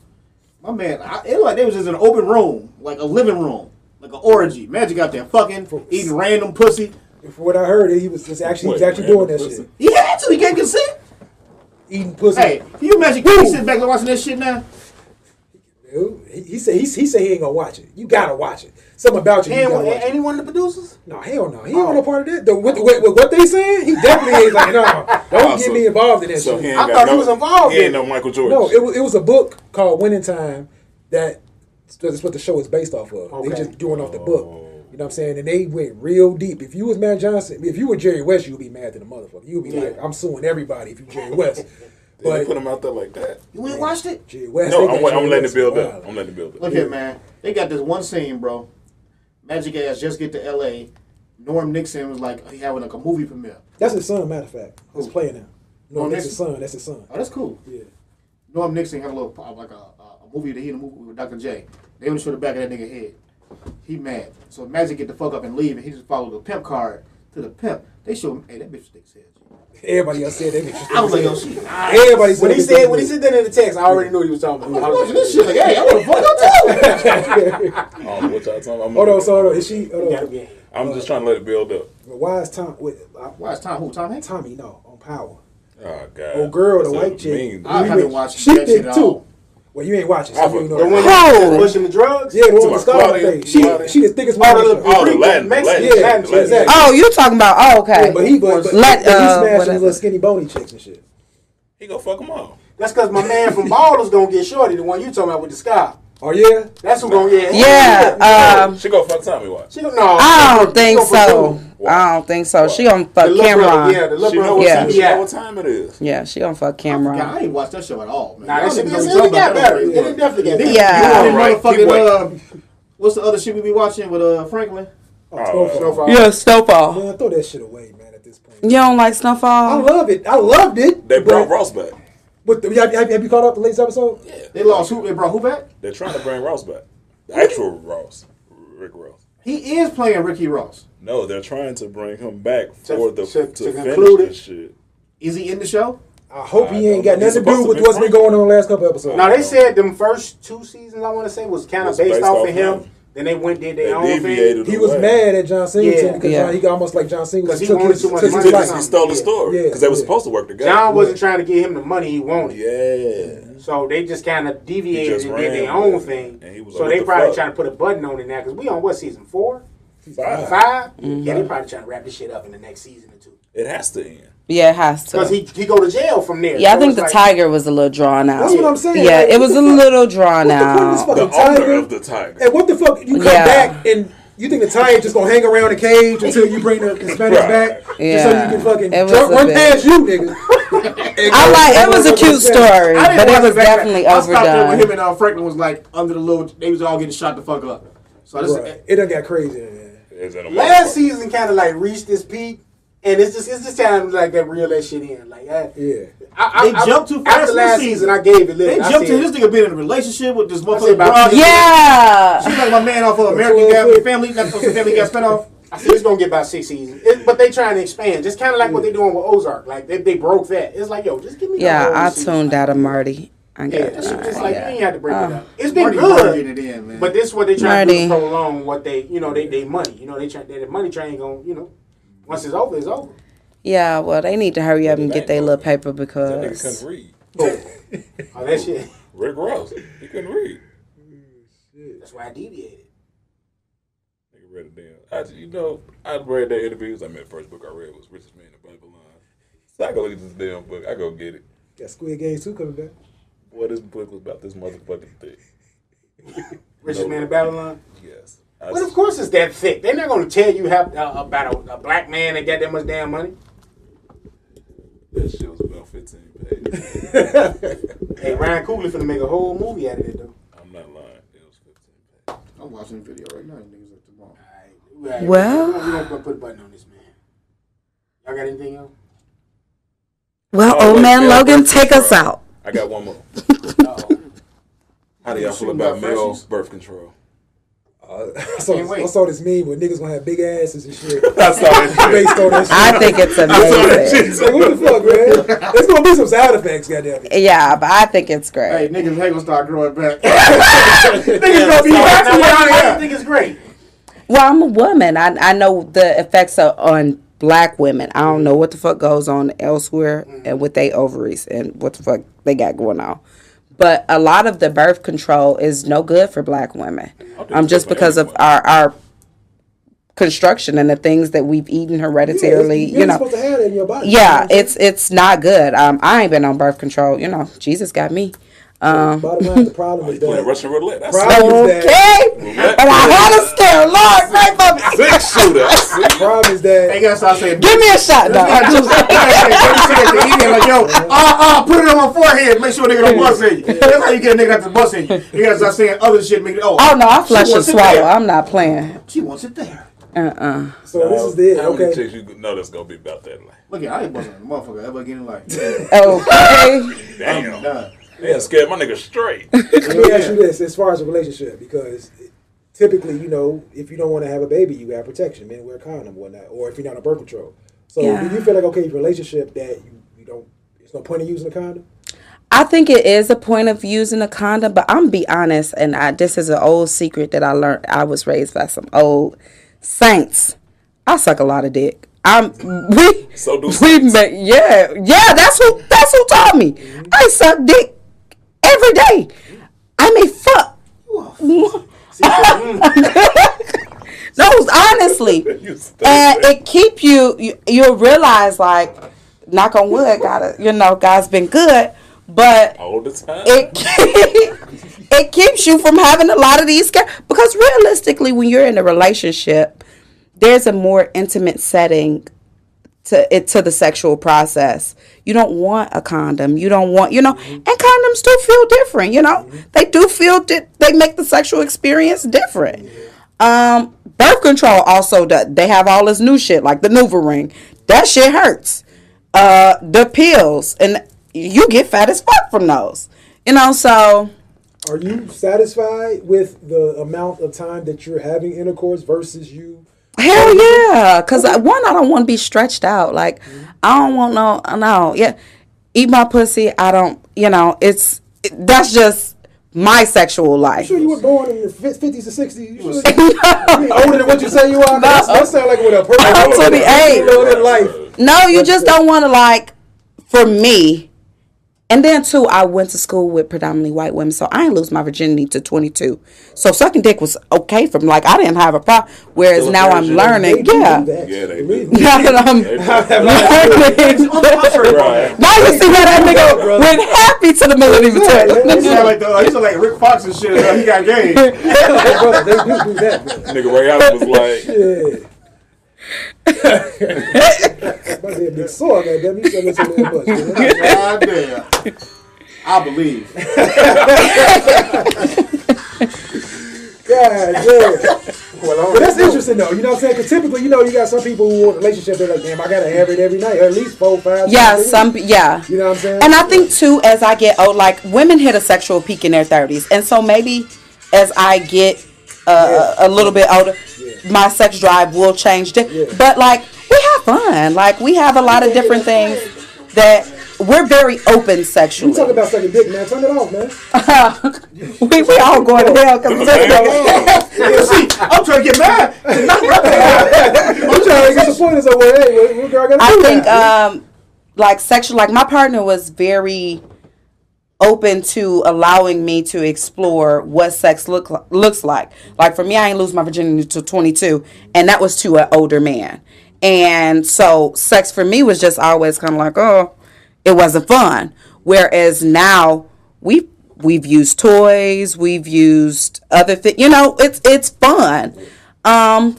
[SPEAKER 7] my man. I, it like they was just in an open room, like a living room, like an orgy. Magic out there fucking, eating random pussy.
[SPEAKER 8] from what I heard, he was just actually
[SPEAKER 4] Wait,
[SPEAKER 8] he's actually
[SPEAKER 4] man,
[SPEAKER 8] doing that
[SPEAKER 4] listen.
[SPEAKER 8] shit,
[SPEAKER 7] He had to. He gave consent.
[SPEAKER 8] eating pussy.
[SPEAKER 7] Hey, can you imagine Kenny sitting back and watching this shit now?
[SPEAKER 8] Dude, He, he said he, he said he ain't gonna watch it. You gotta watch it. Something about you. you
[SPEAKER 5] And
[SPEAKER 8] gotta
[SPEAKER 5] wa-
[SPEAKER 8] watch it.
[SPEAKER 5] ain't he one of the producers?
[SPEAKER 8] No, hell no. He ain't want no part of that. The, with, with, with what they saying, he definitely ain't like, no, don't
[SPEAKER 4] Oh,
[SPEAKER 8] get
[SPEAKER 4] so-
[SPEAKER 8] me involved in that
[SPEAKER 4] So
[SPEAKER 8] shit.
[SPEAKER 4] ain't
[SPEAKER 5] I
[SPEAKER 4] got
[SPEAKER 5] thought he
[SPEAKER 4] no-
[SPEAKER 5] was involved
[SPEAKER 4] He
[SPEAKER 5] in
[SPEAKER 4] ain't no Michael Jordan.
[SPEAKER 8] No, it was, it was a book called Winning Time that that's what the show is based off of. They just doing off the book. You know what I'm saying? And they went real deep. If you was Matt Johnson, if you were Jerry West, you would be mad to the motherfucker. You would be like, I'm suing everybody if you Jerry
[SPEAKER 4] [LAUGHS]
[SPEAKER 8] West.
[SPEAKER 4] They
[SPEAKER 8] but
[SPEAKER 4] put him out there like that.
[SPEAKER 7] You ain't watched it.
[SPEAKER 8] Jerry West,
[SPEAKER 4] No,
[SPEAKER 8] they
[SPEAKER 4] I'm,
[SPEAKER 8] got
[SPEAKER 4] wait-
[SPEAKER 8] Jerry
[SPEAKER 4] I'm letting
[SPEAKER 8] West
[SPEAKER 4] it build
[SPEAKER 8] wild.
[SPEAKER 4] up. I'm letting it build
[SPEAKER 7] Look
[SPEAKER 4] up.
[SPEAKER 7] here, man. They got this one scene, bro. Magic ass just get to L.A. Norm Nixon was like he having like a movie premiere.
[SPEAKER 8] That's his son, matter of fact. He's playing now. No,
[SPEAKER 7] Norm
[SPEAKER 8] that's his
[SPEAKER 7] Nixon?
[SPEAKER 8] son. That's his son.
[SPEAKER 7] Oh, that's cool.
[SPEAKER 8] Yeah.
[SPEAKER 7] Norm Nixon had a little uh, like a, a movie that he in a movie with Dr. J. They only show the back of that nigga head. He mad. So Magic get the fuck up and leave, and he just followed the pimp card to the pimp. They show him, hey, that bitch sticks head.
[SPEAKER 8] Everybody else
[SPEAKER 4] [LAUGHS]
[SPEAKER 8] said that.
[SPEAKER 7] I was like, yo, shit.
[SPEAKER 4] Ah,
[SPEAKER 7] I
[SPEAKER 8] Everybody said
[SPEAKER 5] When he
[SPEAKER 8] that.
[SPEAKER 5] said when he said that in the text, I already knew what he was talking about. I
[SPEAKER 7] was watching
[SPEAKER 5] was like,
[SPEAKER 7] this shit like, hey, I want to fuck up too.
[SPEAKER 4] I don't know what y'all talking about. I'm
[SPEAKER 8] Hold on, so hold on. Is she? Hold
[SPEAKER 5] "You gotta
[SPEAKER 8] on.
[SPEAKER 5] be in here."
[SPEAKER 4] I'm just trying to let it build up.
[SPEAKER 8] Why is Tom? Wait, uh,
[SPEAKER 7] Why is Tom who? Tom Hanks?
[SPEAKER 8] Tommy, no, on Power.
[SPEAKER 4] Oh god.
[SPEAKER 8] Oh, girl, the
[SPEAKER 4] So
[SPEAKER 8] white chick.
[SPEAKER 4] mean.
[SPEAKER 7] I
[SPEAKER 8] We
[SPEAKER 7] haven't
[SPEAKER 8] went-
[SPEAKER 7] watched
[SPEAKER 8] she
[SPEAKER 7] that
[SPEAKER 8] did
[SPEAKER 7] shit at
[SPEAKER 8] too.
[SPEAKER 7] all.
[SPEAKER 8] Well, you ain't watching. So you ain't know
[SPEAKER 5] The
[SPEAKER 8] that.
[SPEAKER 5] one that's pushing the drugs.
[SPEAKER 8] Yeah, the one
[SPEAKER 4] my
[SPEAKER 8] with the star
[SPEAKER 4] Claudia-
[SPEAKER 8] thing. She,
[SPEAKER 4] Claudia.
[SPEAKER 8] she the thickest
[SPEAKER 5] Oh,
[SPEAKER 8] one.
[SPEAKER 5] the
[SPEAKER 8] on the
[SPEAKER 5] little-
[SPEAKER 8] show.
[SPEAKER 4] Oh, the
[SPEAKER 5] Freak,
[SPEAKER 4] Latin,
[SPEAKER 5] Mexican,
[SPEAKER 4] Latin,
[SPEAKER 8] yeah,
[SPEAKER 4] Latin, Latin.
[SPEAKER 8] exactly.
[SPEAKER 6] Oh, you talking about? Oh, okay.
[SPEAKER 8] Yeah, but he but, but,
[SPEAKER 6] Let,
[SPEAKER 8] but
[SPEAKER 6] uh,
[SPEAKER 8] he smashing
[SPEAKER 6] whatever.
[SPEAKER 8] these little skinny bony chicks and shit.
[SPEAKER 4] He gonna fuck them all.
[SPEAKER 5] That's because my man from Baldur's gonna get shorty, the one you talking about with the sky.
[SPEAKER 8] Oh yeah,
[SPEAKER 5] That's who gonna get.
[SPEAKER 6] yeah. Um,
[SPEAKER 4] she gonna fuck Tommy. Watch.
[SPEAKER 5] She don't know.
[SPEAKER 6] I don't think so. I don't think so. She on fuck
[SPEAKER 5] The little
[SPEAKER 6] Cameron.
[SPEAKER 5] brother, yeah, the
[SPEAKER 4] She
[SPEAKER 5] little
[SPEAKER 4] know
[SPEAKER 5] brother.
[SPEAKER 4] what,
[SPEAKER 6] Yeah.
[SPEAKER 4] yeah. she
[SPEAKER 5] Yeah.
[SPEAKER 4] know what time it is.
[SPEAKER 6] Yeah, she on
[SPEAKER 7] God,
[SPEAKER 6] fuck Cameron.
[SPEAKER 7] I ain't watched that show at all, man.
[SPEAKER 5] Nah,
[SPEAKER 7] Y'all
[SPEAKER 5] that shit
[SPEAKER 7] niggas
[SPEAKER 5] goes
[SPEAKER 7] ain't
[SPEAKER 5] up
[SPEAKER 7] talking
[SPEAKER 5] got
[SPEAKER 7] about
[SPEAKER 5] better.
[SPEAKER 7] that.
[SPEAKER 5] It didn't definitely get better.
[SPEAKER 6] Yeah.
[SPEAKER 7] You
[SPEAKER 4] Alright,
[SPEAKER 7] know,
[SPEAKER 4] keep waiting.
[SPEAKER 7] motherfucking, uh, what's the other shit we be watching with uh, Franklin?
[SPEAKER 5] Snowfall.
[SPEAKER 6] Yeah, Snowfall.
[SPEAKER 8] Man, throw that shit away, man. At this point,
[SPEAKER 6] You don't like
[SPEAKER 8] I
[SPEAKER 6] Snowfall?
[SPEAKER 8] love it. I loved it.
[SPEAKER 4] They brought
[SPEAKER 8] but-
[SPEAKER 4] Ross back.
[SPEAKER 8] But the, have, have, have you caught up the latest episode?
[SPEAKER 7] They lost who? They brought who back?
[SPEAKER 4] They're trying to bring Ross back. The actual Ross, Rick Ross.
[SPEAKER 7] He is playing Ricky Ross.
[SPEAKER 4] No, they're trying to bring him back
[SPEAKER 5] To-
[SPEAKER 4] for the
[SPEAKER 5] to-
[SPEAKER 4] to,
[SPEAKER 5] to
[SPEAKER 4] finish
[SPEAKER 5] conclude it?
[SPEAKER 4] this shit.
[SPEAKER 7] Is he in the show?
[SPEAKER 8] I hope
[SPEAKER 4] I
[SPEAKER 8] he ain't got
[SPEAKER 4] don't know.
[SPEAKER 8] nothing to
[SPEAKER 4] He's
[SPEAKER 8] do
[SPEAKER 4] supposed
[SPEAKER 8] with
[SPEAKER 4] to be
[SPEAKER 8] what's been
[SPEAKER 4] Frank.
[SPEAKER 8] going on the last couple episodes.
[SPEAKER 5] Now they said them first two seasons I want to say was kind of
[SPEAKER 4] Was
[SPEAKER 5] based,
[SPEAKER 4] based
[SPEAKER 5] off
[SPEAKER 4] off
[SPEAKER 5] of him.
[SPEAKER 4] him.
[SPEAKER 5] Then they went did
[SPEAKER 4] They
[SPEAKER 5] their own
[SPEAKER 4] deviated.
[SPEAKER 5] thing.
[SPEAKER 8] he was
[SPEAKER 4] away.
[SPEAKER 8] mad at John Singleton
[SPEAKER 5] Yeah.
[SPEAKER 8] because
[SPEAKER 6] Yeah.
[SPEAKER 8] John- he got almost like John Singleton
[SPEAKER 5] 'Cause he
[SPEAKER 8] took
[SPEAKER 5] wanted
[SPEAKER 8] his,
[SPEAKER 5] too much
[SPEAKER 8] took
[SPEAKER 4] He,
[SPEAKER 8] his
[SPEAKER 5] money.
[SPEAKER 4] took-
[SPEAKER 8] life.
[SPEAKER 4] he stole the
[SPEAKER 5] Yeah.
[SPEAKER 4] story
[SPEAKER 8] Yeah.
[SPEAKER 4] because they were supposed to work together.
[SPEAKER 5] John wasn't trying to get him the money he wanted,
[SPEAKER 4] Yeah.
[SPEAKER 5] so they just kind of
[SPEAKER 4] He
[SPEAKER 5] deviated
[SPEAKER 4] just
[SPEAKER 5] and did their
[SPEAKER 4] ran
[SPEAKER 5] own
[SPEAKER 4] with it.
[SPEAKER 5] thing.
[SPEAKER 4] And he was
[SPEAKER 5] So
[SPEAKER 4] like,
[SPEAKER 5] they
[SPEAKER 4] what the
[SPEAKER 5] probably
[SPEAKER 4] fuck?
[SPEAKER 5] trying to put a button on it now because we on what season four,
[SPEAKER 4] Five.
[SPEAKER 5] 5
[SPEAKER 6] Mm-hmm.
[SPEAKER 5] Yeah, they probably trying to wrap this shit up in the next season or two
[SPEAKER 4] It has to end.
[SPEAKER 6] Yeah, it has
[SPEAKER 5] because
[SPEAKER 6] to.
[SPEAKER 5] he he go to jail from there.
[SPEAKER 6] Yeah, I
[SPEAKER 5] So
[SPEAKER 6] think
[SPEAKER 5] it's
[SPEAKER 6] the
[SPEAKER 5] like-
[SPEAKER 6] tiger was a little drawn out.
[SPEAKER 8] That's what I'm saying.
[SPEAKER 6] Yeah,
[SPEAKER 8] Like,
[SPEAKER 6] it was
[SPEAKER 8] what
[SPEAKER 6] a
[SPEAKER 8] the fuck-
[SPEAKER 6] little drawn
[SPEAKER 8] What the fuck is
[SPEAKER 6] out.
[SPEAKER 8] fucking
[SPEAKER 4] The owner
[SPEAKER 8] tiger?
[SPEAKER 4] of the tiger.
[SPEAKER 8] And what the fuck? You come
[SPEAKER 6] Yeah.
[SPEAKER 8] back and you think the tiger just gonna hang around the cage until you bring the Hispanics
[SPEAKER 4] Right.
[SPEAKER 8] back, just so
[SPEAKER 6] Yeah.
[SPEAKER 8] you can fucking
[SPEAKER 6] It was
[SPEAKER 8] jump,
[SPEAKER 6] a
[SPEAKER 8] run
[SPEAKER 6] bit-
[SPEAKER 8] past you, nigga. And
[SPEAKER 6] I
[SPEAKER 8] go-
[SPEAKER 6] like it was a
[SPEAKER 8] go-
[SPEAKER 6] cute story,
[SPEAKER 7] I didn't
[SPEAKER 6] but it
[SPEAKER 7] watch
[SPEAKER 6] was
[SPEAKER 7] back then.
[SPEAKER 6] definitely
[SPEAKER 7] I stopped there when him
[SPEAKER 6] overdone.
[SPEAKER 7] and uh, Franklin was like under the little. They was all getting shot the fuck up. So eh, this
[SPEAKER 8] Bruh, It done got crazy. man.
[SPEAKER 4] Is it a motherfucker?
[SPEAKER 5] Last season kind of like reached this peak, and it's just it's just time like that reel that shit in. Like I,
[SPEAKER 8] Yeah.
[SPEAKER 5] I, I,
[SPEAKER 7] They
[SPEAKER 5] I-
[SPEAKER 7] jumped too fast
[SPEAKER 5] After
[SPEAKER 7] this
[SPEAKER 5] last
[SPEAKER 7] season.
[SPEAKER 5] season, I gave it.
[SPEAKER 7] they
[SPEAKER 5] Listen, I
[SPEAKER 7] jumped
[SPEAKER 5] said-
[SPEAKER 7] in. This nigga been in a relationship with this
[SPEAKER 5] said
[SPEAKER 7] motherfucker.
[SPEAKER 5] about
[SPEAKER 7] broad.
[SPEAKER 6] Yeah,
[SPEAKER 7] She's like my man off of American Dad Family. That's what Family got [LAUGHS] spent off.
[SPEAKER 5] I said it's gonna get about six seasons, It- but they trying to expand. Just kind of like what
[SPEAKER 7] Mm.
[SPEAKER 5] they doing with Ozark. Like they, they broke that. It's like yo, just give me. the
[SPEAKER 6] yeah,
[SPEAKER 5] whole
[SPEAKER 6] I
[SPEAKER 5] season.
[SPEAKER 6] tuned out of Marty. I
[SPEAKER 5] Yeah,
[SPEAKER 6] got uh,
[SPEAKER 5] that shit
[SPEAKER 6] that.
[SPEAKER 5] just like you ain't have to break it up. It's been
[SPEAKER 7] Marty Marty
[SPEAKER 5] good,
[SPEAKER 7] in it in, man.
[SPEAKER 5] but this is what they trying to do to
[SPEAKER 6] Marty.
[SPEAKER 5] prolong what they you know they they money. You know they try they, the money train going you know once it's over it's over.
[SPEAKER 6] Yeah, well, they need to hurry up and get their little paper
[SPEAKER 4] That nigga couldn't
[SPEAKER 6] because
[SPEAKER 4] read.
[SPEAKER 7] [LAUGHS]
[SPEAKER 5] Oh that shit.
[SPEAKER 4] Rick Ross. He couldn't read.
[SPEAKER 5] That's why I deviated.
[SPEAKER 4] Nigga read it down. I, you know, I read that interview. It was like, man, first book I read was Richest Man in Babylon. So I go look at this damn book. I go get it.
[SPEAKER 8] Got Squid Games too coming back.
[SPEAKER 4] Boy, this book was about this motherfucking thing.
[SPEAKER 5] Richest
[SPEAKER 4] No.
[SPEAKER 5] man in Babylon.
[SPEAKER 4] Yes.
[SPEAKER 5] But of course it's that thick. They're not gonna tell you how uh, about a, a black man that got that much damn money.
[SPEAKER 4] That shit was about 15 pages.
[SPEAKER 5] Hey, Ryan Coogler finna make a whole movie out of it though.
[SPEAKER 4] I'm not lying. It was 15 pages.
[SPEAKER 7] I'm watching the video right now. You niggas at the mall.
[SPEAKER 5] All right.
[SPEAKER 6] Well-
[SPEAKER 5] we don't put a button on this man. Y'all got anything else?
[SPEAKER 6] well,
[SPEAKER 4] Oh,
[SPEAKER 6] old
[SPEAKER 4] wait,
[SPEAKER 6] man
[SPEAKER 4] Mel
[SPEAKER 6] Logan,
[SPEAKER 4] Brooks
[SPEAKER 6] take us
[SPEAKER 4] Friday.
[SPEAKER 6] out.
[SPEAKER 4] I got one
[SPEAKER 8] [LAUGHS]
[SPEAKER 4] more. How do y'all feel
[SPEAKER 7] Shooting
[SPEAKER 4] about
[SPEAKER 7] about
[SPEAKER 4] male
[SPEAKER 7] freshies?
[SPEAKER 4] birth control?
[SPEAKER 8] I saw,
[SPEAKER 7] wait.
[SPEAKER 8] I saw this meme where niggas gonna have big asses and shit
[SPEAKER 4] I [LAUGHS] saw that shit.
[SPEAKER 8] based on that
[SPEAKER 6] [LAUGHS]
[SPEAKER 8] shit.
[SPEAKER 6] I think it's
[SPEAKER 4] I saw that
[SPEAKER 6] amazing.
[SPEAKER 4] shit.
[SPEAKER 8] Like, what the fuck, man? There's gonna be some side effects, goddamn. it.
[SPEAKER 6] Yeah, but I think it's
[SPEAKER 7] Hey,
[SPEAKER 6] great.
[SPEAKER 7] niggas ain't gonna start growing back.
[SPEAKER 5] Niggas gonna
[SPEAKER 7] [LAUGHS] that's
[SPEAKER 5] be happy
[SPEAKER 7] what [LAUGHS] I
[SPEAKER 5] out
[SPEAKER 7] am.
[SPEAKER 5] here. think it's great.
[SPEAKER 6] Well, I'm a woman. I I know the effects are on black women. I don't know what the fuck goes on elsewhere and with their ovaries and what the fuck they got going on. But a lot of the birth control is no good for black women. Um, just
[SPEAKER 4] for
[SPEAKER 6] because of
[SPEAKER 4] everyone.
[SPEAKER 6] our our construction and the things that we've eaten hereditarily.
[SPEAKER 8] you're
[SPEAKER 6] you
[SPEAKER 8] not
[SPEAKER 6] know,
[SPEAKER 8] supposed to have that in your body.
[SPEAKER 6] yeah, it's it's not good. Um, I ain't been on birth control. You know, Jesus got me.
[SPEAKER 8] Bottom line, the problem is
[SPEAKER 4] Playing
[SPEAKER 8] that
[SPEAKER 4] Russian roulette. That's
[SPEAKER 8] Right. Is
[SPEAKER 6] Okay,
[SPEAKER 8] that-
[SPEAKER 6] but I had a scare. Lord, pray for me.
[SPEAKER 4] six shooter.
[SPEAKER 8] the problem is
[SPEAKER 7] They
[SPEAKER 8] that
[SPEAKER 7] gotta start saying.
[SPEAKER 6] Give me a
[SPEAKER 7] I
[SPEAKER 6] shot, though.
[SPEAKER 7] just I just said at the end, like, yo, uh, uh, put it on my forehead. Make sure a nigga don't bust in you. That's how you get a nigga out the bus in you. You gotta start saying other shit. Make it, oh,
[SPEAKER 6] [LAUGHS] Oh no, I flush
[SPEAKER 7] she
[SPEAKER 6] and
[SPEAKER 7] wants it
[SPEAKER 6] swallow.
[SPEAKER 7] there.
[SPEAKER 6] I'm not playing.
[SPEAKER 7] She wants it there.
[SPEAKER 8] so this is it.
[SPEAKER 4] How many
[SPEAKER 8] Okay,
[SPEAKER 4] chicks you know that's gonna be about that? Like,
[SPEAKER 7] Look at, I ain't busting a motherfucker ever again in life.
[SPEAKER 6] Okay.
[SPEAKER 4] damn,
[SPEAKER 7] Done.
[SPEAKER 4] they scared my nigga
[SPEAKER 6] [LAUGHS]
[SPEAKER 4] straight. [LAUGHS]
[SPEAKER 8] let me ask you this: as far as a relationship, because typically, you know, if you don't want to have a baby, you have protection. Men wear condom, and whatnot, or if you're not on birth control. So
[SPEAKER 6] Yeah.
[SPEAKER 8] do you feel like okay, if your relationship that you, you don't, there's no point in using a condom?
[SPEAKER 6] I think it is a point of using a condom, but I'm be honest, and I this is an old secret that I learned. I was raised by some old saints. I suck a lot of dick. I'm [LAUGHS] we
[SPEAKER 4] So do
[SPEAKER 6] we
[SPEAKER 4] saints. Mm-hmm.
[SPEAKER 6] make yeah yeah. That's who that's who taught me. I suck dick every day. I may fuck.
[SPEAKER 4] [LAUGHS] mm.
[SPEAKER 6] [LAUGHS] no,
[SPEAKER 4] [LAUGHS]
[SPEAKER 6] honestly.
[SPEAKER 4] You stupid.
[SPEAKER 6] and it keep you, you you'll realize like knock on wood gotta you know god's been good but
[SPEAKER 4] all the time.
[SPEAKER 6] it [LAUGHS] keep- it keeps you from having a lot of these sca- because realistically when you're in a relationship there's a more intimate setting to it to the sexual process. You don't want a condom. You don't want you know, and condoms do feel different. You know, they do feel di- they make the sexual experience different. Um, birth control also does. They have all this new shit like the NuvaRing. That shit hurts. Uh, the pills and you get fat as fuck from those. You know, so
[SPEAKER 8] Are you satisfied with the amount of time that you're having intercourse versus you?
[SPEAKER 6] Hell yeah, cause I, one, I don't want to be stretched out. Like I don't want no, no, yeah, eat my pussy. I don't, you know, it's it, that's just my sexual life.
[SPEAKER 8] Sure, you were born in the fifties or sixties. You sure [LAUGHS] you older than what you say you are. That's, that sound like what a person.
[SPEAKER 6] I'm 28.
[SPEAKER 8] Older than life. [LAUGHS]
[SPEAKER 6] No, you just don't want to like. For me, and then too, I went to school with predominantly white women, so I didn't lose my virginity to 22. So sucking dick was okay from like I didn't have a problem. Whereas
[SPEAKER 4] Still a
[SPEAKER 6] now I'm
[SPEAKER 4] virgin.
[SPEAKER 8] They
[SPEAKER 6] learning,
[SPEAKER 8] do
[SPEAKER 6] yeah.
[SPEAKER 8] do that.
[SPEAKER 4] Yeah, they
[SPEAKER 8] Believe
[SPEAKER 4] do.
[SPEAKER 6] [LAUGHS]
[SPEAKER 8] me.
[SPEAKER 6] Now that I'm [LAUGHS] learning.
[SPEAKER 4] Right.
[SPEAKER 6] Now you see where that nigga went happy to the middle of
[SPEAKER 7] He
[SPEAKER 6] the
[SPEAKER 7] sound like the, uh, he sound like Rick Fox and shit. uh, He got gay.
[SPEAKER 8] Brother, they do do that. Bro.
[SPEAKER 4] Nigga Ray Allen was like,
[SPEAKER 8] Yeah. Might be a big sore, man. Damn, you said that little much. you know?
[SPEAKER 7] God damn. I believe.
[SPEAKER 8] God damn.
[SPEAKER 3] Well,
[SPEAKER 8] But that's interesting though. You know what I'm saying? Because typically, you know, you got some people who want a relationship. They're like, damn, I gotta have it every night, or at least four, five.
[SPEAKER 6] Yeah,
[SPEAKER 8] times a
[SPEAKER 6] some
[SPEAKER 8] week.
[SPEAKER 6] yeah.
[SPEAKER 8] You know what I'm saying?
[SPEAKER 6] And I think too, as I get old, like women hit a sexual peak in their thirties, and so maybe as I get uh, a little bit older, my sex drive will change. Di- But like we have fun, like we have a lot of different things that we're very open
[SPEAKER 8] You talking
[SPEAKER 6] sexually.
[SPEAKER 8] about sucking dick, man? Turn it off, man.
[SPEAKER 6] [LAUGHS] we, we all going to hell
[SPEAKER 8] [LAUGHS]
[SPEAKER 6] because
[SPEAKER 7] You see, I'm trying to get mad.
[SPEAKER 8] I'm trying to get the point is over. Hey, what, what girl I gotta
[SPEAKER 6] I
[SPEAKER 8] do
[SPEAKER 6] think
[SPEAKER 8] now?
[SPEAKER 6] um like sexual like my partner was very open to allowing me to explore what sex look li- looks like. Like for me I ain't lose my virginity to 22 and that was to an older man. And so sex for me was just always kind of like oh it wasn't fun. Whereas now we we've used toys, we've used other things. You know, it's it's fun. Um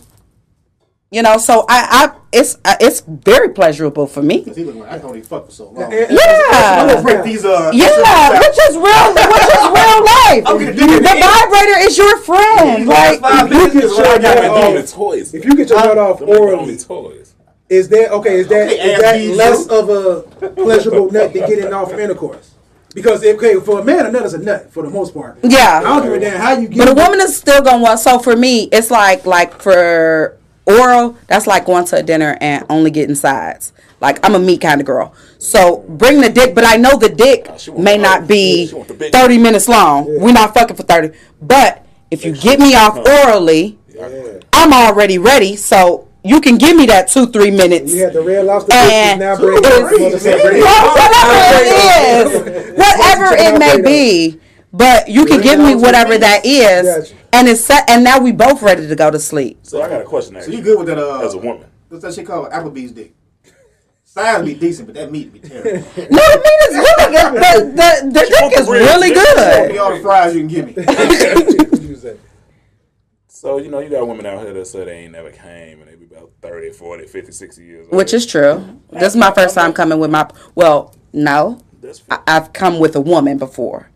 [SPEAKER 6] you know, so I, I it's uh, it's very pleasurable for me.
[SPEAKER 7] He look like I can only fuck for so long. I'm gonna
[SPEAKER 6] Yeah,
[SPEAKER 7] break these. Uh,
[SPEAKER 6] yeah, which is real, which is real life.
[SPEAKER 7] Okay, do
[SPEAKER 6] The
[SPEAKER 7] it again.
[SPEAKER 6] vibrator is your friend. Like,
[SPEAKER 7] five minutes is what I got. uh,
[SPEAKER 4] "Them ain't the only toys.
[SPEAKER 8] Oh. if you get your nut off
[SPEAKER 4] Them ain't the only
[SPEAKER 8] orally,
[SPEAKER 4] toys.
[SPEAKER 8] is that okay? Is that is
[SPEAKER 7] Okay,
[SPEAKER 8] that
[SPEAKER 7] AFD,
[SPEAKER 8] less of a pleasurable nut than getting off from intercourse? Because okay, for a man, a nut is a nut for the most part. I
[SPEAKER 6] yeah,
[SPEAKER 8] don't give a damn how you get.
[SPEAKER 6] but a
[SPEAKER 8] it.
[SPEAKER 6] woman is still gonna want. So for me, it's like like for oral, that's like going to a dinner and only getting sides. Like I'm a meat kind of girl, so bring the dick. But I know the dick
[SPEAKER 4] she want
[SPEAKER 6] may
[SPEAKER 4] the-
[SPEAKER 6] not be
[SPEAKER 4] she want the big-
[SPEAKER 6] thirty minutes long. We're not fucking for thirty. But if you get me off orally, I'm already ready. So you can give me that two three minutes.
[SPEAKER 8] You had the red lobster
[SPEAKER 6] and
[SPEAKER 8] and now
[SPEAKER 6] it's-
[SPEAKER 8] bread.
[SPEAKER 6] whatever it is, whatever it may be, but you can give me whatever that is, and it's set, and now we both ready to go to sleep.
[SPEAKER 4] So I got a question.
[SPEAKER 7] So
[SPEAKER 4] Actually,
[SPEAKER 7] you good with that? Uh,
[SPEAKER 4] as a woman?
[SPEAKER 7] What's that shit called? Applebee's dick. Size be decent, but that meat be terrible.
[SPEAKER 6] No, the meat is really good. The, the, the dick is really
[SPEAKER 7] Give me
[SPEAKER 6] good.
[SPEAKER 7] all the fries you can
[SPEAKER 4] [LAUGHS]
[SPEAKER 7] give me.
[SPEAKER 4] So you know you got women out here that say they ain't never came and they be about 30, 40, 50, 60 years old.
[SPEAKER 6] Which is true. This is my first time coming with my. Well, no,
[SPEAKER 4] that's fine.
[SPEAKER 6] I, I've come with a woman before,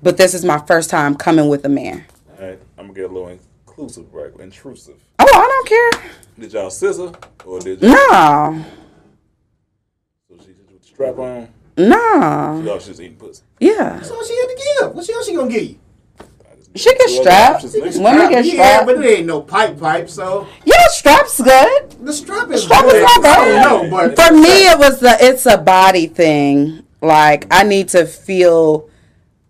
[SPEAKER 6] but this is my first time coming with a man.
[SPEAKER 4] All right, I'm gonna get a little inclusive, right? Intrusive.
[SPEAKER 6] Oh, I don't care.
[SPEAKER 4] Did y'all scissor or did y'all
[SPEAKER 6] No,
[SPEAKER 4] so she
[SPEAKER 6] Mm.
[SPEAKER 4] just with the strap on?
[SPEAKER 6] no,
[SPEAKER 4] Y'all just eating pussy.
[SPEAKER 6] yeah.
[SPEAKER 7] So what she had to give? What she else she gonna give you?
[SPEAKER 6] She gets
[SPEAKER 4] Two other
[SPEAKER 6] strapped.
[SPEAKER 4] options next
[SPEAKER 6] Women
[SPEAKER 4] time.
[SPEAKER 6] get
[SPEAKER 7] yeah,
[SPEAKER 6] strapped.
[SPEAKER 7] but it ain't no pipe pipe. So
[SPEAKER 6] Yeah, strap's good.
[SPEAKER 7] the strap is
[SPEAKER 6] Strap is
[SPEAKER 7] good.
[SPEAKER 6] not bad.
[SPEAKER 7] I don't know, but
[SPEAKER 6] For me, it was the it's a body thing. Like I need to feel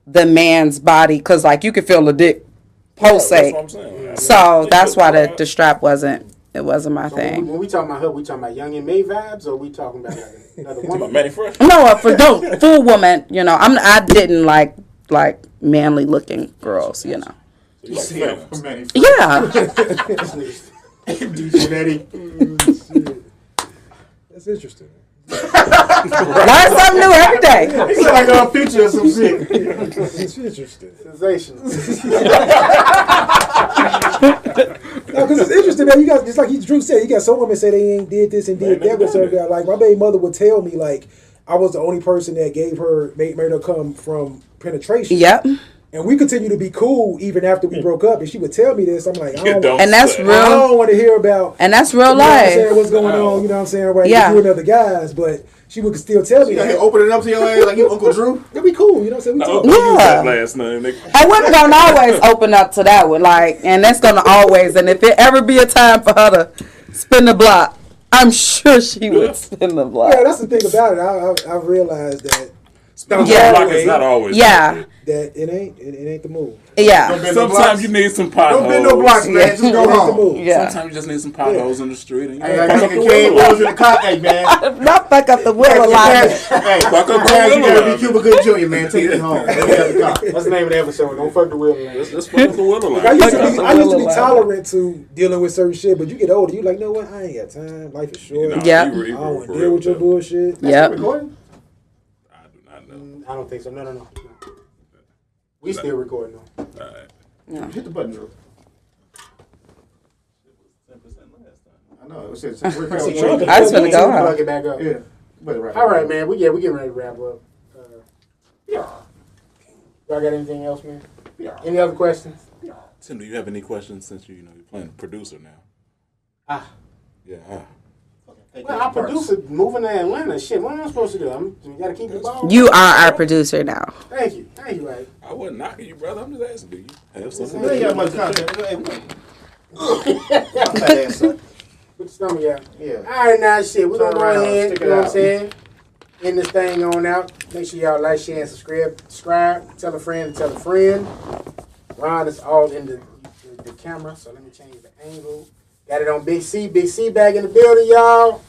[SPEAKER 6] the man's body because like you can feel the dick pulsate.
[SPEAKER 4] That's what I'm saying.
[SPEAKER 6] so that's why the, the strap wasn't it wasn't my thing.
[SPEAKER 5] When we talking about her, we talking about Young and May vibes, or we talking about like another
[SPEAKER 4] My
[SPEAKER 5] woman?
[SPEAKER 4] Manny Fresh.
[SPEAKER 6] No, uh, for don't full woman. You know, I'm I didn't like like manly looking girls. You know.
[SPEAKER 4] You like fans.
[SPEAKER 7] "Oh, Man,
[SPEAKER 6] Yeah,
[SPEAKER 7] DJ Daddy.
[SPEAKER 8] That's interesting.
[SPEAKER 6] learn something new every day.
[SPEAKER 7] He said like a picture or some shit.
[SPEAKER 8] It's interesting.
[SPEAKER 5] Sensational.
[SPEAKER 8] because it's interesting, man. You got just like he Drew said, you got some women say they ain't did this and did
[SPEAKER 4] They ain't
[SPEAKER 8] that with
[SPEAKER 4] done
[SPEAKER 8] certain
[SPEAKER 4] it.
[SPEAKER 8] guy. Like my baby mother would tell me, like I was the only person that gave her made, made her come from penetration.
[SPEAKER 6] Yep.
[SPEAKER 8] And we continue to be cool even after we broke up. And she would tell me this. I'm like, I
[SPEAKER 4] You [LAUGHS]
[SPEAKER 8] don't,
[SPEAKER 4] don't
[SPEAKER 6] And that's
[SPEAKER 4] say.
[SPEAKER 6] real.
[SPEAKER 8] I don't want to hear about.
[SPEAKER 6] And that's real
[SPEAKER 8] you know what I'm
[SPEAKER 6] life.
[SPEAKER 8] saying, what's going on? You know what I'm saying? Right?
[SPEAKER 6] Yeah.
[SPEAKER 8] You and other guys, but she would still tell me
[SPEAKER 7] You out here
[SPEAKER 8] that.
[SPEAKER 7] opening up to your ass like you Uncle Drew.
[SPEAKER 8] That'd be cool. You know what I'm saying? We
[SPEAKER 4] I
[SPEAKER 8] talk.
[SPEAKER 4] opened you
[SPEAKER 6] Yeah.
[SPEAKER 4] that last night, nigga.
[SPEAKER 6] And women don't always open up to that one, like, and that's gonna always. And if it ever be a time for her to spin the block, I'm sure she would spin the block.
[SPEAKER 8] Yeah, that's the thing about it. I, I, I realized that
[SPEAKER 4] Spinning
[SPEAKER 6] Yeah.
[SPEAKER 4] the block is not always.
[SPEAKER 6] Yeah,
[SPEAKER 8] that it ain't it, it ain't the move.
[SPEAKER 6] yeah,
[SPEAKER 4] Sometimes you need some potholes.
[SPEAKER 7] Don't bend no blocks, man. Just go
[SPEAKER 8] It ain't the
[SPEAKER 7] home.
[SPEAKER 8] move.
[SPEAKER 6] yeah.
[SPEAKER 4] Sometimes you just need some potholes in the street. And you
[SPEAKER 7] Hey,
[SPEAKER 4] gotta
[SPEAKER 7] I
[SPEAKER 4] fuck
[SPEAKER 7] got
[SPEAKER 4] up
[SPEAKER 7] a
[SPEAKER 4] the
[SPEAKER 7] Cade
[SPEAKER 4] wheel.
[SPEAKER 7] Rose in the car. Hey, man.
[SPEAKER 6] Not fuck up the wheel a lot.
[SPEAKER 7] Hey,
[SPEAKER 4] Fuck up
[SPEAKER 7] Taz,
[SPEAKER 4] the
[SPEAKER 7] you
[SPEAKER 4] wheel.
[SPEAKER 7] gotta be Cuba Good Jr., man. Take me home. Let me have the car.
[SPEAKER 5] What's the name of the episode? Don't fuck the wheel. man.
[SPEAKER 4] Let's- Let's fuck up the wheel [LAUGHS]
[SPEAKER 8] I used to
[SPEAKER 4] alive.
[SPEAKER 8] be I used to be tolerant to dealing with certain shit, but you get older, you like, know what? I ain't got time. Life is short.
[SPEAKER 4] Nah,
[SPEAKER 6] Yeah.
[SPEAKER 4] you were-
[SPEAKER 8] I
[SPEAKER 4] you
[SPEAKER 8] don't
[SPEAKER 4] were
[SPEAKER 8] want
[SPEAKER 4] for
[SPEAKER 8] to
[SPEAKER 4] real
[SPEAKER 8] deal with your
[SPEAKER 4] that.
[SPEAKER 8] bullshit.
[SPEAKER 6] Yep.
[SPEAKER 7] Recording?
[SPEAKER 4] I do not know.
[SPEAKER 5] I don't think so. No, no, no. no. We still recording though.
[SPEAKER 4] All right.
[SPEAKER 7] Hit the button, Drew. I know. It said, we're
[SPEAKER 5] [LAUGHS]
[SPEAKER 8] Trump.
[SPEAKER 6] I was gonna go
[SPEAKER 5] Plug
[SPEAKER 6] out.
[SPEAKER 5] it back up.
[SPEAKER 7] Yeah. But right.
[SPEAKER 5] All right, man. We yeah, we getting ready to wrap up. Uh, yeah. Y'all got anything else, man?
[SPEAKER 7] Yeah.
[SPEAKER 5] Any other questions?
[SPEAKER 4] Tim, do you have any questions since you you know you're playing producer now?
[SPEAKER 5] Ah.
[SPEAKER 4] Yeah. ah.
[SPEAKER 5] Well, our producer moving to Atlanta. Shit, what am I supposed to do? I'm you gotta keep the ball.
[SPEAKER 6] You are our producer now.
[SPEAKER 5] Thank you, thank you, right?
[SPEAKER 4] I wasn't knocking you, brother. I'm just asking. Do you have something?
[SPEAKER 7] We ain't got much content. Hey, we- Fuck that ass up.
[SPEAKER 5] Put your stomach out.
[SPEAKER 7] Yeah.
[SPEAKER 5] All right, now shit. We're
[SPEAKER 7] Turn
[SPEAKER 5] gonna go
[SPEAKER 7] around,
[SPEAKER 5] ahead.
[SPEAKER 7] stick
[SPEAKER 5] You
[SPEAKER 7] it
[SPEAKER 5] know what I'm
[SPEAKER 7] out.
[SPEAKER 5] saying? End this thing on out. Make sure y'all like, share, and subscribe. Subscribe. Tell a friend. Tell a friend. Ron is all in the, the, the camera, so let me change the angle. Got it on Big C. Big C back in the building, y'all.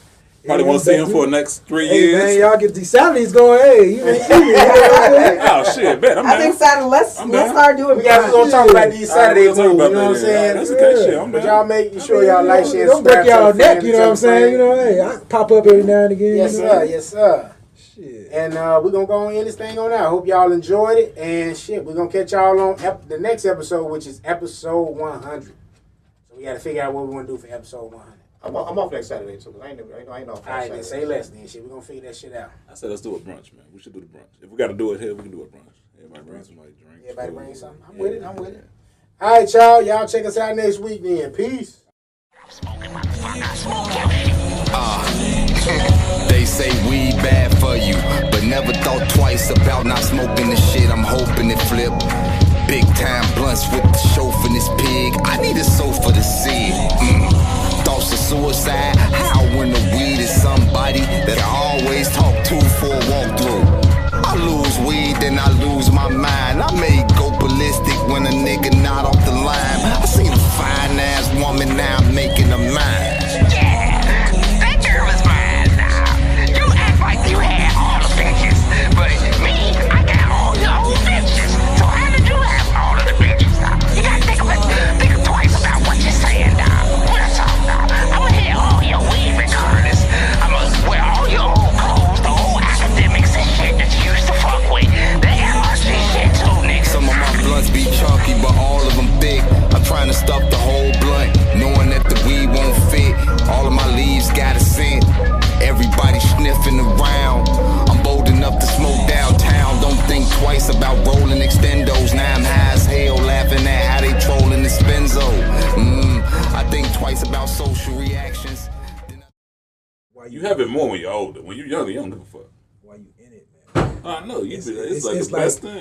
[SPEAKER 4] Probably won't see him for the next three
[SPEAKER 8] Hey
[SPEAKER 4] years.
[SPEAKER 8] man, y'all get these salaries going. Hey, you ain't see me.
[SPEAKER 4] [LAUGHS] oh shit, bet I'm
[SPEAKER 6] I'm
[SPEAKER 4] down.
[SPEAKER 6] excited. Let's
[SPEAKER 4] I'm
[SPEAKER 6] let's
[SPEAKER 4] down.
[SPEAKER 6] start doing.
[SPEAKER 5] We got we gonna talk about these
[SPEAKER 4] All right,
[SPEAKER 5] Saturday
[SPEAKER 4] we'll
[SPEAKER 5] moves.
[SPEAKER 4] talk
[SPEAKER 5] You know
[SPEAKER 4] about
[SPEAKER 5] what
[SPEAKER 4] that
[SPEAKER 5] I'm
[SPEAKER 4] then.
[SPEAKER 5] saying?
[SPEAKER 4] That's okay,
[SPEAKER 8] Yeah.
[SPEAKER 4] shit. I'm
[SPEAKER 5] But y'all
[SPEAKER 4] down.
[SPEAKER 5] making sure [LAUGHS] y'all like, share,
[SPEAKER 8] Don't break
[SPEAKER 5] subscribe.
[SPEAKER 8] y'all
[SPEAKER 5] tell a
[SPEAKER 8] neck.
[SPEAKER 5] friend,
[SPEAKER 8] You know
[SPEAKER 5] tell
[SPEAKER 8] what
[SPEAKER 5] a
[SPEAKER 8] I'm saying? You know,
[SPEAKER 5] friend.
[SPEAKER 8] hey, I pop up every now and again.
[SPEAKER 5] Yes,
[SPEAKER 8] you know?
[SPEAKER 5] sir. Yes, sir.
[SPEAKER 8] Shit.
[SPEAKER 5] And uh, we're gonna go on and end this thing on out. Hope y'all enjoyed it. And shit, we're gonna catch y'all on ep- the next episode, which is episode one hundred. So we gotta figure out what we wanna do for episode one hundred.
[SPEAKER 7] [LAUGHS] I'm off- I'm off next Saturday, too. 'cause I ain't, I ain't, I ain't off.
[SPEAKER 5] All right, then
[SPEAKER 7] next
[SPEAKER 5] say
[SPEAKER 7] Saturday.
[SPEAKER 5] less then shit. We're gonna figure that shit out.
[SPEAKER 4] I said let's do a brunch, man. We should do the brunch. If we got to do it here, we can do a brunch. Everybody bring somebody drink.
[SPEAKER 5] Everybody bring something. I'm
[SPEAKER 4] Yeah.
[SPEAKER 5] with it, I'm with it. All right, y'all. Y'all check us out next week then. Peace.
[SPEAKER 2] They say weed bad for you, but never thought twice about not smoking the shit. I'm hoping it flip. Big time blunts with the chauffeur, this pig. I need a sofa to see. Mm. Thoughts of suicide. How when the weed is somebody that I always talk to for a walkthrough. I lose weed, then I lose my mind. I may go ballistic when a nigga not off the line. I seen a fine ass woman, now I'm making a mind.
[SPEAKER 1] Yeah, that girl is mine now. You act like you had all the bitches, but me, I got all your old bitches. So how did you have all of the bitches? Now? You gotta think about, think twice about what you're saying now. What I'm talking about. I'ma have all your weed regardless. I'ma wear all your old clothes, the old academics and shit that you used to fuck with. The MRC shit too, nigga.
[SPEAKER 2] Some of my blunts be chunky, but all of them thick. I'm trying to stuff the whole blunt, knowing that the weed won't fit. All of my leaves got a scent. Everybody sniffing around. I'm bold enough to smoke downtown. Don't think twice about rolling extendos. Now I'm high as hell, laughing at how they trolling the Spenzo. Mm, I think twice about social reactions. Then I-
[SPEAKER 8] Why
[SPEAKER 4] You have it more when you're older. When you're younger, you don't give a fuck.
[SPEAKER 8] Why you in it, man?
[SPEAKER 4] I know. You
[SPEAKER 8] It's-
[SPEAKER 4] be, it's,
[SPEAKER 8] it's-
[SPEAKER 4] like
[SPEAKER 8] it's
[SPEAKER 4] the
[SPEAKER 8] like-
[SPEAKER 4] best thing.